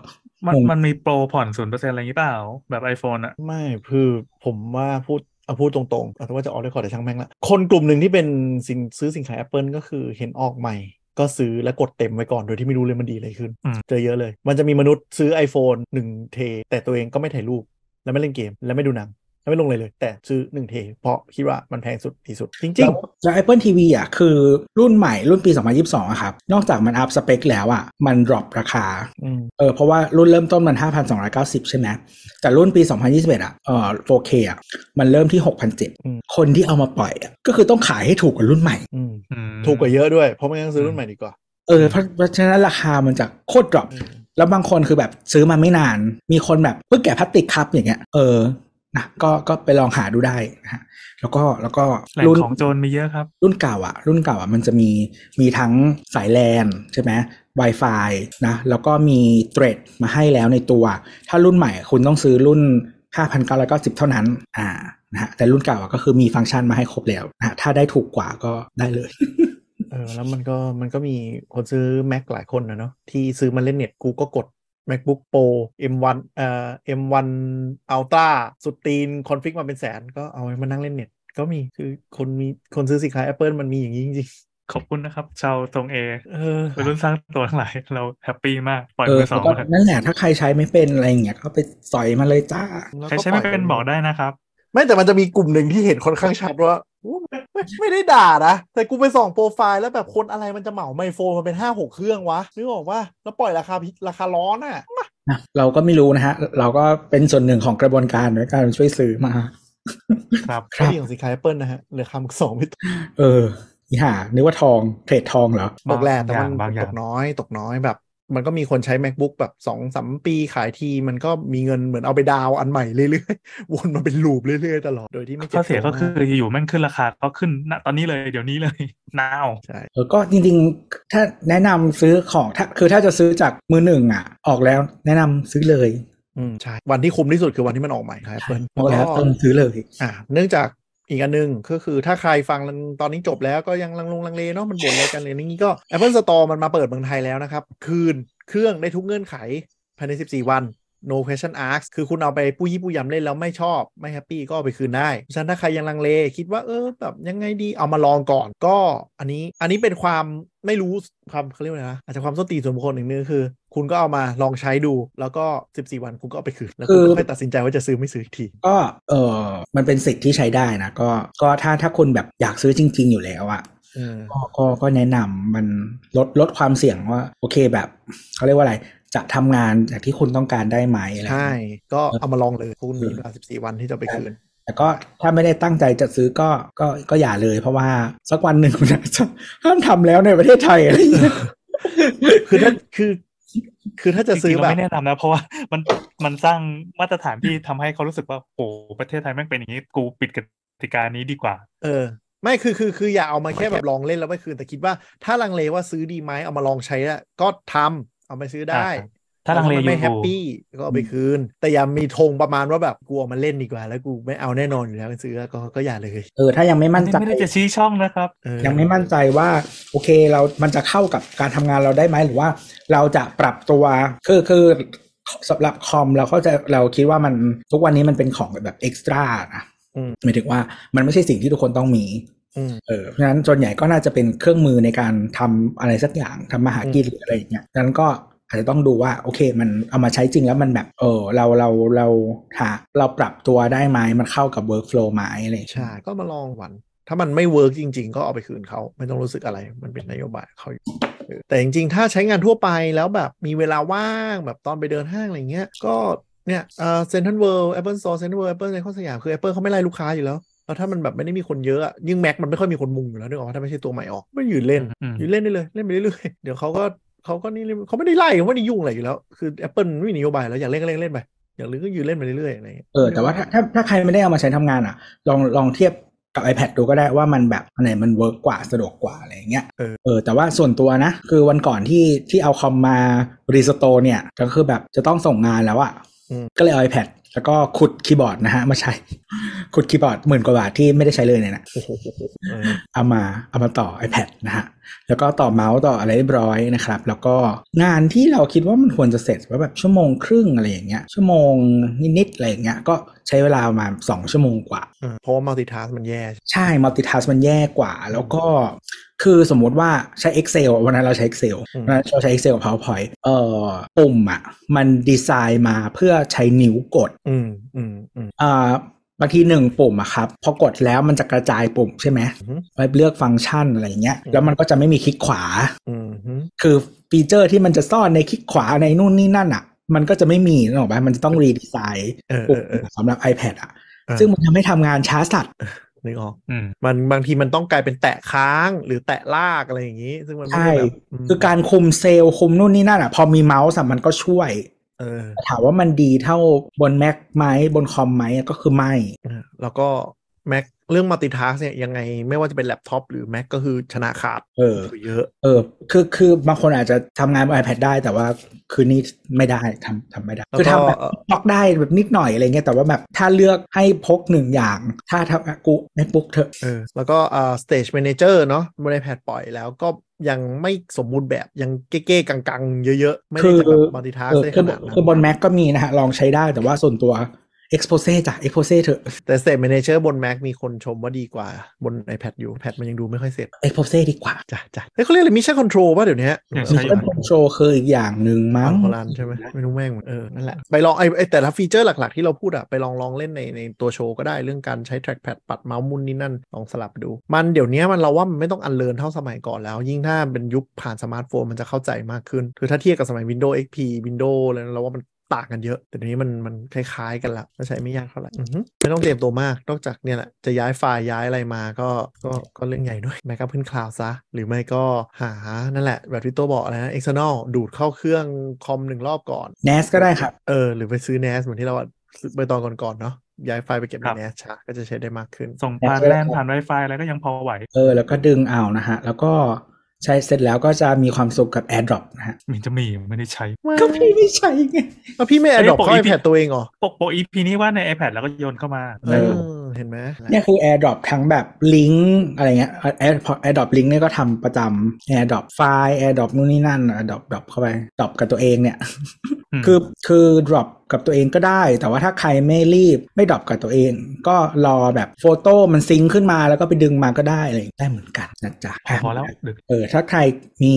D: มัน
B: งง
D: มันมีโปรผ่อนศูนย์เปอร์เซ็นต์อะไรอย่างนี้เปล่า แบบ iPhone อะ
C: ไม่คือผมว่าพูดเอาพูดตรงๆแต่ว่าจะออกได้ก่อนแต่ช่างแม่งละ คนกลุ่มหนึ่งที่เป็นสินซื้อสินค้า Apple ก็คือเห็นออกใหม่ ก็ซื้อและกดเต็มไว้ก่อนโดยที่ไม่รู้เลยมันดีอะไรขึ้น เจอเยอะเลย มันจะมีมนุษย์ซื้อ iPhone 1 เท แต่ตัวเองก็ไม่ถ่ายรูป และไม่เล่นเกม และไม่ดูหนัง และไม่ลงเลยเลย แต่ซื้อ 1 เท เพราะคิดว่ามันแพงสุดดีสุด จริง
B: แล้วแล้ว Apple TV อ่ะคือรุ่นใหม่รุ่นปี 2022อะครับนอกจากมันอัพสเปคแล้วอ่ะมันดรอปราคา
C: ๆ อืม
B: เออเพราะว่ารุ่นเริ่มต้นมัน 5,290 ใช่ไหมแต่รุ่นปี 2021 อ่ะเอ่อ 4K อ่ะมันเริ่มที่ 6,007คนที่เอามาปล่อยอ่ะก็คือต้องขายให้ถูกกว่ารุ่นใหม่
C: อืม
D: อืม
C: ถูกกว่าเยอะด้วยเพราะไม่งั้นซื้อรุ่นใหม่ดีกว่า
B: เออเพราะเพราะฉะนั้นราคามันจะโคตรดรอป
C: อืม
B: แล้วบางคนคือแบบซื้อมาไม่นาน มีคนแบบเพิ่งแกะพลาสติกครับอย่างเงี้ย เออนะก็ก็ไปลองหาดูได้นะฮะแล้วก็แล้วก็
D: แหล่ง
B: รุ่น
D: ของโจรมีเยอะครับ
B: รุ่นเก่าอะรุ่นเก่าอะมันจะมีมีทั้งสายแลนใช่ไหม Wi-Fi นะ แล้วก็มีเทรดมาให้แล้วในตัว ถ้ารุ่นใหม่คุณต้องซื้อรุ่น 5,990 เท่านั้นอ่านะฮะแต่รุ่นเก่าอะก็คือมีฟังก์ชันมาให้ครบแล้วนะฮะถ้าได้ถูกกว่าก็ได้เลย
C: เออแล้วมันก็มันก็มีคนซื้อ Mac หลายคนนะเนาะที่ซื้อมาเล่นเน็ตกูก็กด MacBook Pro M1 เอ่อ M1 Ultra สุดตีนคอนฟิกมาเป็นแสนก็เอาไว้มานั่งเล่นเน็ต ก็มีคือคนมีคนซื้อสินค้า Apple มันมีอย่างนี้จริง
D: ขอบคุณนะครับ ชาวตรงเอ
C: ๆเออ
D: วัยรุ่นสร้างตัวทั้งหลาย เราแฮปปี้มาก ปล่อย
B: เออ
D: มือสอง
B: แล้วก็
D: เลย
B: นั่นแหละถ้าใครใช้ไม่เป็นอะไรอย่างเงี้ยก็ไปสอยมาเลยจ้า
D: ใครใช้ไม่เป็นบอกได้นะครับ
C: ไม่แต่มันจะมีกลุ่มหนึ่งที่เห็นค่อนข้างชัดว่าโอ้ไม่ไม่ได้ด่านะ แต่กูไปส่องโปรไฟล์แล้วแบบคนอะไรมันจะเหมาไมโฟนมันเป็นห้าหกเครื่องวะนึกออกว่าแล้วปล่อยราคาพิราคาร้อนอ่ะ
B: นะเราก็ไม่รู้นะฮะ เราก็เป็นส่วนหนึ่งของกระบวนการในการช่วยซื้อมา
D: ครับ
B: ครับ
C: ข้อดีของสินค้า Apple นะฮะเหลือคำสองไม่ตก
B: เอออีห่านึกว่าทองเทรดทองเหรอ
C: ตกแหละแต่มัน
D: บางอย่า
C: ต
D: ง
C: กน้อยตกน้อยแบบ มันก็มีคนใช้ macbook แบบสองสามปีขายทีมันก็มีเงินเหมือนเอาไปดาวน์อันใหม่เรื่อยๆ วนมาเป็นลูปเรื่อยๆ ตลอด โดยที่ไม่เจ็บ
D: ข้อเสีย
C: ตัว
D: ก็คื
C: มา
D: ออยู่ๆแม่งขึ้นราคาก็ขึ้นณตอนนี้เลยเดี๋ยวนี้เลย now
C: ใช่
B: เออก็จริงๆ ถ้าแนะนำซื้อของถ้าคือถ้าจะซื้อจากมือหนึ่งอ่ะ ออกแล้วแนะนำซื้อเลย
C: อืมใช่ วันที่คุ้มที่สุดคือวันที่มันออกใหม่ครับ Apple
B: ออกแล้ว
C: ก็
B: ต้องซื้อเลย
C: อ่าเนื่องจากอีกอันหนึงก็คือถ้าใครฟังตอนนี้จบแล้วก็ยังลังลงลังเลเนาะมันบ่นอะไรกันเลยนี่ก็ Apple Store มันมาเปิดเมืองไทยแล้วนะครับ คืนเครื่องได้ทุกเงื่อนไขภายใน 14 วัน no question ask คือคุณเอาไปปู้ยี่ปู้ยำเล่นแล้วไม่ชอบไม่แฮปปี้ก็เอาไปคืนได้เพราะฉะนั้นถ้าใครยังลังเลคิดว่าเออแบบยังไงดีเอามาลองก่อนก็อันนี้อันนี้เป็นความไม่รู้ความเขาเรียกว่าไงนะอาจจะความส้นตีนส่วนบุคคลหนึ่งนึงคือ คุณก็เอามาลองใช้ดู แล้วก็ 14 วันคุณก็เอาไปคืนแล้วคุณก็ค่อยตัดสินใจว่าจะซื้อไม่ซื้ออีกที
B: ก็เออมันเป็นสิทธิ์ที่ใช้ได้นะก็ก็ถ้าถ้าคุณแบบอยากซื้อจริง ๆ อยู่แล้วอ่ะก็ก็ก็แนะนำมันลดลดความเสี่ยงว่า โอเคแบบเขาเรียกว่าอะไร จะทำงานจากที่คุณต้องการได้ไหมอะไร
C: ใช่ ก็
B: เออ
C: เอามาลองเลยคุณ
B: เออ
C: มีเวลา14 วันที่จะไปคืน
B: แต่ก็ถ้าไม่ได้ตั้งใจจะซื้อก็ก็ก็อย่าเลย เพราะว่าสักวันหนึ่งมันอาจจะ ห้ามทำแล้วในประเทศไทยอะไรอย่างเงี้ย
C: คือถ้าคือ คือถ้าจะซื้อ
D: จริงๆ
C: แบ
D: เรา
C: บ
D: ไม่แนะนำนะเพราะว่ามันมันสร้างมาตรฐานที่ทำให้เขารู้สึกว่าโอ้ประเทศไทยแม่งเป็นอย่างนี้กูปิดกติกานี้ดีกว่า
C: เออ ไม่คือคือคืออย่าเอามาแค่แบบลองเล่นแล้วไม่คืนแต่คิดว่าถ้าลังเลว่าซื้อดีไหมเอามาลองใช้อะก็ทำเอาไปซื้อได้
D: อ่ ถ้าลังเล
C: แว
D: อ
C: มันไม่
D: ยู่
C: แฮปปี้ก็เอาไปคืน แต่อย่ามีธงประมาณว่าแบบกูเอามาเล่นดีกว่า แล้วกูไม่เอาแน่นอนอยู่แล้วซื้อก็ก็อย่าเลย
B: เออถ้ายังไม่
D: อัน
B: มั่น
D: นี้
B: ใจ
D: ไม่ได้จะชี้ช่องนะครับ
C: เออ
B: ยังไม่มั่นใจว่าโอเคเรา มันจะเข้ากับการทำงานเราได้ไหมหรือว่าเราจะปรับตัวคือคือสำหรับคอมเราเข้าใจเราคิดว่ามันทุกวันนี้มันเป็นของแบบเอ็กซ์ตร้านะ
C: อืม
B: หมายถึงว่ามันไม่ใช่สิ่งที่ทุกคนต้องมี
C: อืม
B: เออเพราะฉะนั้นส่วนใหญ่ก็น่าจะเป็นเครื่องมือในการทำอะไรสักอย่างทำมาหากินหรืออะไรอย่างเงี้ยดังนั้นก็อาจจะต้องดูว่าโอเค มันเอามาใช้จริงแล้วมันแบบเออเราเราเราหาเราปรับตัวได้ไหมมันเข้ากับ workflow ไหมอะไรอย่างเงี้ย
C: ใช่ ก็มาลองหวัน ถ้ามันไม่เวิร์กจริง ๆ ก็เอาไปคืนเขาไม่ต้องรู้สึกอะไร มันเป็นนโยบายเขาอยู่เออแต่จริง ๆ ถ้าใช้งานทั่วไปแล้วแบบมีเวลาว่างแบบตอนไปเดินห้างอะไรเงี้ย ก็เนี่ยเออเซ็นทรัลเวิลด์แอปเปิลโซเซ็นทรัลเวิลด์แอปเปิลในข้อสยามคือ Apple เขาไม่ไล่ลูกค้าอยู่แล้ว แล้วถ้ามันแบบไม่ได้มีคนเยอะอะยิ่งแม็กมันไม่ค่อยมีคนมุงอยู่แล้วนึกออกว่าถ้าไม่ใช่ตัวใหม่ออกไม่ยืนเล่น
D: อืม
C: อยู่เล่นได้เลย เล่นไปเรื่อยๆเดี๋ยวเขาก็เขาก็นี่เล่นเขาไม่ได้ไล่เขาไม่ได้ยุ่งอะไรอยู่แล้ว คือ Apple ไม่มีนโยบายแล้วอยากเล่นก็เล่นเล่นไปอยากเล่นก็ยืนเล่นไปเรื่อยๆอะไรย่งงี้ย
B: เออแต่ว่าถ้าถ้าถ้าใครไม่ได้เอามาใช้ทำงานอ่ะ ลองลองเทียบกับ iPad ดูก็ได้ว่ามันแบบอันไหนมันเวิร์กกว่าสะดวกกว่าอะไรอย่างเงี้ย
C: เออ
B: เออแต่ว่าส่วนตัวนะ คือวันก่อนที่ที่เอาคอมมารีสโตเนี่ย ก็คือแบบจะต้องส่งงานแล้วอะ่ะก็เลยเอา iPad แล้วก็ขุดคีย์บอร์ดนะฮะมาใช้ ขุดคีย์บอร์ดหมื่นกว่าบาทที่ไม่ได้ใช้เลยเนี่ยนะ
C: โอ้โหเออ
B: เอามาเอามาต่อ iPad นะฮะแล้วก็ต่อเมาส์ต่ออะไรเรียบร้อยนะครับ แล้วก็งานที่เราคิดว่ามันควรจะเสร็จว่าแบบชั่วโมงครึ่งอะไรอย่างเงี้ยชั่วโมงนิดๆอะไรอย่างเงี้ยก็ใช้เวลาประมาณสองชั่วโมงกว่า
C: อ่าเพราะว่ามัลติทัสมันแย่ใช่ไหม
B: ใช่ multitask มันแย่กว่า แล้วก็ คือสมมุติว่าใช้ Excel วันนั้นเราใช้ Excel วันนั้นเราใช้ Excel กับ PowerPoint เอ่อปุ่มอ่ะ มันดีไซน์มาเพื่อใช้นิ้วกด
C: อืมอืมอืม
B: อ่าบางทีหนึ่งปุ่มอะครับ พอกดแล้วมันจะกระจายปุ่มใช่ไหม
C: อือฮึ
B: ไปเลือกฟังก์ชันอะไรอย่างเงี้ย
C: อืม
B: แล้วมันก็จะไม่มีคลิกขวา
C: อืมอืม
B: คือฟีเจอร์ที่มันจะซ่อนในคลิกขวาในนู่นนี่นั่นอ่ะ มันก็จะไม่มีนึกออกไหมมันจะต้องรีดีไซน์
C: เออเอ
B: ปุ่ม
C: อเออ
B: สำหรับ iPad อ่ะ
C: อ่า
B: ซึ่งมันทำให้ทำงานช้าสัตว์
C: นึกออก
D: อืม
C: มันบางทีมันต้องกลายเป็นแตะค้างหรือแตะลากอะไรอย่างนี้ ซึ่งมันไม่
B: ใช่
C: ได้แบบม
B: คือการคุมเซลล์คุมนู่นนี่นั่นอ่ะ พอมีเมาส์อะมันก็ช่วย
C: เออ
B: แต่ถามว่ามันดีเท่าบน Mac ไหมบนคอมไหมอะก็คือไม่
C: เออแล้วก็แม็กเรื่องมัลติทัสเนี่ยยังไงไม่ว่าจะเป็นแล็ปท็อปหรือแม็กก็คือชนะขาด
B: เออ
C: คือเยอะ
B: เออ คือคือบางคนอาจจะทำงานบน iPad ได้แต่ว่าคือนี่ไม่ได้ทำทำไม่ได้
C: แล้วก็
B: คือทำแบบบล็อกได้แบบนิดหน่อยอะไรเงี้ยแต่ว่าแบบถ้าเลือกให้พกหนึ่งอย่าง ถ้าทำอ่ะกูไม่ปุ๊กเถอะ
C: เออแล้วก็อ่าสเตจแมเนเจอร์เนาะบนไอแพดปล่อยแล้วก็ยังไม่สมบูรณ์แบบยังเก๊ๆกังๆ เยอะๆ ไม่ได้จะแบบมัลติทัส
B: เออ
C: ได้
B: คื
C: ข
B: อบ
C: นาดนั้น
B: คือบน Mac ก็มีนะฮะลองใช้ได้แต่ว่าส่วนตัว Expose จ้ะ Expose เถอะ
C: แต่ State Manager บน Mac มีคนชมว่าดีกว่าบน iPad อยู่ iPad มันยังดูไม่ค่อยเสร็จ
B: Expose ดีกว่า
C: จ้ะจ้ะเฮ้ยเขาเรียกอะไร Mission Control ป่ะเดี๋ยวนี้
D: ยังใช่
B: มี
D: อยู่
B: เพื่อนโชว์คืออีกอย่างหนึ่งมั้
C: มั้
B: ง
C: งโบราณใช่ไหมไม่รู้แม่งเหมือนเออ นั่นแหละ ไปลองไอ้ไอ้แต่ละฟีเจอร์หลัก ๆ ที่เราพูดอะไปลองลองเล่นในในตัวโชว์ก็ได้เรื่องการใช้ trackpad ปัดเมาส์มุนนี่นั่น ลองสลับดู มันเดี๋ยวนี้มันเราว่ามันไม่ต้องอันเลินเท่าสมัยก่อนแล้ว ยิ่งถ้าเป็นยุคผ่านสมาร์ทโฟนมันจะเข้าใจมากขึ้น คือถ้าเทียบกับสมัย Windows XP Windows เลยเราว่ามันต่างกันเยอะ แต่เดี๋ยวนี้มันมันคล้ายๆกันละก็ใช้ไม่ยากเท่าไหร่อือฮึไม่ต้องเตรียมตัวมาก นอกจากเนี่ยแหละจะย้ายไฟล์ย้ายอะไรมาก็ก็ก็เรื่องใหญ่ด้วยแม็กก็ขึ้นคลาวซะ หรือไม่ก็หานั่นแหละแบบที่ตัวบอกอะไรนะ external ดูดเข้าเครื่องคอมหนึ่งรอบก่อน
B: NAS ก็ได้ครับ
C: เออ หรือไปซื้อ NAS เหมือนที่เราอะซื้อไปตอนก่อนๆเนาะย้ายไฟล์ไปเก็บใน
D: ครับ
C: NAS ชาก็จะใช้ได้มากขึ้น
D: ส่งผ่านแลนผ่าน Wi-Fi อะไรก็ยังพอไหว
B: เออแล้วก็ดึงเอานะฮะ แล้วก็ใช้เสร็จแล้วก็จะมีความสุขกับ AirDrop นะฮะ
D: มีจะมีไม่ได้ใช้
B: ก็พี่ไม่ใช่ไง
C: แล้วพี่ไม่แอดดอป
D: เอ้ยปก
C: เข้า
D: ติ
C: ไอ
D: พี่
C: แพดตัวเองเหรอ
D: ปกโปกอีพีนี้ว่าใน iPad แล้วก็โยนเข้ามา
B: เออ
C: เออเห็นไหม
B: เนี่ยคือ AirDrop ทั้งแบบลิงก์อะไรเงี้ย Air AirDrop ลิงก์เนี่ยก็ทำประจำ AirDrop ไฟล์ AirDrop นู่นนี่นั่น AirDrop ดรอปเข้าไปดรอปกับตัวเองเนี่ย
D: อืม
B: คือคือ drop กับตัวเองก็ได้ แต่ว่าถ้าใครไม่รีบไม่ดรอปกับตัวเอง ก็รอแบบโฟโต้มันซิงค์ขึ้นมาแล้วก็ไปดึงมาก็ได้อะไรอย่างเงี้ยได้เหมือนกันนะจ๊ะ
D: พอแล้วดึก
B: เออถ้าใครมี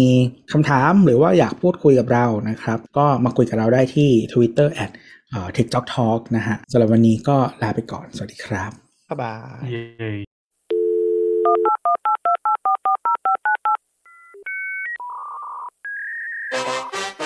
B: คำถามหรือว่าอยากพูดคุยกับเรานะครับ ก็มาคุยกับเราได้ที่ Twitter at เอ่อ TikTok Talk นะฮะสำหรับวันนี้ก็ลาไปก่อน สวัสดีครับ
C: สบาย
D: เย้
A: Thank